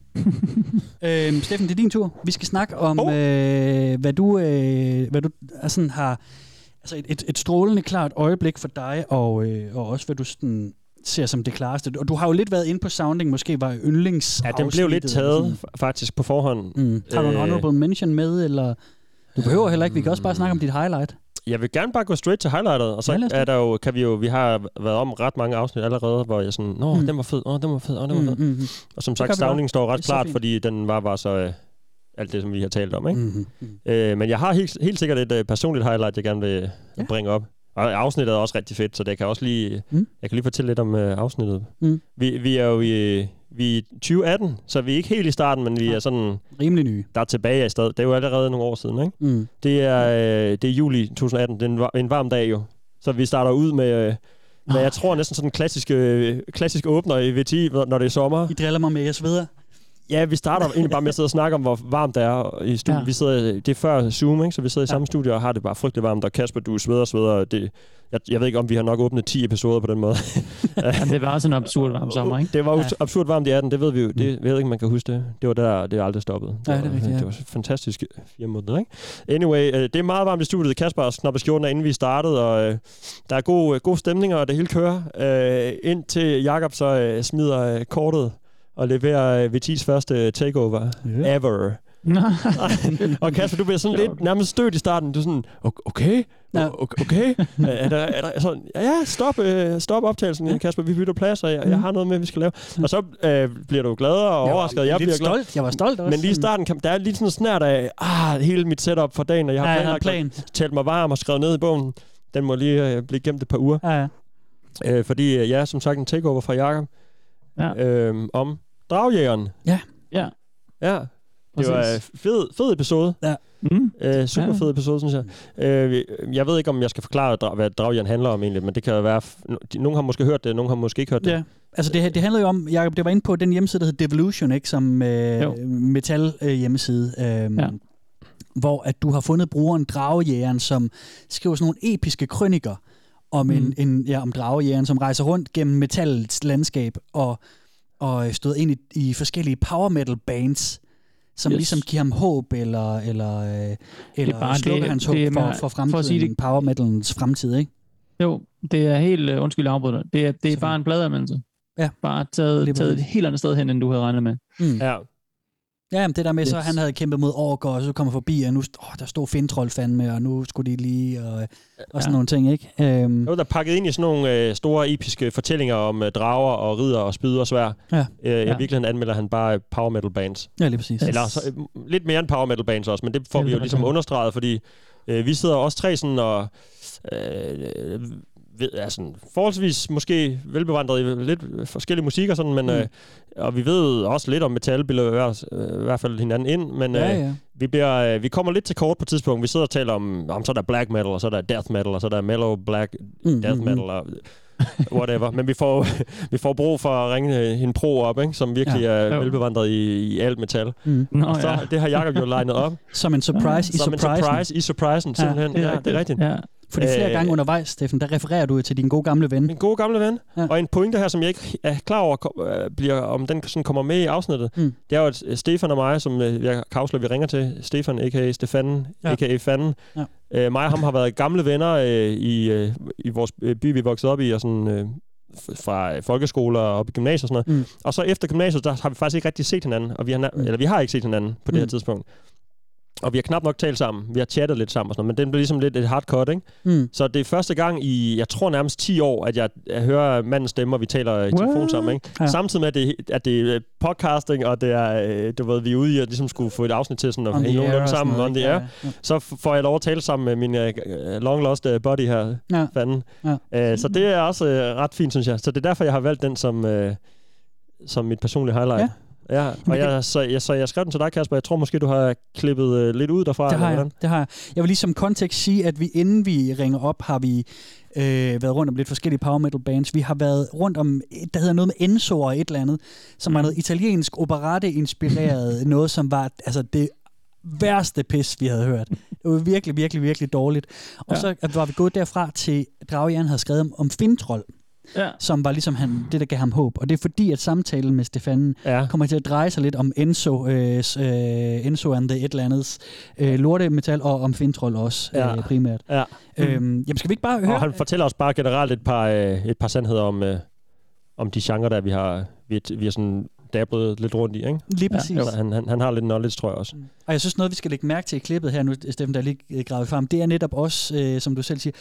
[SPEAKER 4] *laughs* øhm, Steffen, det er din tur. Vi skal snakke om,
[SPEAKER 3] Hov.
[SPEAKER 4] oh. øh, hvad du, øh, hvad du er sådan har... Altså et, et, et strålende klart øjeblik for dig, og, øh, og også hvad du sådan ser som det klareste. Og du har jo lidt været inde på Sounding, måske var yndlings
[SPEAKER 3] Ja, den blev lidt taget f- faktisk på forhånd.
[SPEAKER 4] Mm. Har du en
[SPEAKER 3] Øh.
[SPEAKER 4] honorable mention med, eller... Du behøver heller ikke, vi kan også bare snakke om dit highlight.
[SPEAKER 3] Jeg vil gerne bare gå straight til highlightet, og så
[SPEAKER 4] Ja, lad os
[SPEAKER 3] er der jo, kan vi jo, vi har været om ret mange afsnit allerede, hvor jeg sådan, nå,
[SPEAKER 4] Mm.
[SPEAKER 3] den var fed, åh, den var fed, åh, den var fed.
[SPEAKER 4] mm,
[SPEAKER 3] Og som
[SPEAKER 4] gør
[SPEAKER 3] sagt,
[SPEAKER 4] vi bare.
[SPEAKER 3] Stavning står
[SPEAKER 4] Det
[SPEAKER 3] ret
[SPEAKER 4] er så
[SPEAKER 3] klart,
[SPEAKER 4] fint.
[SPEAKER 3] fordi den var bare så øh, alt det, som vi har talt om, ikke?
[SPEAKER 4] mm, mm.
[SPEAKER 3] Øh, men jeg har helt, helt sikkert et øh, personligt highlight, jeg gerne vil
[SPEAKER 4] Ja.
[SPEAKER 3] ja. bringe op. Og afsnittet er også rigtig fedt, så det kan også lige,
[SPEAKER 4] Mm.
[SPEAKER 3] mm. jeg kan lige fortælle lidt om øh, afsnittet.
[SPEAKER 4] Mm.
[SPEAKER 3] Vi, vi er jo i, øh, vi er i 2018, så vi er ikke helt i starten, men vi er sådan,
[SPEAKER 4] Rimelig nye.
[SPEAKER 3] der er tilbage i stedet. Det er jo allerede nogle år siden, ikke?
[SPEAKER 4] Mm.
[SPEAKER 3] Det er, øh, det er juli 2018, det er en, var- en varm dag jo. Så vi starter ud med, øh, med jeg tror næsten sådan en klassisk, øh, klassisk åbner i VT, når det er sommer.
[SPEAKER 4] I driller mig med jeres videre.
[SPEAKER 3] Ja, vi starter egentlig bare med at sidde og snakke om, hvor varmt det er i studiet. Ja.
[SPEAKER 5] Ja.
[SPEAKER 3] Vi sidder, det er før Zoom, ikke? så vi sidder i samme studie og har det bare frygtelig varmt. Og Kasper, du sveder og sveder. og Det, jeg, jeg ved ikke, om vi har nok åbnet 10 episoder på den måde.
[SPEAKER 5] Jamen, det var også en absurd varm sommer, ikke? *laughs*
[SPEAKER 3] Det var ja. absurd varmt i 18, det ved vi jo. Det, jeg ved ikke, om man kan huske det. Det var der, det er aldrig stoppet.
[SPEAKER 4] Ja,
[SPEAKER 3] var,
[SPEAKER 4] det er rigtigt, ja.
[SPEAKER 3] Det var fantastisk øh, fire måneder, ikke? Anyway, øh, det er meget varmt i studiet. Kasper har snappet skjorten af, inden vi startede, og øh, der er god, øh, god stemning, og det hele kører. Øh, indtil Jakob så øh, smider øh, kortet og leverer øh, VT's første takeover
[SPEAKER 4] Ja.
[SPEAKER 3] ever.
[SPEAKER 5] Nå,
[SPEAKER 3] og Kasper, du bliver sådan lidt nærmest stødt i starten. Du er sådan, "O- okay,
[SPEAKER 4] Ja.
[SPEAKER 3] o- okay, okay. er der, er der, sådan, ja, ja, stop, øh, stop optagelsen, ja. Kasper, vi bytter plads, og
[SPEAKER 4] Mm.
[SPEAKER 3] jeg, jeg har noget med, vi skal lave. Og så øh, bliver du gladere og overrasket, jeg
[SPEAKER 4] lidt
[SPEAKER 3] bliver glad.
[SPEAKER 4] stolt. Jeg var stolt også.
[SPEAKER 3] Men lige i starten, kan, der er lige sådan en snært af, ah, hele mit setup for dagen, og jeg
[SPEAKER 4] Ja,
[SPEAKER 3] har
[SPEAKER 4] jeg havde
[SPEAKER 3] planlagt,
[SPEAKER 4] en plan.
[SPEAKER 3] talt mig varm og skrevet ned i bogen. Den må lige øh, blive gemt et par uger.
[SPEAKER 4] Ja, ja.
[SPEAKER 3] Øh, fordi øh, jeg er som sagt en takeover fra Jakob
[SPEAKER 5] Ja.
[SPEAKER 3] øh, om dragjægeren.
[SPEAKER 4] Ja.
[SPEAKER 5] Ja.
[SPEAKER 3] Ja. Det var øh, fed, fed episode.
[SPEAKER 4] Ja.
[SPEAKER 5] Mm.
[SPEAKER 3] Øh, super fed episode, synes jeg. Øh, jeg ved ikke, om jeg skal forklare, dra- hvad Dragjern handler om egentlig, men det kan jo være... f- no- de- Nogen har måske hørt det, nogen har måske ikke hørt det.
[SPEAKER 4] Ja. Altså det, her- det handlede jo om, Jacob, det var inde på den hjemmeside, der hedder Devolution, ikke? som
[SPEAKER 5] Jo.
[SPEAKER 4] øh, metal øh, hjemmeside, øh,
[SPEAKER 5] Ja.
[SPEAKER 4] ja. hvor at du har fundet brugeren Dragejægeren, som skriver sådan nogle episke krøniker om, en,
[SPEAKER 5] Mhm.
[SPEAKER 4] en, ja, om Dragejægeren, som rejser rundt gennem metallets landskab og, og stod ind i, i forskellige power metal bands, som yes.
[SPEAKER 5] Yes.
[SPEAKER 4] ligesom giver ham håb, eller, eller, øh, eller
[SPEAKER 5] bare-
[SPEAKER 4] slukker
[SPEAKER 5] det-
[SPEAKER 4] hans
[SPEAKER 5] det
[SPEAKER 4] håb
[SPEAKER 5] er
[SPEAKER 4] for,
[SPEAKER 5] mere-
[SPEAKER 4] for fremtiden,
[SPEAKER 5] for at sige det-
[SPEAKER 4] power metalens fremtid, ikke?
[SPEAKER 5] Jo, det er helt, øh, undskyld jeg afbryder, det er, det er
[SPEAKER 4] Selvfølgelig.
[SPEAKER 5] bare en bladanmeldelse.
[SPEAKER 4] Ja.
[SPEAKER 5] Bare
[SPEAKER 4] Lige
[SPEAKER 5] taget, taget et
[SPEAKER 4] præcis.
[SPEAKER 5] helt andet sted hen, end du havde regnet med.
[SPEAKER 4] Mm.
[SPEAKER 3] Ja.
[SPEAKER 4] Ja, jamen, det der med, yes. så
[SPEAKER 5] Yes.
[SPEAKER 4] han havde kæmpet mod Orker, og så kommer forbi, og nu st- åh, der stod Fintroll fandme, og nu skulle de lige, og, og sådan
[SPEAKER 5] Ja.
[SPEAKER 4] nogle ting, ikke? Øhm,
[SPEAKER 3] Jo, der er pakket ind i sådan nogle øh, store episke fortællinger om øh, drager og ridder og spyd og svær.
[SPEAKER 4] Ja.
[SPEAKER 3] Øh, I
[SPEAKER 5] Ja.
[SPEAKER 3] virkeligheden anmelder han bare øh, power metal bands.
[SPEAKER 4] ja, lige præcis.
[SPEAKER 5] Ja.
[SPEAKER 3] Eller så, øh, lidt mere end power metal bands også, men det får
[SPEAKER 5] Ja,
[SPEAKER 3] vi
[SPEAKER 5] det
[SPEAKER 3] jo
[SPEAKER 5] er
[SPEAKER 3] ligesom
[SPEAKER 5] rigtigt.
[SPEAKER 3] understreget, fordi øh, vi sidder også tre sådan og... Øh, ved, er sådan forholdsvis måske velbevandret i lidt forskellige musik og sådan, men,
[SPEAKER 4] Mm.
[SPEAKER 3] mm. øh, og vi ved også lidt om metal, bilder vi os, øh, i hvert fald hinanden ind, men
[SPEAKER 4] Ja,
[SPEAKER 3] øh,
[SPEAKER 4] ja.
[SPEAKER 3] vi, bliver, øh, vi kommer lidt til kort på et tidspunkt. Vi sidder og taler om, om så er der black metal, og så er der death metal, og så er der mellow black
[SPEAKER 4] Mm,
[SPEAKER 3] death
[SPEAKER 5] Mm-hmm.
[SPEAKER 3] metal, og whatever. Men vi får, *laughs* vi får brug for at ringe øh, en pro op, ikke? som virkelig ja. er
[SPEAKER 5] Jo.
[SPEAKER 3] velbevandret i, i alt metal.
[SPEAKER 4] Mm, mm.
[SPEAKER 5] Nå,
[SPEAKER 3] og så,
[SPEAKER 5] ja.
[SPEAKER 3] det har Jacob jo legnet op.
[SPEAKER 4] Som en surprise i
[SPEAKER 3] Ah, som en
[SPEAKER 4] surprise.
[SPEAKER 3] surprise i surprisen,
[SPEAKER 4] Ja,
[SPEAKER 3] simpelthen. Ja, det, er ja, det er rigtigt.
[SPEAKER 5] Ja.
[SPEAKER 4] Fordi flere
[SPEAKER 3] Øh,
[SPEAKER 4] gange undervejs, Steffen, der refererer du jo til din gode gamle ven.
[SPEAKER 3] Min gode gamle ven.
[SPEAKER 4] Ja.
[SPEAKER 3] Ja. Og en pointe her, som jeg ikke er klar over, kom- øh, bliver, om den sådan kommer med i afsnittet,
[SPEAKER 4] Mm.
[SPEAKER 3] mm. det er jo, at øh, Stefan og mig, som øh, jeg kan afsløre, vi ringer til, Stefan, a.k.a. Stefan,
[SPEAKER 4] Ja.
[SPEAKER 3] ja. a.k.a. Fanden,
[SPEAKER 4] Ja.
[SPEAKER 3] ja. øh, mig og ham har været gamle venner øh, i, øh, i vores øh, by, vi voksede op i, og sådan... Øh, f- fra øh, folkeskoler og op i gymnasiet og sådan noget.
[SPEAKER 4] Mm.
[SPEAKER 3] Mm. Og så efter gymnasiet, der har vi faktisk ikke rigtig set hinanden. Og vi har, na-
[SPEAKER 4] Mm.
[SPEAKER 3] Eller vi har ikke set hinanden på det her
[SPEAKER 4] Mm.
[SPEAKER 3] tidspunkt. Og vi har knap nok talt sammen. Vi har chattet lidt sammen og sådan noget. Men den blev ligesom lidt et hardcore, ikke?
[SPEAKER 4] Mm.
[SPEAKER 3] Så det er første gang i, jeg tror nærmest 10 år, at jeg, jeg hører mandens stemme, og vi taler i telefon
[SPEAKER 5] What?
[SPEAKER 3] sammen. Ikke?
[SPEAKER 4] Ja.
[SPEAKER 3] Ja. Samtidig med, at det, at det er podcasting, og det er, øh, du ved, vi er ude i at ligesom skulle få et afsnit til sådan, at hænge nogenlunde sammen, on the air.
[SPEAKER 4] Ja.
[SPEAKER 3] Så f- får jeg lov at tale sammen med min øh, øh, long lost øh, buddy her,
[SPEAKER 4] Ja.
[SPEAKER 3] ja. fanden.
[SPEAKER 4] Ja.
[SPEAKER 3] Øh, så det er også øh, ret fint, synes jeg. Så det er derfor, jeg har valgt den som, øh, som mit personlige highlight. Ja. ja.
[SPEAKER 4] Men
[SPEAKER 3] Og
[SPEAKER 4] det-
[SPEAKER 3] jeg, så, jeg, så jeg skrev den til dig, Kasper. Jeg tror måske, du har klippet øh, lidt ud derfra.
[SPEAKER 4] Det
[SPEAKER 3] eller
[SPEAKER 4] har, jeg,
[SPEAKER 3] hvordan?
[SPEAKER 4] det har jeg. Jeg vil lige som kontekst sige, at vi inden vi ringer op, har vi øh, været rundt om lidt forskellige power metal bands. Vi har været rundt om, et, der hedder noget med Enzo og et eller andet, som var noget italiensk *laughs* operette-inspireret, noget som var altså det værste pis, vi havde hørt. Det var virkelig, virkelig, virkelig dårligt. Og ja.
[SPEAKER 5] Ja.
[SPEAKER 4] så var vi gået derfra til, Dragjern havde skrevet om, om Fintroll,
[SPEAKER 5] ja.
[SPEAKER 4] som var ligesom han, det, der gav ham håb. Og det er fordi, at samtalen med Stefanen
[SPEAKER 3] Ja.
[SPEAKER 4] kommer til at dreje sig lidt om Enzo, øh, s- øh, Enzo and the et eller andets øh, lortemetal, og om Fintroll også ja.
[SPEAKER 3] Ja.
[SPEAKER 4] øh, primært.
[SPEAKER 3] Ja.
[SPEAKER 4] Øhm, jamen skal vi ikke bare høre?
[SPEAKER 3] Og han fortæller os bare generelt et par, øh, et par sandheder om, øh, om de genre, der vi har, vi, vi har sådan dablet lidt rundt i. Ikke?
[SPEAKER 4] Lige præcis. Ja,
[SPEAKER 3] Altså, han, han, han har lidt knowledge, tror jeg også.
[SPEAKER 4] og jeg synes noget, vi skal lægge mærke til i klippet her nu, Steffen, der er lige øh, gravet frem, det er netop også, øh, som du selv siger,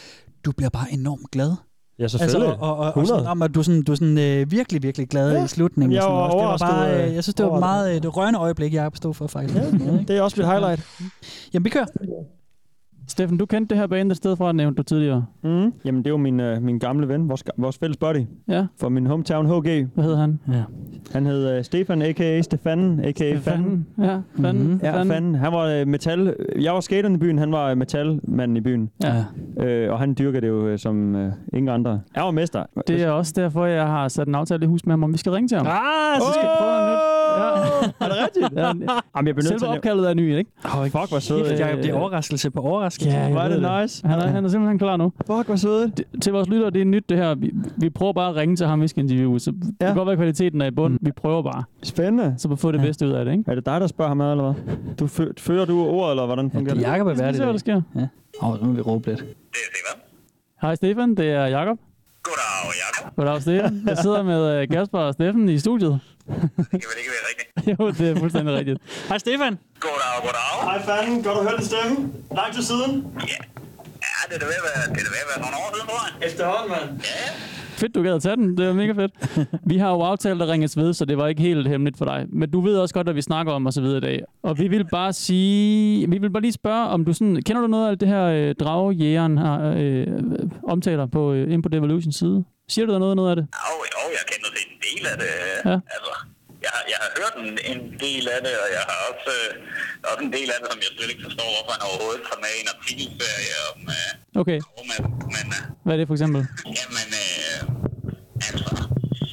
[SPEAKER 4] du bliver bare enormt glad.
[SPEAKER 3] Ja,
[SPEAKER 4] Altså,
[SPEAKER 3] selvfølgelig.
[SPEAKER 4] og,
[SPEAKER 3] Altså,
[SPEAKER 4] og, og, og
[SPEAKER 3] 100.
[SPEAKER 4] sådan, om, at du er sådan, du er sådan øh, virkelig, virkelig glad ja.
[SPEAKER 3] Ja.
[SPEAKER 4] i slutningen.
[SPEAKER 3] Jamen, jeg
[SPEAKER 4] sådan
[SPEAKER 3] var
[SPEAKER 4] også. Det var
[SPEAKER 3] overrasket,
[SPEAKER 4] bare, øh,
[SPEAKER 3] øh,
[SPEAKER 4] jeg synes, det var
[SPEAKER 3] over det.
[SPEAKER 4] meget øh, det rørende øjeblik, jeg har bestået for, faktisk.
[SPEAKER 3] det er også mit highlight.
[SPEAKER 4] Jamen, vi kører.
[SPEAKER 5] Steffen, du kendte det her band et sted fra, nævnte du tidligere.
[SPEAKER 6] Mm. Jamen, det er jo min, øh, min gamle ven, vores, vores fælles buddy
[SPEAKER 5] Ja,
[SPEAKER 6] fra min hometown HG.
[SPEAKER 5] hvad hed han?
[SPEAKER 4] Ja.
[SPEAKER 6] Han hed øh, Stefan, a.k.a. Stefan, a.k.a. Fanden.
[SPEAKER 5] Ja, fanden.
[SPEAKER 4] Mhm.
[SPEAKER 5] Mm-hmm.
[SPEAKER 6] Ja, fanden. Han var øh, metal. Jeg var skateren i byen, han var øh, metalmanden i byen.
[SPEAKER 5] Ja.
[SPEAKER 6] Øh, og han dyrker det jo øh, som øh, ingen andre. Jeg var mester.
[SPEAKER 5] Det er også derfor, jeg har sat en aftale i hus med ham, om vi skal ringe til ham.
[SPEAKER 6] Ah,
[SPEAKER 5] så skal vi prøve noget nyt. Ja.
[SPEAKER 6] Er det rigtigt?
[SPEAKER 5] Ja,
[SPEAKER 6] Jamen, jeg bliver nødt til
[SPEAKER 5] selve
[SPEAKER 6] at nævne-
[SPEAKER 5] opkaldet er ny, ikke?
[SPEAKER 6] Åh, Fuck, hvor sødt.
[SPEAKER 5] Kæft,
[SPEAKER 4] Jacob, det er overraskelse på overraskelse.
[SPEAKER 5] øh, Ja, jeg
[SPEAKER 6] Hvor er
[SPEAKER 5] ved
[SPEAKER 6] det
[SPEAKER 5] det.
[SPEAKER 6] nice.
[SPEAKER 5] Han er, han er simpelthen klar nu.
[SPEAKER 6] Fuck, hvor sødt.
[SPEAKER 5] Det, til vores lyttere, det er nyt det her. Vi, vi prøver bare at ringe til ham, vi skal interviewe. Så det
[SPEAKER 6] Ja.
[SPEAKER 5] kan godt være, at kvaliteten er i bund. Vi prøver bare.
[SPEAKER 6] Spændende.
[SPEAKER 5] Så vi får det
[SPEAKER 4] Ja.
[SPEAKER 5] bedste ud af det, ikke?
[SPEAKER 6] Er det dig, der spørger ham ad, eller hvad? Du fø- føler du ordet, eller hvordan
[SPEAKER 4] Ja,
[SPEAKER 6] fungerer
[SPEAKER 4] det er Jacob er
[SPEAKER 5] Vi skal
[SPEAKER 4] værdig.
[SPEAKER 5] se, hvad der sker.
[SPEAKER 7] Åh, oh, nu må vi råbe lidt.
[SPEAKER 5] Hej Stefan, det er Jakob.
[SPEAKER 8] Goddag, Jacob.
[SPEAKER 5] Goddag Stefan. Jeg sidder med øh, Kasper og Steffen i studiet. *laughs*
[SPEAKER 8] Det kan vel ikke være rigtigt.
[SPEAKER 5] jo, det er fuldstændig rigtigt.
[SPEAKER 7] Hej Stefan.
[SPEAKER 8] Goddag, goddag.
[SPEAKER 6] Hej fanden, godt at høre din stemme. Lang tid siden.
[SPEAKER 8] Ja. Ja, det er da ved at være, det er da ved at være nogle år siden, tror jeg.
[SPEAKER 6] Efterhånden, mand.
[SPEAKER 5] Fedt, du gad at tage den. Det var mega fedt. Vi har jo aftalt at ringes ved, så det var ikke helt hemmeligt for dig. Men du ved også godt, hvad vi snakker om og så videre i dag. Og vi vil bare sige... Vi vil bare lige spørge, om du sådan... Kender du noget af alt det her øh, dragjægeren har, øh, øh, omtaler på øh, Input Evolution side? Siger du dig noget, noget af det?
[SPEAKER 8] Jo, jo, jeg kender til en del af det.
[SPEAKER 5] Ja.
[SPEAKER 8] Altså, jeg, har, jeg har hørt en, en del af det, og jeg har også, øh, også en del af det, som jeg slet ikke forstår, hvorfor han overhovedet kom med i en artikelserie om, øh,
[SPEAKER 5] Okay.
[SPEAKER 8] om at, men, øh,
[SPEAKER 5] Hvad er det for eksempel?
[SPEAKER 8] jamen, øh, altså,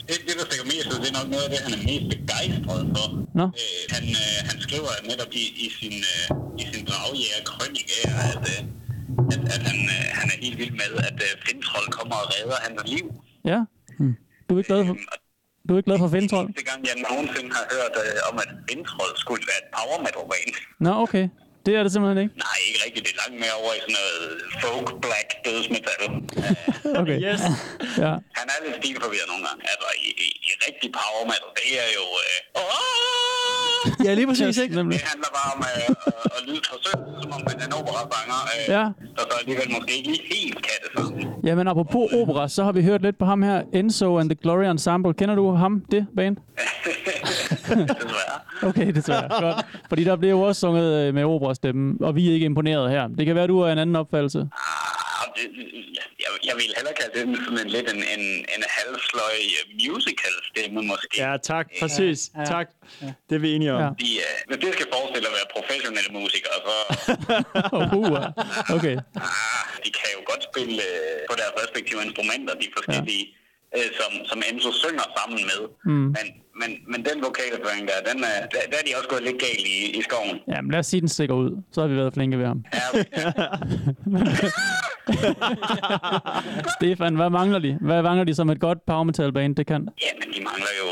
[SPEAKER 8] det, det, der stikker mest ud, det er nok noget af det, han er mest begejstret for.
[SPEAKER 5] Nå.
[SPEAKER 8] Øh, han, øh, han skriver netop i, i sin, øh, i sin dragjæger-krønik af, at, øh, at, at han, øh, han er helt vild med, at øh, Fintroll kommer og redder hans liv.
[SPEAKER 5] Ja. Du er ikke glad for,
[SPEAKER 8] Øhm, og
[SPEAKER 5] du er ikke glad for Fintroll?
[SPEAKER 8] Det gang, jeg nogensinde har hørt øh, om, at Vindtrold skulle være et power metal band.
[SPEAKER 5] Nå, okay. Det er det simpelthen ikke.
[SPEAKER 8] *laughs* Nej, ikke rigtigt. Det er langt mere over i sådan noget folk black dødsmetal.
[SPEAKER 5] Okay. Yes. Ja.
[SPEAKER 8] Han er lidt stilforvirret nogle gange. Altså, i, i, i rigtig power metal, det er jo... Øh, "Åh!"
[SPEAKER 5] Ja, lige præcis, ikke? Nemlig.
[SPEAKER 8] det handler bare om øh, at, at lyde forsøgt, som om man er en operasanger, øh,
[SPEAKER 5] Ja.
[SPEAKER 8] der så alligevel måske ikke lige helt kan det sådan.
[SPEAKER 5] Jamen, apropos opera, så har vi hørt lidt på ham her, Enzo and the Glory Ensemble. Kender du ham, det band?
[SPEAKER 8] Desværre.
[SPEAKER 5] Okay, det tror *laughs* jeg. Godt. Fordi der bliver jo også sunget øh, med operastemme, og vi er ikke imponeret her. Det kan være, du har en anden opfattelse.
[SPEAKER 8] Ah, det, jeg, jeg vil hellere kalde det sådan en lidt en, en, en halvsløj musical stemme måske.
[SPEAKER 6] Ja, tak. Præcis. Ja, ja, tak. Ja. Det er vi enige om. *laughs*
[SPEAKER 5] Ja.
[SPEAKER 6] Ja.
[SPEAKER 8] de, øh, hvis det skal forestille at være professionelle musikere, så
[SPEAKER 5] Oh, uh, okay.
[SPEAKER 8] ah, de kan jo godt spille øh, på deres respektive instrumenter, de forskellige, ja. øh, som, som Enzo synger sammen med. Mm. Men, men, men den vokalføring der, den, øh, der, der er de også gået lidt galt i, i skoven.
[SPEAKER 5] Jamen, lad os sige, den stikker ud. Så har vi været flinke ved *laughs* ham.
[SPEAKER 8] Ja, okay.
[SPEAKER 5] Stefan, hvad mangler de? Hvad mangler de som et godt power metal band, det kan?
[SPEAKER 8] ja, men de mangler jo...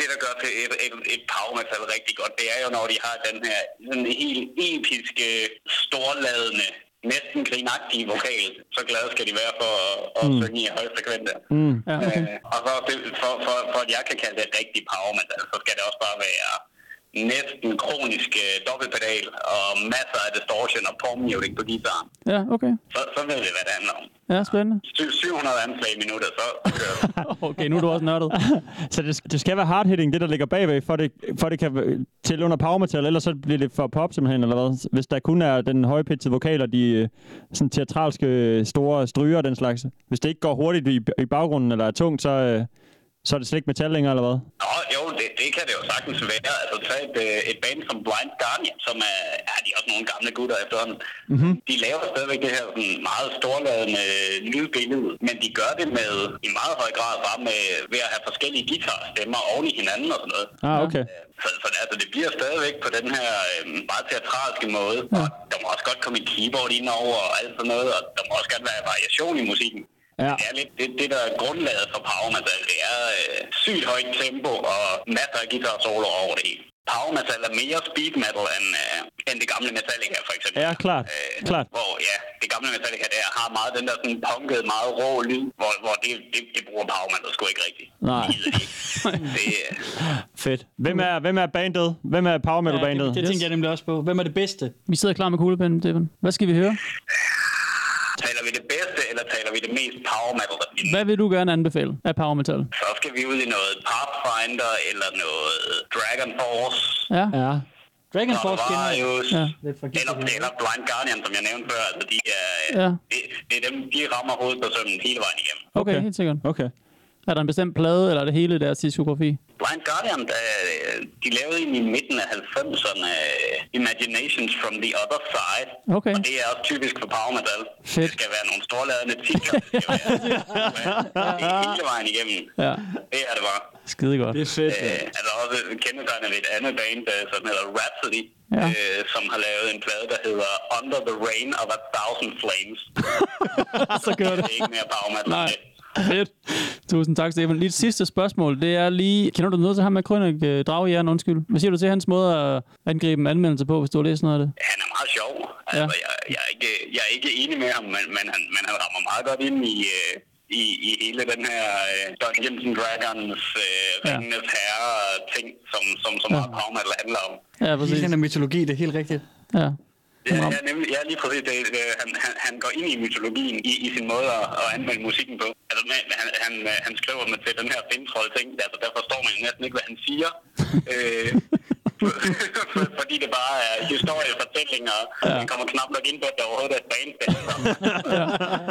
[SPEAKER 8] Det, der gør til et, et, et power metal rigtig godt, det er jo, når de har den her sådan helt episke, storladende, næsten grinagtige vokal. Så glade skal de være for at, at mm. synge i høj frekvens der.
[SPEAKER 5] Ja, Mm. okay.
[SPEAKER 8] Øh, og så det, for, for, for at jeg kan kalde det rigtig power metal, så skal det også bare være næsten kronisk øh, dobbeltpedal og masser af distortion og palm muting på gitaren.
[SPEAKER 5] Ja, okay.
[SPEAKER 8] Så, så ved vi, hvad det handler om.
[SPEAKER 5] Ja, spændende.
[SPEAKER 8] Sy- 700 anslag i minuttet, så kører det.
[SPEAKER 5] Okay, nu er du også nørdet.
[SPEAKER 6] Så det, det skal være hardhitting, det der ligger bagved, for det, for det kan være- tælle under power metal, ellers så bliver det for pop simpelthen, eller hvad? Hvis der kun er den højpitchede vokal og de øh, sådan teatralske øh, store stryger og den slags. Hvis det ikke går hurtigt i, i baggrunden eller er tungt, så, øh, så er det slet ikke metal længere, eller hvad?
[SPEAKER 8] Nå, jo, det, det kan det jo sagtens være. Altså, tag et, øh, et band som Blind Guardian, som er, ja, de er også nogle gamle gutter efterhånden. Mm-hmm. De laver stadigvæk det her sådan, meget storladende øh, lydbillede, men de gør det med, i meget høj grad bare med, ved at have forskellige guitarstemmer oven i hinanden og sådan noget.
[SPEAKER 6] Ah, okay.
[SPEAKER 8] Så, så det, altså, det bliver stadigvæk på den her øh, meget teatralske måde. Ja. Og der må også godt komme et keyboard ind over og alt sådan noget, og der må også godt være variation i musikken.
[SPEAKER 6] Ja.
[SPEAKER 8] Det er lidt det, det der er grundlaget for power metal. Det er øh, sygt højt tempo og masser af guitar solo over det hele. Power metal er mere speed metal end, øh, end det gamle Metallica, for eksempel.
[SPEAKER 6] Ja, klart.
[SPEAKER 8] Øh,
[SPEAKER 6] Klart.
[SPEAKER 8] Hvor, ja, det gamle Metallica der har meget den der sådan punkede, meget rå lyd, hvor, hvor det, det, det bruger power metal sgu ikke rigtigt.
[SPEAKER 6] Nej.
[SPEAKER 8] Det, gider de
[SPEAKER 6] *laughs*
[SPEAKER 8] ikke. det, øh,
[SPEAKER 6] Fedt. Hvem er, hvem er bandet? Hvem er power metal
[SPEAKER 7] det,
[SPEAKER 6] bandet?
[SPEAKER 7] det tænker jeg nemlig også på. Hvem er det bedste?
[SPEAKER 5] Vi sidder klar med kuglepinden, Stefan. Hvad skal vi høre?
[SPEAKER 8] Taler vi det bedste, eller taler vi det mest power metal, der findes?
[SPEAKER 5] Hvad vil du gerne anbefale af power metal?
[SPEAKER 8] Så skal vi ud i noget Pathfinder, eller noget Dragon Force,
[SPEAKER 5] Ja.
[SPEAKER 7] Ja. Dragon Force kender jeg.
[SPEAKER 8] Navarius,
[SPEAKER 5] Ja.
[SPEAKER 7] Lidt for
[SPEAKER 8] eller,
[SPEAKER 7] giftigt.
[SPEAKER 8] eller Blind Guardian, som jeg nævnte før. Altså, de er,
[SPEAKER 5] Ja.
[SPEAKER 8] det, det er dem, de rammer hovedet på sømmen hele vejen igennem.
[SPEAKER 5] Okay, okay, helt sikkert.
[SPEAKER 6] Okay.
[SPEAKER 5] Er der en bestemt plade, eller er det hele deres diskografi?
[SPEAKER 8] Blind Guardian, der, øh, de lavede en i midten af 90'erne øh, Imaginations from the Other Side.
[SPEAKER 5] Okay.
[SPEAKER 8] Og det er også typisk for power metal.
[SPEAKER 5] Fedt.
[SPEAKER 8] Det skal være nogle storladende titler. Det skal være det er hele vejen igennem.
[SPEAKER 5] Ja,
[SPEAKER 8] Det er det bare.
[SPEAKER 5] skide godt.
[SPEAKER 7] Det er fedt.
[SPEAKER 8] Øh, altså også kendetegnet ved et andet band, øh, som hedder Rhapsody,
[SPEAKER 5] Ja.
[SPEAKER 8] ja. øh, som har lavet en plade, der hedder Under the Rain of a Thousand Flames.
[SPEAKER 5] Så gør
[SPEAKER 8] Det er ikke mere power metal.
[SPEAKER 5] Nej. Fedt. Tusind tak, Stefan. Lige et sidste spørgsmål, det er lige... Kender du noget til ham med Krønik øh, Draghjern, undskyld? Hvad siger du til hans måde at angribe en anmeldelse på, hvis du har læst noget af det?
[SPEAKER 8] Han er meget sjov. Altså, jeg, jeg, er ikke, jeg er ikke enig med ham, men, men, han, men han rammer meget godt ind i, øh, i, i hele den her øh, Dungeons and Dragons, øh,
[SPEAKER 5] Ja.
[SPEAKER 8] Ringenes Herre-ting, som, som, som ja. power metal handler om.
[SPEAKER 5] Ja,
[SPEAKER 7] Hele
[SPEAKER 5] præcis.
[SPEAKER 7] den her mytologi, det er helt rigtigt.
[SPEAKER 5] Ja.
[SPEAKER 8] Ja, ja, nemlig, ja lige præcis. Det, det, han, han, han går ind i mytologien i, i sin måde at, at anmelde musikken på. Altså, men han, han, øh, *laughs* han skriver med til den her fintroll ting, altså, der forstår man jo næsten ikke, hvad han siger. øh, *laughs* fordi det bare er historiefortællinger, og ja. man kommer knap nok ind på, at der overhovedet er et band. *laughs*
[SPEAKER 5] ja.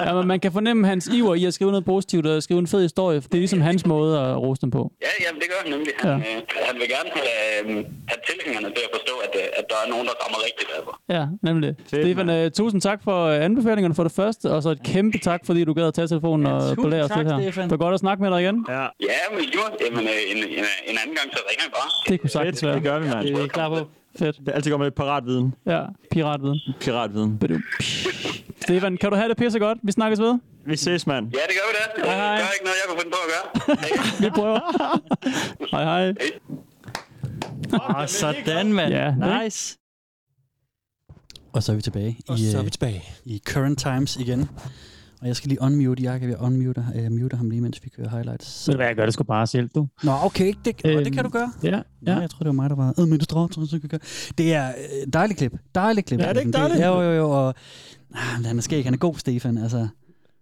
[SPEAKER 5] ja, men man kan fornemme hans iver i at skrive noget positivt og skrive en fed historie. Det er ligesom hans måde at rose dem på.
[SPEAKER 8] Ja, jamen det gør han nemlig. Han, ja. øh, han vil gerne have, øh, have tilhængerne til at forstå, at, øh, at der er nogen, der rammer rigtigt. Altså.
[SPEAKER 5] Ja, nemlig. Fedt, Stefan, øh, tusind tak for øh, anbefalingerne for det første, og så et kæmpe tak, fordi du gad at tage telefonen ja, og belære os
[SPEAKER 4] tak,
[SPEAKER 5] lidt her.
[SPEAKER 4] Stefan.
[SPEAKER 5] Det var godt at snakke med dig igen.
[SPEAKER 6] Ja,
[SPEAKER 8] Ja, men jo, jamen, øh, en, en, en anden gang, så ringer han bare.
[SPEAKER 5] Det kunne sagtens
[SPEAKER 6] fedt.
[SPEAKER 5] være.
[SPEAKER 6] Det gør vi, mand.
[SPEAKER 4] Det er I klar på.
[SPEAKER 5] Fedt.
[SPEAKER 6] Det er altid godt med piratviden.
[SPEAKER 5] Ja, piratviden.
[SPEAKER 6] Piratviden.
[SPEAKER 5] Badum. Stefan, kan du have det pisse godt? Vi snakkes ved.
[SPEAKER 6] Vi ses, mand.
[SPEAKER 8] Ja, det gør vi da.
[SPEAKER 5] Hej, hej.
[SPEAKER 8] Det er ikke noget, jeg kunne finde på at gøre.
[SPEAKER 5] Vi prøver. hej, hej.
[SPEAKER 7] Og sådan, mand.
[SPEAKER 5] Ja, ikke?
[SPEAKER 7] nice.
[SPEAKER 4] Og så er vi tilbage
[SPEAKER 3] Og
[SPEAKER 4] i,
[SPEAKER 3] så er
[SPEAKER 4] øh,
[SPEAKER 3] vi tilbage.
[SPEAKER 4] i Current Times igen. Og jeg skal lige unmute Jakob. Jeg unmuter øh, muter ham lige, mens vi kører highlights. Så.
[SPEAKER 5] hvad, jeg gør det sgu bare selv, du.
[SPEAKER 4] Nå, okay. ikke Det, øhm, det kan du gøre.
[SPEAKER 5] Ja,
[SPEAKER 4] Ja. Nej, jeg tror, det var mig, der var administrator, så kan gøre. Det er øh, dejligt klip. Dejligt klip.
[SPEAKER 3] Ja, det er ikke
[SPEAKER 4] Steffen.
[SPEAKER 3] dejligt?
[SPEAKER 4] jo, jo, jo. Og, ah, han er skæg. Han er god, Stefan. Altså,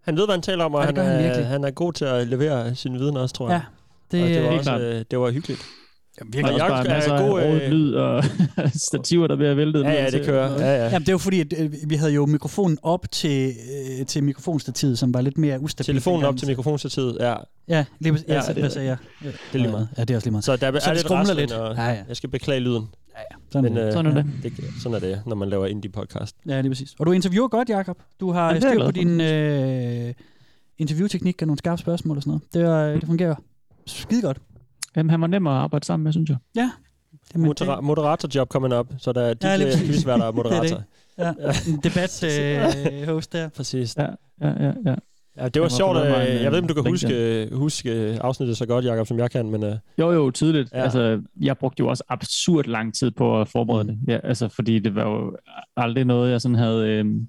[SPEAKER 3] Han ved, hvad han taler om, og
[SPEAKER 4] Ja,
[SPEAKER 3] han
[SPEAKER 4] det gør han
[SPEAKER 3] er,
[SPEAKER 4] virkelig.
[SPEAKER 3] han er god til at levere sin viden også, tror jeg.
[SPEAKER 4] ja. Det,
[SPEAKER 3] Og det, var
[SPEAKER 5] helt
[SPEAKER 3] også,
[SPEAKER 5] klart.
[SPEAKER 3] øh, det var hyggeligt.
[SPEAKER 7] Ja,
[SPEAKER 5] Der
[SPEAKER 7] virkelig.
[SPEAKER 5] er
[SPEAKER 3] Og
[SPEAKER 5] også
[SPEAKER 3] Jakob
[SPEAKER 5] bare
[SPEAKER 3] skal
[SPEAKER 5] masser
[SPEAKER 3] have god,
[SPEAKER 5] af altså.
[SPEAKER 3] øh,
[SPEAKER 5] rodet lyd og *laughs* stativer, der bliver væltet.
[SPEAKER 3] Ja,
[SPEAKER 5] ned
[SPEAKER 3] ja, det
[SPEAKER 5] til-
[SPEAKER 3] kører. Ja, ja.
[SPEAKER 4] Jamen, det var fordi, at øh, vi havde jo mikrofonen op til, øh, til mikrofonstativet, som var lidt mere ustabilt.
[SPEAKER 3] Telefonen op
[SPEAKER 4] dengang.
[SPEAKER 3] til mikrofonstativet, ja.
[SPEAKER 4] Ja, lige, præcis.
[SPEAKER 3] Ja,
[SPEAKER 4] ja, ja,
[SPEAKER 3] det
[SPEAKER 4] hvad sagde jeg? Ja, det
[SPEAKER 3] er lige meget.
[SPEAKER 4] Ja, det er også lige meget.
[SPEAKER 3] Så der er,
[SPEAKER 4] Så
[SPEAKER 3] er
[SPEAKER 4] det
[SPEAKER 3] lidt
[SPEAKER 4] skrumler
[SPEAKER 3] raslen,
[SPEAKER 4] lidt.
[SPEAKER 3] og
[SPEAKER 4] Ja, ja.
[SPEAKER 3] jeg skal beklage lyden.
[SPEAKER 4] Sådan
[SPEAKER 3] Men,
[SPEAKER 4] men,
[SPEAKER 3] øh,
[SPEAKER 5] Sådan er det.
[SPEAKER 3] det. Sådan er det, når man laver indie-podcast.
[SPEAKER 4] ja, lige præcis. Og du interviewer godt, Jakob. Du har
[SPEAKER 5] Jamen,
[SPEAKER 4] Jamen,
[SPEAKER 5] det er jeg
[SPEAKER 4] styr på
[SPEAKER 5] glad
[SPEAKER 4] din øh, interviewteknik og nogle skarpe spørgsmål og sådan noget. Det, er, øh,
[SPEAKER 3] Mm.
[SPEAKER 4] det fungerer skide godt.
[SPEAKER 5] Jamen, han var nem at arbejde sammen med, synes jeg.
[SPEAKER 4] Det, men, det,
[SPEAKER 3] Modera- moderatorjob coming up, så der er dit
[SPEAKER 4] Ja, lige
[SPEAKER 3] ja,
[SPEAKER 4] præcis.
[SPEAKER 3] quizværter og moderator.
[SPEAKER 4] *laughs* Det er ja, en debat øh, host der.
[SPEAKER 3] *laughs* Præcis.
[SPEAKER 5] Ja, ja, ja. ja.
[SPEAKER 3] Ja, det var
[SPEAKER 5] Jeg må
[SPEAKER 3] sjovt.
[SPEAKER 5] få lavet mig en,
[SPEAKER 3] øh, Jeg ved ikke, om du kan
[SPEAKER 5] øh,
[SPEAKER 3] huske, huske øh, afsnittet så godt, Jakob, som jeg kan, men uh,
[SPEAKER 5] Jo, jo, tydeligt.
[SPEAKER 3] Ja.
[SPEAKER 5] Ja. Altså, jeg brugte jo også absurd lang tid på at forberede det. Ja, altså, fordi det var jo aldrig noget, jeg sådan havde øhm,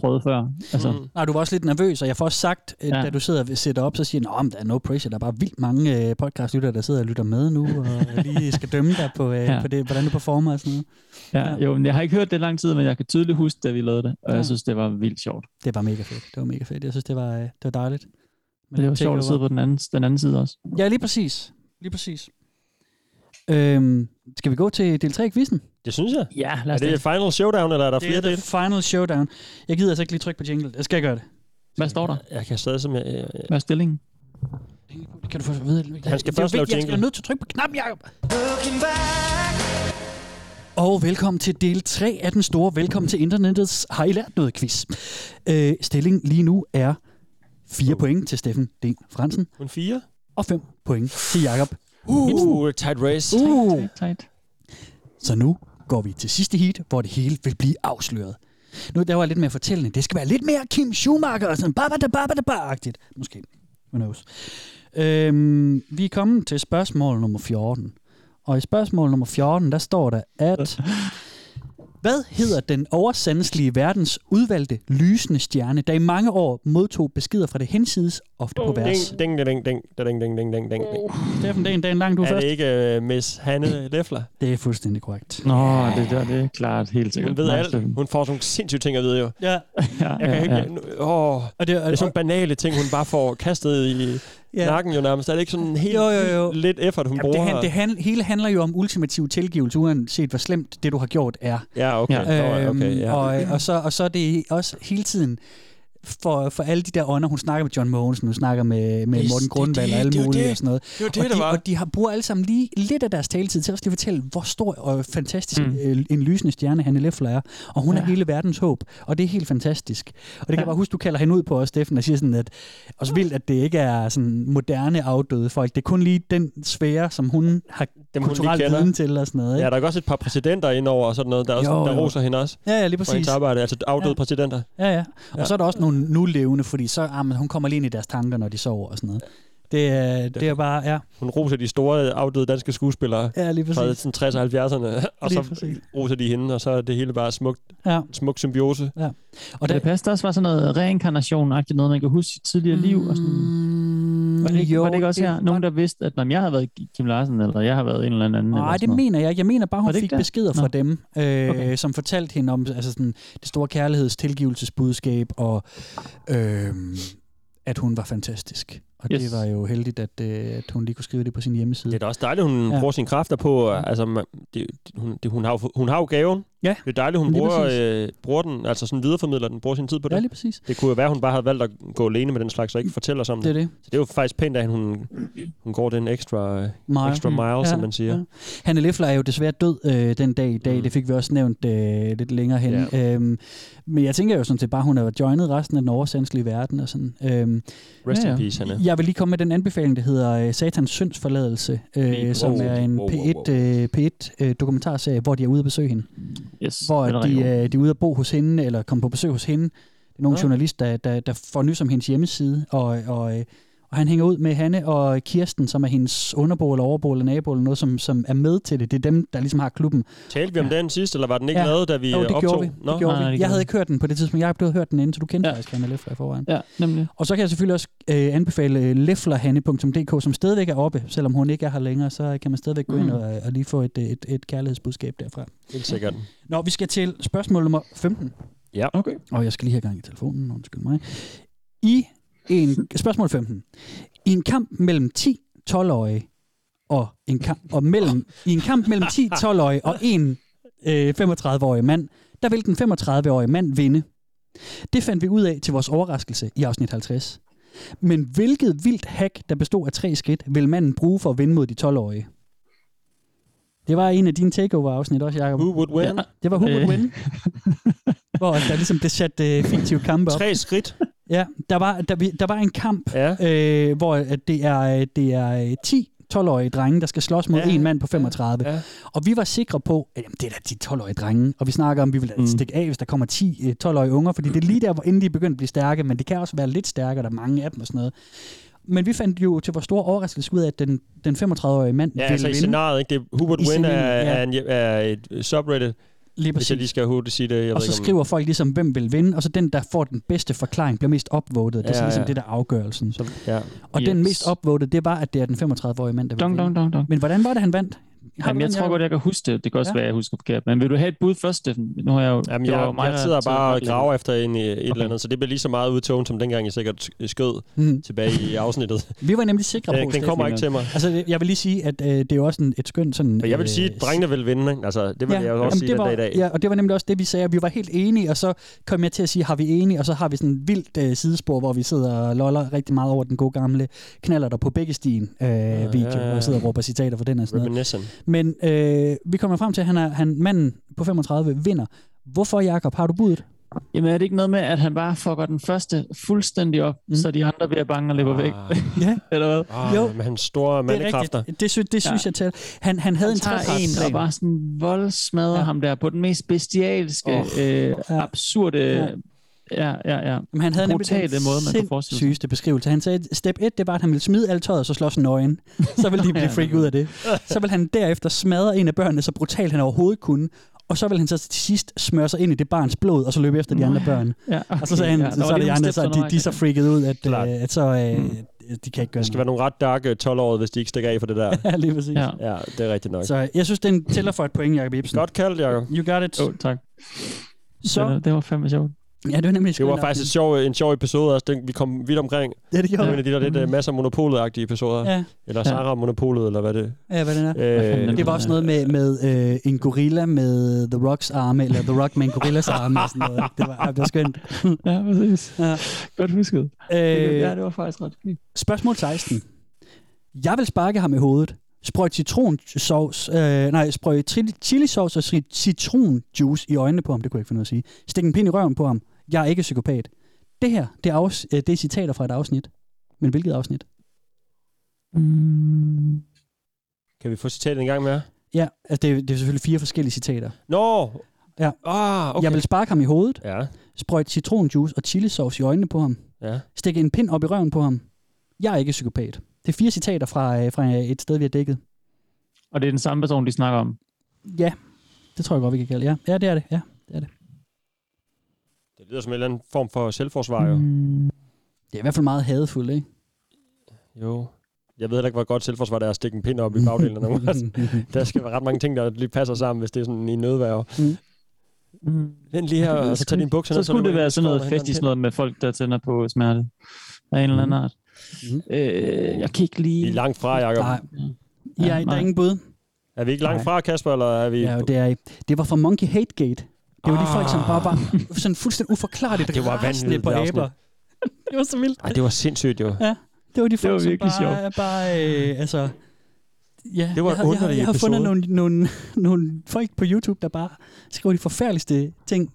[SPEAKER 5] prøvet før. Altså,
[SPEAKER 3] Mm.
[SPEAKER 5] mm.
[SPEAKER 4] Nej, du var også lidt nervøs, og jeg får også sagt, ja.
[SPEAKER 5] Ja.
[SPEAKER 4] da du sidder og sætter op, så siger jeg, at der er no pressure, der er bare vildt mange øh, podcastlyttere, der sidder og lytter med nu,
[SPEAKER 5] *laughs*
[SPEAKER 4] og lige skal dømme dig på, øh, ja.
[SPEAKER 5] Ja.
[SPEAKER 4] på det, hvordan du performer og sådan noget.
[SPEAKER 5] ja,
[SPEAKER 4] Ja.
[SPEAKER 5] jo, men jeg har ikke hørt det lang tid, men jeg kan tydeligt huske, da vi lavede det. Og
[SPEAKER 4] Ja.
[SPEAKER 5] jeg synes, det var vildt sjovt.
[SPEAKER 4] Det var mega fedt. Det var mega fedt. Jeg synes, det var, øh, det var dejligt. Men
[SPEAKER 5] Men det var sjovt at sidde på den anden, den anden side også.
[SPEAKER 4] Ja, lige præcis. Lige præcis. Øhm, skal vi gå til del 3 i quizzen?
[SPEAKER 3] det synes jeg.
[SPEAKER 5] Ja, lad
[SPEAKER 3] Er det et final showdown, eller er der flere
[SPEAKER 4] Det er the
[SPEAKER 3] det?
[SPEAKER 4] final showdown. Jeg gider altså ikke lige trykke på jingle. Jeg skal gøre det.
[SPEAKER 5] Hvad står der?
[SPEAKER 3] Jeg kan stadig som... øh, øh,
[SPEAKER 5] Hvad er stillingen?
[SPEAKER 4] Det kan du få at vide. Han
[SPEAKER 3] først lave
[SPEAKER 4] Jeg skal
[SPEAKER 3] jingle.
[SPEAKER 4] være nødt til at trykke på knappen, Jacob. Og velkommen til del 3 af den store Velkommen til internettets Har I lært noget quiz? Øh, stillingen lige nu er 4
[SPEAKER 3] Uh.
[SPEAKER 4] point til Steffen D. Fransen
[SPEAKER 3] Kun fire?
[SPEAKER 4] og 5 point til Jakob.
[SPEAKER 3] Uh, tight race.
[SPEAKER 4] Uh.
[SPEAKER 5] Tight, tight.
[SPEAKER 4] Så nu går vi til sidste heat, hvor det hele vil blive afsløret. Nu der var jeg lidt mere fortællende. Det skal være lidt mere Kim Schumacher og sådan babadababadabagtigt. Måske. Who knows. Øhm, vi er kommet til spørgsmål nummer 14. Og i spørgsmål nummer 14, der står der, *laughs* at... Hvad hedder den oversandslige verdens udvalgte lysende stjerne, der i mange år modtog beskeder fra det hensides, ofte på vers?
[SPEAKER 3] Ding, ding, ding, ding, ding, ding, ding, ding, ding, ding.
[SPEAKER 4] Steffen, det er en dag lang, du er
[SPEAKER 3] Er det
[SPEAKER 4] først.
[SPEAKER 3] ikke uh, Miss Hanne Leffler?
[SPEAKER 4] Det er fuldstændig korrekt.
[SPEAKER 5] Nå, det der, det er klart, helt sikkert.
[SPEAKER 3] Hun ved
[SPEAKER 5] Nej,
[SPEAKER 3] alt.
[SPEAKER 5] Steffen.
[SPEAKER 3] Hun får sådan nogle sindssyge ting at vide, jo.
[SPEAKER 4] Ja,
[SPEAKER 5] Ja,
[SPEAKER 3] Jeg kan
[SPEAKER 5] ja, ja.
[SPEAKER 3] ikke... nu- Åh,
[SPEAKER 4] og det,
[SPEAKER 3] det er sådan banale ting, hun bare får kastet i
[SPEAKER 4] ja.
[SPEAKER 3] nakken jo nærmest. Er det ikke sådan helt
[SPEAKER 4] Jo, jo, jo.
[SPEAKER 3] lidt effort, hun
[SPEAKER 4] Jamen, det,
[SPEAKER 3] bruger?
[SPEAKER 4] han, det han, hele handler jo om ultimativ tilgivelse, uanset hvor slemt det, du har gjort, er.
[SPEAKER 3] Ja, okay. Ja. okay ja.
[SPEAKER 4] og, øh, og, så, og så er det også hele tiden for, for alle de der ånder, hun snakker med John Mogensen, hun snakker med, med
[SPEAKER 3] Det-
[SPEAKER 4] Morten
[SPEAKER 3] det-
[SPEAKER 4] Grundvald
[SPEAKER 3] det-
[SPEAKER 4] og
[SPEAKER 3] det er
[SPEAKER 4] alle
[SPEAKER 3] jo
[SPEAKER 4] mulige
[SPEAKER 3] det.
[SPEAKER 4] og sådan noget.
[SPEAKER 3] det var det,
[SPEAKER 4] og,
[SPEAKER 3] der
[SPEAKER 4] de,
[SPEAKER 3] var.
[SPEAKER 4] og de har bruger alle sammen lige lidt af deres taletid til at lige fortælle, hvor stor og fantastisk
[SPEAKER 5] Mm.
[SPEAKER 4] mm. en lysende stjerne Hanne Leffler er. Og hun ja. er
[SPEAKER 5] Ja.
[SPEAKER 4] hele verdens håb, og det er helt fantastisk. Og det kan ja.
[SPEAKER 5] Ja.
[SPEAKER 4] jeg bare huske, du kalder hende ud på os, Steffen, og siger sådan, at også vildt, at det ikke er sådan moderne afdøde folk. Det er kun lige den sfære, som hun har
[SPEAKER 3] Dem, hun lige
[SPEAKER 4] kulturel
[SPEAKER 3] kender.
[SPEAKER 4] viden til og sådan noget.
[SPEAKER 3] Ja,
[SPEAKER 4] Ikke?
[SPEAKER 3] der er også et par præsidenter indover og sådan noget, der, også,
[SPEAKER 4] Jo,
[SPEAKER 3] der
[SPEAKER 4] jo.
[SPEAKER 3] roser hende også
[SPEAKER 4] Ja, ja, lige
[SPEAKER 3] for
[SPEAKER 4] præcis.
[SPEAKER 3] hendes arbejde. Altså afdøde
[SPEAKER 4] Ja.
[SPEAKER 3] ja. præsidenter.
[SPEAKER 4] Ja, ja. Og
[SPEAKER 3] Ja.
[SPEAKER 4] så er der også nogle nulevende, fordi så, ah, men hun kommer lige ind i deres tanker, når de sover og sådan noget. Det, er, det er bare, ja,
[SPEAKER 3] Hun roser de store afdøde danske skuespillere
[SPEAKER 4] ja lige
[SPEAKER 3] fra
[SPEAKER 4] præcis.
[SPEAKER 3] sådan 60 og 70'erne, og
[SPEAKER 4] Lige
[SPEAKER 3] så
[SPEAKER 4] præcis.
[SPEAKER 3] roser de hende, og så er det hele bare smukt,
[SPEAKER 4] Ja.
[SPEAKER 3] en smuk symbiose.
[SPEAKER 4] Og
[SPEAKER 5] Og det
[SPEAKER 4] der,
[SPEAKER 5] passer også var sådan noget reinkarnation-agtigt, noget man kan huske sit tidligere liv. Og sådan.
[SPEAKER 4] Mm,
[SPEAKER 5] Var det, ikke,
[SPEAKER 4] jo,
[SPEAKER 5] jo, var det ikke også her?
[SPEAKER 4] var-
[SPEAKER 5] Nogen, der vidste, at når jeg havde været Kim Larsen, eller jeg har været en eller anden anden.
[SPEAKER 4] Nej,
[SPEAKER 5] eller
[SPEAKER 4] det
[SPEAKER 5] sådan noget.
[SPEAKER 4] mener jeg. ikke. Jeg mener bare, hun
[SPEAKER 5] Var det
[SPEAKER 4] fik
[SPEAKER 5] ikke det?
[SPEAKER 4] beskeder fra
[SPEAKER 5] Nå.
[SPEAKER 4] dem, øh, okay.
[SPEAKER 5] Okay.
[SPEAKER 4] som fortalte hende om altså sådan, det store kærligheds tilgivelsesbudskab, og øh, at øhm, hun var fantastisk. Og yes. det var jo heldigt, at, øh, at hun lige kunne skrive det på sin hjemmeside.
[SPEAKER 3] Det er da også dejligt, hun ja. bruger sine kræfter på. Øh, altså, man- det, det, hun, det, hun, har, jo- hun har jo gaven.
[SPEAKER 4] Ja,
[SPEAKER 3] Det er dejligt, hun
[SPEAKER 4] lige
[SPEAKER 3] bruger,
[SPEAKER 4] præcis.
[SPEAKER 3] øh, bruger den, altså sådan videreformidler den, bruger sin tid på det.
[SPEAKER 4] Ja, lige præcis.
[SPEAKER 3] Det kunne jo være, hun bare havde valgt at gå alene med den slags, og ikke fortælle os om
[SPEAKER 4] Det er
[SPEAKER 3] det.
[SPEAKER 4] det.
[SPEAKER 3] Så det er jo faktisk pænt, at hun, hun går den ekstra, øh,
[SPEAKER 5] Mm.
[SPEAKER 4] Mile.
[SPEAKER 3] ekstra mile,
[SPEAKER 4] Ja,
[SPEAKER 3] som man siger.
[SPEAKER 4] ja. Hanne Leffler er jo desværre død øh, den dag i dag. Mm. Det fik vi også nævnt øh, lidt længere hen. Yeah. Øhm, men jeg tænker jo sådan set bare, hun er joinet resten af den oversanselige verden. Og sådan. Øhm,
[SPEAKER 3] Rest in peace, Hanne.
[SPEAKER 4] Jeg vil lige komme med den anbefaling, der hedder øh, Satans Synds Forladelse, øh, som er en P1, øh, P1 øh, dokumentarserie, hvor de er ude at besøge hende.
[SPEAKER 5] Yes,
[SPEAKER 4] hvor
[SPEAKER 5] den er
[SPEAKER 4] de,
[SPEAKER 5] rigtig god.
[SPEAKER 4] øh, de er ude at bo hos hende, eller komme på besøg hos hende. Det er nogle
[SPEAKER 5] Ja.
[SPEAKER 4] ja. journalist, der, der, der får nys om hendes hjemmeside, og, og, øh, og han hænger ud med Hanne og Kirsten, som er hendes underbo eller overbo eller nabo eller noget, som, som er med til det. Det er dem, der ligesom har klubben.
[SPEAKER 3] Talte vi om den sidst, eller var den ikke lavet, da vi øh,
[SPEAKER 4] jo, det
[SPEAKER 3] optog?
[SPEAKER 4] Gjorde vi.
[SPEAKER 3] Nå?
[SPEAKER 4] Det gjorde vi. Jeg havde ikke hørt den på det tidspunkt. Jeg blev hørt den inden, så du kendte ja. faktisk Hanne Leffler i forvejen.
[SPEAKER 5] Ja, nemlig.
[SPEAKER 4] Og så kan jeg selvfølgelig også øh, anbefale øh, lefflerhanne.dk, som stadigvæk er oppe, selvom hun ikke er her længere, så øh, kan man stadigvæk gå ind
[SPEAKER 3] Mm.
[SPEAKER 4] og, øh, og lige få et, øh, et, et kærlighedsbudskab derfra.
[SPEAKER 3] Helt sikkert.
[SPEAKER 4] Nå, vi skal til spørgsmål nummer 15.
[SPEAKER 3] Ja.
[SPEAKER 5] Okay.
[SPEAKER 4] Og jeg skal lige have gang i telefonen, undskyld mig. I en, spørgsmål 15. I en kamp mellem 10 12-årige og en kamp, og mellem, i en kamp mellem 10 12-årige og en øh, 35-årig mand, der vil den 35-årige mand vinde. Det fandt vi ud af til vores overraskelse i afsnit 50. Men hvilket vildt hack, der bestod af tre skridt, vil manden bruge for at vinde mod de 12-årige? Det var en af dine takeover-afsnit også, Jacob.
[SPEAKER 3] Who would win?
[SPEAKER 4] Ja, det var Who would
[SPEAKER 3] Øh.
[SPEAKER 4] win. hvor der ligesom blev sat øh, fiktive kampe op.
[SPEAKER 3] Tre skridt.
[SPEAKER 4] Ja, der var, der, vi- der var en kamp, ja. øh, hvor at det er, øh, det er øh, 10 12-årige drenge, der skal slås mod
[SPEAKER 3] Ja,
[SPEAKER 4] ja, en mand på 35.
[SPEAKER 3] ja.
[SPEAKER 4] Og vi var sikre på, at jamen, det er da de 12-årige drenge. Og vi snakker om, at vi vil mm. stikke af, hvis der kommer 10 øh, 12-årige unger. Fordi det er lige der, hvor inden de er begyndt at blive stærke. Men det kan også være lidt stærkere, der er mange af dem og sådan noget. Men vi fandt jo til vores store overraskelse ud af, at den, den 35-årige mand
[SPEAKER 3] Ja,
[SPEAKER 4] ville
[SPEAKER 3] altså i
[SPEAKER 4] vinde.
[SPEAKER 3] scenariet, ikke? Det er Who would
[SPEAKER 4] I
[SPEAKER 3] win er,
[SPEAKER 4] scenariet, ja.
[SPEAKER 3] er, en, er et subreddit,
[SPEAKER 4] lige
[SPEAKER 3] hvis altså, jeg lige skal hurtigt sige det. Jeg ved
[SPEAKER 4] og så
[SPEAKER 3] ikke, om-
[SPEAKER 4] skriver folk ligesom, hvem vil vinde, og så den, der får den bedste forklaring, bliver mest opvotet. Det er
[SPEAKER 3] Ja,
[SPEAKER 4] ja, ligesom
[SPEAKER 3] ja.
[SPEAKER 4] det, der er afgørelsen.
[SPEAKER 3] Så, ja.
[SPEAKER 4] Og yes. den mest opvoted, det var, at det er den 35-årige mand, der vil
[SPEAKER 5] Dong,
[SPEAKER 4] vinde.
[SPEAKER 5] dong, dong, dong.
[SPEAKER 4] Men hvordan var det, han vandt? Har
[SPEAKER 5] Jamen,
[SPEAKER 4] du
[SPEAKER 5] jeg
[SPEAKER 4] den,
[SPEAKER 5] tror
[SPEAKER 4] Jacob?
[SPEAKER 5] godt, jeg kan huske det. Det kan også
[SPEAKER 4] Ja.
[SPEAKER 5] ja. være, jeg husker forkert. Men vil du have et bud først, Steffen? Nu har jeg jo...
[SPEAKER 3] Jamen,
[SPEAKER 5] det var
[SPEAKER 3] jeg,
[SPEAKER 5] jo mig,
[SPEAKER 3] jeg
[SPEAKER 5] der-
[SPEAKER 3] sidder bare og
[SPEAKER 5] der-
[SPEAKER 3] graver efter en, i et okay.
[SPEAKER 5] Okay.
[SPEAKER 3] eller andet, så det bliver lige så meget udtåen, som dengang jeg sikkert skød
[SPEAKER 4] Mm.
[SPEAKER 3] tilbage i
[SPEAKER 5] *laughs*
[SPEAKER 3] afsnittet.
[SPEAKER 4] Vi var nemlig sikre på,
[SPEAKER 3] Øh, den kommer
[SPEAKER 4] Steffen.
[SPEAKER 3] ikke til mig.
[SPEAKER 4] Altså, det- jeg vil lige sige, at øh, det er jo også en, et skønt sådan... øh,
[SPEAKER 3] Men jeg vil sige, at drengene vil vinde. Ikke? Altså, det vil ja, jeg jo også sige
[SPEAKER 4] det
[SPEAKER 3] den
[SPEAKER 4] var,
[SPEAKER 3] dag i dag.
[SPEAKER 4] Ja, og det var nemlig også det, vi sagde, at vi var helt enige, og så kom jeg til at sige, har vi enige, og så har vi sådan et vildt øh, sidespor, hvor vi sidder og loller rigtig meget over den gode gamle knaller der på begge stien øh, ja, video,
[SPEAKER 3] ja,
[SPEAKER 4] ja,
[SPEAKER 3] ja.
[SPEAKER 4] ja. og sidder og råber citater fra den og sådan noget.
[SPEAKER 3] Reminiscent.
[SPEAKER 4] Men øh, vi kommer frem til, at han er, han, manden på 35 vinder. Hvorfor, Jakob? Har du budet?
[SPEAKER 5] Jamen, er det ikke noget med, at han bare fucker den første fuldstændig op, mm. så de andre bliver bange og løber
[SPEAKER 9] Ah.
[SPEAKER 5] væk? *laughs*
[SPEAKER 4] Ja.
[SPEAKER 5] Eller hvad?
[SPEAKER 3] *laughs* Ah,
[SPEAKER 4] Jo.
[SPEAKER 3] jo. Med hans store mandekræfter.
[SPEAKER 4] rigtigt. Det, sy- det synes ja.
[SPEAKER 5] Ja.
[SPEAKER 4] jeg til. Han, han havde
[SPEAKER 5] Han
[SPEAKER 4] en
[SPEAKER 5] tager en og
[SPEAKER 4] træplan.
[SPEAKER 5] bare sådan voldsmadrer
[SPEAKER 4] Ja.
[SPEAKER 5] ja. ham der på den mest bestialske,
[SPEAKER 4] Åh,
[SPEAKER 5] oh, øh,
[SPEAKER 4] ja.
[SPEAKER 5] absurde...
[SPEAKER 4] Ja.
[SPEAKER 5] Ja. Ja, ja, ja.
[SPEAKER 4] Men han havde nemlig
[SPEAKER 5] brutale
[SPEAKER 4] den
[SPEAKER 5] måde, man kunne forestille sig.
[SPEAKER 4] sygeste beskrivelse. Han sagde, at step 1, det var, at han ville smide alt tøjet, og så slås nøgen. Så
[SPEAKER 5] *laughs*
[SPEAKER 4] ville de blive freak ud af det. Så ville han derefter smadre en af børnene, så brutalt han overhovedet kunne. Og så ville han så til sidst smøre sig ind i det barns blod, og så løbe efter de andre børn.
[SPEAKER 5] ja okay,
[SPEAKER 4] Og så sagde han,
[SPEAKER 5] ja.
[SPEAKER 4] ja,
[SPEAKER 5] Der
[SPEAKER 4] så,
[SPEAKER 5] var
[SPEAKER 4] er
[SPEAKER 5] lige
[SPEAKER 4] de
[SPEAKER 5] nogle
[SPEAKER 4] andre,
[SPEAKER 5] steps
[SPEAKER 4] så de,
[SPEAKER 5] undervejs,
[SPEAKER 4] de er så
[SPEAKER 5] ja.
[SPEAKER 4] freaket ud, at,
[SPEAKER 3] Klart.
[SPEAKER 4] øh, at så,
[SPEAKER 5] Mm.
[SPEAKER 4] øh, de kan ikke gøre
[SPEAKER 3] Det skal være nogle ret darke 12-årige, hvis de ikke stikker af for det der.
[SPEAKER 4] noget. *laughs* Ja, lige præcis.
[SPEAKER 5] Ja.
[SPEAKER 4] Ja.
[SPEAKER 3] Ja, det er rigtigt nok.
[SPEAKER 4] Så jeg synes, den tæller for et point, Jacob Ibsen.
[SPEAKER 3] Godt kaldt, Jacob.
[SPEAKER 4] You got it.
[SPEAKER 5] Åh, oh, tak.
[SPEAKER 4] Så,
[SPEAKER 5] Så. Det var fandme sjovt.
[SPEAKER 4] ja, det var nemlig
[SPEAKER 3] Det var
[SPEAKER 4] skønt.
[SPEAKER 3] faktisk et sjov, en sjov episode også. Den, vi kom vidt omkring. Det
[SPEAKER 4] Ja, det
[SPEAKER 3] var
[SPEAKER 4] gjorde
[SPEAKER 3] en af de der lidt uh, masser af monopolet-agtige episoder.
[SPEAKER 4] Ja,
[SPEAKER 3] Eller
[SPEAKER 5] Ja.
[SPEAKER 3] Sarah og monopolet, eller hvad det
[SPEAKER 4] ja, hvad den er.
[SPEAKER 3] er.
[SPEAKER 5] fanden
[SPEAKER 4] Det var også noget med, med øh, en gorilla med The Rocks arme, eller The Rock med en gorillas arme og sådan noget. Det var, ej, det var skønt.
[SPEAKER 5] Ja, præcis.
[SPEAKER 4] Ja.
[SPEAKER 5] Ja. *laughs* Godt husket. Øh, ja,
[SPEAKER 4] Øh,
[SPEAKER 5] det var faktisk ret fint.
[SPEAKER 4] spørgsmål 16. Jeg vil sparke ham i hovedet. Sprøjt citronsovs, øh, nej, sprøjt tri- chilisovs og cit- citronjuice i øjnene på ham. Det kunne jeg ikke finde ud af at sige. Stik en pind i røven på ham. Jeg er ikke psykopat. Det her, det er, afs- øh, det er citater fra et afsnit. Men hvilket afsnit?
[SPEAKER 5] Mm.
[SPEAKER 3] Kan vi få citatet en gang mere?
[SPEAKER 4] Ja, altså det, er, det er selvfølgelig fire forskellige citater.
[SPEAKER 3] Nå!
[SPEAKER 4] Ja.
[SPEAKER 3] Ah,
[SPEAKER 4] Okay.
[SPEAKER 3] okay.
[SPEAKER 4] Jeg vil sparke ham i hovedet.
[SPEAKER 3] Ja,
[SPEAKER 4] Sprøjt citronjuice og chilisovs i øjnene på ham.
[SPEAKER 3] ja.
[SPEAKER 4] Stikke en pind op i røven på ham. Jeg er ikke psykopat. Det er fire citater fra, øh, fra et sted, vi har dækket.
[SPEAKER 5] Og det er den samme person, de snakker om.
[SPEAKER 4] Ja, det tror jeg godt, vi kan kalde Ja, ja det er det. Ja.
[SPEAKER 3] Det lyder som en eller anden form for selvforsvar, jo.
[SPEAKER 5] Mm.
[SPEAKER 4] Det er i hvert fald meget hadefuldt, ikke?
[SPEAKER 3] Jo. Jeg ved heller ikke, hvor godt selvforsvar det er at stikke en pind op i
[SPEAKER 4] *laughs*
[SPEAKER 3] bagdelen af nogen. Altså, der skal være ret mange ting, der lige passer sammen, hvis det er sådan i nødværve.
[SPEAKER 5] Mm.
[SPEAKER 3] Vent
[SPEAKER 4] *laughs*
[SPEAKER 3] lige her, og så tag dine bukser
[SPEAKER 5] Så
[SPEAKER 3] ned.
[SPEAKER 5] skulle
[SPEAKER 3] du
[SPEAKER 5] det
[SPEAKER 3] ikke
[SPEAKER 5] være sådan noget
[SPEAKER 3] står og henter en Mhm.
[SPEAKER 5] festisk noget med folk, der tænder på smerte af en eller anden art. Mm. Øh, jeg kan ikke lige...
[SPEAKER 3] Vi er langt fra, Jacob.
[SPEAKER 4] Nej. Ja, ja, der er
[SPEAKER 5] nej.
[SPEAKER 4] ingen bud.
[SPEAKER 3] Er vi ikke langt
[SPEAKER 4] Nej.
[SPEAKER 3] fra, Kasper, eller er vi...
[SPEAKER 4] Ja, jo, det er I. Det var fra Monkey Hate Gate. Det var de folk, som bare var sådan fuldstændig uforklarligt
[SPEAKER 3] Ah, Det var
[SPEAKER 4] rasende
[SPEAKER 3] vanvittigt,
[SPEAKER 4] på
[SPEAKER 3] det afsnit.
[SPEAKER 4] æbler. Det var så vildt.
[SPEAKER 3] Ej, det var sindssygt jo.
[SPEAKER 4] Det var de folk,
[SPEAKER 5] var
[SPEAKER 4] som
[SPEAKER 5] virkelig
[SPEAKER 4] bare, bare øh, altså... Ja,
[SPEAKER 3] Det var
[SPEAKER 4] jeg,
[SPEAKER 3] en
[SPEAKER 4] har- jeg, har-
[SPEAKER 3] underlig
[SPEAKER 4] jeg har fundet nogle,
[SPEAKER 3] episode.
[SPEAKER 4] nogle, nogle folk på YouTube, der bare skriver de forfærdeligste ting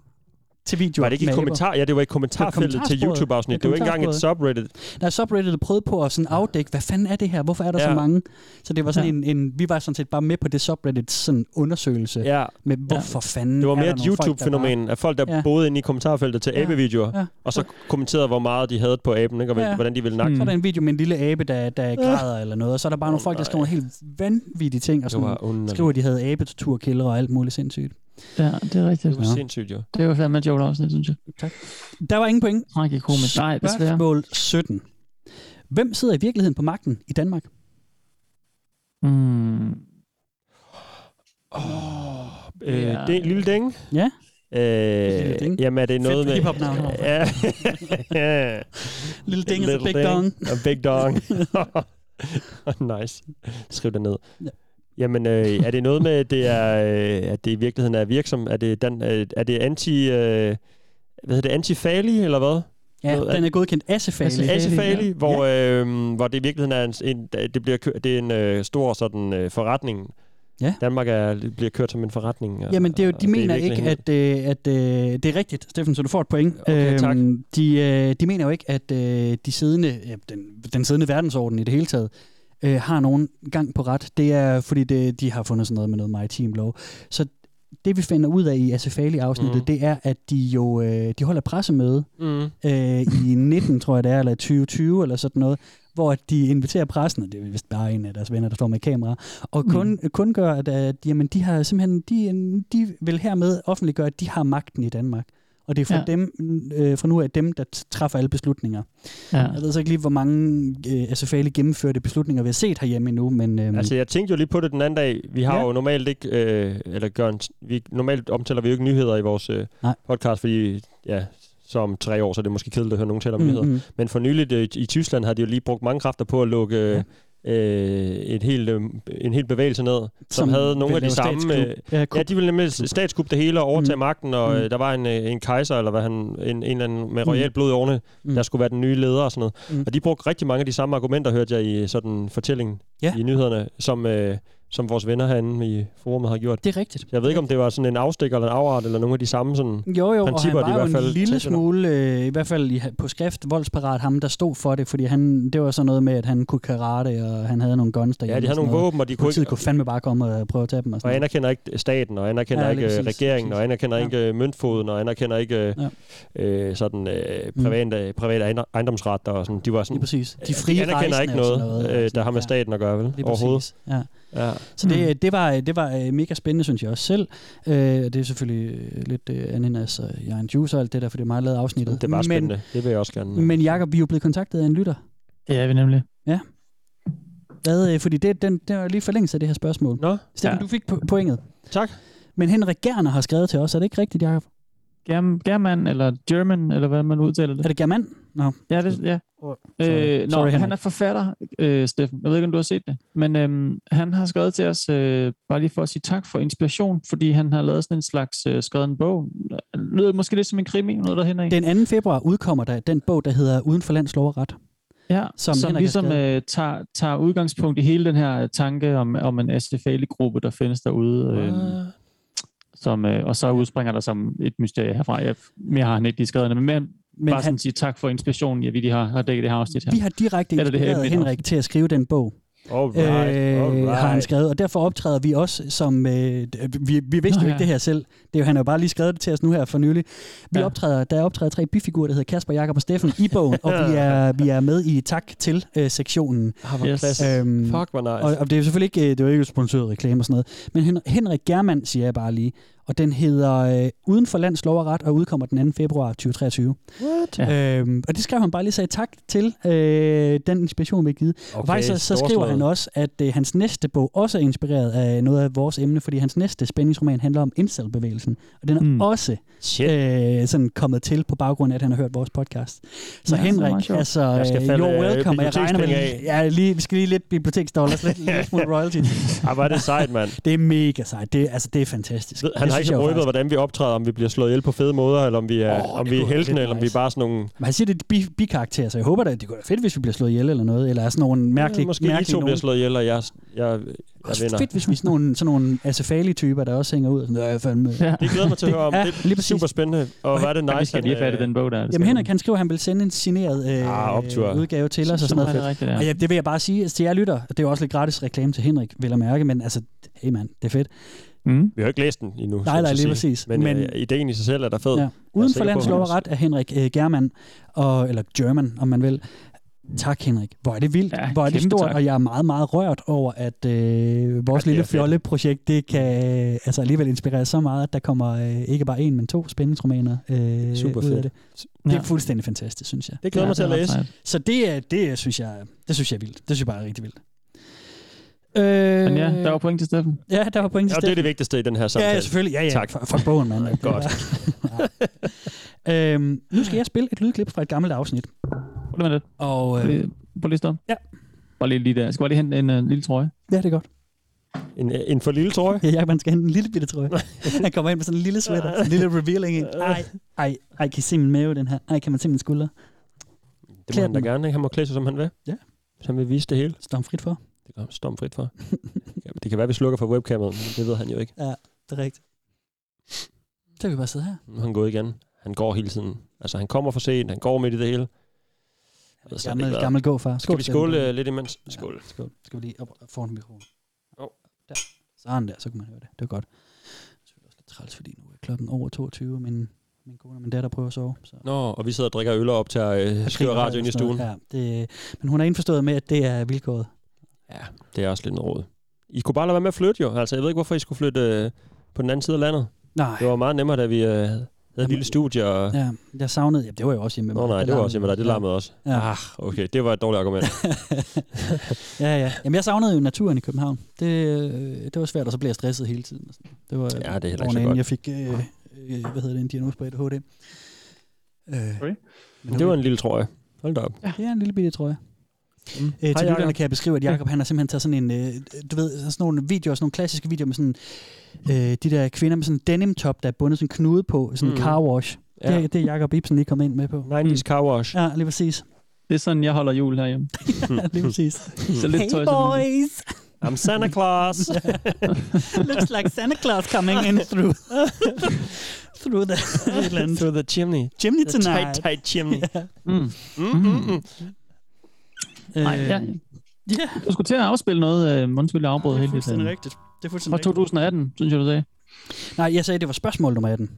[SPEAKER 4] til videoer
[SPEAKER 3] Var det ikke
[SPEAKER 4] med
[SPEAKER 3] et
[SPEAKER 4] aber.
[SPEAKER 3] kommentar? Ja, det var i kommentarfeltet til
[SPEAKER 4] kommentarsporet. Det
[SPEAKER 3] YouTube-afsnit.
[SPEAKER 4] er
[SPEAKER 3] Det var ikke engang et subreddit.
[SPEAKER 4] Nej, subreddit prøvede på at sådan afdække, hvad fanden er det her? Hvorfor er der ja.
[SPEAKER 3] Ja.
[SPEAKER 4] så mange? Så det var sådan ja. en, en, vi var sådan set bare med på det subreddit sådan undersøgelse ja.
[SPEAKER 3] Ja,
[SPEAKER 4] med, hvorfor ja. fanden
[SPEAKER 3] det var
[SPEAKER 4] er
[SPEAKER 3] mere
[SPEAKER 4] der
[SPEAKER 3] et
[SPEAKER 4] nogle folk, der bare-
[SPEAKER 3] YouTube-fænomen af folk, der
[SPEAKER 4] Ja.
[SPEAKER 3] boede inde i kommentarfeltet til
[SPEAKER 4] Ja.
[SPEAKER 3] abevideoer,
[SPEAKER 4] Ja.
[SPEAKER 3] og så kommenterede, hvor meget de havde på aben, ikke? og
[SPEAKER 4] Ja.
[SPEAKER 3] hvordan de ville nakke.
[SPEAKER 4] Så
[SPEAKER 3] den.
[SPEAKER 4] er
[SPEAKER 5] Mm.
[SPEAKER 4] der en video med en lille abe, der,
[SPEAKER 3] Øh.
[SPEAKER 4] der græder eller noget, og så er der bare oh, nogle folk, der skriver nogle helt vanvittige ting, og
[SPEAKER 3] Det
[SPEAKER 4] sådan,
[SPEAKER 3] var underligt.
[SPEAKER 4] skriver, at de havde abetorturkældre og alt muligt sindssygt.
[SPEAKER 5] Ja, det er rigtigt.
[SPEAKER 3] Det var sindssygt jo.
[SPEAKER 5] Det var fandme et sjovt afsnit, synes jeg.
[SPEAKER 4] Der var ingen point.
[SPEAKER 5] Tragikomisk. Nej, desværre.
[SPEAKER 4] Spørgsmål 17. Hvem sidder i virkeligheden på magten i Danmark?
[SPEAKER 5] Mm.
[SPEAKER 3] Øh,
[SPEAKER 5] Ja.
[SPEAKER 3] det er en lille ding.
[SPEAKER 4] Ja. Lille
[SPEAKER 3] Øh,
[SPEAKER 4] ding.
[SPEAKER 3] jamen er det noget med...
[SPEAKER 4] hiphop-navn.
[SPEAKER 3] Ja.
[SPEAKER 4] *laughs*
[SPEAKER 3] Ja.
[SPEAKER 4] Lille ding, altså
[SPEAKER 3] Little
[SPEAKER 4] big *laughs* dong.
[SPEAKER 3] A big dong. *laughs* nice. Skriv det ned.
[SPEAKER 4] Ja.
[SPEAKER 3] Jamen, øh, er det noget med, at det, er, øh, at det i virkeligheden er virksom? Er det, dan, øh, er det anti... Øh, hvad hedder det? Antifali, eller hvad?
[SPEAKER 4] Ja,
[SPEAKER 3] Noget af-
[SPEAKER 4] den er godkendt assefagelig.
[SPEAKER 5] Assefagelig.
[SPEAKER 3] Asifali, ja. hvor, øh, hvor det i virkeligheden er en, en det bliver kø- det er en øh, stor sådan øh, forretning.
[SPEAKER 4] Ja.
[SPEAKER 3] Danmark er, bliver kørt som en forretning. og-
[SPEAKER 4] Jamen, det er jo,
[SPEAKER 3] og
[SPEAKER 4] de
[SPEAKER 3] i
[SPEAKER 4] mener ikke,
[SPEAKER 3] virkeligheden-
[SPEAKER 4] at, øh, at øh, det er rigtigt, Steffen, så du får et point. Øhm,
[SPEAKER 3] Okay, tak.
[SPEAKER 4] de, øh, de mener jo ikke, at øh, de siddende, ja, den, den siddende verdensorden i det hele taget øh, har nogen gang på ret. Det er, fordi det, de har fundet sådan noget med noget maritim lov. Så det, vi finder ud af i Asefali-afsnittet,
[SPEAKER 3] Mhm.
[SPEAKER 4] mm. det er, at de jo øh, de holder pressemøde
[SPEAKER 3] Mm.
[SPEAKER 4] øh, i 19, tror jeg det er, eller 2020, eller sådan noget, hvor de inviterer pressen, og det er vist bare en af deres venner, der står med et kamera, og kun, mm. kun gør, at, at jamen, de, har simpelthen, de, de vil hermed offentliggøre, at de har magten i Danmark. Og det er fra, ja.
[SPEAKER 5] Ja.
[SPEAKER 4] dem, øh, fra nu af dem, der t- træffer alle beslutninger.
[SPEAKER 5] Ja.
[SPEAKER 4] Jeg ved så ikke lige, hvor mange øh, SFA'le gennemførte beslutninger, vi har set herhjemme endnu, men øhm,
[SPEAKER 3] Altså, jeg tænkte jo lige på det den anden dag. Vi har ja.
[SPEAKER 4] Ja.
[SPEAKER 3] jo normalt ikke, øh, eller gør en, vi, normalt omtaler vi jo ikke nyheder i vores øh,
[SPEAKER 4] Nej.
[SPEAKER 3] podcast, fordi ja, så om tre år, så er det måske kedeligt at høre nogen tale om mm, nyheder.
[SPEAKER 4] mm, mm,
[SPEAKER 3] Men for nyligt øh, i Tyskland har de jo lige brugt mange kræfter på at lukke øh, øh, et helt, øh, en hel bevægelse ned, som, som havde nogle af
[SPEAKER 4] vil
[SPEAKER 3] de
[SPEAKER 4] lave
[SPEAKER 3] samme...
[SPEAKER 4] statskup.
[SPEAKER 3] Øh,
[SPEAKER 4] ja,
[SPEAKER 3] Ja,
[SPEAKER 4] kup.
[SPEAKER 3] de ville nemlig statskup det hele og overtage mm.
[SPEAKER 4] Mm.
[SPEAKER 3] magten, og mm.
[SPEAKER 4] Mm.
[SPEAKER 3] der var en, øh, en kejser, eller hvad han, en, en eller anden med
[SPEAKER 4] Mm.
[SPEAKER 3] royalt blod i årene, mm.
[SPEAKER 4] Mm.
[SPEAKER 3] der skulle være den nye leder og sådan noget. Mm.
[SPEAKER 4] Mm.
[SPEAKER 3] Og de brugte rigtig mange af de samme argumenter, hørte jeg i øh, sådan fortællingen
[SPEAKER 4] Ja.
[SPEAKER 3] i nyhederne, som, øh, som vores venner herinde i forumet har gjort.
[SPEAKER 4] Det er rigtigt.
[SPEAKER 3] Jeg ved ikke, om det var sådan en afstikker eller en afart, eller nogle af de samme sådan...
[SPEAKER 4] Jo, jo, og han
[SPEAKER 3] principper, de i
[SPEAKER 4] var jo
[SPEAKER 3] hvert fald
[SPEAKER 4] en lille
[SPEAKER 3] tæt ved
[SPEAKER 4] smule, øh, i hvert fald i, på skrift, voldsparat, ham der stod for det, fordi han, det var sådan noget med, at han kunne karate, og han havde nogle guns derhjemme.
[SPEAKER 3] Ja, de havde
[SPEAKER 4] og sådan
[SPEAKER 3] nogle
[SPEAKER 4] noget.
[SPEAKER 3] våben, og de kunne
[SPEAKER 4] Politiet
[SPEAKER 3] ikke...
[SPEAKER 4] kunne fandme bare komme og prøve at tage dem. Og
[SPEAKER 3] Og
[SPEAKER 4] sådan noget.
[SPEAKER 3] anerkender ikke staten, og anerkender ja,
[SPEAKER 4] Ja,
[SPEAKER 3] ikke
[SPEAKER 4] lige
[SPEAKER 3] øh,
[SPEAKER 4] præcis,
[SPEAKER 3] regeringen, og
[SPEAKER 4] præcis.
[SPEAKER 3] anerkender ja.
[SPEAKER 4] Ja.
[SPEAKER 3] ikke øh, møntfoden, og anerkender ikke ja. øh, sådan øh, private, mm. private ejendom- ejendomsret. Og sådan. De var
[SPEAKER 4] Lige
[SPEAKER 3] sådan, øh,
[SPEAKER 4] præcis. De frie
[SPEAKER 3] jeg anerkender
[SPEAKER 4] rejsende
[SPEAKER 3] ikke
[SPEAKER 4] og
[SPEAKER 3] noget,
[SPEAKER 4] sådan altså,
[SPEAKER 3] øh, der har med
[SPEAKER 4] Ja,
[SPEAKER 3] staten at gøre, vel?
[SPEAKER 4] lige
[SPEAKER 3] Overhovedet. Hmm.
[SPEAKER 4] præcis. Ja.
[SPEAKER 3] Ja.
[SPEAKER 4] Så det, det, var, det var øh, mega spændende, synes jeg også selv. Øh, det er selvfølgelig øh, lidt øh, ananas og jeg er en juice og alt det der, for det er meget lavet afsnittet.
[SPEAKER 3] Det er bare spændende. Men, det vil jeg også gerne. øh.
[SPEAKER 4] Men, men Jacob, vi er jo blevet kontaktet af en lytter.
[SPEAKER 5] Det er vi nemlig.
[SPEAKER 4] Hvad, øh, fordi det, den, den er lige forlængelse af det her spørgsmål.
[SPEAKER 3] Nå,
[SPEAKER 4] Steffen, ja.
[SPEAKER 5] Ja.
[SPEAKER 4] du fik po- pointet.
[SPEAKER 3] Tak.
[SPEAKER 4] Men Henrik Gerner har skrevet til os. Er det ikke rigtigt, Jacob?
[SPEAKER 5] Germ, German, eller German, eller hvad man udtaler det.
[SPEAKER 4] Er det German? Nå.
[SPEAKER 5] Ja, det, ja.
[SPEAKER 4] Sorry.
[SPEAKER 5] Øh, nå,
[SPEAKER 4] Sorry, Henrik.
[SPEAKER 5] han er forfatter, øh, Steffen. Jeg ved ikke, om du har set det. Men øhm, han har skrevet til os, øh, bare lige for at sige tak for inspiration, fordi han har lavet sådan en slags, øh, skrevet en bog. Lyder måske lidt som en krimi, noget der hænder i.
[SPEAKER 4] Den 2. februar udkommer der den bog, der hedder Uden for lands lov og ret.
[SPEAKER 5] Ja,
[SPEAKER 4] Som
[SPEAKER 5] som, som
[SPEAKER 4] Henrik har
[SPEAKER 5] ligesom
[SPEAKER 4] skrevet.
[SPEAKER 5] øh, tager, tager udgangspunkt i hele den her øh, tanke om, om en SFL-gruppe, der findes derude. Øh, som, øh, og så udspringer der som et mysterie herfra. Jeg, mere har han ikke lige skrevet, det, men mere
[SPEAKER 4] Men
[SPEAKER 5] bare
[SPEAKER 4] han,
[SPEAKER 5] sådan sige tak for inspirationen, at vi lige har, har dækket det her afsnit her.
[SPEAKER 4] vi har direkte
[SPEAKER 5] Eller det her
[SPEAKER 4] inspireret
[SPEAKER 5] emne.
[SPEAKER 4] Henrik til at skrive den bog, Øh,
[SPEAKER 3] Alright, alright.
[SPEAKER 4] har han skrevet. Og derfor optræder vi også som... Øh, d- vi, vi vidste
[SPEAKER 5] Nå,
[SPEAKER 4] jo
[SPEAKER 5] ja.
[SPEAKER 4] ikke det her selv. Det er jo, han har jo bare lige skrevet det til os nu her for nylig. Vi
[SPEAKER 5] Ja.
[SPEAKER 4] ja. optræder, der optræder tre bifigurer, der hedder Kasper, Jakob og Steffen i bogen. og
[SPEAKER 3] *laughs*
[SPEAKER 4] vi er, vi er med i tak til-sektionen.
[SPEAKER 3] Ah, hvor
[SPEAKER 5] Yes.
[SPEAKER 3] klasse.
[SPEAKER 4] Øhm,
[SPEAKER 3] Fuck, hvor nice.
[SPEAKER 4] Og, og det er jo selvfølgelig ikke, øh, det er jo ikke sponsoreret reklame og sådan noget. Men Hen- Henrik Germand, siger jeg bare lige, og den hedder øh, Uden for lands lov og ret, og udkommer den 2. februar 2023.
[SPEAKER 3] What?
[SPEAKER 4] Øhm, og det skrev han bare lige sagde tak til øh, den inspiration, vi har givet. Okay, og faktisk så, så skriver
[SPEAKER 3] storslået.
[SPEAKER 4] han også, at øh, hans næste bog også er inspireret af noget af vores emne, fordi hans næste spændingsroman handler om incel-bevægelsen, og den er
[SPEAKER 5] Mm.
[SPEAKER 4] mm. også
[SPEAKER 3] Shit.
[SPEAKER 4] øh, sådan kommet til på baggrund af, at han har hørt vores podcast. Så
[SPEAKER 5] Ja,
[SPEAKER 4] ja,
[SPEAKER 5] det er meget
[SPEAKER 4] Henrik,
[SPEAKER 5] sjovt.
[SPEAKER 4] altså,
[SPEAKER 3] Jeg skal
[SPEAKER 4] øh,
[SPEAKER 3] falde, øh,
[SPEAKER 4] you're welcome, og jeg regner med,
[SPEAKER 3] bibliotekspenge
[SPEAKER 4] ja, lige, vi skal lige lidt
[SPEAKER 3] *laughs*
[SPEAKER 4] biblioteksdollars, lidt, lidt smule royalty.
[SPEAKER 3] Ej, ah, hvor er det sejt,
[SPEAKER 4] *laughs*
[SPEAKER 3] mand.
[SPEAKER 4] Det er mega sejt, det, altså, det er fantastisk.
[SPEAKER 3] Han
[SPEAKER 4] Det
[SPEAKER 3] har
[SPEAKER 4] synes
[SPEAKER 3] ikke
[SPEAKER 4] jeg jo
[SPEAKER 3] røbet,
[SPEAKER 4] faktisk-
[SPEAKER 3] hvordan vi optræder, om vi bliver slået ihjel på fede måder, eller om vi er,
[SPEAKER 4] Åh,
[SPEAKER 3] oh, om
[SPEAKER 4] det
[SPEAKER 3] vi er
[SPEAKER 4] kunne være
[SPEAKER 3] heltene,
[SPEAKER 4] lidt
[SPEAKER 3] eller om vi
[SPEAKER 4] nice.
[SPEAKER 3] er bare sådan nogle...
[SPEAKER 4] Men han siger, det er bi- bikarakterer, så jeg håber da, det kunne være fedt, hvis vi bliver slået ihjel eller noget, eller er sådan nogle mærkelige,
[SPEAKER 3] Måske I
[SPEAKER 4] mærkelige
[SPEAKER 3] to bliver
[SPEAKER 4] nogen.
[SPEAKER 3] slået ihjel, og jeg, jeg, jeg
[SPEAKER 4] Også
[SPEAKER 3] vinder.
[SPEAKER 4] fedt, hvis vi er sådan nogle, sådan nogle asafalige typer, der også hænger ud. og Sådan, "Øh, fandme.
[SPEAKER 5] Ja.
[SPEAKER 3] Det glæder mig til at
[SPEAKER 4] Det
[SPEAKER 3] høre om.
[SPEAKER 4] er
[SPEAKER 3] Det
[SPEAKER 4] lige
[SPEAKER 3] er
[SPEAKER 4] præcis.
[SPEAKER 3] super spændende. Og hvad er det nice,
[SPEAKER 5] Vi skal
[SPEAKER 3] at,
[SPEAKER 5] lige have fat i
[SPEAKER 3] øh,
[SPEAKER 5] den bog der. altså. det skal
[SPEAKER 4] Jamen
[SPEAKER 5] vi.
[SPEAKER 4] Henrik, han skriver, at han vil sende en signeret øh,
[SPEAKER 3] Ah, optur.
[SPEAKER 4] udgave til os og sådan
[SPEAKER 5] Nå,
[SPEAKER 4] noget.
[SPEAKER 5] det er rigtigt, ja.
[SPEAKER 4] Og ja, det vil jeg bare sige altså, til jer lytter, og det er jo også lidt gratis reklame til Henrik, vil jeg mærke, men altså, hey mand, det er fedt.
[SPEAKER 5] Mm.
[SPEAKER 3] Vi har jo ikke læst den endnu.
[SPEAKER 4] Nej,
[SPEAKER 3] så
[SPEAKER 4] nej,
[SPEAKER 3] at
[SPEAKER 4] lige
[SPEAKER 3] sige.
[SPEAKER 4] præcis.
[SPEAKER 3] Men,
[SPEAKER 4] Men-
[SPEAKER 3] men øh, ideen i sig selv er da fed.
[SPEAKER 4] Ja.
[SPEAKER 3] Ja.
[SPEAKER 4] Uden
[SPEAKER 3] sikker
[SPEAKER 4] for
[SPEAKER 3] på,
[SPEAKER 4] lands
[SPEAKER 3] han
[SPEAKER 4] lov og
[SPEAKER 3] også-
[SPEAKER 4] ret af Henrik øh, German, og, eller German, om man vil. Tak, Henrik. Hvor er det vildt.
[SPEAKER 5] Ja,
[SPEAKER 4] Hvor er det
[SPEAKER 5] kæmpe
[SPEAKER 4] stort,
[SPEAKER 5] tak.
[SPEAKER 4] og jeg er meget, meget rørt over, at øh, vores
[SPEAKER 3] er
[SPEAKER 4] ja, lille
[SPEAKER 3] fedt.
[SPEAKER 4] fjolleprojekt, det kan øh, altså alligevel inspirere så meget, at der kommer øh, ikke bare en, men to spændingsromaner øh,
[SPEAKER 3] Super
[SPEAKER 4] ud af
[SPEAKER 3] fedt.
[SPEAKER 4] det. Det er
[SPEAKER 5] Ja.
[SPEAKER 4] fuldstændig fantastisk, synes jeg.
[SPEAKER 3] Det glæder mig til at læse.
[SPEAKER 4] Så det, er, det, synes jeg, det synes jeg er vildt. Det synes jeg bare er rigtig vildt. Øh,
[SPEAKER 5] Men ja, der var point til Steffen.
[SPEAKER 4] ja, der var point til
[SPEAKER 3] Og det er det vigtigste i den her
[SPEAKER 4] Ja,
[SPEAKER 3] samtale.
[SPEAKER 4] ja, selvfølgelig. Ja, ja.
[SPEAKER 3] Tak.
[SPEAKER 4] For, for bogen, mand.
[SPEAKER 3] *laughs* Godt.
[SPEAKER 4] Ja. *laughs* øhm, nu skal jeg spille et lydklip fra et gammelt afsnit.
[SPEAKER 5] Prøv lige med det.
[SPEAKER 4] Og,
[SPEAKER 5] Prøv
[SPEAKER 4] øh,
[SPEAKER 5] lige- Prøv lige at stoppe.
[SPEAKER 4] Ja.
[SPEAKER 5] Bare lige, lige der. Jeg skal bare lige hente en uh, lille trøje.
[SPEAKER 4] ja, det er godt.
[SPEAKER 3] En, øh, en for lille trøje.
[SPEAKER 4] Ja, Jacob, han skal hente en lille bitte
[SPEAKER 3] *laughs*
[SPEAKER 4] trøje. Han kommer ind med sådan en lille sweater. Sådan en lille revealing en. Ej, ej, ej, kan I se min mave, den her? Ej, kan man se min skulder?
[SPEAKER 3] Det må
[SPEAKER 4] Klæder
[SPEAKER 3] han da
[SPEAKER 4] den.
[SPEAKER 3] gerne. Ikke? Han må klæde sig, som han vil.
[SPEAKER 4] Ja.
[SPEAKER 3] Så han vil vise det hele.
[SPEAKER 4] Så der er frit for.
[SPEAKER 3] Det kan storm frit
[SPEAKER 4] *laughs*
[SPEAKER 3] for. Ja, det kan være, vi slukker for webcamet. men Det ved han jo ikke.
[SPEAKER 4] Det er rigtigt. Så kan vi bare sidde her.
[SPEAKER 3] Nu er han gået igen. Han går hele tiden. Altså, han kommer for sent. Han går midt i det hele. Jeg ved slet ikke,
[SPEAKER 4] Gammel,
[SPEAKER 3] hvad-
[SPEAKER 4] gammel gåfar.
[SPEAKER 3] Skal vi
[SPEAKER 4] til den.
[SPEAKER 3] skåle øh, lidt imens? Skål.
[SPEAKER 4] Ja, skål. Skal vi lige op foran mikrofonen?
[SPEAKER 3] Jo.
[SPEAKER 4] Der. Sådan der, så kunne man høre det. Det var godt. Så er det også lidt træls, fordi nu er klokken over 22, og min, min kone og min datter prøver at sove. Så
[SPEAKER 3] Nå, og vi sidder og drikker øl og optager øh, skør radio ind i stuen.
[SPEAKER 4] Ja, det, men hun er indforstået med, at det er vilkåret.
[SPEAKER 3] Det er også lidt en råd. I kunne bare lade være med at flytte jo. Altså, jeg ved ikke, hvorfor I skulle flytte øh, på den anden side af landet.
[SPEAKER 4] Nej.
[SPEAKER 3] Det var meget nemmere, da vi øh, havde et lille studie. Og...
[SPEAKER 4] Ja, jeg savnede... Ja, det var jo også hjemme med
[SPEAKER 3] Nå
[SPEAKER 4] mig.
[SPEAKER 3] nej, det var også hjemme med dig. Det
[SPEAKER 4] Ja.
[SPEAKER 3] larmede også.
[SPEAKER 4] Ja.
[SPEAKER 3] Ah, okay, det var et dårligt argument.
[SPEAKER 4] *laughs* Ja, ja. Jamen, jeg savnede jo naturen i København. Det, øh, det var svært, og så blev jeg stresset hele tiden. og sådan. Det var øh,
[SPEAKER 3] Ja, det er heller ikke
[SPEAKER 4] årene
[SPEAKER 3] så
[SPEAKER 4] inden
[SPEAKER 3] godt.
[SPEAKER 4] jeg fik, øh, øh, hvad hedder det, en diagnose på ADHD. Øh,
[SPEAKER 5] Sorry.
[SPEAKER 4] men
[SPEAKER 3] Det var en lille trøje. Hold da op.
[SPEAKER 4] Det er en lille bitte trøje. Mm. Øh, til
[SPEAKER 3] Hej,
[SPEAKER 4] lytterne
[SPEAKER 3] Jacob.
[SPEAKER 4] kan jeg beskrive, at Jacob han har simpelthen taget sådan en, øh, du ved, sådan nogle videoer, sådan nogle klassiske videoer med sådan, øh, de der kvinder med sådan en denim top, der er bundet sådan en knude på, sådan en
[SPEAKER 3] Mm.
[SPEAKER 4] mm. car wash. Ja.
[SPEAKER 3] Ja.
[SPEAKER 4] Det, er- det er Jacob Ibsen lige kommet ind med på.
[SPEAKER 3] 90's car wash.
[SPEAKER 4] Ja, lige præcis.
[SPEAKER 5] Det er sådan, jeg holder jul herhjemme.
[SPEAKER 4] Ja, *laughs* lige præcis.
[SPEAKER 5] Så lidt tøj
[SPEAKER 4] hey
[SPEAKER 5] som muligt.
[SPEAKER 4] boys!
[SPEAKER 3] I'm Santa
[SPEAKER 4] *laughs*
[SPEAKER 3] Claus.
[SPEAKER 4] Looks like Santa Claus coming in through, through the et eller andet.
[SPEAKER 3] Through the chimney.
[SPEAKER 4] chimney
[SPEAKER 3] The tight,
[SPEAKER 4] tonight.
[SPEAKER 3] tight chimney.
[SPEAKER 5] Mm.
[SPEAKER 3] Mm, mm,
[SPEAKER 4] Mm-hmm.
[SPEAKER 3] mm.
[SPEAKER 4] Øh,
[SPEAKER 5] Nej, ja.
[SPEAKER 4] ja.
[SPEAKER 5] Du skulle til at afspille noget, uh, undskyld, jeg afbrød
[SPEAKER 4] Det er
[SPEAKER 5] helt lidt.
[SPEAKER 4] fuldstændig
[SPEAKER 5] øh.
[SPEAKER 4] rigtigt. Det er
[SPEAKER 5] Fra
[SPEAKER 4] fuldstændig rigtigt.
[SPEAKER 5] 2018, synes jeg, du sagde.
[SPEAKER 4] Nej, jeg sagde, det var spørgsmål nummer 18.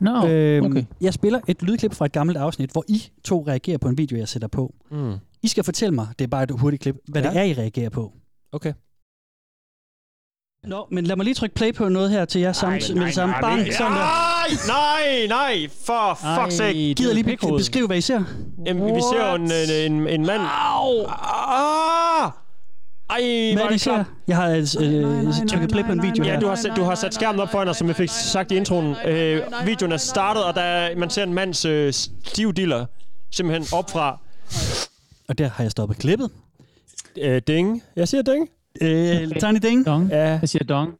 [SPEAKER 5] Nå, no.
[SPEAKER 4] Øhm,
[SPEAKER 5] okay.
[SPEAKER 4] Jeg spiller et lydklip fra et gammelt afsnit, hvor I to reagerer på en video, jeg sætter på.
[SPEAKER 3] Mm.
[SPEAKER 4] I skal fortælle mig, det er bare et hurtigt klip, hvad ja. det
[SPEAKER 3] Ja.
[SPEAKER 4] er, I reagerer på.
[SPEAKER 3] Okay.
[SPEAKER 4] Nå, men lad mig lige trykke play på noget her til jer samtidig med det samme.
[SPEAKER 3] nej,
[SPEAKER 4] Bang,
[SPEAKER 3] nej,
[SPEAKER 4] sådan der.
[SPEAKER 3] nej, nej, nej, for fuck's sake.
[SPEAKER 4] Gider lige be- beskrive, hvad I ser?
[SPEAKER 3] Jamen, vi ser jo en, en, en, en mand. Au! Ah! Ej,
[SPEAKER 4] Hvad
[SPEAKER 3] hvor er
[SPEAKER 4] er det, I
[SPEAKER 3] det
[SPEAKER 4] ser?
[SPEAKER 3] klart.
[SPEAKER 4] Jeg har øh, øh, trykket play på en video
[SPEAKER 3] Ja,
[SPEAKER 4] her.
[SPEAKER 3] du har, sat, du har sat skærmen op foran os, som jeg fik sagt i introen. Øh, videoen er startet, og der er, man ser en mands øh, stiv diller simpelthen op fra.
[SPEAKER 4] Og der har jeg stoppet klippet.
[SPEAKER 3] Øh, ding. Jeg siger ding.
[SPEAKER 4] Øh, Tiny Ding.
[SPEAKER 5] Dong.
[SPEAKER 3] Ja.
[SPEAKER 5] Jeg siger dong.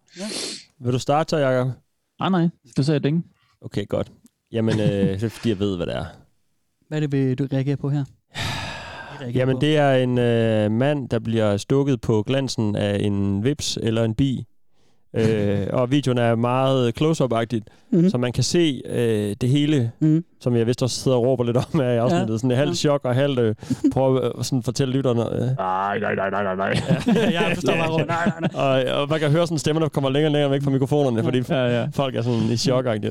[SPEAKER 3] Vil du starte så, Jacob?
[SPEAKER 5] Nej, nej. Du sagde ding.
[SPEAKER 3] Okay, godt. Jamen, øh, det er fordi, jeg ved, hvad det er.
[SPEAKER 4] Hvad er det, vil du reagere på her? I reagerer
[SPEAKER 3] Jamen,
[SPEAKER 4] på.
[SPEAKER 3] det er en øh, mand, der bliver stukket på glansen af en vips eller en bi.
[SPEAKER 4] *laughs*
[SPEAKER 3] øh, og videoen er meget close-up-agtigt,
[SPEAKER 4] Mhm.
[SPEAKER 3] så man kan se øh, det hele,
[SPEAKER 4] Mhm.
[SPEAKER 3] som jeg vist også sidder og råber lidt om af i afsnittet.
[SPEAKER 4] Ja.
[SPEAKER 3] Ja. Sådan halvt chok og halvt
[SPEAKER 4] *laughs*
[SPEAKER 3] øh, prøve at øh, sådan fortælle lytterne. Øh.
[SPEAKER 8] Nej, nej, nej, nej, nej, nej.
[SPEAKER 4] *laughs* Jeg forstår bare rundt. Nej, nej, nej.
[SPEAKER 3] Og, og man kan høre sådan stemmerne kommer længere og længere væk
[SPEAKER 4] Mhm.
[SPEAKER 3] fra mikrofonerne, fordi
[SPEAKER 5] Ja, ja.
[SPEAKER 3] *laughs* folk er sådan i chok -agtigt. Og
[SPEAKER 4] Øh,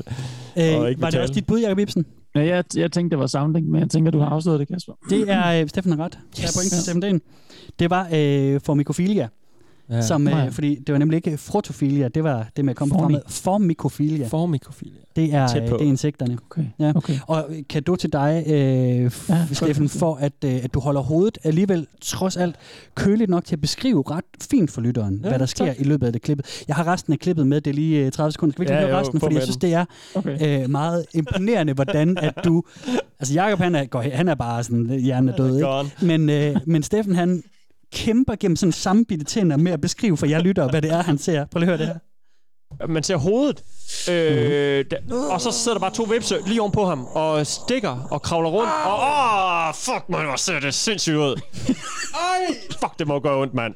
[SPEAKER 3] ikke
[SPEAKER 4] var det
[SPEAKER 3] betale.
[SPEAKER 4] også dit bud, Jacob Ibsen?
[SPEAKER 5] Ja, jeg, jeg tænkte, det var sounding, men jeg tænker, du har afsløret det, Kasper.
[SPEAKER 4] Det er øh, Steffen har ret. Yes. Der er point til Steffen Daen. Det var øh, for mikrofilia. Ja. Som, øh,
[SPEAKER 3] Ja.
[SPEAKER 4] Fordi det var nemlig ikke frotofilia, det var det med at komme
[SPEAKER 3] Formi-
[SPEAKER 4] fra med. Formikofilia.
[SPEAKER 3] For mikrofilia.
[SPEAKER 4] Det er,
[SPEAKER 3] Tæt
[SPEAKER 4] øh,
[SPEAKER 3] på.
[SPEAKER 4] det er insekterne.
[SPEAKER 5] Okay.
[SPEAKER 4] Ja.
[SPEAKER 5] okay.
[SPEAKER 4] Og kado til dig, øh, f-
[SPEAKER 5] Ja,
[SPEAKER 4] ja,
[SPEAKER 5] godt.
[SPEAKER 4] Steffen, for at, øh, at du holder hovedet alligevel trods alt køligt nok til at beskrive ret fint for lytteren, ja, hvad der sker tak. i løbet af det klippet. Jeg har resten af klippet med, det er lige øh, 30 sekunder. Skal vi ikke
[SPEAKER 3] Ja,
[SPEAKER 4] ja, høre
[SPEAKER 3] jo,
[SPEAKER 4] resten?
[SPEAKER 3] få
[SPEAKER 4] Fordi jeg
[SPEAKER 3] med
[SPEAKER 4] synes,
[SPEAKER 3] den.
[SPEAKER 4] det er
[SPEAKER 5] Okay.
[SPEAKER 4] øh, meget imponerende, hvordan at
[SPEAKER 3] *laughs*
[SPEAKER 4] du... Altså Jacob, han er, går, han er bare sådan, øh, hjernen er død,
[SPEAKER 3] gone.
[SPEAKER 4] ikke? Men, øh, men Steffen, han kæmper gennem sådan sammenbitte tænder med at beskrive for jeg lytter, hvad det er, han ser. Prøv lige at høre det her.
[SPEAKER 3] Man ser hovedet,
[SPEAKER 5] Mhm.
[SPEAKER 3] øh, der, og så sidder der bare to vipse lige ovenpå ham, og stikker og kravler rundt, og åh, fuck man, hvor ser det sindssygt
[SPEAKER 5] *laughs*
[SPEAKER 3] ud. Ej! Fuck, det må gå ondt, mand.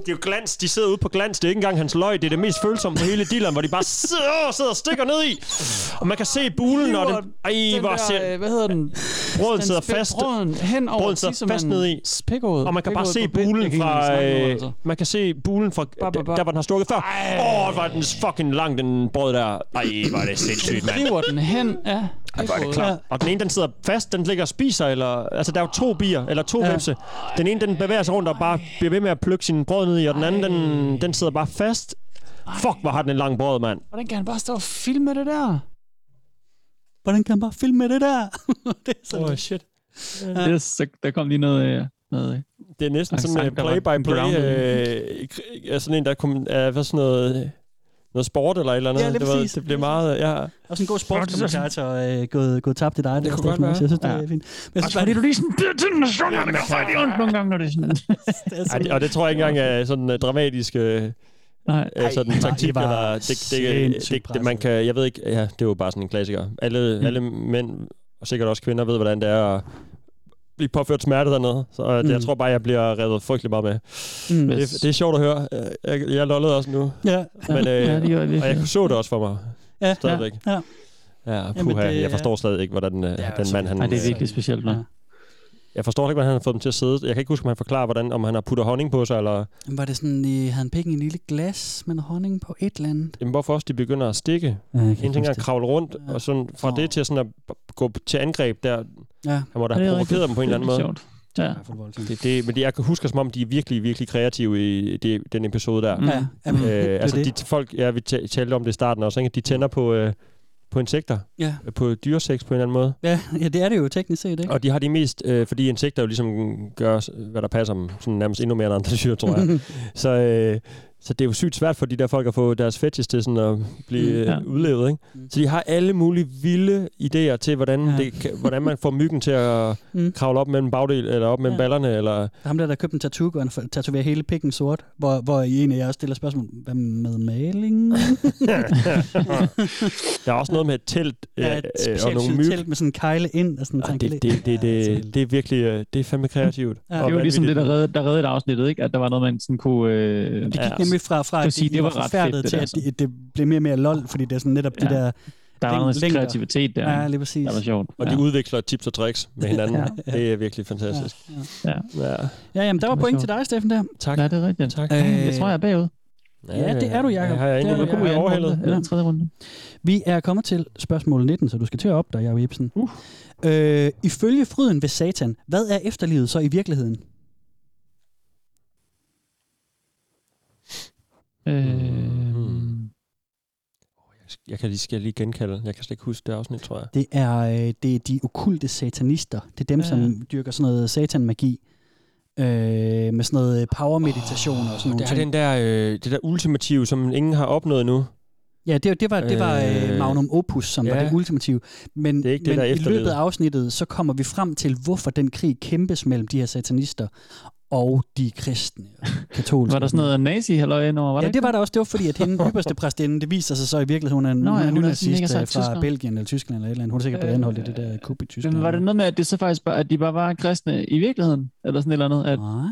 [SPEAKER 3] Det er jo glans, de sidder ude på glans, det er ikke engang hans løg, det er det mest følsomme på hele dealeren, hvor de bare sidder, åh, sidder og stikker ned i. Og man kan se bulen, og den, ej,
[SPEAKER 5] Den
[SPEAKER 3] hvor
[SPEAKER 5] der,
[SPEAKER 3] ser,
[SPEAKER 5] øh, hvad hedder den?
[SPEAKER 3] brøden
[SPEAKER 5] Den
[SPEAKER 3] sidder
[SPEAKER 5] spil-
[SPEAKER 3] fast.
[SPEAKER 5] Brøden hen over
[SPEAKER 3] Brøden sidder fast
[SPEAKER 5] tissemanden.
[SPEAKER 3] ned i.
[SPEAKER 5] Spikhoved.
[SPEAKER 3] Og man kan bare
[SPEAKER 5] Spikhoved
[SPEAKER 3] se
[SPEAKER 5] på pind. Jeg
[SPEAKER 3] bulen
[SPEAKER 5] kan ikke engang
[SPEAKER 3] fra...
[SPEAKER 5] snakke nu,
[SPEAKER 3] Øh,
[SPEAKER 5] altså.
[SPEAKER 3] man kan se bulen fra...
[SPEAKER 5] Ba, ba, ba.
[SPEAKER 3] Der, var den har stukket før. Åh, oh, var den fucking lang, den brød der. Ej, var det sindssygt, mand.
[SPEAKER 5] River den hen af spikhovedet.
[SPEAKER 3] Klart. Og den ene, den sidder fast, den ligger og spiser, eller... Altså, der er jo to bier, eller to ja. vipse. Den ene, den bevæger sig rundt og bare bliver ved med at plukke sin brød ned i, og den anden, den, den sidder bare fast. Fuck, hvor har den en lang brød, mand.
[SPEAKER 5] Hvordan kan han bare stå og filme det der?
[SPEAKER 4] Hvordan kan han bare filme det der? *laughs* det er sådan,
[SPEAKER 3] Åh, oh, shit.
[SPEAKER 5] Yes, så der kom lige noget... øh, noget.
[SPEAKER 3] Det er næsten
[SPEAKER 5] Og
[SPEAKER 3] sådan en
[SPEAKER 5] sang, der var
[SPEAKER 3] play-by-play.
[SPEAKER 5] grounded.
[SPEAKER 3] Øh, krig- er sådan en, der kom, er, hvad sådan noget, øh, noget sport eller et eller andet.
[SPEAKER 4] Ja, lige
[SPEAKER 3] det, var,
[SPEAKER 4] præcis. Altså,
[SPEAKER 3] det blev meget... øh, Ja.
[SPEAKER 4] Også en god sportskommentator øh, gået, gået tabt i dig. Det, det
[SPEAKER 3] kunne
[SPEAKER 4] kunne
[SPEAKER 3] godt
[SPEAKER 4] godt Jeg
[SPEAKER 3] være.
[SPEAKER 4] synes, det er fint. Men jeg synes bare, det
[SPEAKER 5] lige sådan... Det Altså, er sådan, at man kan fejle ondt nogle gange, når det er sådan...
[SPEAKER 4] er
[SPEAKER 3] Ej, det, og det tror jeg ikke engang er sådan uh, dramatisk uh,
[SPEAKER 5] Nej,
[SPEAKER 3] Ej, sådan
[SPEAKER 4] I
[SPEAKER 3] taktik
[SPEAKER 4] var
[SPEAKER 3] eller det, det, det,
[SPEAKER 4] sindssygt
[SPEAKER 3] det, det, man kan jeg ved ikke ja det er jo bare sådan en klassiker. Alle mm. alle mænd og sikkert også kvinder ved hvordan det er at blive påført smerte dernede. Så uh, det, jeg
[SPEAKER 4] Mm.
[SPEAKER 3] tror bare jeg bliver revet frygtelig meget med.
[SPEAKER 4] Mm.
[SPEAKER 3] Det, det er sjovt at høre. Øh, Jeg, jeg lollede også nu,
[SPEAKER 4] Ja,
[SPEAKER 3] men øh,
[SPEAKER 5] ja, det gør jeg
[SPEAKER 3] og jeg
[SPEAKER 5] virkelig.
[SPEAKER 3] kunne så det også for mig
[SPEAKER 4] ja, ja.
[SPEAKER 3] stadigvæk.
[SPEAKER 4] ja.
[SPEAKER 3] Ja,
[SPEAKER 4] Jamen,
[SPEAKER 3] puha,
[SPEAKER 4] det-
[SPEAKER 3] jeg forstår stadig ikke hvordan uh, den mand han
[SPEAKER 5] Nej, det er virkelig specielt, man.
[SPEAKER 4] Ja.
[SPEAKER 3] Jeg forstår ikke hvordan han har fået dem til at sidde. Jeg kan ikke huske om han forklarer hvordan om han har puttet honning på sig eller
[SPEAKER 4] Men Var det sådan, I havde han pikken i en lille glas med noget honning på et eller andet?
[SPEAKER 3] jamen, hvorfor også de begynder at stikke.
[SPEAKER 4] Ja, jeg
[SPEAKER 3] En ting er at kravle rundt,
[SPEAKER 4] Ja.
[SPEAKER 3] og sådan fra
[SPEAKER 4] Nå.
[SPEAKER 3] det til sådan at b- gå til angreb der.
[SPEAKER 4] Ja.
[SPEAKER 3] Han må da have provokeret dem på en eller anden måde.
[SPEAKER 5] Sjovt. Ja.
[SPEAKER 3] Det, det, men det, jeg kan huske, som om de er virkelig, virkelig kreative i det, den episode der.
[SPEAKER 5] Mm.
[SPEAKER 4] Ja, jamen, *laughs* det
[SPEAKER 3] Øh,
[SPEAKER 4] er
[SPEAKER 3] altså,
[SPEAKER 4] det.
[SPEAKER 3] de, folk, ja, vi ta- talte om det i starten også, ikke? at de tænder på, øh, på insekter,
[SPEAKER 4] Ja.
[SPEAKER 3] Øh, på dyreseks på en eller anden måde.
[SPEAKER 4] Ja, ja, det er det jo teknisk set, ikke?
[SPEAKER 3] Og de har de mest, øh, fordi insekter jo ligesom gør, s- hvad der passer dem, sådan nærmest endnu mere end andre dyr,
[SPEAKER 4] *laughs*
[SPEAKER 3] tror jeg. så, øh, så det er jo sygt svært for de der folk at få deres fetish til sådan at blive
[SPEAKER 5] Mm,
[SPEAKER 3] øh,
[SPEAKER 5] ja.
[SPEAKER 3] udlevet. Ikke?
[SPEAKER 4] Mm.
[SPEAKER 3] Så de har alle mulige vilde idéer til, hvordan,
[SPEAKER 4] Ja.
[SPEAKER 3] ja. det, kan- hvordan man får myggen til at
[SPEAKER 4] Mm.
[SPEAKER 3] kravle op mellem bagdel, eller op mellem
[SPEAKER 4] Ja.
[SPEAKER 3] ja. ballerne, eller
[SPEAKER 4] Ham der, der købte en tattoo, og han for- tatoverer hele pikken sort, hvor, hvor I en af jer stiller spørgsmål, hvad med maling?
[SPEAKER 3] Der er også noget med et telt øh,
[SPEAKER 4] Ja,
[SPEAKER 3] ja,
[SPEAKER 4] et
[SPEAKER 3] øh, og
[SPEAKER 4] specielt
[SPEAKER 3] nogle
[SPEAKER 4] syet
[SPEAKER 3] myg.
[SPEAKER 4] telt med sådan en kejle ind og sådan
[SPEAKER 3] Ja,
[SPEAKER 4] en altså,
[SPEAKER 3] det, det, det, det, det er virkelig øh, det er fandme kreativt.
[SPEAKER 4] Ja.
[SPEAKER 3] Og
[SPEAKER 5] Det var ligesom det, der
[SPEAKER 3] vanvittigt.
[SPEAKER 5] reddede, der reddede afsnittet, ikke? At der var noget, man sådan kunne... Øh,
[SPEAKER 4] Det gik
[SPEAKER 3] Ja.
[SPEAKER 4] nemlig fra, fra
[SPEAKER 5] vil
[SPEAKER 4] at
[SPEAKER 5] sige,
[SPEAKER 4] de
[SPEAKER 5] det
[SPEAKER 4] var
[SPEAKER 5] var ret fedt,
[SPEAKER 4] forfærdet
[SPEAKER 5] det
[SPEAKER 4] til,
[SPEAKER 5] der,
[SPEAKER 4] at det, det blev mere og mere lol, fordi det er sådan netop ja. det
[SPEAKER 5] Ja.
[SPEAKER 4] der...
[SPEAKER 5] der var noget
[SPEAKER 4] længder.
[SPEAKER 5] kreativitet der.
[SPEAKER 4] Ja, lige præcis.
[SPEAKER 5] Der var sjovt.
[SPEAKER 3] Og de udveksler tips og tricks *laughs* med hinanden.
[SPEAKER 4] Ja.
[SPEAKER 3] ja. Det er virkelig fantastisk.
[SPEAKER 5] Ja.
[SPEAKER 3] Ja.
[SPEAKER 4] Ja, jamen, der var
[SPEAKER 5] Det var
[SPEAKER 4] point til
[SPEAKER 5] sjovt.
[SPEAKER 4] dig, Steffen, der.
[SPEAKER 3] Tak.
[SPEAKER 5] Ja, det er rigtigt.
[SPEAKER 3] tak.
[SPEAKER 4] Øh,
[SPEAKER 5] Jeg tror, jeg er bagud.
[SPEAKER 4] Ja, det er du, Jacob.
[SPEAKER 3] Har jeg
[SPEAKER 4] Det
[SPEAKER 3] egentlig været
[SPEAKER 4] er du,
[SPEAKER 3] god i
[SPEAKER 5] anden
[SPEAKER 3] overhalet?
[SPEAKER 5] runde, eller
[SPEAKER 4] Ja.
[SPEAKER 5] ja. tredje runde.
[SPEAKER 4] Vi er kommet til spørgsmål 19, så du skal til at opdage, Jacob Ibsen.
[SPEAKER 5] Uh.
[SPEAKER 4] Øh, ifølge fryden ved satan, hvad er efterlivet så i virkeligheden?
[SPEAKER 5] Øh,
[SPEAKER 3] Jeg kan lige, skal lige genkalde. Jeg kan slet ikke huske det afsnit, tror jeg.
[SPEAKER 4] Det er, øh, det er de okulte satanister. Det er dem, ja.
[SPEAKER 5] Ja.
[SPEAKER 4] som dyrker sådan noget satanmagi. Øh, med sådan noget power-meditation oh, og sådan
[SPEAKER 3] Det
[SPEAKER 4] noget.
[SPEAKER 3] er den der, øh, det der ultimative, som ingen har opnået nu.
[SPEAKER 4] Ja, det, det var, det var øh,
[SPEAKER 3] Øh,
[SPEAKER 4] Magnum Opus, som ja, var
[SPEAKER 3] ja.
[SPEAKER 4] det ultimative. Men,
[SPEAKER 3] Det er ikke det,
[SPEAKER 4] men
[SPEAKER 3] der er
[SPEAKER 4] i løbet
[SPEAKER 3] efterlevet.
[SPEAKER 4] af afsnittet, så kommer vi frem til, hvorfor den krig kæmpes mellem de her satanister og de kristne
[SPEAKER 5] *laughs*
[SPEAKER 4] katolske.
[SPEAKER 5] var der sådan noget nazi halløj indover? Var
[SPEAKER 4] Ja,
[SPEAKER 5] der
[SPEAKER 4] det var der også. Det var fordi, at hende
[SPEAKER 5] *laughs*
[SPEAKER 4] ypperste præstinde, det viser sig så i virkeligheden, hun er en,
[SPEAKER 5] Nå ja,
[SPEAKER 4] hun er en
[SPEAKER 5] hun er
[SPEAKER 4] nynazist
[SPEAKER 5] mega sej
[SPEAKER 4] øh, fra
[SPEAKER 5] tysker.
[SPEAKER 4] Belgien eller Tyskland eller et eller andet. Hun er sikkert blevet
[SPEAKER 5] Øh,
[SPEAKER 4] anholdt i det der kub i Tyskland.
[SPEAKER 5] Men var det noget med, at det så faktisk bare, at de bare var kristne i virkeligheden? Eller sådan et eller andet? At,
[SPEAKER 4] Nej,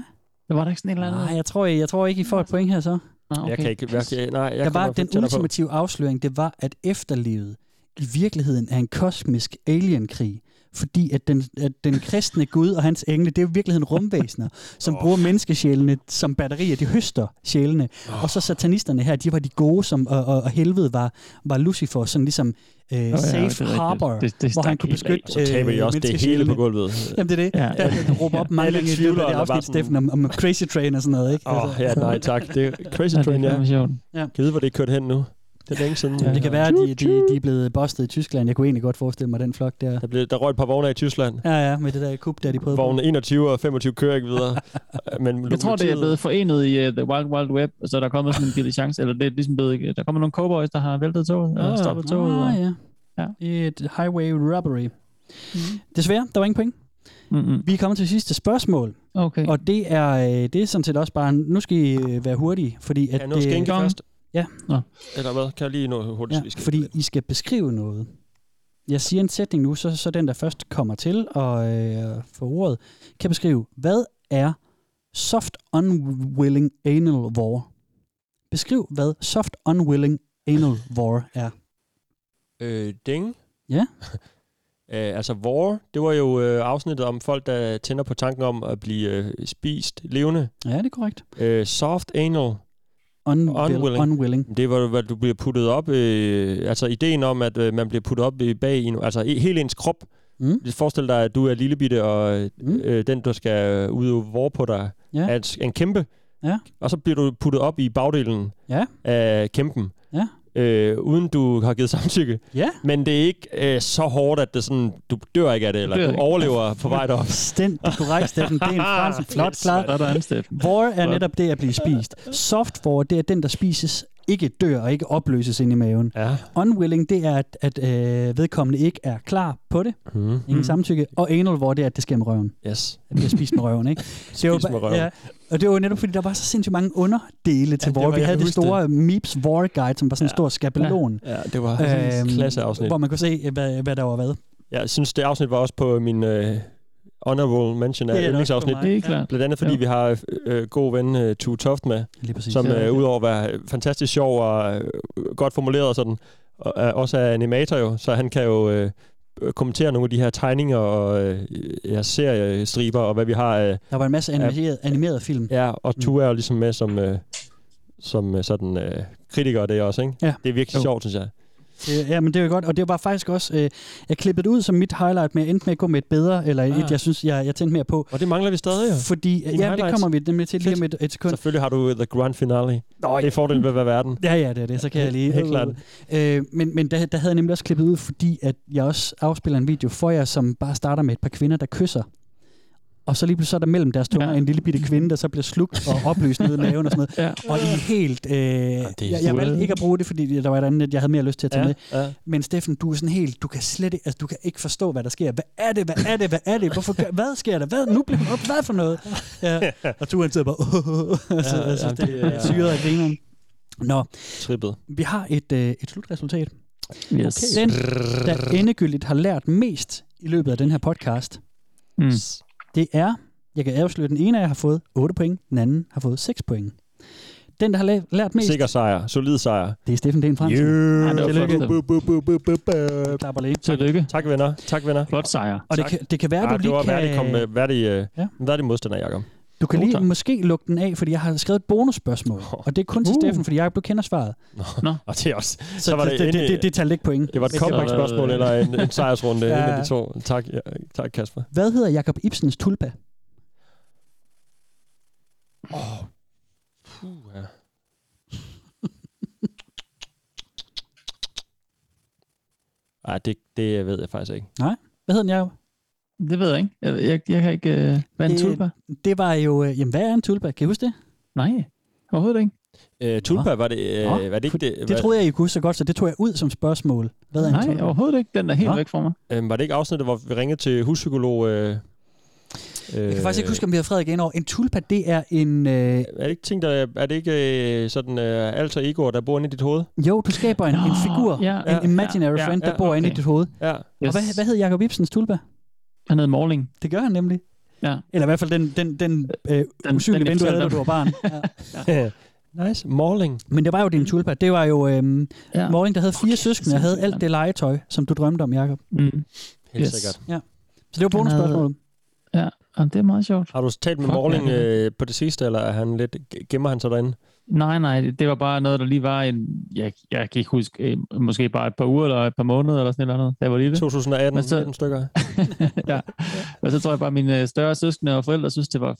[SPEAKER 5] der var der ikke sådan et eller andet?
[SPEAKER 4] nej jeg, tror, jeg, jeg tror ikke, I får et point her så.
[SPEAKER 5] Nå, okay.
[SPEAKER 3] Jeg kan ikke... Jeg, kan- nej, jeg
[SPEAKER 4] Der var
[SPEAKER 3] kommer
[SPEAKER 4] den
[SPEAKER 3] tættere på.
[SPEAKER 4] ultimative afsløring, det var, at efterlivet i virkeligheden er en kosmisk alienkrig. fordi at den, at den kristne Gud og hans engle, det er jo i virkeligheden
[SPEAKER 3] *laughs*
[SPEAKER 4] rumvæsener, som oh. bruger menneskesjælene som batterier. De høster sjælene. Oh. Og så satanisterne her, de var de gode, som, og, og, og helvede var, var Lucifer, sådan ligesom øh, oh, ja, safe
[SPEAKER 5] det er
[SPEAKER 4] harbor,
[SPEAKER 5] rigtigt. Det- det
[SPEAKER 4] hvor han
[SPEAKER 5] stak
[SPEAKER 4] kunne
[SPEAKER 5] helt af.
[SPEAKER 4] beskytte
[SPEAKER 3] Så taber I
[SPEAKER 4] øh,
[SPEAKER 3] også det hele
[SPEAKER 4] menneskesjælene.
[SPEAKER 3] på
[SPEAKER 5] *laughs*
[SPEAKER 3] gulvet.
[SPEAKER 4] Jamen det er det.
[SPEAKER 5] Ja,
[SPEAKER 4] Ja, ja, ja. råber
[SPEAKER 3] *laughs*
[SPEAKER 4] op mange
[SPEAKER 3] Alle
[SPEAKER 4] gange i
[SPEAKER 3] tvivlere,
[SPEAKER 4] løbet af det
[SPEAKER 3] der var
[SPEAKER 4] afsnit,
[SPEAKER 3] sådan-
[SPEAKER 4] Steffen, om, om Crazy Train og sådan noget. Ikke? Altså,
[SPEAKER 3] Åh, oh, ja, nej tak. Det er Crazy
[SPEAKER 5] Altså. Ja,
[SPEAKER 3] Train,
[SPEAKER 5] det
[SPEAKER 3] ja.
[SPEAKER 5] er fandme sjovt.
[SPEAKER 3] Kan vide, hvor det er kørt hen nu. Det er længe siden.
[SPEAKER 5] Ja.
[SPEAKER 4] Det kan være, at de, de, de er blevet bustet i Tyskland. Jeg kunne egentlig godt forestille mig den flok der.
[SPEAKER 3] Der, blev, der røg et par vogne af i Tyskland.
[SPEAKER 4] Ja, ja, med det der kub, der de prøvede.
[SPEAKER 3] Vogne 21 og 25 kører ikke
[SPEAKER 5] *laughs*
[SPEAKER 3] videre. Men
[SPEAKER 5] Jeg tror, det er
[SPEAKER 3] lokomotivet-
[SPEAKER 5] blevet forenet i uh, The Wild Wild Web, så der er kommet sådan en lille chance, eller det er ligesom blevet, der kommer nogle cowboys, der har væltet toget, og stoppet toget.
[SPEAKER 4] Ah,
[SPEAKER 5] og,
[SPEAKER 4] ja.
[SPEAKER 5] Ja.
[SPEAKER 4] Et highway robbery. Mm. Desværre, der var ingen point.
[SPEAKER 5] Mm-mm.
[SPEAKER 4] Vi er kommet til sidste spørgsmål,
[SPEAKER 5] Mm, Okay.
[SPEAKER 4] og det er, øh, det er sådan set også bare, nu skal I øh, være hurtige, fordi at
[SPEAKER 3] Kan jeg nå skænke
[SPEAKER 5] John?
[SPEAKER 3] først?
[SPEAKER 4] Ja.
[SPEAKER 5] Nå.
[SPEAKER 3] Eller hvad? Kan jeg lige nå hurtigt
[SPEAKER 4] ja,
[SPEAKER 3] lige skænke
[SPEAKER 4] fordi
[SPEAKER 3] lidt?
[SPEAKER 4] I skal beskrive noget. Jeg siger en sætning nu, så, så den, der først kommer til og øh, får ordet, kan beskrive, hvad er soft unwilling anal war? Beskriv, hvad soft unwilling anal war er.
[SPEAKER 3] Øh, ding.
[SPEAKER 4] Ja.
[SPEAKER 3] *laughs* øh, altså, War, det var jo øh, afsnittet om folk, der tænder på tanken om at blive øh, spist levende.
[SPEAKER 4] Ja, det er korrekt.
[SPEAKER 3] Øh, soft anal,
[SPEAKER 4] Unwill,
[SPEAKER 3] Unwilling.
[SPEAKER 4] unwilling. unwilling.
[SPEAKER 3] det var, hvad du bliver puttet op. Øh, altså, ideen om, at øh, man bliver puttet op i bag i en, Altså, i, hele ens krop.
[SPEAKER 4] Mm.
[SPEAKER 3] Forestil dig, at du er lillebitte, og
[SPEAKER 4] Mm.
[SPEAKER 3] øh, den, der skal udøve War på dig,
[SPEAKER 4] Ja.
[SPEAKER 3] er en, s- en kæmpe.
[SPEAKER 4] Ja.
[SPEAKER 3] Og så bliver du puttet op i bagdelen
[SPEAKER 4] Ja.
[SPEAKER 3] af kæmpen.
[SPEAKER 4] Ja.
[SPEAKER 3] Øh, uden du har givet samtykke.
[SPEAKER 4] Ja,
[SPEAKER 3] Men det er ikke øh, så hårdt, at det sådan, du dør ikke af det, eller
[SPEAKER 5] dør
[SPEAKER 3] du
[SPEAKER 5] ikke.
[SPEAKER 3] overlever på vej derop.
[SPEAKER 4] den, det er korrekt, Steffen. Det er en fransk. Flot, klart.
[SPEAKER 5] Der er der andet, Steffen.
[SPEAKER 4] War er netop det at blive spist. Soft war, det er den, der spises, ikke dør og ikke opløses ind i maven.
[SPEAKER 3] Ja.
[SPEAKER 4] Unwilling, det er, at, at øh, vedkommende ikke er klar på det.
[SPEAKER 3] Mm.
[SPEAKER 4] Ingen
[SPEAKER 5] Mm.
[SPEAKER 4] mm. samtykke. Og anal war, det er, at det sker med røven.
[SPEAKER 3] Yes.
[SPEAKER 4] At det bliver spist med røven,
[SPEAKER 3] *laughs*
[SPEAKER 4] ikke? Spist det
[SPEAKER 3] Spist med røven.
[SPEAKER 4] og det var jo netop, fordi der var så sindssygt mange underdele til
[SPEAKER 3] Ja, det var-
[SPEAKER 4] ja, war. Vi
[SPEAKER 3] jeg
[SPEAKER 4] havde
[SPEAKER 3] kan
[SPEAKER 4] det
[SPEAKER 3] huske
[SPEAKER 4] store Meeps War Guide, som var sådan en
[SPEAKER 3] Ja.
[SPEAKER 4] stor skabelon.
[SPEAKER 3] Ja, det var øhm,
[SPEAKER 4] Øhm,
[SPEAKER 3] klasse afsnit.
[SPEAKER 4] Hvor man kunne se, hvad, hvad der var hvad.
[SPEAKER 3] Jeg synes, det afsnit var også på min øh, honorable mention af
[SPEAKER 4] Det er det også for
[SPEAKER 3] yndlingsafsnit.
[SPEAKER 4] mig.
[SPEAKER 5] Det er klart.
[SPEAKER 3] Blandt andet fordi
[SPEAKER 5] Ja.
[SPEAKER 3] ja. vi har øh, øh, god ven øh, Tue Toft med,
[SPEAKER 4] Lige præcis.
[SPEAKER 3] som
[SPEAKER 5] Ja.
[SPEAKER 3] øh, udover at være fantastisk sjov og øh, godt formuleret og sådan, og, er også er animator jo, så han kan jo øh, kommentere nogle af de her tegninger og øh, ja, seriestriber og hvad vi har øh,
[SPEAKER 4] Der var en masse animeret, animeret film.
[SPEAKER 3] Ja, og
[SPEAKER 4] Mm.
[SPEAKER 3] Tua er jo ligesom med som, øh, som øh, sådan øh, kritiker af det også, ikke?
[SPEAKER 4] Ja.
[SPEAKER 3] Det er virkelig
[SPEAKER 5] Jo.
[SPEAKER 3] jo. sjovt, synes jeg.
[SPEAKER 4] Øh, Ja, men det er jo godt, og det var faktisk også, øh, jeg klippede det ud som mit highlight, men jeg endte med at gå med et bedre, eller et,
[SPEAKER 3] Ah.
[SPEAKER 4] jeg synes, jeg, jeg tændte mere på.
[SPEAKER 3] Og det mangler vi stadig, jo.
[SPEAKER 4] Fordi, øh,
[SPEAKER 3] Dine
[SPEAKER 4] ja, det
[SPEAKER 3] highlights.
[SPEAKER 4] kommer vi nemlig til lige
[SPEAKER 3] Fedt.
[SPEAKER 4] om et, et sekund.
[SPEAKER 3] Selvfølgelig har du øh, The Grand Finale.
[SPEAKER 4] Nå,
[SPEAKER 3] Det er fordelen ved at være verden.
[SPEAKER 4] Ja, ja, det er det, så kan jeg lige.
[SPEAKER 3] Helt klart.
[SPEAKER 4] Øh, men men der, der havde jeg nemlig også klippet ud, fordi at jeg også afspiller en video for jer, som bare starter med et par kvinder, der kysser. Og så lige pludselig så er der mellem deres tunger
[SPEAKER 5] Ja.
[SPEAKER 4] ja. en lille bitte kvinde, der så bliver slugt og opløst ned i maven og sådan noget.
[SPEAKER 5] Ja.
[SPEAKER 4] Og I er helt...
[SPEAKER 3] Ah,
[SPEAKER 4] Øh, jeg, jeg valgte ikke at bruge det, fordi der var et andet, jeg havde mere lyst til at tage med.
[SPEAKER 3] ja.
[SPEAKER 4] Men Steffen, du er sådan helt, du kan slet ikke, altså, du kan ikke forstå, hvad der sker. Hvad er det? Hvad er det? Hvad er det? Hvorfor gør, hvad sker der? Hvad, nu bliver hun op, hvad for noget? Ja. *laughs* Og Turen sidder bare, *laughs* åh, oh, altså,
[SPEAKER 3] Ja,
[SPEAKER 4] ja, altså,
[SPEAKER 3] jamen,
[SPEAKER 4] det
[SPEAKER 3] det
[SPEAKER 4] er
[SPEAKER 3] er-
[SPEAKER 4] syret af grineren. Nå,
[SPEAKER 3] Trippet.
[SPEAKER 4] vi har et, øh, et slutresultat.
[SPEAKER 5] Yes.
[SPEAKER 4] Den, der endegyldigt har lært mest i løbet af den her podcast,
[SPEAKER 5] Mm.
[SPEAKER 4] det er, jeg kan afsløre, den ene af jer har fået 8 point, den anden har fået 6 point. Den, der har la- lært mest,
[SPEAKER 3] Sikker sejr. Solid sejr.
[SPEAKER 4] det er Steffen Den Fransen. Yeah.
[SPEAKER 5] Ej, det var flot,
[SPEAKER 4] Tillykke.
[SPEAKER 5] Steffen.
[SPEAKER 4] Klapper lige.
[SPEAKER 5] Tillykke.
[SPEAKER 3] Tak, venner. Tak, venner.
[SPEAKER 5] Flot sejr.
[SPEAKER 4] Og det kan, det kan være, at
[SPEAKER 3] Ja,
[SPEAKER 4] du
[SPEAKER 3] det
[SPEAKER 4] lige
[SPEAKER 3] var
[SPEAKER 4] kan...
[SPEAKER 3] værdig, kom med, værdig, øh,
[SPEAKER 4] Ja.
[SPEAKER 3] værdig modstander, Jacob.
[SPEAKER 4] Du kan
[SPEAKER 3] Jo,
[SPEAKER 4] lige
[SPEAKER 3] tak.
[SPEAKER 4] måske lukke den af, fordi jeg har skrevet et bonusspørgsmål.
[SPEAKER 3] Åh.
[SPEAKER 4] Og det er kun til
[SPEAKER 3] Uh.
[SPEAKER 4] Steffen, fordi Jacob, du kender svaret.
[SPEAKER 3] Og det er også.
[SPEAKER 4] Så,
[SPEAKER 3] var
[SPEAKER 4] det,
[SPEAKER 3] det
[SPEAKER 4] det, det,
[SPEAKER 3] endelig-
[SPEAKER 4] det, det tager ikke point.
[SPEAKER 3] Det var et
[SPEAKER 4] Men-
[SPEAKER 3] comeback-spørgsmål, eller en, en sejrsrunde,
[SPEAKER 4] Ja.
[SPEAKER 3] ja. en af de to. Tak, ja, tak Kasper.
[SPEAKER 4] Hvad hedder Jacob Ibsens tulpa?
[SPEAKER 3] Puh, ja. Ej, det, det ved jeg faktisk ikke.
[SPEAKER 4] Hvad hedder den, Jacob?
[SPEAKER 5] Det ved jeg ikke. Jeg, jeg, jeg kan ikke... Uh, hvad er en
[SPEAKER 4] Det-
[SPEAKER 5] tulpa?
[SPEAKER 4] Det var jo... øh, Jamen, hvad er en tulpa? Kan I huske det?
[SPEAKER 5] Nej, overhovedet ikke.
[SPEAKER 3] Øh, tulpa, var det, øh,
[SPEAKER 4] Nå,
[SPEAKER 3] var det ikke det,
[SPEAKER 4] Det
[SPEAKER 3] var,
[SPEAKER 4] troede jeg, I kunne så godt, så det tog jeg ud som spørgsmål. Hvad er en
[SPEAKER 5] Nej,
[SPEAKER 4] tulpa?
[SPEAKER 5] overhovedet ikke. Den er helt
[SPEAKER 4] Nå.
[SPEAKER 5] væk fra mig.
[SPEAKER 3] øh, var det ikke afsnittet, hvor vi ringede til huspsykolog? Øh,
[SPEAKER 4] Jeg kan faktisk ikke huske, om vi har Frederik ind over. En tulpa, det er en... Øh...
[SPEAKER 3] Er det ikke, ting, der, er det ikke øh, sådan øh, alter egoer, der bor inde i dit hoved?
[SPEAKER 4] Jo, du skaber en, en
[SPEAKER 5] Nå,
[SPEAKER 4] figur.
[SPEAKER 5] ja,
[SPEAKER 4] en
[SPEAKER 5] ja,
[SPEAKER 4] imaginary
[SPEAKER 5] ja,
[SPEAKER 4] friend, der
[SPEAKER 3] ja,
[SPEAKER 4] bor inde i
[SPEAKER 5] okay.
[SPEAKER 4] dit hoved.
[SPEAKER 3] Ja.
[SPEAKER 4] Og hvad, hvad hed Jacob Ibsens tulpa?
[SPEAKER 5] Han hed Morling.
[SPEAKER 4] Det gør han nemlig.
[SPEAKER 5] Ja.
[SPEAKER 4] Eller i hvert fald den, den, den øh,
[SPEAKER 5] den
[SPEAKER 4] usynlige ven, du
[SPEAKER 5] jeg
[SPEAKER 4] havde, da du
[SPEAKER 5] fortalte
[SPEAKER 4] var barn. Ja.
[SPEAKER 3] nice. Morling.
[SPEAKER 4] Men det var jo din tulpa. Det var jo øhm,
[SPEAKER 5] Ja.
[SPEAKER 4] ja. Morning, der havde fire søskende og havde alt det legetøj, som du drømte om, Jacob.
[SPEAKER 5] Mm.
[SPEAKER 3] Helt
[SPEAKER 5] Yes.
[SPEAKER 3] yes. sikkert.
[SPEAKER 4] Så det var bonusspørgsmålet.
[SPEAKER 5] Ja, jamen, det er meget sjovt.
[SPEAKER 6] Har du talt med
[SPEAKER 5] Fuck,
[SPEAKER 6] Morling
[SPEAKER 5] ja.
[SPEAKER 6] øh, på det sidste, eller er han lidt, gemmer han sig derinde?
[SPEAKER 5] Nej, nej, det var bare noget, der lige var en, jeg, jeg kan ikke huske, øh, måske bare et par uger eller et par måneder eller sådan et eller andet, da jeg var lille.
[SPEAKER 6] 2018,
[SPEAKER 5] Men så-
[SPEAKER 6] 19 stykker.
[SPEAKER 5] *laughs* ja. Og så tror jeg bare, at mine øh, større søskende og forældre synes, det var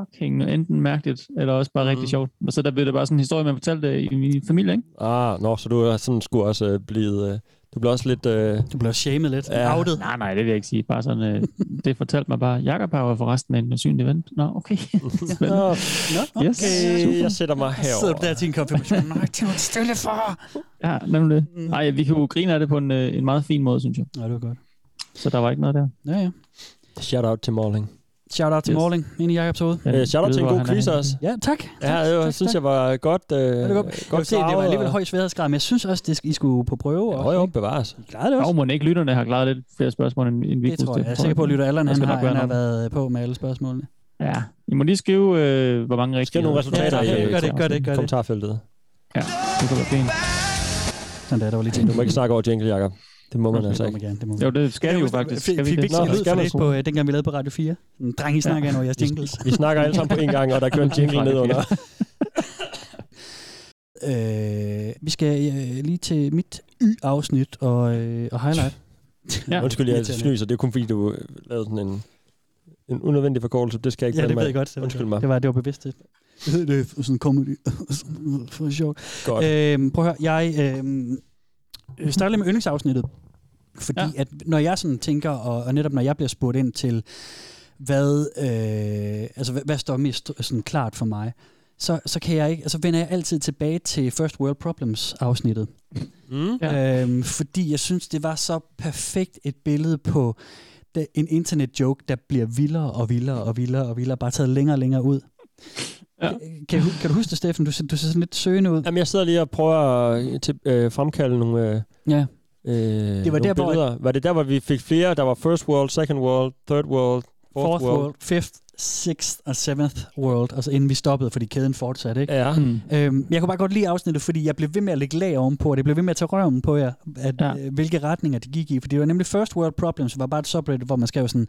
[SPEAKER 5] fucking enten mærkeligt, eller også bare rigtig
[SPEAKER 6] Mhm.
[SPEAKER 4] Mm.
[SPEAKER 5] sjovt. Og så der blev det bare sådan en historie, man fortalte øh, i min familie, ikke?
[SPEAKER 6] Ah, nå, så du er sådan skulle også øh, blive... Øh, du blev også lidt... Øh,
[SPEAKER 4] Du blev shamed lidt.
[SPEAKER 6] Ja.
[SPEAKER 4] Ja. Outet.
[SPEAKER 5] Nej, nej, det vil jeg ikke sige. Bare sådan, øh, det fortalte mig bare, Jakob har jo forresten en synlig ven. Nå, okay. *laughs* Spændende.
[SPEAKER 6] nå,
[SPEAKER 4] Nå,
[SPEAKER 5] Yes.
[SPEAKER 6] okay, jeg sætter mig
[SPEAKER 4] Så sidder du
[SPEAKER 6] herover.
[SPEAKER 4] der til en konfirmation. Nej, det var stille for.
[SPEAKER 5] Ja, nemlig det.
[SPEAKER 4] Mm.
[SPEAKER 5] Nej, vi kan jo grine af det på en, øh, en meget fin måde, synes jeg.
[SPEAKER 4] Nå, det var godt.
[SPEAKER 5] Så der var ikke noget der.
[SPEAKER 4] Ja, ja.
[SPEAKER 6] Shout out til Morling.
[SPEAKER 4] Shout out til
[SPEAKER 5] Yes.
[SPEAKER 4] Morling, ind i Jacobs hoved.
[SPEAKER 6] Øh, shout out til en god quiz også.
[SPEAKER 4] Ja, tak.
[SPEAKER 6] Ja, jeg synes, jeg var godt... Øh,
[SPEAKER 4] Ja, det var godt. Jeg vil se, det var alligevel høj sværhedsgrad, men jeg synes også, det skal, I skulle på prøve.
[SPEAKER 6] Jo,
[SPEAKER 4] også,
[SPEAKER 6] jo,
[SPEAKER 4] ikke?
[SPEAKER 6] bevares.
[SPEAKER 4] I klarede det
[SPEAKER 5] Jo,
[SPEAKER 4] også.
[SPEAKER 5] må ikke lytterne har klaret lidt flere spørgsmål, end, end vi
[SPEAKER 4] Det tror jeg. Jeg er sikker på, at Lytter Allan,
[SPEAKER 5] Der
[SPEAKER 4] han
[SPEAKER 5] skal
[SPEAKER 4] har,
[SPEAKER 5] nok være
[SPEAKER 4] han har
[SPEAKER 5] nogen.
[SPEAKER 4] været på med alle spørgsmålene.
[SPEAKER 5] Ja, I må lige skrive, øh, hvor mange rigtige...
[SPEAKER 6] Skriv nogle
[SPEAKER 5] I har.
[SPEAKER 6] resultater
[SPEAKER 5] Ja,
[SPEAKER 6] i
[SPEAKER 5] gør det, gør det,
[SPEAKER 4] gør det.
[SPEAKER 6] kommentarfeltet.
[SPEAKER 5] det kunne være fint.
[SPEAKER 4] Sådan der, der var lige ting.
[SPEAKER 6] Du må ikke snakke over jingle, Jakob. Det må man
[SPEAKER 5] Okay,
[SPEAKER 6] altså
[SPEAKER 4] Det må
[SPEAKER 6] ikke.
[SPEAKER 4] man gerne, det må man
[SPEAKER 5] Jo,
[SPEAKER 4] gerne.
[SPEAKER 5] det skal vi jo faktisk.
[SPEAKER 4] Fik,
[SPEAKER 5] Skal vi
[SPEAKER 4] fik vi
[SPEAKER 5] det?
[SPEAKER 4] ikke sådan en
[SPEAKER 6] Nå,
[SPEAKER 4] lyd
[SPEAKER 6] skal
[SPEAKER 4] for
[SPEAKER 6] man
[SPEAKER 4] lidt
[SPEAKER 6] tro.
[SPEAKER 4] på, øh, dengang vi lavede på Radio 4? En dreng, I snakker ind over jeres jingles.
[SPEAKER 6] Vi snakker alle sammen på en gang, og der kører en jingle ned under.
[SPEAKER 4] Øh, vi skal øh, lige til mit y-afsnit og, øh, og highlight.
[SPEAKER 5] Ja.
[SPEAKER 6] *laughs* Undskyld, jeg
[SPEAKER 4] Irriterende.
[SPEAKER 6] snyser. Det er kun fordi, du øh, lavede sådan en, en unødvendig forkortelse. Det skal jeg ikke
[SPEAKER 4] Ja,
[SPEAKER 6] blande
[SPEAKER 4] det ved
[SPEAKER 6] mig
[SPEAKER 4] jeg
[SPEAKER 6] i.
[SPEAKER 4] godt. Det var,
[SPEAKER 6] Undskyld mig.
[SPEAKER 4] det var, det var bevidst. Det det er sådan en comedy. *laughs* For sjov.
[SPEAKER 6] Godt. Øh,
[SPEAKER 4] Øhm, prøv at høre, jeg øhm, øh, starter lidt med yndlingsafsnittet. Fordi ja.
[SPEAKER 5] Ja.
[SPEAKER 4] at når jeg sådan tænker, og, og netop når jeg bliver spurgt ind til, hvad, øh, altså, hvad, hvad står mest sådan klart for mig, så, så kan jeg ikke, altså vender jeg altid tilbage til First World Problems afsnittet.
[SPEAKER 6] Mm.
[SPEAKER 4] Ja. Øhm, fordi jeg synes, det var så perfekt et billede på da- en internet-joke, der bliver vildere og vildere og vildere og vildere, bare taget længere og længere ud.
[SPEAKER 5] Ja.
[SPEAKER 4] Ja. Kan, du- kan du huske det, Steffen? Du, ser- du ser sådan lidt søgende ud.
[SPEAKER 6] Jamen, jeg sidder lige og prøver at øh, til, øh, fremkalde nogle, øh,
[SPEAKER 4] Ja.
[SPEAKER 6] øh, det
[SPEAKER 4] der,
[SPEAKER 6] var nogle
[SPEAKER 4] hvor-
[SPEAKER 6] billeder. Var det der, hvor vi fik flere? Der var first world, second world, third world, fourth,
[SPEAKER 4] Fourth world. world, fifth, sixth og seventh world, altså inden vi stoppede, fordi kæden fortsatte, ikke?
[SPEAKER 6] Ja.
[SPEAKER 5] Mm.
[SPEAKER 4] Øhm, jeg kunne bare godt lide afsnittet, fordi jeg blev ved med at lægge lag ovenpå, og det blev ved med at tage røven på jer, at, ja.
[SPEAKER 5] Ja.
[SPEAKER 4] øh, hvilke retninger de gik i. For det var nemlig First World Problems, var bare et subreddit, hvor man skrev sådan,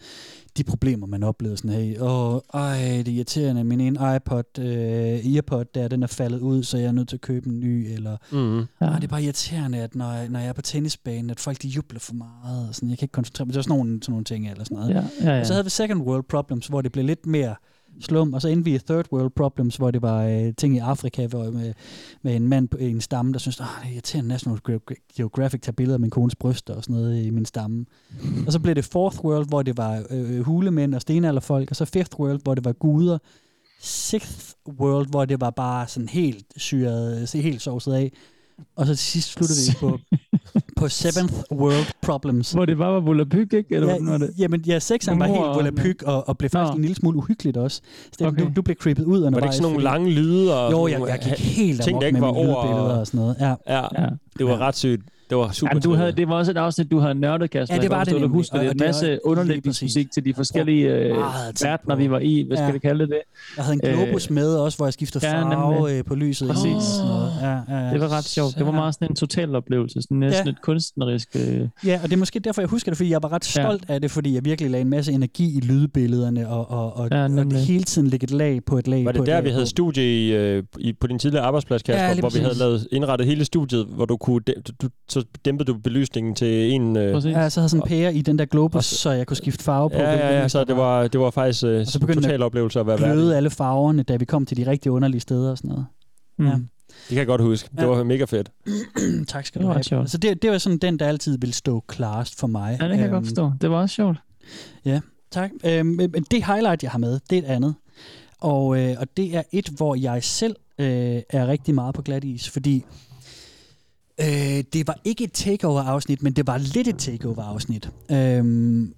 [SPEAKER 4] de problemer, man oplevede. Sådan, hey, åh, ej, det er irriterende, min ene iPod, øh, earpod der, den er faldet ud, så jeg er nødt til at købe en ny, eller
[SPEAKER 6] Mm.
[SPEAKER 5] Ja.
[SPEAKER 4] ej, det er bare irriterende, at når, når jeg er på tennisbanen, at folk de jubler for meget, og sådan, jeg kan ikke koncentrere mig. Det var sådan nogle, sådan nogle ting, eller sådan noget.
[SPEAKER 5] Ja, ja, ja.
[SPEAKER 4] Og så havde vi Second World Problems, hvor det blev lidt mere slum, og så endte vi i Third World Problems, hvor det var øh, ting i Afrika, hvor med, med en mand på en stamme, der synes, at det er irriterende, National Geog- Geographic tager billeder af min kones bryster og sådan noget i min stamme. Og så blev det Fourth World, hvor det var øh, hulemænd og stenalderfolk, og så Fifth World, hvor det var guder. Sixth World, hvor det var bare sådan helt syret, øh, se helt sovset af. Og så til sidst sluttede vi
[SPEAKER 5] *laughs*
[SPEAKER 4] på, på Seventh World Problems.
[SPEAKER 5] Hvor det bare var Volapyk, ikke? Eller hvordan var
[SPEAKER 4] Ja,
[SPEAKER 5] det?
[SPEAKER 4] jamen, ja, sexen var
[SPEAKER 5] Mor
[SPEAKER 4] helt
[SPEAKER 5] og-
[SPEAKER 4] volapyk og, og blev faktisk
[SPEAKER 5] Nå.
[SPEAKER 4] en lille smule uhyggeligt også. Steffen, okay.
[SPEAKER 5] Okay.
[SPEAKER 4] du, du blev creepet ud
[SPEAKER 6] Var
[SPEAKER 4] undervejs.
[SPEAKER 6] det ikke sådan nogle
[SPEAKER 4] fordi-
[SPEAKER 6] lange lyde? Og
[SPEAKER 4] Jo,
[SPEAKER 6] sådan
[SPEAKER 4] jeg,
[SPEAKER 6] nogle-
[SPEAKER 4] jeg gik helt
[SPEAKER 6] ting,
[SPEAKER 4] amok med
[SPEAKER 6] der ikke
[SPEAKER 4] mine
[SPEAKER 6] var over-
[SPEAKER 4] lydbilleder og sådan noget. Ja.
[SPEAKER 6] Ja,
[SPEAKER 5] Ja.
[SPEAKER 6] det var ret sygt. Det var super
[SPEAKER 5] Jamen, du havde,
[SPEAKER 6] trivende.
[SPEAKER 5] det var også et afsnit, du havde nørdet, Kasper.
[SPEAKER 4] Ja, det
[SPEAKER 5] Jeg kan
[SPEAKER 4] var det
[SPEAKER 5] forstå, Du
[SPEAKER 4] nemlig,
[SPEAKER 5] husker
[SPEAKER 4] og-
[SPEAKER 5] det.
[SPEAKER 4] og
[SPEAKER 5] En
[SPEAKER 4] det er
[SPEAKER 5] masse
[SPEAKER 4] også- lige
[SPEAKER 5] underlægningsmusik
[SPEAKER 4] præcis.
[SPEAKER 5] til de forskellige øh,
[SPEAKER 4] meget tid
[SPEAKER 5] verdener,
[SPEAKER 4] på.
[SPEAKER 5] vi var i. Hvad skal
[SPEAKER 4] Ja.
[SPEAKER 5] vi kalde det?
[SPEAKER 4] Jeg havde en globus øh, med også, hvor jeg skiftede
[SPEAKER 5] ja,
[SPEAKER 4] farve
[SPEAKER 5] nemlig.
[SPEAKER 4] øh, på lyset.
[SPEAKER 5] Præcis.
[SPEAKER 4] Og sådan noget. Ja, ja, ja.
[SPEAKER 5] Det var ret sjovt. Det var meget sådan en total oplevelse. Sådan næsten
[SPEAKER 4] Ja.
[SPEAKER 5] et kunstnerisk... Øh,
[SPEAKER 4] Ja, og det er måske derfor, jeg husker det, fordi jeg var ret
[SPEAKER 5] Ja.
[SPEAKER 4] stolt af det, fordi jeg virkelig lagde en masse energi i lydbillederne, og, og, og,
[SPEAKER 5] Ja,
[SPEAKER 4] ja, og
[SPEAKER 5] nemlig.
[SPEAKER 4] hele tiden lægge et lag på et lag.
[SPEAKER 6] Var
[SPEAKER 4] på
[SPEAKER 6] det
[SPEAKER 4] et
[SPEAKER 6] der,
[SPEAKER 4] lag
[SPEAKER 6] vi havde
[SPEAKER 4] på.
[SPEAKER 6] studie i, øh, i, på din tidligere arbejdsplads, Kasper,
[SPEAKER 4] Ja,
[SPEAKER 6] ja,
[SPEAKER 4] lige
[SPEAKER 6] hvor vi havde
[SPEAKER 4] præcis.
[SPEAKER 6] lavet, indrettet hele studiet, hvor du kunne dæ- du, så dæmpede du belysningen til en... Øh,
[SPEAKER 5] præcis.
[SPEAKER 4] Ja, så havde sådan en pære i den der globus,
[SPEAKER 6] Og så-
[SPEAKER 4] så jeg kunne skifte farve på.
[SPEAKER 6] ja,
[SPEAKER 4] hvilken
[SPEAKER 6] ja, ja,
[SPEAKER 4] lys
[SPEAKER 6] så
[SPEAKER 4] der
[SPEAKER 6] det var, det var faktisk øh,
[SPEAKER 4] så
[SPEAKER 6] en
[SPEAKER 4] begyndte
[SPEAKER 6] total oplevelse at være værd.
[SPEAKER 4] Glødede alle farverne, da vi kom til de rigtig underlige steder og sådan noget.
[SPEAKER 5] Mm.
[SPEAKER 4] ja.
[SPEAKER 6] Det kan jeg godt huske. Det
[SPEAKER 4] Ja.
[SPEAKER 6] var mega fedt.
[SPEAKER 4] tak skal
[SPEAKER 5] Det
[SPEAKER 4] du
[SPEAKER 5] var
[SPEAKER 4] have.
[SPEAKER 5] ret sjovt.
[SPEAKER 4] Altså det, det var sådan den, der altid ville stå klarest for mig. Øhm,
[SPEAKER 5] Ja, det kan jeg godt forstå. Det var også sjovt.
[SPEAKER 4] Tak. Øhm, men det highlight, jeg har med, det er et andet. Og, øh, og det er et, hvor jeg selv øh, er rigtig meget på glat is, fordi øh, det var ikke et takeover-afsnit, men det var lidt et takeover-afsnit. Øhm,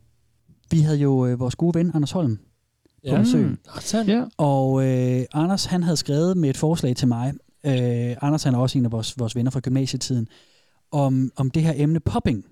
[SPEAKER 4] vi havde jo øh, vores gode ven, Anders Holm, på
[SPEAKER 6] Ja.
[SPEAKER 4] besøg.
[SPEAKER 5] Mm. Ja.
[SPEAKER 4] Og øh, Anders, han havde skrevet med et forslag til mig. Øh, Anders, han er også en af vores, vores venner fra gymnasietiden. Om, om det her emne popping.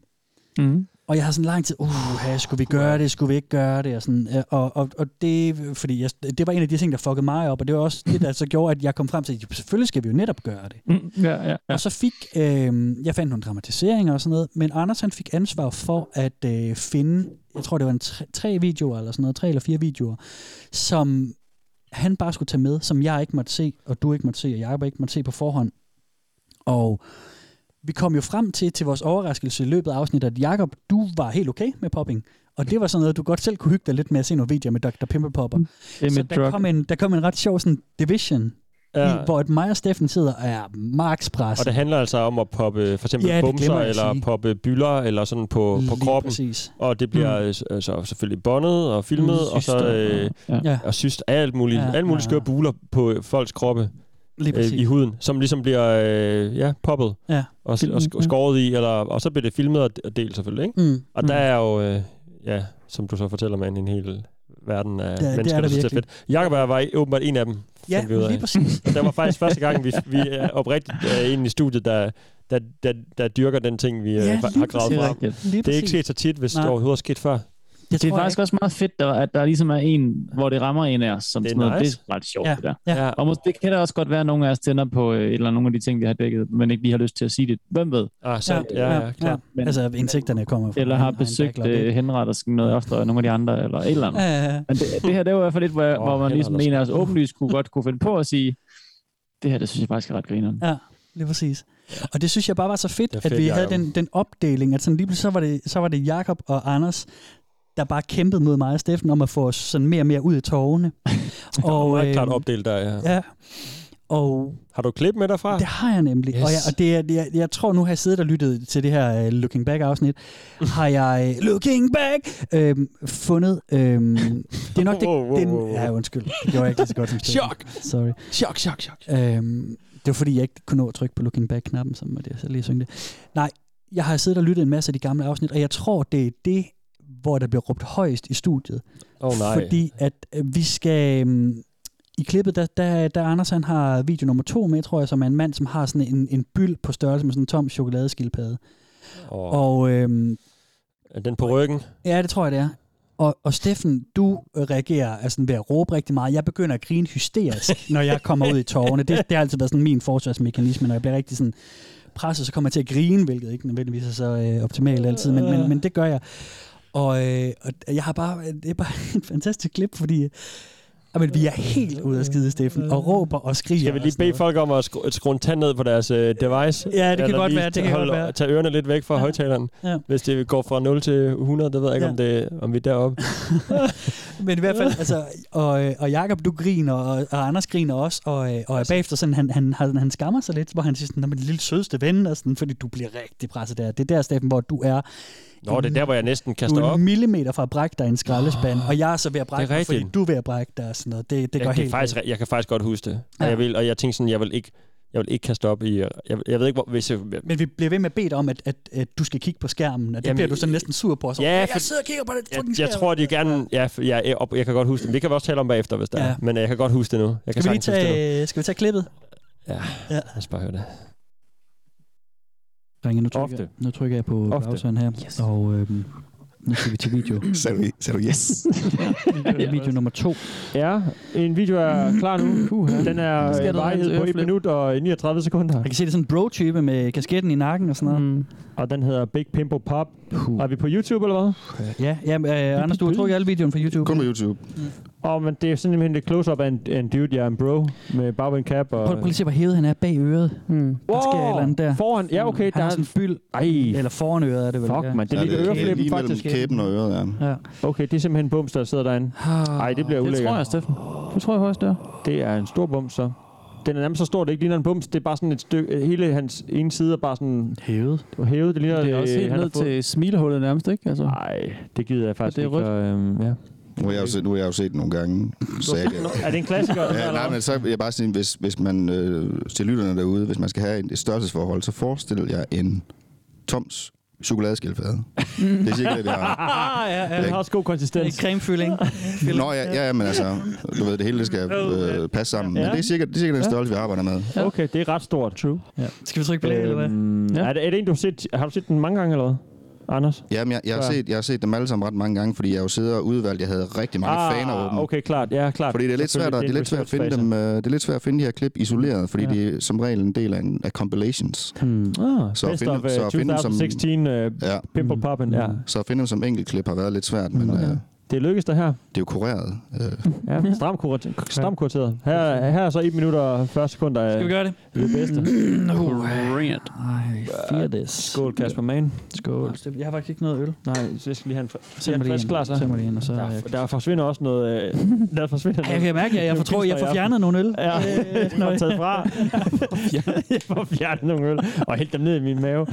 [SPEAKER 5] Mm.
[SPEAKER 4] Og jeg har sådan lang tid, uh, ja, skulle vi gøre det, skulle vi ikke gøre det, og sådan, øh, og, og, og det, fordi jeg, det var en af de ting, der fuckede mig op, og det var også det, der så gjorde, at jeg kom frem til, at jo, selvfølgelig skal vi jo netop gøre det.
[SPEAKER 5] Mm, ja, ja, ja.
[SPEAKER 4] Og så fik, øh, jeg fandt nogle dramatiseringer og sådan noget, men Anders han fik ansvar for at øh, finde, jeg tror det var en tre, tre videoer eller sådan noget, tre eller fire videoer, som han bare skulle tage med, som jeg ikke måtte se, og du ikke måtte se, og Jacob ikke måtte se på forhånd. Og vi kom jo frem til, til vores overraskelse i løbet af afsnittet, at Jacob, du var helt okay med popping. Og det var sådan noget, du godt selv kunne hygge dig lidt med at se nogle videoer med Dr. Pimple Popper.
[SPEAKER 5] Det er
[SPEAKER 4] Så
[SPEAKER 5] mit
[SPEAKER 4] der
[SPEAKER 5] drug.
[SPEAKER 4] kom, en, der kom en ret sjov sådan, division, ja.
[SPEAKER 6] Ja.
[SPEAKER 4] i, hvor at mig og Steffen sidder og er max
[SPEAKER 6] Og det
[SPEAKER 4] presset.
[SPEAKER 6] handler altså om at poppe for eksempel
[SPEAKER 4] Ja,
[SPEAKER 6] ja,
[SPEAKER 4] det
[SPEAKER 6] bumser,
[SPEAKER 4] glemmer jeg at
[SPEAKER 6] eller
[SPEAKER 4] sige.
[SPEAKER 6] poppe byller, eller sådan på, på
[SPEAKER 4] Lige
[SPEAKER 6] kroppen.
[SPEAKER 4] Præcis.
[SPEAKER 6] Og det bliver mm. så, så selvfølgelig båndet og filmet, mm, og så øh,
[SPEAKER 5] ja.
[SPEAKER 4] Ja,
[SPEAKER 6] og syst alt muligt,
[SPEAKER 4] Ja,
[SPEAKER 6] ja, alt muligt
[SPEAKER 4] ja.
[SPEAKER 6] skøre buler på øh, folks kroppe
[SPEAKER 4] lige
[SPEAKER 6] øh,
[SPEAKER 4] præcis.
[SPEAKER 6] i huden, som ligesom bliver øh, ja, poppet
[SPEAKER 4] Ja.
[SPEAKER 6] og, s- og sk- skåret i, eller, og så bliver det filmet og, og delt selvfølgelig. Ikke?
[SPEAKER 4] Mm.
[SPEAKER 6] Og der er jo, øh, ja, som du så fortæller, man en hel verden af
[SPEAKER 4] det er
[SPEAKER 6] ja, mennesker,
[SPEAKER 4] der
[SPEAKER 6] der synes, det er
[SPEAKER 4] virkelig.
[SPEAKER 6] fedt. Jakob og jeg var i- åbenbart en af dem,
[SPEAKER 4] Ja,
[SPEAKER 6] fandt vi ud af.
[SPEAKER 4] lige præcis.
[SPEAKER 6] Og der var faktisk første gang, vi, vi er oprigtigt øh, en i studiet, der, der, der, der dyrker den ting, vi ja,
[SPEAKER 4] Ja,
[SPEAKER 6] har
[SPEAKER 4] lige
[SPEAKER 6] gravet
[SPEAKER 5] Det er
[SPEAKER 6] fra.
[SPEAKER 5] rigtigt.
[SPEAKER 4] Lige
[SPEAKER 6] Det er ikke
[SPEAKER 4] præcis.
[SPEAKER 6] sket så tit, hvis det
[SPEAKER 4] Nej.
[SPEAKER 6] overhovedet er sket før.
[SPEAKER 4] Det,
[SPEAKER 5] Det
[SPEAKER 4] tror
[SPEAKER 5] er
[SPEAKER 4] jeg
[SPEAKER 5] faktisk
[SPEAKER 4] ikke.
[SPEAKER 5] også meget fedt, der, at der ligesom er en, hvor det rammer en af os. Som
[SPEAKER 6] Det er
[SPEAKER 5] sådan noget.
[SPEAKER 6] nice.
[SPEAKER 5] det er ret sjovt,
[SPEAKER 4] Ja.
[SPEAKER 5] ja. det der.
[SPEAKER 4] Ja.
[SPEAKER 6] Ja.
[SPEAKER 5] Og måske, det kan da også godt være, at nogle af os tænder på øh, et eller nogle af de ting, vi har dækket, men ikke lige har lyst til at sige det. Hvem ved?
[SPEAKER 6] Ah, sandt. Ja, ja, ja, klart.
[SPEAKER 4] ja.
[SPEAKER 5] Men-
[SPEAKER 4] Altså, indtægterne kommer fra...
[SPEAKER 5] Eller
[SPEAKER 4] en-
[SPEAKER 5] har
[SPEAKER 4] en
[SPEAKER 5] besøgt
[SPEAKER 4] backlog, ikke?
[SPEAKER 5] øh, henrettersken noget oftere end nogle af de andre, eller et
[SPEAKER 6] øh,
[SPEAKER 5] eller andet.
[SPEAKER 4] Ja, ja, ja.
[SPEAKER 5] Men det, det her, det var i hvert fald lidt, hvor,
[SPEAKER 6] Åh,
[SPEAKER 5] oh, hvor man ligesom
[SPEAKER 6] henrettersken.
[SPEAKER 5] en af os åbenlyst kunne godt kunne finde på at sige, det her, det synes jeg faktisk er ret grineren.
[SPEAKER 4] Lige præcis. Og det synes jeg bare var så fedt,
[SPEAKER 6] Det er
[SPEAKER 4] fedt
[SPEAKER 6] fedt,
[SPEAKER 4] at vi havde
[SPEAKER 6] Jacob.
[SPEAKER 4] den, den opdeling, at sådan lige pludselig så var det, så var det Jakob og Anders, der bare kæmpede mod mig og Steffen om at få os sådan mere og mere ud i
[SPEAKER 6] *laughs*
[SPEAKER 4] tårerne.
[SPEAKER 6] Og,
[SPEAKER 4] og, øhm,
[SPEAKER 6] øh, klart opdelt der, ja.
[SPEAKER 4] ja, og
[SPEAKER 6] Har du et klip med derfra?
[SPEAKER 4] det har jeg nemlig. Yes. Og, jeg, og det, er- det, jeg, jeg tror, nu har jeg siddet og lyttet til det her uh, Looking
[SPEAKER 6] *laughs*
[SPEAKER 4] Back-afsnit, har jeg, uh, Looking Back, øhm, fundet... Øhm, det er nok det...
[SPEAKER 6] Wow, wow,
[SPEAKER 4] den,
[SPEAKER 6] wow, wow.
[SPEAKER 4] Ja, undskyld. Det gjorde jeg ikke lige så godt som Steffen.
[SPEAKER 6] Chok!
[SPEAKER 4] Sorry.
[SPEAKER 6] Chok, chok, chok.
[SPEAKER 4] Øhm, det var fordi, jeg ikke kunne nå at trykke på Looking Back-knappen, så måtte jeg så lige synge det. Nej, jeg har siddet og lyttet en masse af de gamle afsnit, og jeg tror, det er det, hvor der bliver råbt højst i studiet.
[SPEAKER 6] Åh oh, nej.
[SPEAKER 4] Fordi at øh, vi skal... øhm, I klippet, der, der, der Anders han har video nummer to med, tror jeg, som er en mand, som har sådan en, en byld på størrelse med sådan en tom chokoladeskildpadde.
[SPEAKER 6] Oh. Og,
[SPEAKER 4] Og øhm,
[SPEAKER 6] den på ryggen.
[SPEAKER 4] ja, det tror jeg, det er. Og, og Steffen, du øh, reagerer altså, ved at råbe rigtig meget. Jeg begynder at grine
[SPEAKER 6] *laughs*
[SPEAKER 4] hysterisk, når jeg kommer ud i tårerne. Det, det har altid været sådan min forsvarsmekanisme, når jeg bliver rigtig sådan presset, så kommer jeg til at grine, hvilket ikke nødvendigvis er så øh, optimalt altid, men, men, men det gør jeg. Og, øh, og jeg har bare, det er bare *laughs* et fantastisk klip, fordi øh, jamen, vi er helt ude af skide, Steffen, og råber og skriger.
[SPEAKER 6] Skal vi
[SPEAKER 4] og
[SPEAKER 6] lige
[SPEAKER 4] sådan
[SPEAKER 6] bede
[SPEAKER 4] noget.
[SPEAKER 6] folk om at skru- skrue en tand ned på deres øh, device?
[SPEAKER 4] Ja, det kan
[SPEAKER 6] Eller
[SPEAKER 4] godt
[SPEAKER 6] lige
[SPEAKER 4] være, det kan
[SPEAKER 6] holde-
[SPEAKER 4] godt være.
[SPEAKER 6] Tage ørerne lidt væk fra ja. højtaleren.
[SPEAKER 4] Ja.
[SPEAKER 6] Ja. Hvis det går fra 0 til 100, det ved jeg ikke,
[SPEAKER 4] Ja.
[SPEAKER 6] ja. om, det, om vi er deroppe.
[SPEAKER 4] Men i hvert
[SPEAKER 6] *laughs*
[SPEAKER 4] fald, altså, og, øh, og Jakob, du griner, og, og Anders griner også, og, øh, og altså. bagefter sådan, han, han, han, han skammer sig lidt, hvor han siger sådan, "Nå, men lille sødeste ven, og sådan, fordi du bliver rigtig presset der. Det er der, Steffen, hvor du er,
[SPEAKER 6] Nå, det er der, hvor jeg næsten
[SPEAKER 4] du
[SPEAKER 6] kaster
[SPEAKER 4] er
[SPEAKER 6] op.
[SPEAKER 4] en millimeter fra at brække dig i en skraldespand, og jeg er så ved at
[SPEAKER 6] Det
[SPEAKER 4] brække
[SPEAKER 6] er
[SPEAKER 4] mig, fordi
[SPEAKER 6] rigtigt.
[SPEAKER 4] du er ved at brække dig, og sådan noget. Det, det går
[SPEAKER 6] jeg,
[SPEAKER 4] helt...
[SPEAKER 6] kan faktisk, re- jeg kan faktisk godt huske det.
[SPEAKER 4] Ja.
[SPEAKER 6] Og, jeg vil, og jeg tænkte sådan, jeg vil ikke, jeg vil ikke kaste op i... Jeg, jeg ved ikke, hvor, hvis jeg,
[SPEAKER 4] men vi bliver ved med at bede om, at, at, at du skal kigge på skærmen, og det Jamen,
[SPEAKER 6] Jamen, øh,
[SPEAKER 4] bliver du sådan næsten sur på. og Så,
[SPEAKER 6] ja,
[SPEAKER 4] jeg
[SPEAKER 6] for-
[SPEAKER 4] sidder og kigger på det.
[SPEAKER 6] jeg,
[SPEAKER 4] fucking
[SPEAKER 6] jeg
[SPEAKER 4] skærm."
[SPEAKER 6] tror, de gerne... Ja, f- ja, jeg, jeg kan godt huske det. Vi kan også tale om bagefter, hvis der
[SPEAKER 4] Ja.
[SPEAKER 6] er. Men øh, jeg kan godt huske det nu. Jeg kan
[SPEAKER 4] Skal vi lige
[SPEAKER 6] sagtens huske det nu.
[SPEAKER 4] tage, skal vi tage klippet?
[SPEAKER 6] Lad os bare høre det.
[SPEAKER 4] Ringe, nu trykker,
[SPEAKER 6] Ofte.
[SPEAKER 4] jeg- nu trykker jeg på
[SPEAKER 6] Ofte.
[SPEAKER 4] browseren her, yes. og øhm, nu skal vi til video.
[SPEAKER 9] Sagde du, sagde du yes?
[SPEAKER 4] Det er video nummer to.
[SPEAKER 6] Ja, en video er klar nu. Den er
[SPEAKER 7] sker der
[SPEAKER 6] øh,
[SPEAKER 7] noget med
[SPEAKER 6] varighed
[SPEAKER 7] hans
[SPEAKER 6] på 1
[SPEAKER 7] øreflip.
[SPEAKER 6] minut og 39 sekunder.
[SPEAKER 4] Jeg kan se, det er sådan en bro-type med kasketten i nakken og sådan noget.
[SPEAKER 5] Mm.
[SPEAKER 6] Og den hedder Big Pimple Pop. Er vi på YouTube eller hvad?
[SPEAKER 4] Ja, ja men, øh, Anders, du har trukket alle videoen fra YouTube.
[SPEAKER 9] Kun på YouTube.
[SPEAKER 6] Åh, men det er simpelthen et close-up af en, af en dude, jeg er en bro, med bagben cap og...
[SPEAKER 4] Prøv, prøv lige at se, hvor hævet han er bag øret.
[SPEAKER 5] Mm.
[SPEAKER 4] der sker et eller andet der.
[SPEAKER 6] Foran, ja okay,
[SPEAKER 4] han
[SPEAKER 6] der
[SPEAKER 4] har
[SPEAKER 6] er...
[SPEAKER 4] sådan en byld.
[SPEAKER 6] Ej,
[SPEAKER 4] Eller foran øret er det vel.
[SPEAKER 6] fuck man, det
[SPEAKER 9] Ja,
[SPEAKER 6] er lige øreflippen
[SPEAKER 9] lige mellem
[SPEAKER 6] faktisk.
[SPEAKER 9] kæben og øret, ja.
[SPEAKER 4] Ja.
[SPEAKER 6] Okay, det er simpelthen en bums, der sidder derinde. Ej, det bliver
[SPEAKER 5] Det Ah, tror jeg,
[SPEAKER 6] ulækkert.
[SPEAKER 5] Steffen. Det tror jeg højst, det er.
[SPEAKER 6] Det er en stor bums, så. Den er nærmest så stor, det ikke ligner en bums. Det er bare sådan et stykke... Hele hans ene side er bare sådan
[SPEAKER 5] Hævet.
[SPEAKER 6] hævet. Det ligner...
[SPEAKER 5] Det er også
[SPEAKER 6] øh,
[SPEAKER 5] helt
[SPEAKER 6] han har
[SPEAKER 5] ned
[SPEAKER 6] fået-
[SPEAKER 5] til smilehullet nærmest, ikke? Altså.
[SPEAKER 6] Nej, det gider jeg faktisk
[SPEAKER 5] det er
[SPEAKER 6] ikke.
[SPEAKER 5] rødt.
[SPEAKER 6] og, øhm, ja.
[SPEAKER 9] Nu har jeg jo set, nu har jeg jo set den nogle gange. Så jeg, kan-
[SPEAKER 6] Er det en klassiker?
[SPEAKER 9] *laughs* Ja, nej, men så vil jeg bare sige, hvis, hvis man øh, til lytterne derude, hvis man skal have en- et størrelsesforhold, så forestil jer en toms chokoladeskildpadde.
[SPEAKER 6] Mm.
[SPEAKER 9] det er sikkert det, jeg
[SPEAKER 6] *laughs*
[SPEAKER 9] har.
[SPEAKER 6] Ah, *laughs* ja, ja, den har også god
[SPEAKER 4] Det
[SPEAKER 6] konsistens.
[SPEAKER 4] er cremefylling.
[SPEAKER 9] Nå, ja, ja, ja, men altså, du ved, det hele det skal øh, passe sammen.
[SPEAKER 6] Ja.
[SPEAKER 9] Men det er sikkert, det er sikkert den størrelse, vi arbejder med.
[SPEAKER 6] Okay, det er ret stort. Øhm, True.
[SPEAKER 4] Skal vi trykke på det, eller hvad?
[SPEAKER 6] Øhm,
[SPEAKER 5] Ja.
[SPEAKER 6] er, det, er det en, du har set, har du set den mange gange, eller hvad? Anders?
[SPEAKER 9] Jamen, jeg, jeg, har
[SPEAKER 6] Klar.
[SPEAKER 9] set, jeg har set dem alle sammen ret mange gange, fordi jeg jo sidder og udvalgt, jeg havde rigtig mange ah, faner åbent.
[SPEAKER 6] okay, klart. Ja, klart.
[SPEAKER 9] Fordi det er lidt svært, at, det er lidt svært at finde dem, øh, det er lidt svært at finde de her klip isoleret, fordi
[SPEAKER 6] Ja.
[SPEAKER 9] ja. de er som regel en del af, en, af compilations.
[SPEAKER 4] Hmm.
[SPEAKER 6] Ah,
[SPEAKER 9] Så
[SPEAKER 6] så
[SPEAKER 9] at
[SPEAKER 6] best
[SPEAKER 9] finde-
[SPEAKER 6] of uh,
[SPEAKER 9] så at finde dem som-
[SPEAKER 6] 2016 uh,
[SPEAKER 9] Ja,
[SPEAKER 6] Pimple
[SPEAKER 4] Mm.
[SPEAKER 6] Poppin', ja.
[SPEAKER 9] så at finde dem som enkeltklip har været lidt svært, men øh, det
[SPEAKER 6] Det lykkedes der her.
[SPEAKER 9] er jo kureret. Øh,
[SPEAKER 6] Ja, stram, kurat- stram kurateret. Her, her er så 1 minut og 40 sekunder af
[SPEAKER 7] Skal vi gøre det?
[SPEAKER 6] det
[SPEAKER 4] *clears throat*
[SPEAKER 6] bedste. Ah,
[SPEAKER 5] Rant.
[SPEAKER 4] Ej, fear this.
[SPEAKER 6] Skål, Kasper Mann.
[SPEAKER 4] Skål. Jeg har faktisk ikke noget øl.
[SPEAKER 6] Nej, så jeg skal lige have en, fr- lige
[SPEAKER 4] Send
[SPEAKER 6] have
[SPEAKER 4] mig lige
[SPEAKER 6] en frisk klar,
[SPEAKER 4] en.
[SPEAKER 6] så.
[SPEAKER 4] Send mig lige en, og så...
[SPEAKER 6] Der,
[SPEAKER 4] er jeg-
[SPEAKER 6] er- der forsvinder også noget... Øh, der forsvinder
[SPEAKER 4] Ej, jeg kan mærke,
[SPEAKER 6] *laughs*
[SPEAKER 4] at jeg, jeg tror, jeg får fjernet nogle øl.
[SPEAKER 6] Ja, jeg
[SPEAKER 4] Øh,
[SPEAKER 6] *laughs* får taget fra.
[SPEAKER 7] *laughs*
[SPEAKER 6] *laughs* jeg får fjernet nogle øl og hældt dem ned i min mave.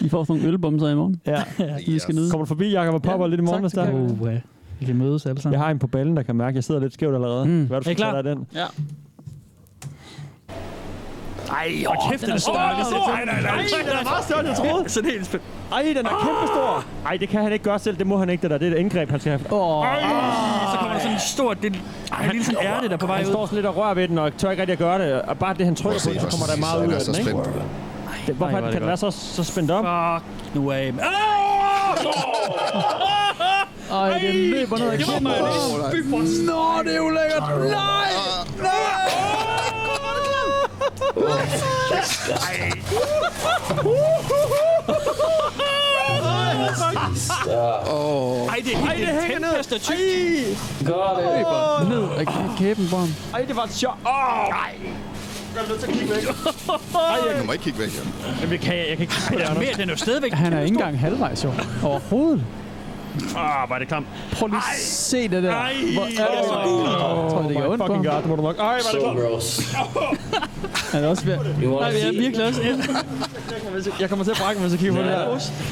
[SPEAKER 5] I får sådan nogle ølbomser i morgen.
[SPEAKER 6] Ja.
[SPEAKER 5] I skal ned.
[SPEAKER 6] Kommer du forbi, Jakob, og popper ja, lidt i morgen,
[SPEAKER 5] tak,
[SPEAKER 6] hvis der
[SPEAKER 5] det
[SPEAKER 6] er-
[SPEAKER 5] kan
[SPEAKER 4] Oh, ja. Vi kan mødes alle sammen.
[SPEAKER 6] Jeg har en på ballen, der kan mærke, at jeg sidder lidt skævt allerede. Mm. Hvad er du
[SPEAKER 4] Er I
[SPEAKER 6] for
[SPEAKER 4] klar?
[SPEAKER 6] af den?
[SPEAKER 5] Ja.
[SPEAKER 6] Ej, åh, kæft, den er stor. Den er stor. Nej, nej, nej. den er meget større, end jeg troede. Sådan helt spændt. Ej, den er kæmpe stor. Ej, det kan han ikke gøre selv. Det må han ikke, det der. Det er et indgreb, han skal have. Oh,
[SPEAKER 7] Så kommer der sådan en stor... Det, ej, det er lige sådan en ærte, der er på vej
[SPEAKER 6] han
[SPEAKER 7] ud.
[SPEAKER 6] står sådan lidt og rører ved den, og tør ikke rigtig at gøre det. Og bare det, han trykker på, den, så kommer der meget ud af den, ikke? Det, hvorfor kan den være så, så spændt op?
[SPEAKER 7] Fuck nu af. mand. Ah,
[SPEAKER 5] Ej, den løber ned ad kæmper.
[SPEAKER 9] Nå, det er jo lækkert! Nej!
[SPEAKER 7] Ej, det er helt det hænger ned.
[SPEAKER 5] Ned ad kæben på ham.
[SPEAKER 6] Ej, det var et sjovt. Åh, nej. Jeg er nødt til at kigge væk. Ej, jeg,
[SPEAKER 9] Jeg må ikke kigge væk. ja.
[SPEAKER 6] jamen, det kan jeg, jeg kan ikke kigge på det, Anders.
[SPEAKER 7] Mere, den er jo stadigvæk.
[SPEAKER 5] Han er ikke engang halvvejs, jo. Overhovedet.
[SPEAKER 6] Ah, var det klamt.
[SPEAKER 5] Prøv lige at se det der. Hvor er det så gult? Jeg tror, det gør ondt på
[SPEAKER 6] Fucking
[SPEAKER 5] ham.
[SPEAKER 6] god, det må du nok. Ej, var det klamt.
[SPEAKER 5] Han er også ved... Nej, jeg er virkelig også...
[SPEAKER 6] Jeg kommer til at brække mig, hvis jeg kigger på det her.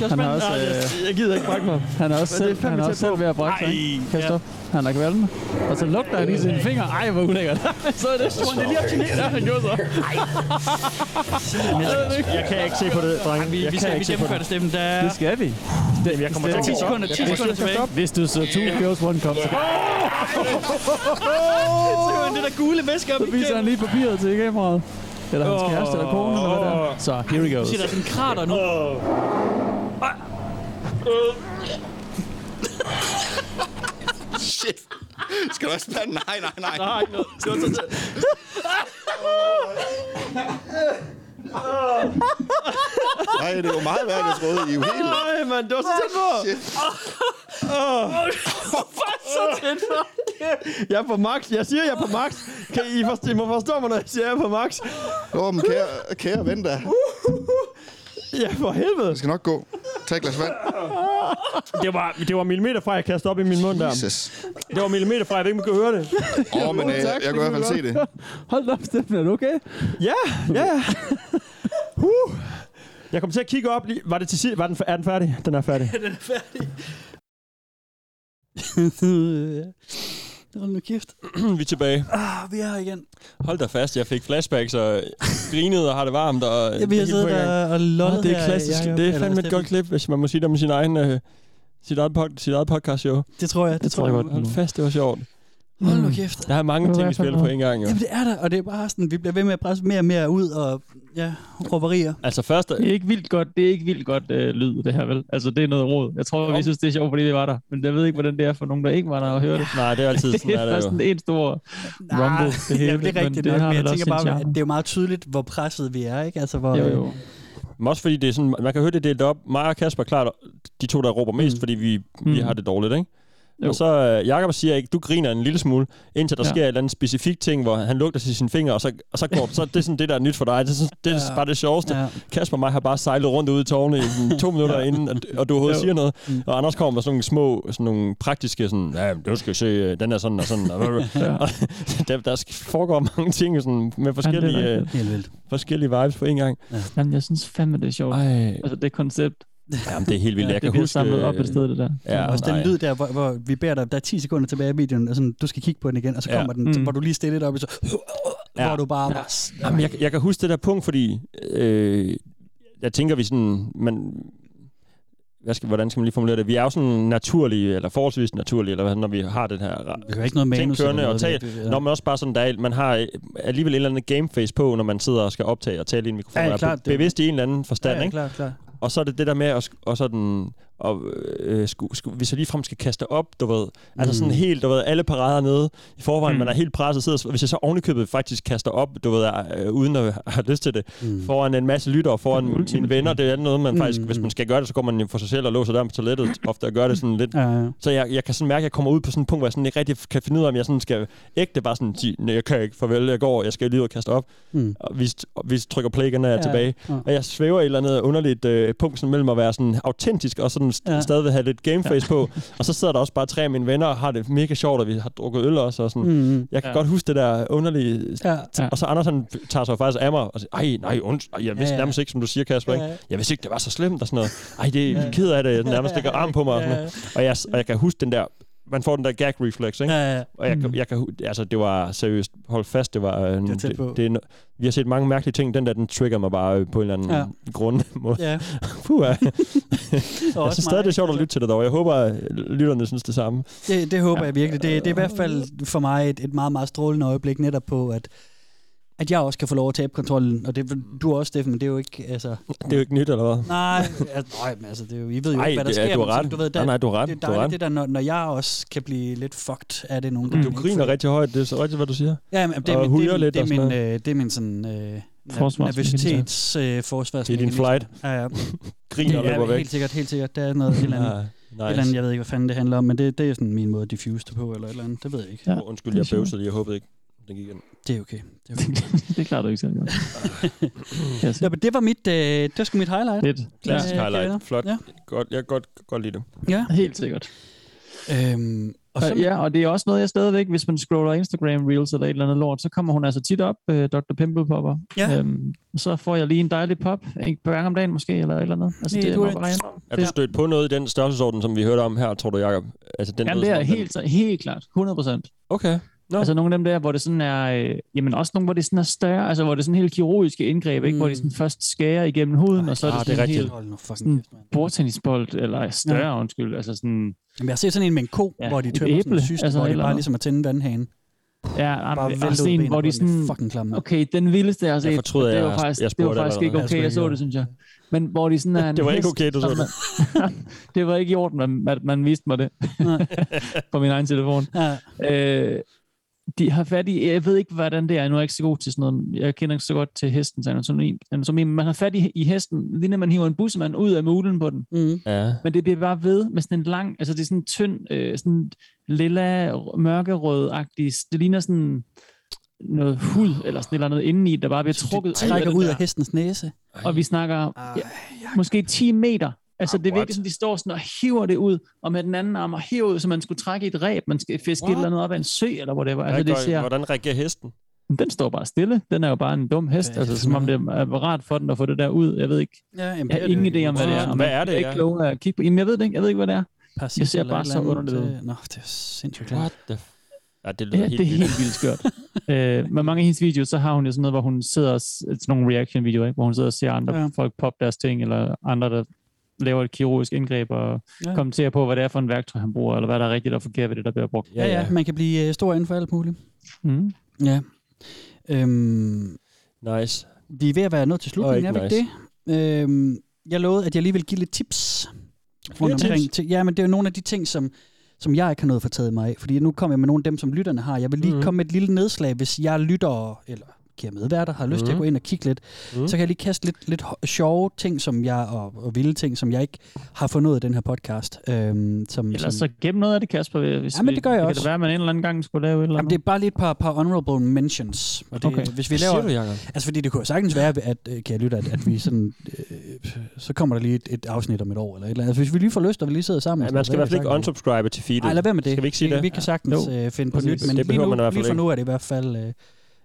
[SPEAKER 5] Han er også...
[SPEAKER 6] Nej,
[SPEAKER 5] øh,
[SPEAKER 6] jeg- jeg gider ikke brække mig.
[SPEAKER 5] Han er også
[SPEAKER 6] Men
[SPEAKER 5] selv,
[SPEAKER 6] det er
[SPEAKER 5] han
[SPEAKER 6] fandme
[SPEAKER 5] er
[SPEAKER 6] tæt
[SPEAKER 5] også
[SPEAKER 6] på.
[SPEAKER 5] selv ved at brække sig. ikke? Kan jeg stoppe? Han har kvalme. Og så lugter han i sine fingre. Ej, hvor ulækkert. *laughs* så er det sådan, Øh. det er lige op til knæet, han gjorde så.
[SPEAKER 6] Jeg kan ikke se på det, drenge.
[SPEAKER 7] Vi,
[SPEAKER 6] Jeg
[SPEAKER 7] vi,
[SPEAKER 6] kan
[SPEAKER 7] skal, vi
[SPEAKER 6] ikke se på
[SPEAKER 7] gennemfører
[SPEAKER 6] det.
[SPEAKER 7] det, Steffen. Der er
[SPEAKER 5] Det skal vi. Det,
[SPEAKER 6] Jeg kommer til at
[SPEAKER 7] 10
[SPEAKER 6] kigge op.
[SPEAKER 7] sekunder, 10 sekunder tilbage.
[SPEAKER 5] Hvis du så two girls, one cup, så
[SPEAKER 7] Det var det der gule væske op i
[SPEAKER 5] viser han
[SPEAKER 7] kæden.
[SPEAKER 5] lige papiret til kameraet. Eller hans kæreste eller kone eller hvad der. Så, here we go.
[SPEAKER 7] Se, der er sådan en krater nu.
[SPEAKER 9] Shit! Skal du også blande? Nej, nej, nej. Nej, nej det var meget værd, end jeg troede. I er jo helt...
[SPEAKER 6] Ej, mand, det var så tæt på.
[SPEAKER 9] Shit.
[SPEAKER 6] Jeg er på max. Jeg siger, jeg er på max. Kan I, forstå, I må forstå mig, når jeg siger, jeg er på max.
[SPEAKER 9] Åh, men kære, kære ven da.
[SPEAKER 6] Ja, for helvede.
[SPEAKER 9] Det skal nok gå. Tag et glas vand.
[SPEAKER 6] Det var, det var millimeter fra, jeg kastede op i min mund der.
[SPEAKER 9] Jesus.
[SPEAKER 6] Det var millimeter fra, jeg ved ikke, om I kan høre det.
[SPEAKER 9] Åh, oh, men øh, jeg kunne i hvert fald se det.
[SPEAKER 5] Hold da op, Steffen, er du okay?
[SPEAKER 6] Ja, ja. Uh. Jeg kom til at kigge op lige. Var det til side? Var den, er den færdig? Den er færdig.
[SPEAKER 7] *laughs*
[SPEAKER 4] Hold nu kæft.
[SPEAKER 3] vi er tilbage.
[SPEAKER 4] Ah, vi er her igen.
[SPEAKER 3] Hold da fast, jeg fik flashbacks og grinede og har det varmt. Og
[SPEAKER 4] Ja, vi har siddet der og lollet
[SPEAKER 3] Nå, Ah, det er
[SPEAKER 4] her,
[SPEAKER 3] klassisk.
[SPEAKER 4] Jacob.
[SPEAKER 3] Det er
[SPEAKER 4] Eller
[SPEAKER 3] fandme et
[SPEAKER 4] Steffen.
[SPEAKER 3] godt klip, hvis man må sige det om sin egen, øh, sit, eget pod, sit eget podcast show. Det,
[SPEAKER 4] Det tror jeg. Det, tror jeg godt.
[SPEAKER 3] Hold fast, det var sjovt.
[SPEAKER 4] Hold nu kæft.
[SPEAKER 3] Der er mange
[SPEAKER 5] Det var
[SPEAKER 3] ting, vi
[SPEAKER 5] i hvert fald
[SPEAKER 3] spiller på en gang, jo.
[SPEAKER 4] Jamen det er der, og det er bare sådan, vi bliver ved med at presse mere og mere ud, og ja, råberier.
[SPEAKER 3] Altså først,
[SPEAKER 5] Det er ikke vildt godt, det er ikke vildt godt øh, lyd, det her, vel? Altså, det er noget råd. Jeg tror, vi synes, det er sjovt, fordi det var der. Men jeg ved ikke, hvordan det er for nogen, der ikke var der og hørte det.
[SPEAKER 3] nej, det er altid sådan,
[SPEAKER 5] Det
[SPEAKER 3] er
[SPEAKER 5] er
[SPEAKER 3] det jo.
[SPEAKER 5] sådan en stor rumble.
[SPEAKER 4] *laughs*
[SPEAKER 5] Det
[SPEAKER 4] ja,
[SPEAKER 5] hele,
[SPEAKER 4] det er
[SPEAKER 5] men
[SPEAKER 4] rigtigt
[SPEAKER 5] det
[SPEAKER 4] nok,
[SPEAKER 5] har
[SPEAKER 4] men jeg
[SPEAKER 5] vel
[SPEAKER 4] tænker bare,
[SPEAKER 5] også sin
[SPEAKER 4] at
[SPEAKER 5] charme.
[SPEAKER 4] det er jo meget tydeligt, hvor presset vi er, ikke? Altså, hvor,
[SPEAKER 5] Jo, jo.
[SPEAKER 3] Men også fordi det er sådan, man kan høre det er delt op. Mig og Kasper er klart de to, der råber mest, mm. fordi vi, vi
[SPEAKER 5] Mm.
[SPEAKER 3] har det dårligt, ikke? Jo.
[SPEAKER 5] Jo.
[SPEAKER 3] Og så øh, Jakob siger ikke, du griner en lille smule, indtil der ja.
[SPEAKER 5] Ja.
[SPEAKER 3] sker et eller andet specifikt ting, hvor han lugter til sine fingre, og så, og så går så er det er sådan det, der er nyt for dig. Det er, sådan, det er
[SPEAKER 4] Ja.
[SPEAKER 3] ja. bare det sjoveste. Ja.
[SPEAKER 4] Ja.
[SPEAKER 3] Kasper og mig har bare sejlet rundt ude i tårne i sådan to minutter ja. inden, at- og du overhovedet
[SPEAKER 5] Jo.
[SPEAKER 3] siger noget. Mm. Og Anders kommer med sådan nogle små, sådan nogle praktiske, sådan, ja, men du skal se, øh, den er sådan og sådan.
[SPEAKER 6] *laughs*
[SPEAKER 3] Og, ja. og der, der sk- foregår mange ting sådan, med forskellige,
[SPEAKER 5] rigtigt.
[SPEAKER 3] øh,
[SPEAKER 4] Helt vildt.
[SPEAKER 3] forskellige vibes på en gang.
[SPEAKER 5] Jamen, jeg synes fandme, det er sjovt.
[SPEAKER 3] Ej,
[SPEAKER 5] Altså, det koncept,
[SPEAKER 3] Jamen, det er helt vildt.
[SPEAKER 5] ja,
[SPEAKER 3] jeg
[SPEAKER 5] det
[SPEAKER 3] kan
[SPEAKER 5] bliver
[SPEAKER 3] huske...
[SPEAKER 6] øh,
[SPEAKER 3] øh,
[SPEAKER 5] samlet op et sted, det der. *laughs*
[SPEAKER 4] Ja, også den
[SPEAKER 3] nej.
[SPEAKER 4] lyd der, hvor, hvor vi beder dig, der er 10 sekunder tilbage i videoen, og sådan, du skal kigge på den igen, og så
[SPEAKER 3] Ja.
[SPEAKER 4] kommer den,
[SPEAKER 5] Mm.
[SPEAKER 4] hvor du lige stiller dig op, og så,
[SPEAKER 3] Ja.
[SPEAKER 4] ja. hvor du bare... Ja.
[SPEAKER 3] Jamen, jeg, jeg kan huske det der punkt, fordi... Øh, jeg tænker, vi sådan... Man, hvad skal, hvordan skal man lige formulere det? Vi er jo sådan naturlige, eller forholdsvis naturlige, eller hvad, når vi har den her...
[SPEAKER 4] Vi har ikke noget
[SPEAKER 3] Ting
[SPEAKER 4] manus.
[SPEAKER 3] kørende
[SPEAKER 4] eller
[SPEAKER 3] og
[SPEAKER 4] noget, vi- vi-
[SPEAKER 3] Når man også bare sådan, der er, man har øh, alligevel en eller anden gameface på, når man sidder og skal optage og tale i en mikrofon.
[SPEAKER 4] Ja,
[SPEAKER 3] og er
[SPEAKER 4] klart,
[SPEAKER 3] be-
[SPEAKER 4] det-
[SPEAKER 3] bevidst i en eller anden forstand,
[SPEAKER 4] ja,
[SPEAKER 3] ikke?
[SPEAKER 4] klart, klart.
[SPEAKER 6] Og så er det det der med, at, sk- og sådan, og, øh, sku, sku, hvis jeg ligefrem skal kaste op, du ved, altså
[SPEAKER 4] Mm.
[SPEAKER 6] sådan helt, du ved, alle parader nede i forvejen, mm. man er helt presset, sidder, hvis jeg så ovenikøbet faktisk kaster op, du ved, øh, uden at *laughs* have lyst til det, mm. foran en masse lyttere, foran mine venner, det er noget, man faktisk, hvis
[SPEAKER 4] Mm.
[SPEAKER 6] man skal gøre det, så går man jo for sig selv og låser døren på toilettet ofte og gør det sådan lidt.
[SPEAKER 4] Ja, ja.
[SPEAKER 6] Så jeg, jeg kan sådan mærke, at jeg kommer ud på sådan et punkt, hvor jeg sådan ikke rigtig kan finde ud af, om jeg sådan skal ægte bare sådan sige, nej, jeg kan ikke, farvel, jeg går, jeg skal lige ud og kaste op.
[SPEAKER 4] Mm.
[SPEAKER 6] Og vi, og vi trykker play igen, når jeg er
[SPEAKER 4] Ja,
[SPEAKER 6] tilbage.
[SPEAKER 4] ja.
[SPEAKER 6] Og jeg svæver i et eller andet underligt øh, punkt sådan mellem at være sådan autentisk og sådan st-
[SPEAKER 4] Ja.
[SPEAKER 6] ja. stadig have lidt gameface ja. på. Og så sidder der også bare tre af mine venner og har det mega sjovt, og vi har drukket øl også. Og sådan. Mm.
[SPEAKER 4] Mm.
[SPEAKER 6] Jeg kan
[SPEAKER 5] Ja.
[SPEAKER 6] godt huske det der underlige...
[SPEAKER 4] Ja.
[SPEAKER 5] Ja.
[SPEAKER 6] Ja. Og så Anders han tager sig faktisk af mig og siger, ej, nej, und, ej, jeg vidste
[SPEAKER 4] Ja, ja.
[SPEAKER 6] nærmest ikke, som du siger, Kasper. Ikke?
[SPEAKER 4] Ja.
[SPEAKER 6] Jeg vidste ikke, det var så slemt og sådan noget. Ej, det er ked af det. Jeg nærmest stikker arm på mig. Og, sådan noget. og, jeg, og jeg kan huske den der... Man får den der gag reflex, ikke?
[SPEAKER 4] Ja, ja.
[SPEAKER 6] Og jeg, kan- jeg kan, hu- altså det var seriøst, hold fast, det var, øh,
[SPEAKER 4] Mm. er tæt på.
[SPEAKER 6] det, det, er no- vi har set mange mærkelige ting, den der, den trigger mig bare øh, på en eller anden
[SPEAKER 4] Ja.
[SPEAKER 6] ja. grund. *laughs* måde.
[SPEAKER 4] Ja,
[SPEAKER 6] Puh, jeg,
[SPEAKER 4] og
[SPEAKER 6] jeg
[SPEAKER 4] også
[SPEAKER 6] synes stadig, det er
[SPEAKER 4] mig.
[SPEAKER 6] sjovt at lytte til det dog. Jeg håber, at lytterne synes det samme.
[SPEAKER 4] Det, det håber ja. jeg virkelig. Det, det er i hvert fald for mig et, et meget, meget strålende øjeblik netop på, at, at jeg også kan få lov at tabe kontrollen. Og det vil du også, Steffen, men det er jo ikke... Altså,
[SPEAKER 6] Det er jo ikke nyt, eller hvad?
[SPEAKER 4] nej, altså, nej, men altså, det er jo, I ved jo
[SPEAKER 6] Nej,
[SPEAKER 4] ikke, hvad der
[SPEAKER 6] det,
[SPEAKER 4] sker.
[SPEAKER 6] ja, du har
[SPEAKER 4] men sådan,
[SPEAKER 6] ret.
[SPEAKER 4] Du ved, der,
[SPEAKER 6] nej, nej, du har ret.
[SPEAKER 4] det er
[SPEAKER 6] du har
[SPEAKER 4] dejligt,
[SPEAKER 6] ret. Mm.
[SPEAKER 4] det der, når, når jeg også kan blive lidt fucked af det nogle gange.
[SPEAKER 6] Du
[SPEAKER 4] ikke?
[SPEAKER 6] griner
[SPEAKER 4] Fordi-
[SPEAKER 6] rigtig højt, det er så rigtig, hvad du siger.
[SPEAKER 4] Ja, men det er
[SPEAKER 6] og
[SPEAKER 4] min, det er
[SPEAKER 6] hujer
[SPEAKER 4] min,
[SPEAKER 6] lidt
[SPEAKER 4] det er
[SPEAKER 6] og sådan
[SPEAKER 4] min, øh, det er min sådan... Øh,
[SPEAKER 5] Forsvarsmekanisme.
[SPEAKER 4] Nervøsitets øh, forsvars.
[SPEAKER 6] Det er din flight.
[SPEAKER 4] Ja, ja.
[SPEAKER 6] Griner og løber
[SPEAKER 4] ja,
[SPEAKER 6] væk. Ah,
[SPEAKER 4] helt sikkert, helt sikkert. Der er
[SPEAKER 6] *laughs*
[SPEAKER 4] noget et eller andet.
[SPEAKER 6] Nej,
[SPEAKER 4] Et eller andet, jeg ved ikke, hvad fanden det handler om, men det, det er sådan min måde at diffuse det på, eller et eller andet. Det ved jeg ikke.
[SPEAKER 5] Ja.
[SPEAKER 6] nice. Undskyld, jeg bøvsede lige. Jeg håbede ikke, den gik ind.
[SPEAKER 4] Det er okay. Det, er okay.
[SPEAKER 5] det klarer du ikke selv godt.
[SPEAKER 3] *laughs*
[SPEAKER 5] Yes.
[SPEAKER 4] Ja, men det var mit, øh, det var sgu mit highlight.
[SPEAKER 5] Fedt. Ja,
[SPEAKER 6] Klassisk
[SPEAKER 4] Ja, ja, ja.
[SPEAKER 6] highlight. Flot.
[SPEAKER 4] Ja.
[SPEAKER 6] Godt, jeg kan godt, godt lide det.
[SPEAKER 4] Ja.
[SPEAKER 5] helt sikkert.
[SPEAKER 4] Øhm, og så,
[SPEAKER 5] Ja, og det er også noget, jeg stadigvæk, hvis man scroller Instagram Reels eller et eller andet lort, så kommer hun altså tit op, øh, Dr. Pimple Popper.
[SPEAKER 4] Ja.
[SPEAKER 5] Øhm, så får jeg lige en dejlig pop, en par gange om dagen måske, eller et eller andet. Altså,
[SPEAKER 4] Nej,
[SPEAKER 5] det er
[SPEAKER 4] du er-
[SPEAKER 5] bare bare enormt.
[SPEAKER 6] Er du
[SPEAKER 5] Ja.
[SPEAKER 6] stødt på noget i den størrelsesorden, som vi hørte om her, tror du, Jacob? Altså, den
[SPEAKER 5] Jamen,
[SPEAKER 6] lød,
[SPEAKER 5] det
[SPEAKER 6] som
[SPEAKER 5] er
[SPEAKER 6] om
[SPEAKER 5] helt, helt klart. 100 procent.
[SPEAKER 6] Okay. Nå.
[SPEAKER 5] Altså nogle af dem der, hvor det sådan er, øh, jamen også nogle, hvor det sådan er større, altså hvor det er sådan helt kirurgiske indgreb, ikke? Hvor de sådan først skærer igennem huden, og så er
[SPEAKER 6] Mm. ah,
[SPEAKER 5] det
[SPEAKER 6] det
[SPEAKER 5] sådan
[SPEAKER 6] er
[SPEAKER 5] en
[SPEAKER 6] rigtigt.
[SPEAKER 5] helt Mm.
[SPEAKER 4] Hold nu fucking
[SPEAKER 5] sådan-
[SPEAKER 4] kæft, mand.
[SPEAKER 5] bordtennisbold, eller større, ja. undskyld, altså sådan,
[SPEAKER 4] Jamen, jeg ser sådan en med en ko,
[SPEAKER 5] Ja,
[SPEAKER 4] hvor de
[SPEAKER 5] et
[SPEAKER 4] tømmer sådan en
[SPEAKER 5] æble,
[SPEAKER 4] syste,
[SPEAKER 5] altså,
[SPEAKER 4] hvor de
[SPEAKER 5] eller
[SPEAKER 4] bare
[SPEAKER 5] noget.
[SPEAKER 4] ligesom at tænde vandhanen.
[SPEAKER 5] ja,
[SPEAKER 4] Bare
[SPEAKER 5] jamen,
[SPEAKER 4] vælte
[SPEAKER 5] også
[SPEAKER 4] ud
[SPEAKER 5] en, hvor de
[SPEAKER 4] benene,
[SPEAKER 5] sådan,
[SPEAKER 4] sådan... fucking klam, mand.
[SPEAKER 5] okay, den vildeste, jeg har set,
[SPEAKER 6] Jeg fortryder,
[SPEAKER 5] og det
[SPEAKER 6] jeg-
[SPEAKER 5] var faktisk,
[SPEAKER 6] jeg
[SPEAKER 5] det var
[SPEAKER 6] spurgte
[SPEAKER 5] faktisk ikke
[SPEAKER 6] allerede.
[SPEAKER 5] okay,
[SPEAKER 4] Ja,
[SPEAKER 5] jeg så det, synes jeg. Men hvor de
[SPEAKER 6] *laughs*
[SPEAKER 5] sådan er en
[SPEAKER 6] Det var ikke
[SPEAKER 5] hest,
[SPEAKER 6] okay,
[SPEAKER 5] *laughs*
[SPEAKER 6] du så
[SPEAKER 5] og
[SPEAKER 6] det.
[SPEAKER 5] man- det var ikke i orden, at man, at man viste mig det *laughs* på min egen telefon.
[SPEAKER 4] Ja,
[SPEAKER 5] Øh, de har fat i, jeg ved ikke, hvordan det er, nu er jeg ikke så god til sådan noget, jeg kender ikke så godt til hestens anatomi, anatomi men man har fat i, i hesten, lige når man hiver en bussemand ud af mulen på den,
[SPEAKER 4] mm.
[SPEAKER 6] Ja.
[SPEAKER 5] men det bliver bare ved med sådan en lang, altså det er sådan en tynd, øh, sådan lilla, r- mørkerød-agtig, det ligner sådan noget hud, eller sådan et eller andet indeni, der bare bliver trukket af
[SPEAKER 4] Trækker
[SPEAKER 5] den
[SPEAKER 4] ud
[SPEAKER 5] der.
[SPEAKER 4] af hestens næse.
[SPEAKER 5] og vi snakker ja, måske 10 meter. Altså, det er virkelig sådan, de står sådan og hiver det ud, og med den anden arm og hiver ud, så man skulle trække i et ræb, man skal fiske et eller andet op af en sø, eller whatever. Altså, det ser,
[SPEAKER 6] Hvordan reagerer hesten?
[SPEAKER 5] den står bare stille. Den er jo bare en dum hest,
[SPEAKER 4] Hvad er
[SPEAKER 5] altså,
[SPEAKER 4] det for
[SPEAKER 5] som om det er rart for den at få det der ud. Jeg ved ikke.
[SPEAKER 4] Ja, jamen,
[SPEAKER 5] Jeg har ingen idé om, hvad det er. og
[SPEAKER 6] Hvad
[SPEAKER 5] man
[SPEAKER 6] er det,
[SPEAKER 5] ikke
[SPEAKER 6] ja?
[SPEAKER 5] klogere at kigge på. Jamen, jeg ved det ikke. Jeg ved ikke, hvad det er.
[SPEAKER 4] Præcis,
[SPEAKER 5] Jeg ser
[SPEAKER 4] eller
[SPEAKER 5] bare
[SPEAKER 4] et
[SPEAKER 5] så
[SPEAKER 4] eller andet,
[SPEAKER 5] underligt ud.
[SPEAKER 4] øh, Nå, det er sindssygt klart.
[SPEAKER 6] What the f- ja, det lyder
[SPEAKER 5] Ja,
[SPEAKER 6] helt
[SPEAKER 5] det er helt vildt
[SPEAKER 4] *laughs*
[SPEAKER 5] skørt. øh, med mange af hendes videoer, så har hun jo sådan noget, hvor hun sidder og, s- sådan nogle reaction-videoer, ikke? hvor hun sidder og ser andre
[SPEAKER 4] Ja.
[SPEAKER 5] ja. folk poppe deres ting, eller andre, der laver et kirurgisk indgreb, og
[SPEAKER 4] Ja.
[SPEAKER 5] ja. kommenterer på, hvad det er for en værktøj, han bruger, eller hvad der er rigtigt og forkert ved det, der bliver brugt.
[SPEAKER 4] Ja, ja, man kan blive øh, stor inden for alt muligt.
[SPEAKER 5] Mm.
[SPEAKER 4] Ja. Øhm,
[SPEAKER 6] Nice.
[SPEAKER 4] Vi er ved at være nået til slutningen, er vi
[SPEAKER 6] ikke
[SPEAKER 4] ikke det? Øhm, jeg lovede, at jeg lige vil give lidt tips. Rundt omkring. Tips? Ja, men det er jo nogle af de ting, som, som jeg ikke har nået at få taget mig af. Fordi nu kommer jeg med nogle af dem, som lytterne har. Jeg vil lige
[SPEAKER 5] Mhm.
[SPEAKER 4] mm. komme med et lille nedslag, hvis jeg lytter eller kære medværter har lyst
[SPEAKER 5] Mhm.
[SPEAKER 4] mm. til at gå ind og kigge lidt. Mm. Så kan jeg lige kaste lidt, lidt ho- sjove ting, som jeg, og, og vilde ting, som jeg ikke har fundet ud af den her podcast. Øhm, som,
[SPEAKER 5] Ellers
[SPEAKER 4] som,
[SPEAKER 5] så gem noget af det, Kasper. Hvis
[SPEAKER 4] Ja, men
[SPEAKER 5] vi-
[SPEAKER 4] det gør jeg
[SPEAKER 5] kan
[SPEAKER 4] også.
[SPEAKER 5] Det være, at man en eller anden gang skulle lave et eller
[SPEAKER 4] jamen, det
[SPEAKER 5] andet.
[SPEAKER 4] er bare lige et par, par honorable mentions. Og det,
[SPEAKER 5] Okay.
[SPEAKER 4] Hvis vi laver,
[SPEAKER 6] Jacob?
[SPEAKER 4] Altså, fordi det kunne jo sagtens være, at, øh, kan jeg lytte, at, at vi sådan, øh, så kommer der lige et, et afsnit om et år, eller et eller andet. Altså, hvis vi lige får lyst, og vi lige sidder sammen.
[SPEAKER 6] Ja, man skal i hvert fald ikke unsubscribe til feedet.
[SPEAKER 4] Nej, lad være med det.
[SPEAKER 6] Skal vi ikke sige
[SPEAKER 4] vi,
[SPEAKER 6] det?
[SPEAKER 4] Vi kan sagtens
[SPEAKER 6] Jo.
[SPEAKER 4] øh, finde på
[SPEAKER 6] Præcis.
[SPEAKER 4] nyt, men
[SPEAKER 6] Det
[SPEAKER 4] lige,
[SPEAKER 6] behøver
[SPEAKER 4] nu,
[SPEAKER 6] man i hvert fald
[SPEAKER 4] lige for
[SPEAKER 6] ikke.
[SPEAKER 4] nu er det i hvert fald øh,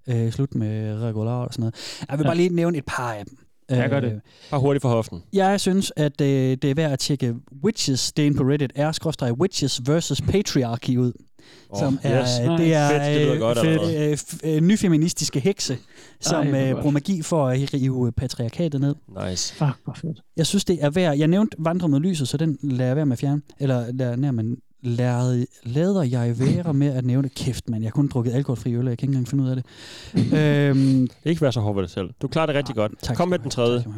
[SPEAKER 4] øh, slut med regular og sådan noget. Jeg vil bare lige nævne et par af dem.
[SPEAKER 5] Ja, gør det.
[SPEAKER 4] Øh,
[SPEAKER 6] Bare hurtigt fra hoften.
[SPEAKER 4] Jeg synes, at øh, det er værd at tjekke Witches, det er inde på Reddit, er skråstrej Witches versus Patriarchy ud. Oh, som er,
[SPEAKER 6] yes.
[SPEAKER 4] yes. det er
[SPEAKER 6] Fedt, det lyder godt allerede.
[SPEAKER 4] øh, f- øh, nyfeministiske hekse, som
[SPEAKER 5] hvor
[SPEAKER 4] Ej, øh,
[SPEAKER 5] godt.
[SPEAKER 4] bruger magi for at rive øh, patriarkatet ned.
[SPEAKER 6] Nice.
[SPEAKER 5] Fuck, hvor fedt.
[SPEAKER 4] Jeg synes, det er værd. Jeg nævnte vandre med lyset, så den lader jeg være med at fjerne. Eller lader, nær, man, lader, lader jeg være med at nævne kæft, man. Jeg har kun drukket alkoholfri øl, og jeg kan ikke engang
[SPEAKER 6] *laughs*
[SPEAKER 4] finde ud af det. øhm,
[SPEAKER 6] Ikke være så hård ved dig selv. Du klarer det rigtig godt.
[SPEAKER 4] tak
[SPEAKER 6] Kom
[SPEAKER 4] skal
[SPEAKER 6] med
[SPEAKER 4] du
[SPEAKER 6] den
[SPEAKER 4] have.
[SPEAKER 6] tredje.
[SPEAKER 4] Tak skal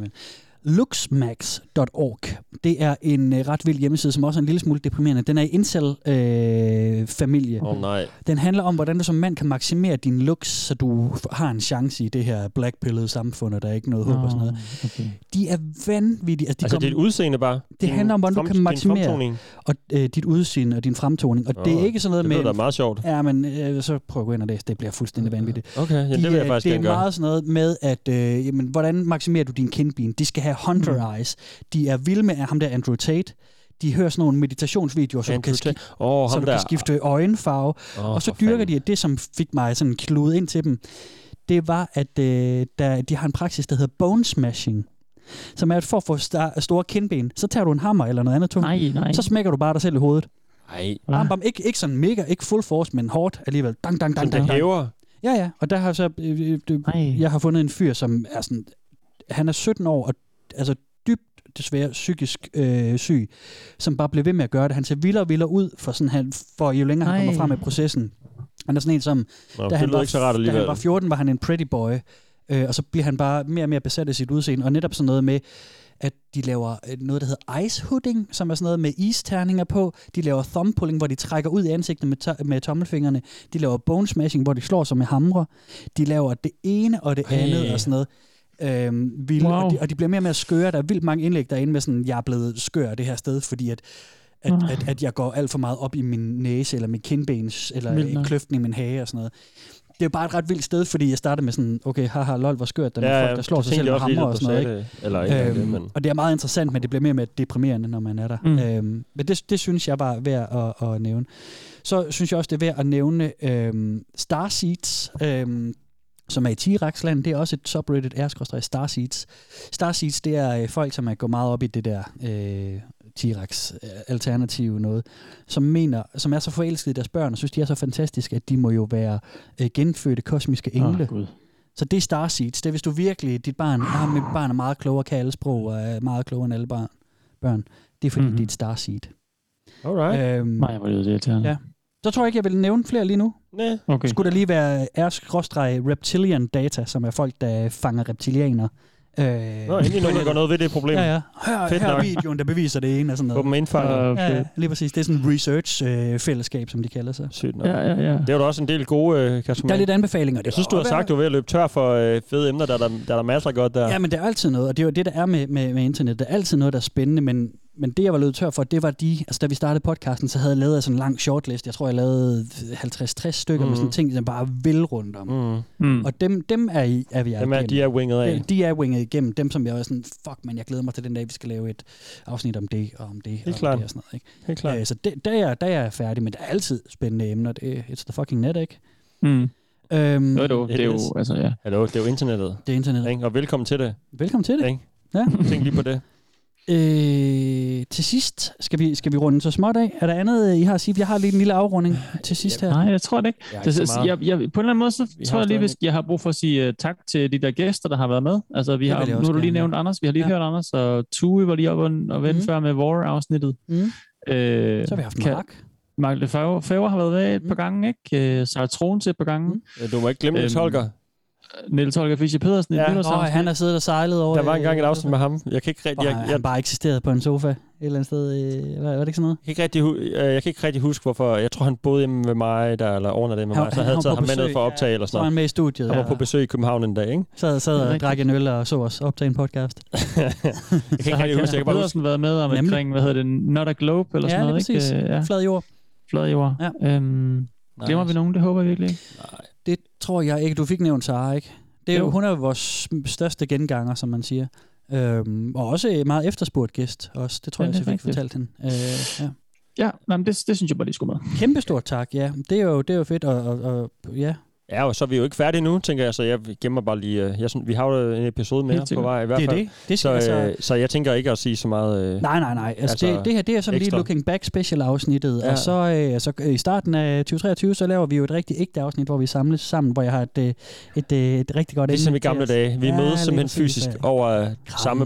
[SPEAKER 4] du have. Luxmax.org. Det er en øh, ret vild hjemmeside, som også er en lille smule deprimerende. Den er i incel-familie. Øh, familie.
[SPEAKER 6] Åh oh, nej.
[SPEAKER 4] Den handler om, hvordan du som mand kan maksimere din lux, så du f- har en chance i det her blackpillede samfund, og der er ikke noget håb og sådan noget.
[SPEAKER 6] Okay.
[SPEAKER 4] De er vanvittige. Altså, de
[SPEAKER 6] Altså,
[SPEAKER 4] kom,
[SPEAKER 6] det er et udseende bare.
[SPEAKER 4] Det handler om, hvordan du
[SPEAKER 6] frem-
[SPEAKER 4] kan
[SPEAKER 6] din
[SPEAKER 4] maksimere.
[SPEAKER 6] fremtoning.
[SPEAKER 4] og øh, dit udsyn og din fremtoning. Og det er
[SPEAKER 6] Åh,
[SPEAKER 4] ikke sådan noget
[SPEAKER 6] Det lyder
[SPEAKER 4] med...
[SPEAKER 6] da meget sjovt.
[SPEAKER 4] Ja, men øh, så prøv at gå ind og læse. Det bliver fuldstændig vanvittigt.
[SPEAKER 6] Okay, jamen, det vil jeg
[SPEAKER 4] er-
[SPEAKER 6] faktisk
[SPEAKER 4] det er
[SPEAKER 6] gerne gøre.
[SPEAKER 4] meget sådan noget med, at øh, jamen, hvordan maksimerer du din kindben? De skal have hunter mm. eyes. De er vilde med ham der Andrew Tate. De hører sådan nogle meditationsvideoer, som,
[SPEAKER 6] Andrew
[SPEAKER 4] kan, skifte,
[SPEAKER 6] Åh, oh,
[SPEAKER 4] som
[SPEAKER 6] ham
[SPEAKER 4] du
[SPEAKER 6] der.
[SPEAKER 4] kan skifte øjenfarve.
[SPEAKER 6] Oh,
[SPEAKER 4] og så dyrker de at det, som fik mig sådan kludet ind til dem. Det var, at øh, der, de har en praksis, der hedder bone smashing. Som er, at for at få star- store kindben, så tager du en hammer eller noget andet tungt.
[SPEAKER 5] Nej, nej.
[SPEAKER 4] Så ah, smækker du bare dig selv i hovedet.
[SPEAKER 6] Nej,
[SPEAKER 4] Bam, bam. Ikke, ikke sådan mega, ikke full force, men hårdt alligevel. Dang, dang,
[SPEAKER 6] som
[SPEAKER 4] dang,
[SPEAKER 6] det
[SPEAKER 4] dang, dang.
[SPEAKER 6] hæver.
[SPEAKER 4] Ja, ja. Og der har så... Øh, øh, øh,
[SPEAKER 5] Nej.
[SPEAKER 4] jeg har fundet en fyr, som er sådan... Han er 17 år, og altså dybt desværre psykisk øh, syg, som bare bliver ved med at gøre det. Han ser vildere og vildere ud, for, sådan, han, for jo længere han
[SPEAKER 5] Ej.
[SPEAKER 4] kommer frem i processen. Han er sådan en, som
[SPEAKER 6] Nå,
[SPEAKER 4] da
[SPEAKER 6] det
[SPEAKER 4] han,
[SPEAKER 6] lyder
[SPEAKER 4] var,
[SPEAKER 6] ikke så rart
[SPEAKER 4] da
[SPEAKER 6] alligevel.
[SPEAKER 4] han var 14, var han en pretty boy, øh, og så bliver han bare mere og mere besat af sit udseende, og netop sådan noget med, at de laver øh, noget, der hedder ice hooding, som er sådan noget med isterninger på. De laver thumb pulling, hvor de trækker ud i ansigtet med, to- med tommelfingrene. De laver bone smashing, hvor de slår sig med hamre. De laver det ene og det
[SPEAKER 6] Ej.
[SPEAKER 4] andet og sådan noget. Øhm, vilde, wow.
[SPEAKER 5] Wow.
[SPEAKER 4] og, de, og de bliver mere og mere skøre. Der er vildt mange indlæg derinde med sådan, jeg er blevet skør det her sted, fordi at, at,
[SPEAKER 5] Ah.
[SPEAKER 4] at, at jeg går alt for meget op i min næse, eller min kindbens, eller
[SPEAKER 5] Vildt
[SPEAKER 4] en
[SPEAKER 5] nok.
[SPEAKER 4] kløften i min hage og sådan noget. Det er jo bare et ret vildt sted, fordi jeg startede med sådan, okay, haha, lol, hvor skørt, der er ja, folk, der slår
[SPEAKER 6] det
[SPEAKER 4] sig
[SPEAKER 6] tænkte
[SPEAKER 4] selv
[SPEAKER 6] jeg
[SPEAKER 4] med
[SPEAKER 6] også lige,
[SPEAKER 4] hammer
[SPEAKER 6] da
[SPEAKER 4] og
[SPEAKER 6] du
[SPEAKER 4] sådan noget. Ikke?
[SPEAKER 6] sagde det. Eller ikke øhm, det,
[SPEAKER 4] Øhm,
[SPEAKER 6] men...
[SPEAKER 4] og det er meget interessant, men det bliver mere med deprimerende, når man er der.
[SPEAKER 5] Mm.
[SPEAKER 4] Øhm, men det, det synes jeg bare er værd at, at nævne. Så synes jeg også, det er værd at nævne øhm, Starseeds, øhm, som er i T-Rex-land. Det er også et subreddit r Starseeds. Starseeds, det er øh, folk, som er gået meget op i det der øh, T-Rex-alternative noget, som mener, som er så forelskede i deres børn, og synes, de er så fantastiske, at de må jo være øh, genfødte kosmiske
[SPEAKER 6] Ah.
[SPEAKER 4] engle.
[SPEAKER 5] Gud.
[SPEAKER 4] Så det er Starseeds. Det er, hvis du virkelig, dit barn, ah, mit barn er meget klogere, kan alle sprog, og er meget klogere end alle barn, børn. Det er fordi, mm-hmm.
[SPEAKER 5] Mhm.
[SPEAKER 4] det er et Starseed.
[SPEAKER 6] Alright.
[SPEAKER 4] Øhm,
[SPEAKER 5] Nej, hvor lyder det irriterende.
[SPEAKER 4] Ja. så tror jeg ikke, jeg vil nævne flere lige nu.
[SPEAKER 6] Næh.
[SPEAKER 5] Okay.
[SPEAKER 4] Skulle der lige være R-reptilian data, som er folk, der fanger reptilianer. Øh,
[SPEAKER 6] Nå, endelig nogen, der gør noget ved det problem.
[SPEAKER 4] Ja, ja. Her,
[SPEAKER 6] Fedt
[SPEAKER 4] her er
[SPEAKER 6] nok.
[SPEAKER 4] videoen, der beviser det ene og sådan
[SPEAKER 6] Få
[SPEAKER 4] noget.
[SPEAKER 6] dem indfanget.
[SPEAKER 5] Øh,
[SPEAKER 4] Ja, ja, lige præcis. Det er sådan et research-fællesskab, som de kalder sig.
[SPEAKER 6] Sygt nok.
[SPEAKER 5] Ja, ja, ja.
[SPEAKER 6] Det var da også en del gode, øh, Kasper.
[SPEAKER 4] Der er
[SPEAKER 6] Mann.
[SPEAKER 4] lidt anbefalinger. Det
[SPEAKER 6] Jeg synes,
[SPEAKER 4] var
[SPEAKER 6] du har
[SPEAKER 4] også-
[SPEAKER 6] sagt, du er ved at løbe tør for øh, fede emner, der er der, der, er der masser af godt der.
[SPEAKER 4] Ja, men der er altid noget, og det er jo det, der er med, med, med internet. Der er altid noget, der er spændende, men, men det, jeg var løbet tør for, det var de... Altså, da vi startede podcasten, så havde jeg lavet sådan en lang shortlist. Jeg tror, jeg lavede 50-60 stykker mm. med sådan
[SPEAKER 6] Mhm.
[SPEAKER 4] ting, som bare er vel rundt om. Mm.
[SPEAKER 6] Mm.
[SPEAKER 5] Mm.
[SPEAKER 4] Og dem, dem er, I, er vi
[SPEAKER 6] Dem er,
[SPEAKER 4] igennem.
[SPEAKER 6] de er winget af.
[SPEAKER 4] De- de er winget igennem. Dem, som jeg var sådan, fuck, men jeg glæder mig til den dag, vi skal lave et afsnit om det, og om det, og om
[SPEAKER 6] klart.
[SPEAKER 4] det, og sådan noget. Ikke?
[SPEAKER 6] Helt klart.
[SPEAKER 4] Klar. Øh, så det, der, er, der er jeg færdig, men der er altid spændende emner. Det, it's the fucking net, ikke?
[SPEAKER 5] Mm.
[SPEAKER 4] Øhm,
[SPEAKER 5] Jo, jo, det er jo, altså ja.
[SPEAKER 6] Hallo, det er jo internettet.
[SPEAKER 4] Det er internettet.
[SPEAKER 6] Ikke? Og velkommen til det.
[SPEAKER 4] Velkommen til det.
[SPEAKER 6] Ikke?
[SPEAKER 4] Ja.
[SPEAKER 6] Tænk lige på det.
[SPEAKER 4] Øh, til sidst, skal vi, skal vi runde så småt af? Er der andet, I har at sige? Jeg har lige en lille afrunding til sidst her.
[SPEAKER 5] Nej, jeg tror det ikke.
[SPEAKER 6] Jeg
[SPEAKER 5] Det, jeg, jeg, jeg, på en eller anden måde, så
[SPEAKER 6] Vi
[SPEAKER 5] vi
[SPEAKER 6] har
[SPEAKER 5] tror jeg lige,
[SPEAKER 6] stadig
[SPEAKER 5] hvis jeg har brug for at sige uh, tak til de der gæster, der har været med. Altså, vi
[SPEAKER 4] Det
[SPEAKER 5] har,
[SPEAKER 4] vil jeg
[SPEAKER 5] nu
[SPEAKER 4] også
[SPEAKER 5] har du lige
[SPEAKER 4] gerne, ja.
[SPEAKER 5] nævnt Anders, vi har lige
[SPEAKER 4] Ja.
[SPEAKER 5] ja. hørt Anders, og Tue var lige oppe og, og vende
[SPEAKER 4] Mhm.
[SPEAKER 5] mm. før med War-afsnittet.
[SPEAKER 4] Mm.
[SPEAKER 5] Øh,
[SPEAKER 4] Så har vi haft
[SPEAKER 5] kan-
[SPEAKER 4] Mark.
[SPEAKER 5] Mark Lefebvre Favre har været med et par gange, ikke? Øh, Sarah Troen til et par gange.
[SPEAKER 4] Mm.
[SPEAKER 5] Mm.
[SPEAKER 6] Øh, Du må ikke glemme Niels
[SPEAKER 5] Øhm,
[SPEAKER 6] Holger.
[SPEAKER 5] Niels Holger Fischer Pedersen.
[SPEAKER 6] Ja.
[SPEAKER 5] Ja.
[SPEAKER 4] Åh, han har siddet og sejlet over...
[SPEAKER 6] Der var engang et
[SPEAKER 4] øh,
[SPEAKER 6] afsnit med ham. Jeg kan ikke rigtig,
[SPEAKER 4] Hvor
[SPEAKER 6] jeg,
[SPEAKER 4] han,
[SPEAKER 6] jeg,
[SPEAKER 4] han bare eksisterede på en sofa et eller andet sted. Øh, var, var det ikke sådan noget?
[SPEAKER 6] jeg kan ikke rigtig, hu- øh, jeg kan ikke rigtig huske, hvorfor. Jeg tror, han boede hjemme med mig, der, eller overnattede med
[SPEAKER 4] Han-
[SPEAKER 6] mig. Så
[SPEAKER 4] han
[SPEAKER 6] havde
[SPEAKER 4] var
[SPEAKER 6] jeg taget
[SPEAKER 4] på
[SPEAKER 6] ham med ned
[SPEAKER 4] besøg,
[SPEAKER 6] for at
[SPEAKER 4] ja.
[SPEAKER 6] optage eller
[SPEAKER 4] Så
[SPEAKER 6] sådan
[SPEAKER 4] var
[SPEAKER 6] noget.
[SPEAKER 4] han med i studiet
[SPEAKER 6] Han var på
[SPEAKER 4] og
[SPEAKER 6] besøg i København en dag,
[SPEAKER 4] *laughs*
[SPEAKER 6] ikke?
[SPEAKER 4] sad, sad og
[SPEAKER 5] Rigtigt.
[SPEAKER 4] drak en øl og så os optage en podcast.
[SPEAKER 6] Jeg kan
[SPEAKER 5] Så
[SPEAKER 6] ikke
[SPEAKER 5] har
[SPEAKER 6] rigtig huske, jeg
[SPEAKER 5] Kasper
[SPEAKER 6] kan bare huske.
[SPEAKER 5] Pedersen været med om
[SPEAKER 4] Nemlig.
[SPEAKER 5] omkring, hvad hedder det, Not a Globe eller
[SPEAKER 4] Ja,
[SPEAKER 5] sådan
[SPEAKER 4] lige
[SPEAKER 5] noget,
[SPEAKER 4] præcis.
[SPEAKER 5] ikke? Øh, Ja,
[SPEAKER 4] Flad jord.
[SPEAKER 5] fladjord.
[SPEAKER 4] Ja.
[SPEAKER 5] Øhm, glemmer vi nogen? Det håber jeg virkelig ikke.
[SPEAKER 4] Det tror jeg ikke. Du fik nævnt Sara, ikke? Det er jo,
[SPEAKER 5] Jo.
[SPEAKER 4] hun er jo vores sm- største genganger, som man siger. Øhm, og også en meget efterspurgt gæst også. Det tror
[SPEAKER 5] Ja,
[SPEAKER 4] jeg,
[SPEAKER 5] det er
[SPEAKER 4] jeg fik
[SPEAKER 5] rigtigt.
[SPEAKER 4] fortalt hende. Øh, ja.
[SPEAKER 5] Ja, nej, men det, det synes jeg bare, de skulle med.
[SPEAKER 4] Kæmpestort tak, ja. Det er jo, det er jo fedt, og, og, og ja.
[SPEAKER 6] Ja, og så er vi jo ikke færdige nu, tænker jeg, så jeg gemmer bare lige... øh, Jeg synes, vi har jo en episode mere
[SPEAKER 5] Helt
[SPEAKER 6] på
[SPEAKER 5] sikkert.
[SPEAKER 6] vej i hvert
[SPEAKER 4] Det er
[SPEAKER 6] fald.
[SPEAKER 4] det. det skal,
[SPEAKER 6] Så,
[SPEAKER 4] så, altså,
[SPEAKER 6] øh, så jeg tænker ikke at sige så meget... Øh,
[SPEAKER 4] nej, nej, nej. Altså,
[SPEAKER 6] altså,
[SPEAKER 4] det, det her det er sådan lige
[SPEAKER 6] ekstra.
[SPEAKER 4] Looking Back Special afsnittet, ja.
[SPEAKER 6] Ja.
[SPEAKER 4] og så, øh, så øh, i starten af 2023, så laver vi jo et rigtig ægte afsnit, hvor vi samles sammen, hvor jeg har et, øh, et, øh, et rigtig godt
[SPEAKER 6] Ligesom i
[SPEAKER 4] emne til
[SPEAKER 6] gamle
[SPEAKER 4] os.
[SPEAKER 6] dage. Vi
[SPEAKER 4] Ja,
[SPEAKER 6] ja, mødes
[SPEAKER 4] lige
[SPEAKER 6] simpelthen
[SPEAKER 4] præcis,
[SPEAKER 6] fysisk
[SPEAKER 4] ja.
[SPEAKER 6] over øh, samme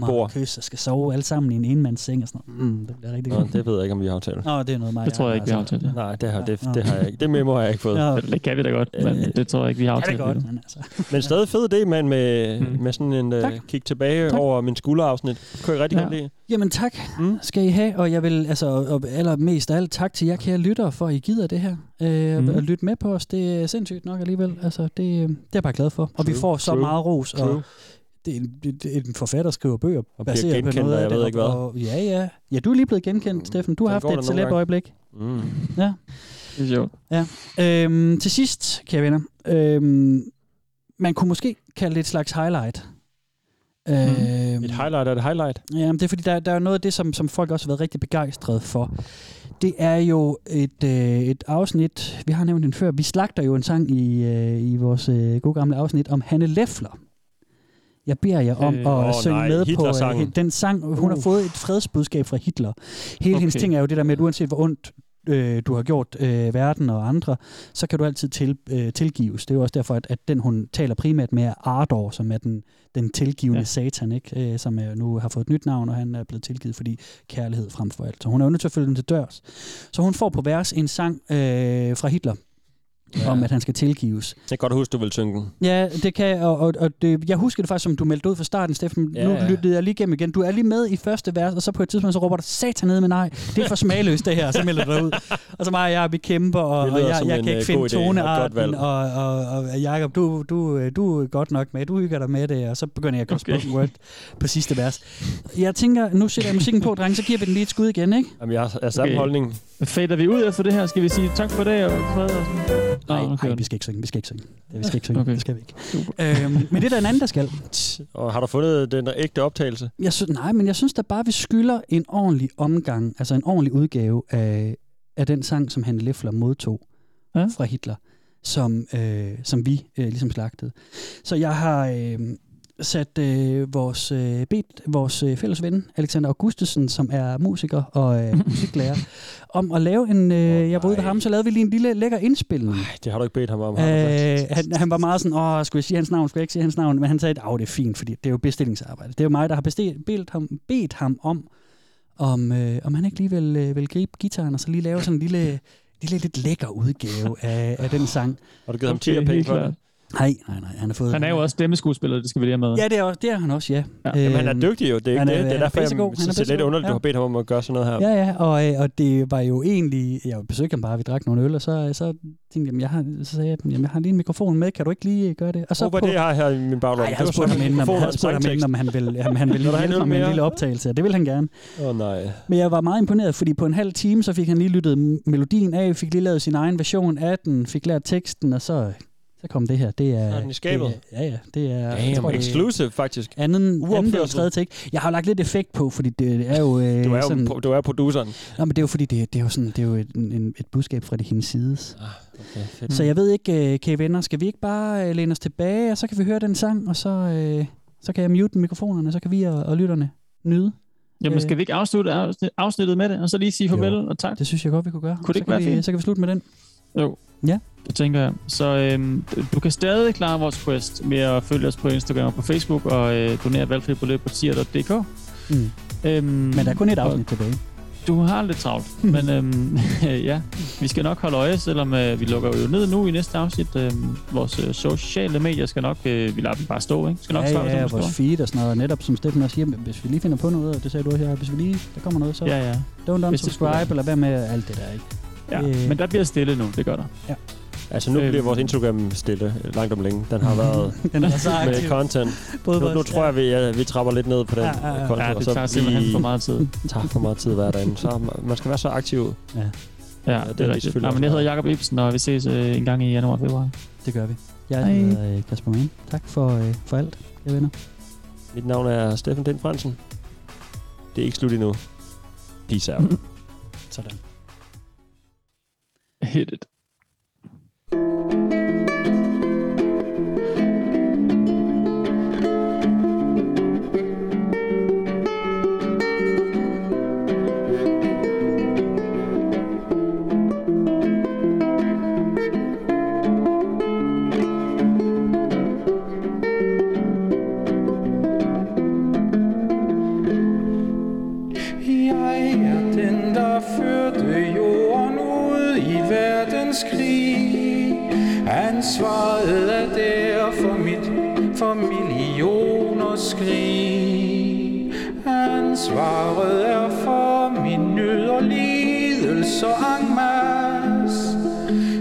[SPEAKER 4] Krammer,
[SPEAKER 6] bord.
[SPEAKER 4] Kys og skal sove alle sammen i en enmandsseng og sådan noget. Mm, det bliver rigtig
[SPEAKER 6] Nå,
[SPEAKER 4] godt.
[SPEAKER 6] det ved jeg ikke, om vi har aftalt.
[SPEAKER 4] Nå, altså, det er noget mig.
[SPEAKER 5] Det tror jeg ikke, vi har aftalt.
[SPEAKER 6] Nej, det har, det,
[SPEAKER 4] Nå.
[SPEAKER 6] det har jeg ikke. Det memo har jeg ikke fået.
[SPEAKER 4] Ja,
[SPEAKER 5] Det kan vi da godt, men
[SPEAKER 6] Øh,
[SPEAKER 5] det tror jeg ikke, vi har aftalt
[SPEAKER 4] godt,
[SPEAKER 5] endnu.
[SPEAKER 4] men altså.
[SPEAKER 6] Men stadig fed idé, mand, med,
[SPEAKER 5] Mm.
[SPEAKER 6] mm. med sådan en
[SPEAKER 7] Tak.
[SPEAKER 6] uh, kig tilbage
[SPEAKER 7] Tak.
[SPEAKER 6] tak. over min skulderafsnit. Kunne jeg rigtig
[SPEAKER 5] Ja.
[SPEAKER 6] ja. godt lide.
[SPEAKER 4] Jamen tak
[SPEAKER 6] Mm.
[SPEAKER 4] skal I have, og jeg vil altså, og allermest af alt tak til jer kære lyttere, for at I gider det her. Øh,
[SPEAKER 6] Mm.
[SPEAKER 4] mm. At lytte med på os, det er sindssygt nok alligevel. Altså, det, øh, det er jeg bare glad for. Og vi
[SPEAKER 6] True,
[SPEAKER 4] får så
[SPEAKER 6] true,
[SPEAKER 4] meget ros,
[SPEAKER 6] True.
[SPEAKER 4] og det er en, det er en forfatter, der skriver bøger
[SPEAKER 6] Og bliver
[SPEAKER 4] baseret på
[SPEAKER 6] genkendt,
[SPEAKER 4] noget
[SPEAKER 6] og
[SPEAKER 4] af
[SPEAKER 6] jeg
[SPEAKER 4] det.
[SPEAKER 6] ved ikke hvad.
[SPEAKER 4] Og, ja, ja. Ja, du er lige blevet genkendt, Steffen. Du har
[SPEAKER 6] Sådan
[SPEAKER 4] haft
[SPEAKER 6] går
[SPEAKER 4] et
[SPEAKER 6] det nogle
[SPEAKER 4] celeb
[SPEAKER 6] gange.
[SPEAKER 4] øjeblik.
[SPEAKER 6] Mm.
[SPEAKER 5] Det er sjovt.
[SPEAKER 4] Øhm, til sidst, kære venner, øhm, man kunne måske kalde det et slags highlight. Øhm,
[SPEAKER 6] Mm. Et highlight er et highlight.
[SPEAKER 4] Ja, men det er fordi, der, der er noget af det, som, som folk også har været rigtig begejstrede for. Det er jo et, øh, et afsnit, vi har nævnt den før, vi slagter jo en sang i, øh, i vores øh, gode gamle afsnit om Hanne Leffler. Jeg beder jer om
[SPEAKER 5] Øh,
[SPEAKER 4] øh, at
[SPEAKER 6] åh
[SPEAKER 4] synge
[SPEAKER 6] nej,
[SPEAKER 4] med på øh,
[SPEAKER 6] Hitler-sangen.
[SPEAKER 4] he- den sang. Hun har
[SPEAKER 6] Uh.
[SPEAKER 4] fået et fredsbudskab fra Hitler. Hele okay. hendes
[SPEAKER 5] Okay.
[SPEAKER 4] ting er jo det der med, at uanset hvor ondt øh, du har gjort øh, verden og andre, så kan du altid til, øh, tilgives. Det er jo også derfor, at, at den hun taler primært med er Ardor, som er den, den tilgivende
[SPEAKER 5] Ja.
[SPEAKER 4] ja. satan, ikke? Øh, som øh, nu har fået et nyt navn, og han er blevet tilgivet, fordi kærlighed frem for alt. Så hun er jo nødt til at følge den til dørs. Så hun får på vers en sang øh, fra Hitler, ja. om at han skal tilgives.
[SPEAKER 6] Jeg kan godt huske, du vil synge den.
[SPEAKER 4] Ja, det kan jeg, og, og, og det, jeg husker det faktisk, som du meldte ud fra starten, Steffen.
[SPEAKER 6] Ja,
[SPEAKER 4] Ja, nu
[SPEAKER 6] ja.
[SPEAKER 4] lyttede jeg lige igennem igen. Du er lige med i første vers, og så på et tidspunkt, så råber du, satan ned med nej, det er for smagløst det her, og så melder du dig ud. Og så mig og jeg, vi kæmper, og,
[SPEAKER 6] Det
[SPEAKER 4] og
[SPEAKER 6] lyder
[SPEAKER 4] jeg,
[SPEAKER 6] som
[SPEAKER 4] jeg
[SPEAKER 6] en,
[SPEAKER 4] kan ikke
[SPEAKER 6] øh,
[SPEAKER 4] finde
[SPEAKER 6] god idé, og et godt
[SPEAKER 4] tonearten,
[SPEAKER 6] valg.
[SPEAKER 4] og, og, og, og Jacob, du, du, øh, du er godt nok med, du hygger dig med det, og så begynder jeg at gå okay. spoken word på sidste vers. Jeg tænker, nu sætter jeg musikken på, drenge, så giver vi den lige et skud igen, ikke?
[SPEAKER 6] Jamen, jeg har jeg har samme
[SPEAKER 5] Okay.
[SPEAKER 6] okay. holdning.
[SPEAKER 5] Fader vi ud efter det her, skal vi sige tak for i dag og fred og sådan
[SPEAKER 4] Nej,
[SPEAKER 5] Nå, okay.
[SPEAKER 4] nej, vi skal ikke synge, vi skal ikke synge. Ja, vi skal ikke synge,
[SPEAKER 5] Okay.
[SPEAKER 4] okay. det skal vi ikke. Øhm, men det er der en anden, der skal.
[SPEAKER 6] Og har du fundet den ægte optagelse?
[SPEAKER 4] Jeg synes, nej, men jeg synes da bare, vi skylder en ordentlig omgang, altså en ordentlig udgave af, af den sang, som han Leffler modtog
[SPEAKER 5] Ja.
[SPEAKER 4] ja. fra Hitler, som, øh, som vi øh, ligesom slagtede. Så jeg har øh, sat øh, vores, øh, bedt, vores øh, fælles ven, Alexander Augustusen, som er musiker og øh, musiklærer, om at lave en... Øh,
[SPEAKER 6] Åh,
[SPEAKER 4] jeg var ude ved
[SPEAKER 6] nej.
[SPEAKER 4] ham, så lavede vi lige en lille lækker indspilning.
[SPEAKER 6] Nej, det har du ikke bedt ham om. har du
[SPEAKER 4] Øh,
[SPEAKER 6] faktisk.
[SPEAKER 4] han, han var meget sådan, åh, skulle jeg sige hans navn, skulle jeg ikke sige hans navn? Men han sagde, at det er fint, fordi det er jo bestillingsarbejde. Det er jo mig, der har bestilt, bedt, ham, bedt ham om, om, øh, om han ikke lige vil, øh, vil gribe gitaren og så lige lave sådan en lille, lille lidt lækker udgave af, af den sang.
[SPEAKER 6] Har du givet ham
[SPEAKER 5] Okay,
[SPEAKER 6] 10 penge
[SPEAKER 5] helt
[SPEAKER 6] for
[SPEAKER 5] klart.
[SPEAKER 6] det?
[SPEAKER 4] Nej, nej, nej, han har fået...
[SPEAKER 5] Han er jo også stemmeskuespiller, det skal vi lige have med.
[SPEAKER 4] Ja, det er, også- det er han også, ja. Øhm,
[SPEAKER 5] Ja,
[SPEAKER 6] Jamen, han er dygtig jo. Det er,
[SPEAKER 4] han
[SPEAKER 6] ikke
[SPEAKER 4] er-
[SPEAKER 6] det.
[SPEAKER 4] han
[SPEAKER 6] det er
[SPEAKER 4] er
[SPEAKER 6] derfor, jeg
[SPEAKER 4] pissegod. Han er
[SPEAKER 6] synes, det er lidt
[SPEAKER 4] pissegod.
[SPEAKER 6] underligt, du
[SPEAKER 4] Ja.
[SPEAKER 6] har bedt ham om at gøre sådan noget her.
[SPEAKER 4] Ja, ja, og, øh, og det var jo egentlig, jeg besøgte ham bare, vi drak nogle øl, og så, øh, så tænkte jeg, jamen, jeg har, så sagde jeg, jamen, jeg har lige en mikrofon med, kan du ikke lige øh, gøre det? Og så
[SPEAKER 6] Håber, det har jeg her i min
[SPEAKER 4] Ej,
[SPEAKER 6] baglomme.
[SPEAKER 4] jeg
[SPEAKER 6] Det
[SPEAKER 4] havde
[SPEAKER 6] var
[SPEAKER 4] spurgt ham
[SPEAKER 6] sådan en
[SPEAKER 4] inden, om, jeg
[SPEAKER 6] mikrofon og
[SPEAKER 4] havde
[SPEAKER 6] en
[SPEAKER 4] spurgt ham inden,
[SPEAKER 6] sangtekst.
[SPEAKER 4] om han ville, om han ville
[SPEAKER 6] *laughs* Vil du
[SPEAKER 4] lige
[SPEAKER 6] have en
[SPEAKER 4] hjælpe mig
[SPEAKER 6] øl
[SPEAKER 4] med en
[SPEAKER 6] mere?
[SPEAKER 4] lille optagelse. og Det ville han gerne.
[SPEAKER 6] Åh, oh, nej.
[SPEAKER 4] Men jeg var meget imponeret, fordi på en halv time, så fik han lige lyttet m- melodien af, fik lige lavet sin egen version af den, fik lært teksten, og så, så kom det her. Det er,
[SPEAKER 6] Så er den i skabet.
[SPEAKER 4] Det er, ja, ja. Det er, jeg
[SPEAKER 6] Damn,
[SPEAKER 4] tror, det er
[SPEAKER 6] exclusive, faktisk.
[SPEAKER 4] anden, anden eller
[SPEAKER 6] Uopførsel.
[SPEAKER 4] tredje take. Jeg har jo lagt lidt effekt på, fordi det er jo, øh,
[SPEAKER 6] Du er jo
[SPEAKER 4] sådan...
[SPEAKER 6] pro- du er produceren.
[SPEAKER 4] Nå, men det er jo fordi, det, det er jo, sådan, det er jo et, en, et budskab fra det hendes sides.
[SPEAKER 6] Okay,
[SPEAKER 5] Mm.
[SPEAKER 6] fedt.
[SPEAKER 4] Så jeg ved ikke, øh, kære venner, skal vi ikke bare øh, læne os tilbage, og så kan vi høre den sang, og så, øh, så kan jeg mute mikrofonerne, så kan vi og, og lytterne nyde.
[SPEAKER 5] Jamen, skal vi ikke afslutte afsnit- afsnittet med det, og så lige sige
[SPEAKER 4] Jo.
[SPEAKER 5] farvel og tak?
[SPEAKER 4] Det synes jeg godt, vi kunne gøre.
[SPEAKER 5] Kunne det
[SPEAKER 4] så,
[SPEAKER 5] ikke
[SPEAKER 4] kan
[SPEAKER 5] være
[SPEAKER 4] vi,
[SPEAKER 5] fint?
[SPEAKER 4] så kan vi slutte med den.
[SPEAKER 5] Det tænker jeg. Så øhm, du kan stadig klare vores quest med at følge os på Instagram og på Facebook og øh, donere et valgfri beløb på tier.dk.
[SPEAKER 4] Mm.
[SPEAKER 5] Øhm,
[SPEAKER 4] Men der er kun et afsnit tilbage.
[SPEAKER 5] Du har lidt travlt, men øhm, *laughs* ja, vi skal nok holde øje, selvom øh, vi lukker jo ned nu i næste afsnit. Øh, vores øh, sociale medier skal nok, øh, vi lader dem bare stå, ikke? Skal nok stå,
[SPEAKER 4] ja, ja,
[SPEAKER 5] som de
[SPEAKER 4] vores
[SPEAKER 5] står.
[SPEAKER 4] feed og sådan noget. Netop som Steffen også siger, men hvis vi lige finder på noget, og det sagde du også her, hvis vi lige, der kommer noget, så ja.
[SPEAKER 5] Ja, ja.
[SPEAKER 4] don't
[SPEAKER 5] Hvis det skulle være.
[SPEAKER 4] unsubscribe, eller hvad med alt det der, ikke?
[SPEAKER 5] ja.
[SPEAKER 4] Øh.
[SPEAKER 5] Men der bliver stille nu, det gør der.
[SPEAKER 6] Altså, nu
[SPEAKER 5] Øhm.
[SPEAKER 6] bliver vores Instagram stille øh, langt om længe. Den
[SPEAKER 4] *laughs*
[SPEAKER 6] har været
[SPEAKER 4] Den er så
[SPEAKER 6] med
[SPEAKER 4] aktiv.
[SPEAKER 6] content.
[SPEAKER 4] Både
[SPEAKER 6] Nu, nu
[SPEAKER 4] vores-
[SPEAKER 6] tror jeg, vi, ja, vi trapper lidt ned på den
[SPEAKER 4] Ja, ja, ja.
[SPEAKER 6] konto,
[SPEAKER 5] Ja,
[SPEAKER 6] og
[SPEAKER 5] det
[SPEAKER 6] så
[SPEAKER 5] tager simpelthen
[SPEAKER 6] vi
[SPEAKER 5] for meget tid.
[SPEAKER 6] tager for meget tid hver dag.
[SPEAKER 4] *laughs*
[SPEAKER 6] Så man- man skal være så aktiv.
[SPEAKER 5] Ja,
[SPEAKER 6] Ja,
[SPEAKER 5] det er
[SPEAKER 6] det er
[SPEAKER 5] rigtigt.
[SPEAKER 6] selvfølgelig
[SPEAKER 5] Ja, men jeg
[SPEAKER 6] også-
[SPEAKER 5] hedder Jakob Ibsen, og vi ses øh, en gang i januar og februar.
[SPEAKER 4] Det gør vi. Jeg
[SPEAKER 5] Hej.
[SPEAKER 4] hedder øh, Kasper Mann. Tak for, øh, for alt, kære venner.
[SPEAKER 6] Mit navn er Steffen Den Fransen. Det er ikke slut endnu.
[SPEAKER 4] *laughs*
[SPEAKER 6] Peace out.
[SPEAKER 4] Sådan.
[SPEAKER 5] Hit it.
[SPEAKER 10] Jeg er den, der førte jorden ud i verdenskrig
[SPEAKER 8] Ansvaret er der for mit, for millioner skrig. Ansvaret er for min nød og lidelse og angmas.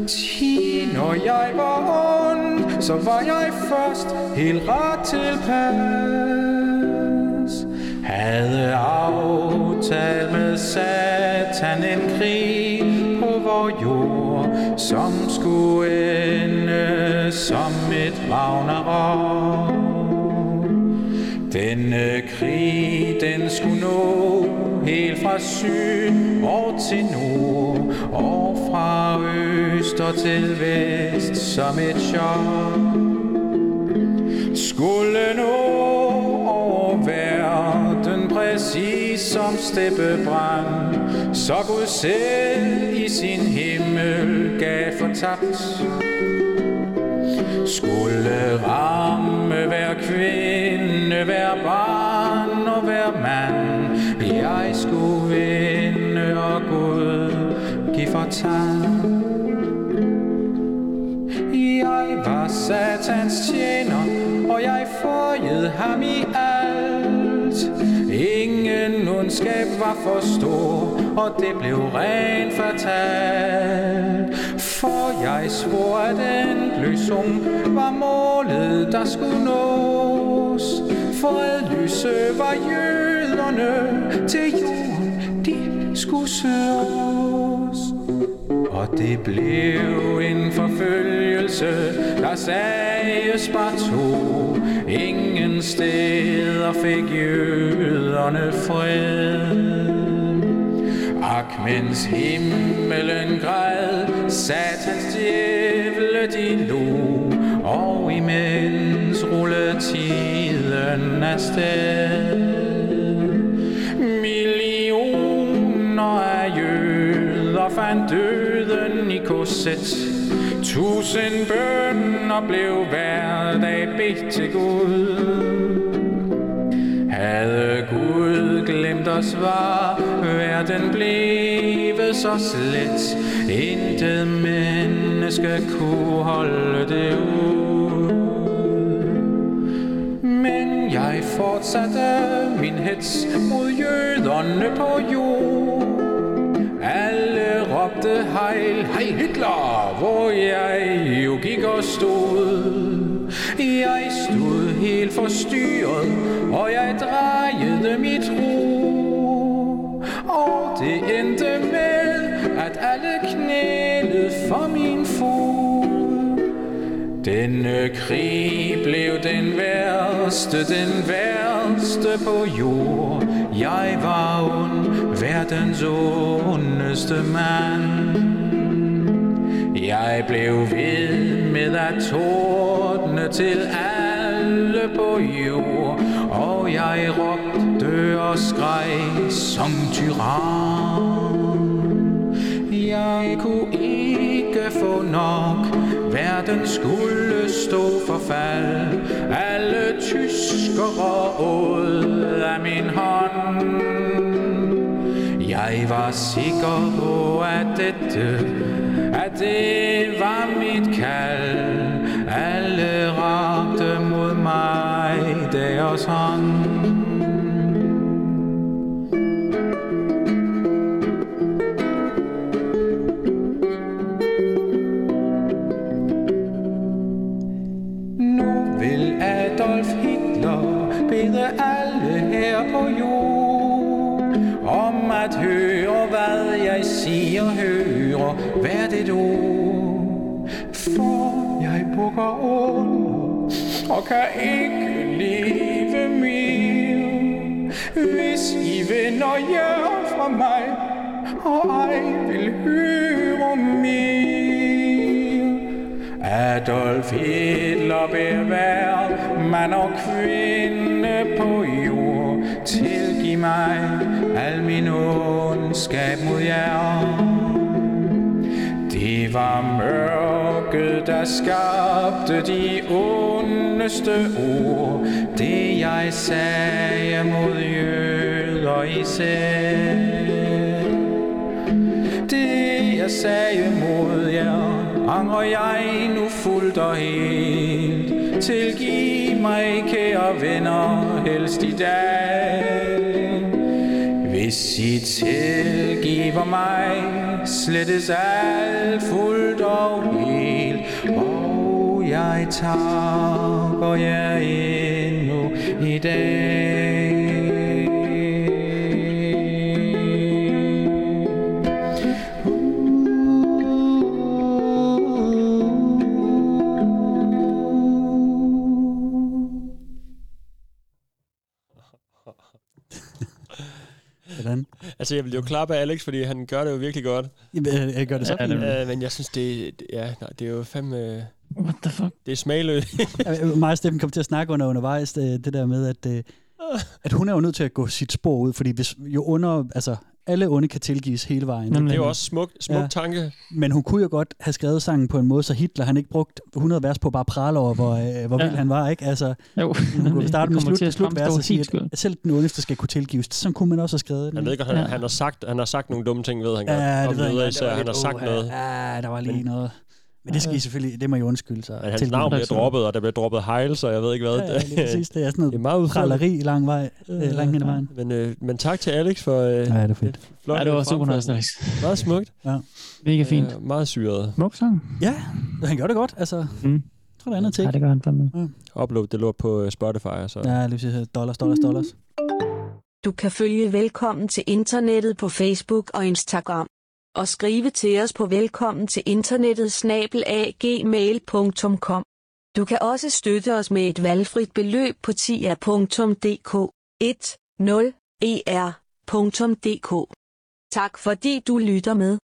[SPEAKER 8] Ti, når jeg var ond, så var jeg først helt ret tilpas. *laughs* Havde aftalt med satan en krig på vor jord, som skulle ende som et ragnarok. Denne krig, den skulle nå helt fra syd og til nord, og fra øst og til vest som et chok. Skulle nå over verden præcis som steppebrand, så Gud selv i sin himmel gav fortabt. Skulle ramme hver kvinde, hver barn og hver mand Jeg skulle vinde og Gud give for Jeg var satans tjener, og jeg forjede ham i alt Ingen ondskab var for stor, og det blev rent fatalt For jeg svor, at den løsung var målet, der skulle nås Fredlyse var jøderne til jorden, de skulle søges og det blev en forfølgelse, der sages bare to. Ingen steder fik jøderne fred. Ak, mens himmelen græd, satans djævle de lo, og imens rullede tiden afsted. Millioner af jøder fandt døden i korset. Tusind bønder blev hver dag bedt til Gud. Havde Gud glemt at svare, verden blev så slet. Intet menneske kunne holde det ud. Men jeg fortsatte min hets mod jøderne på jord. Alle råbte hejl, hej Hitler, hvor jeg jo gik og stod. Jeg stod helt forstyrret, og jeg drejede mit ro. Og det endte med, at alle knælede for min fod. Denne krig blev den værste, den værste på jord. Jeg var ond, verdens ondeste mand. Jeg blev ved med at tordne til alle på jord, og jeg råbte og skreg som tyran. Jeg kunne ikke få nok, verden skulle stå for fald. Alle tyskere åd af min hånd. Jeg var sikker på, at dette, at det var mit kald. Alle rakte mod mig deres hånd. Nu vil Adolf Hitler bede alle her på jord om at høre, hvad jeg siger, høre hvert et ord. For jeg bukker under og kan ikke leve mere, hvis I vender jer fra mig, og ej vil høre mere. Adolf Hitler bevær mand og kvinde på jord. Tilgiv mig al min ondskab mod jer. Det var mørket, der skabte de ondeste ord. Det jeg sagde mod jøder især. Det jeg sagde mod jer Angrer jeg nu fuldt og helt Tilgiv mig kære venner Helst i dag hvis I tilgiver mig, slettes alt fuldt og helt, og jeg takker jer endnu i dag.
[SPEAKER 4] Hvordan?
[SPEAKER 3] Altså, jeg vil jo klappe af Alex, fordi han gør det jo virkelig godt.
[SPEAKER 4] Jamen, jeg- jeg gør det sådan.
[SPEAKER 3] Øh, men jeg synes, det, det- ja, nej, det er jo fandme...
[SPEAKER 4] What the fuck?
[SPEAKER 3] Det er smagløst.
[SPEAKER 4] Øh, Mig og Steffen kom til at snakke under undervejs, øh, det der med, at, øh, at hun er jo nødt til at gå sit spor ud, fordi hvis, jo under, altså, alle onde kan tilgives hele vejen.
[SPEAKER 3] Nemlig. Det er jo også smuk- smuk tanke.
[SPEAKER 4] Men hun kunne jo godt have skrevet sangen på en måde, så Hitler han ikke brugt 100 vers på bare prale over, hvor, øh, hvor
[SPEAKER 5] Ja.
[SPEAKER 4] ja. vild han var, ikke?
[SPEAKER 5] *laughs*
[SPEAKER 4] Altså,
[SPEAKER 5] jo,
[SPEAKER 4] hun kunne
[SPEAKER 5] nemlig.
[SPEAKER 4] starte med
[SPEAKER 5] Det kommer
[SPEAKER 4] slut,
[SPEAKER 5] til at
[SPEAKER 4] slut vers
[SPEAKER 5] fremstå
[SPEAKER 4] og sige,
[SPEAKER 5] helt
[SPEAKER 4] at,
[SPEAKER 5] skørt.
[SPEAKER 4] at selv den ondeste skal kunne tilgives. Sådan kunne man også have skrevet den.
[SPEAKER 3] Jeg ved ikke, han, ja. han, har sagt, han har sagt nogle dumme ting, ved han godt.
[SPEAKER 4] Ja, det
[SPEAKER 3] Om
[SPEAKER 4] ved jeg
[SPEAKER 3] jøder
[SPEAKER 4] godt.
[SPEAKER 3] især.
[SPEAKER 4] Det var
[SPEAKER 3] Han har
[SPEAKER 4] lidt,
[SPEAKER 3] sagt
[SPEAKER 4] "Uha,
[SPEAKER 3] noget.
[SPEAKER 4] Ja, der var lige men, noget. Men det skal I selvfølgelig, det må I undskylde sig.
[SPEAKER 3] Men hans
[SPEAKER 4] tilgive
[SPEAKER 3] navn
[SPEAKER 4] mig.
[SPEAKER 3] bliver droppet, og der bliver droppet hejl, så jeg ved ikke hvad.
[SPEAKER 4] Ja, ja, lige præcis. Det er sådan noget
[SPEAKER 3] det er meget udfordrende.
[SPEAKER 4] praleri lang vej, øh, langt hen ad vejen.
[SPEAKER 3] Men, øh, men tak til Alex for... Øh,
[SPEAKER 4] ja, det er fedt.
[SPEAKER 3] Flot,
[SPEAKER 5] Ja, det var super nice,
[SPEAKER 3] fremførelse. Meget smukt.
[SPEAKER 4] Ja.
[SPEAKER 5] Mega fint.
[SPEAKER 3] Øh, meget syret.
[SPEAKER 5] Smuk sang.
[SPEAKER 4] Ja, han gjorde det godt. Altså,
[SPEAKER 5] Mm.
[SPEAKER 4] jeg tror, det er andet til.
[SPEAKER 5] Ja, det gør han fandme.
[SPEAKER 4] Ja.
[SPEAKER 3] Upload det lort på øh, Spotify. Så.
[SPEAKER 4] Ja, lige præcis. Dollars, dollars, dollars.
[SPEAKER 2] Du kan følge Velkommen til Internettet på Facebook og Instagram. Og skrive til os på velkommen til internettet snabelagmail.com. Du kan også støtte os med et valgfrit beløb på tia.dk E 10er.dk. Tak fordi du lytter med.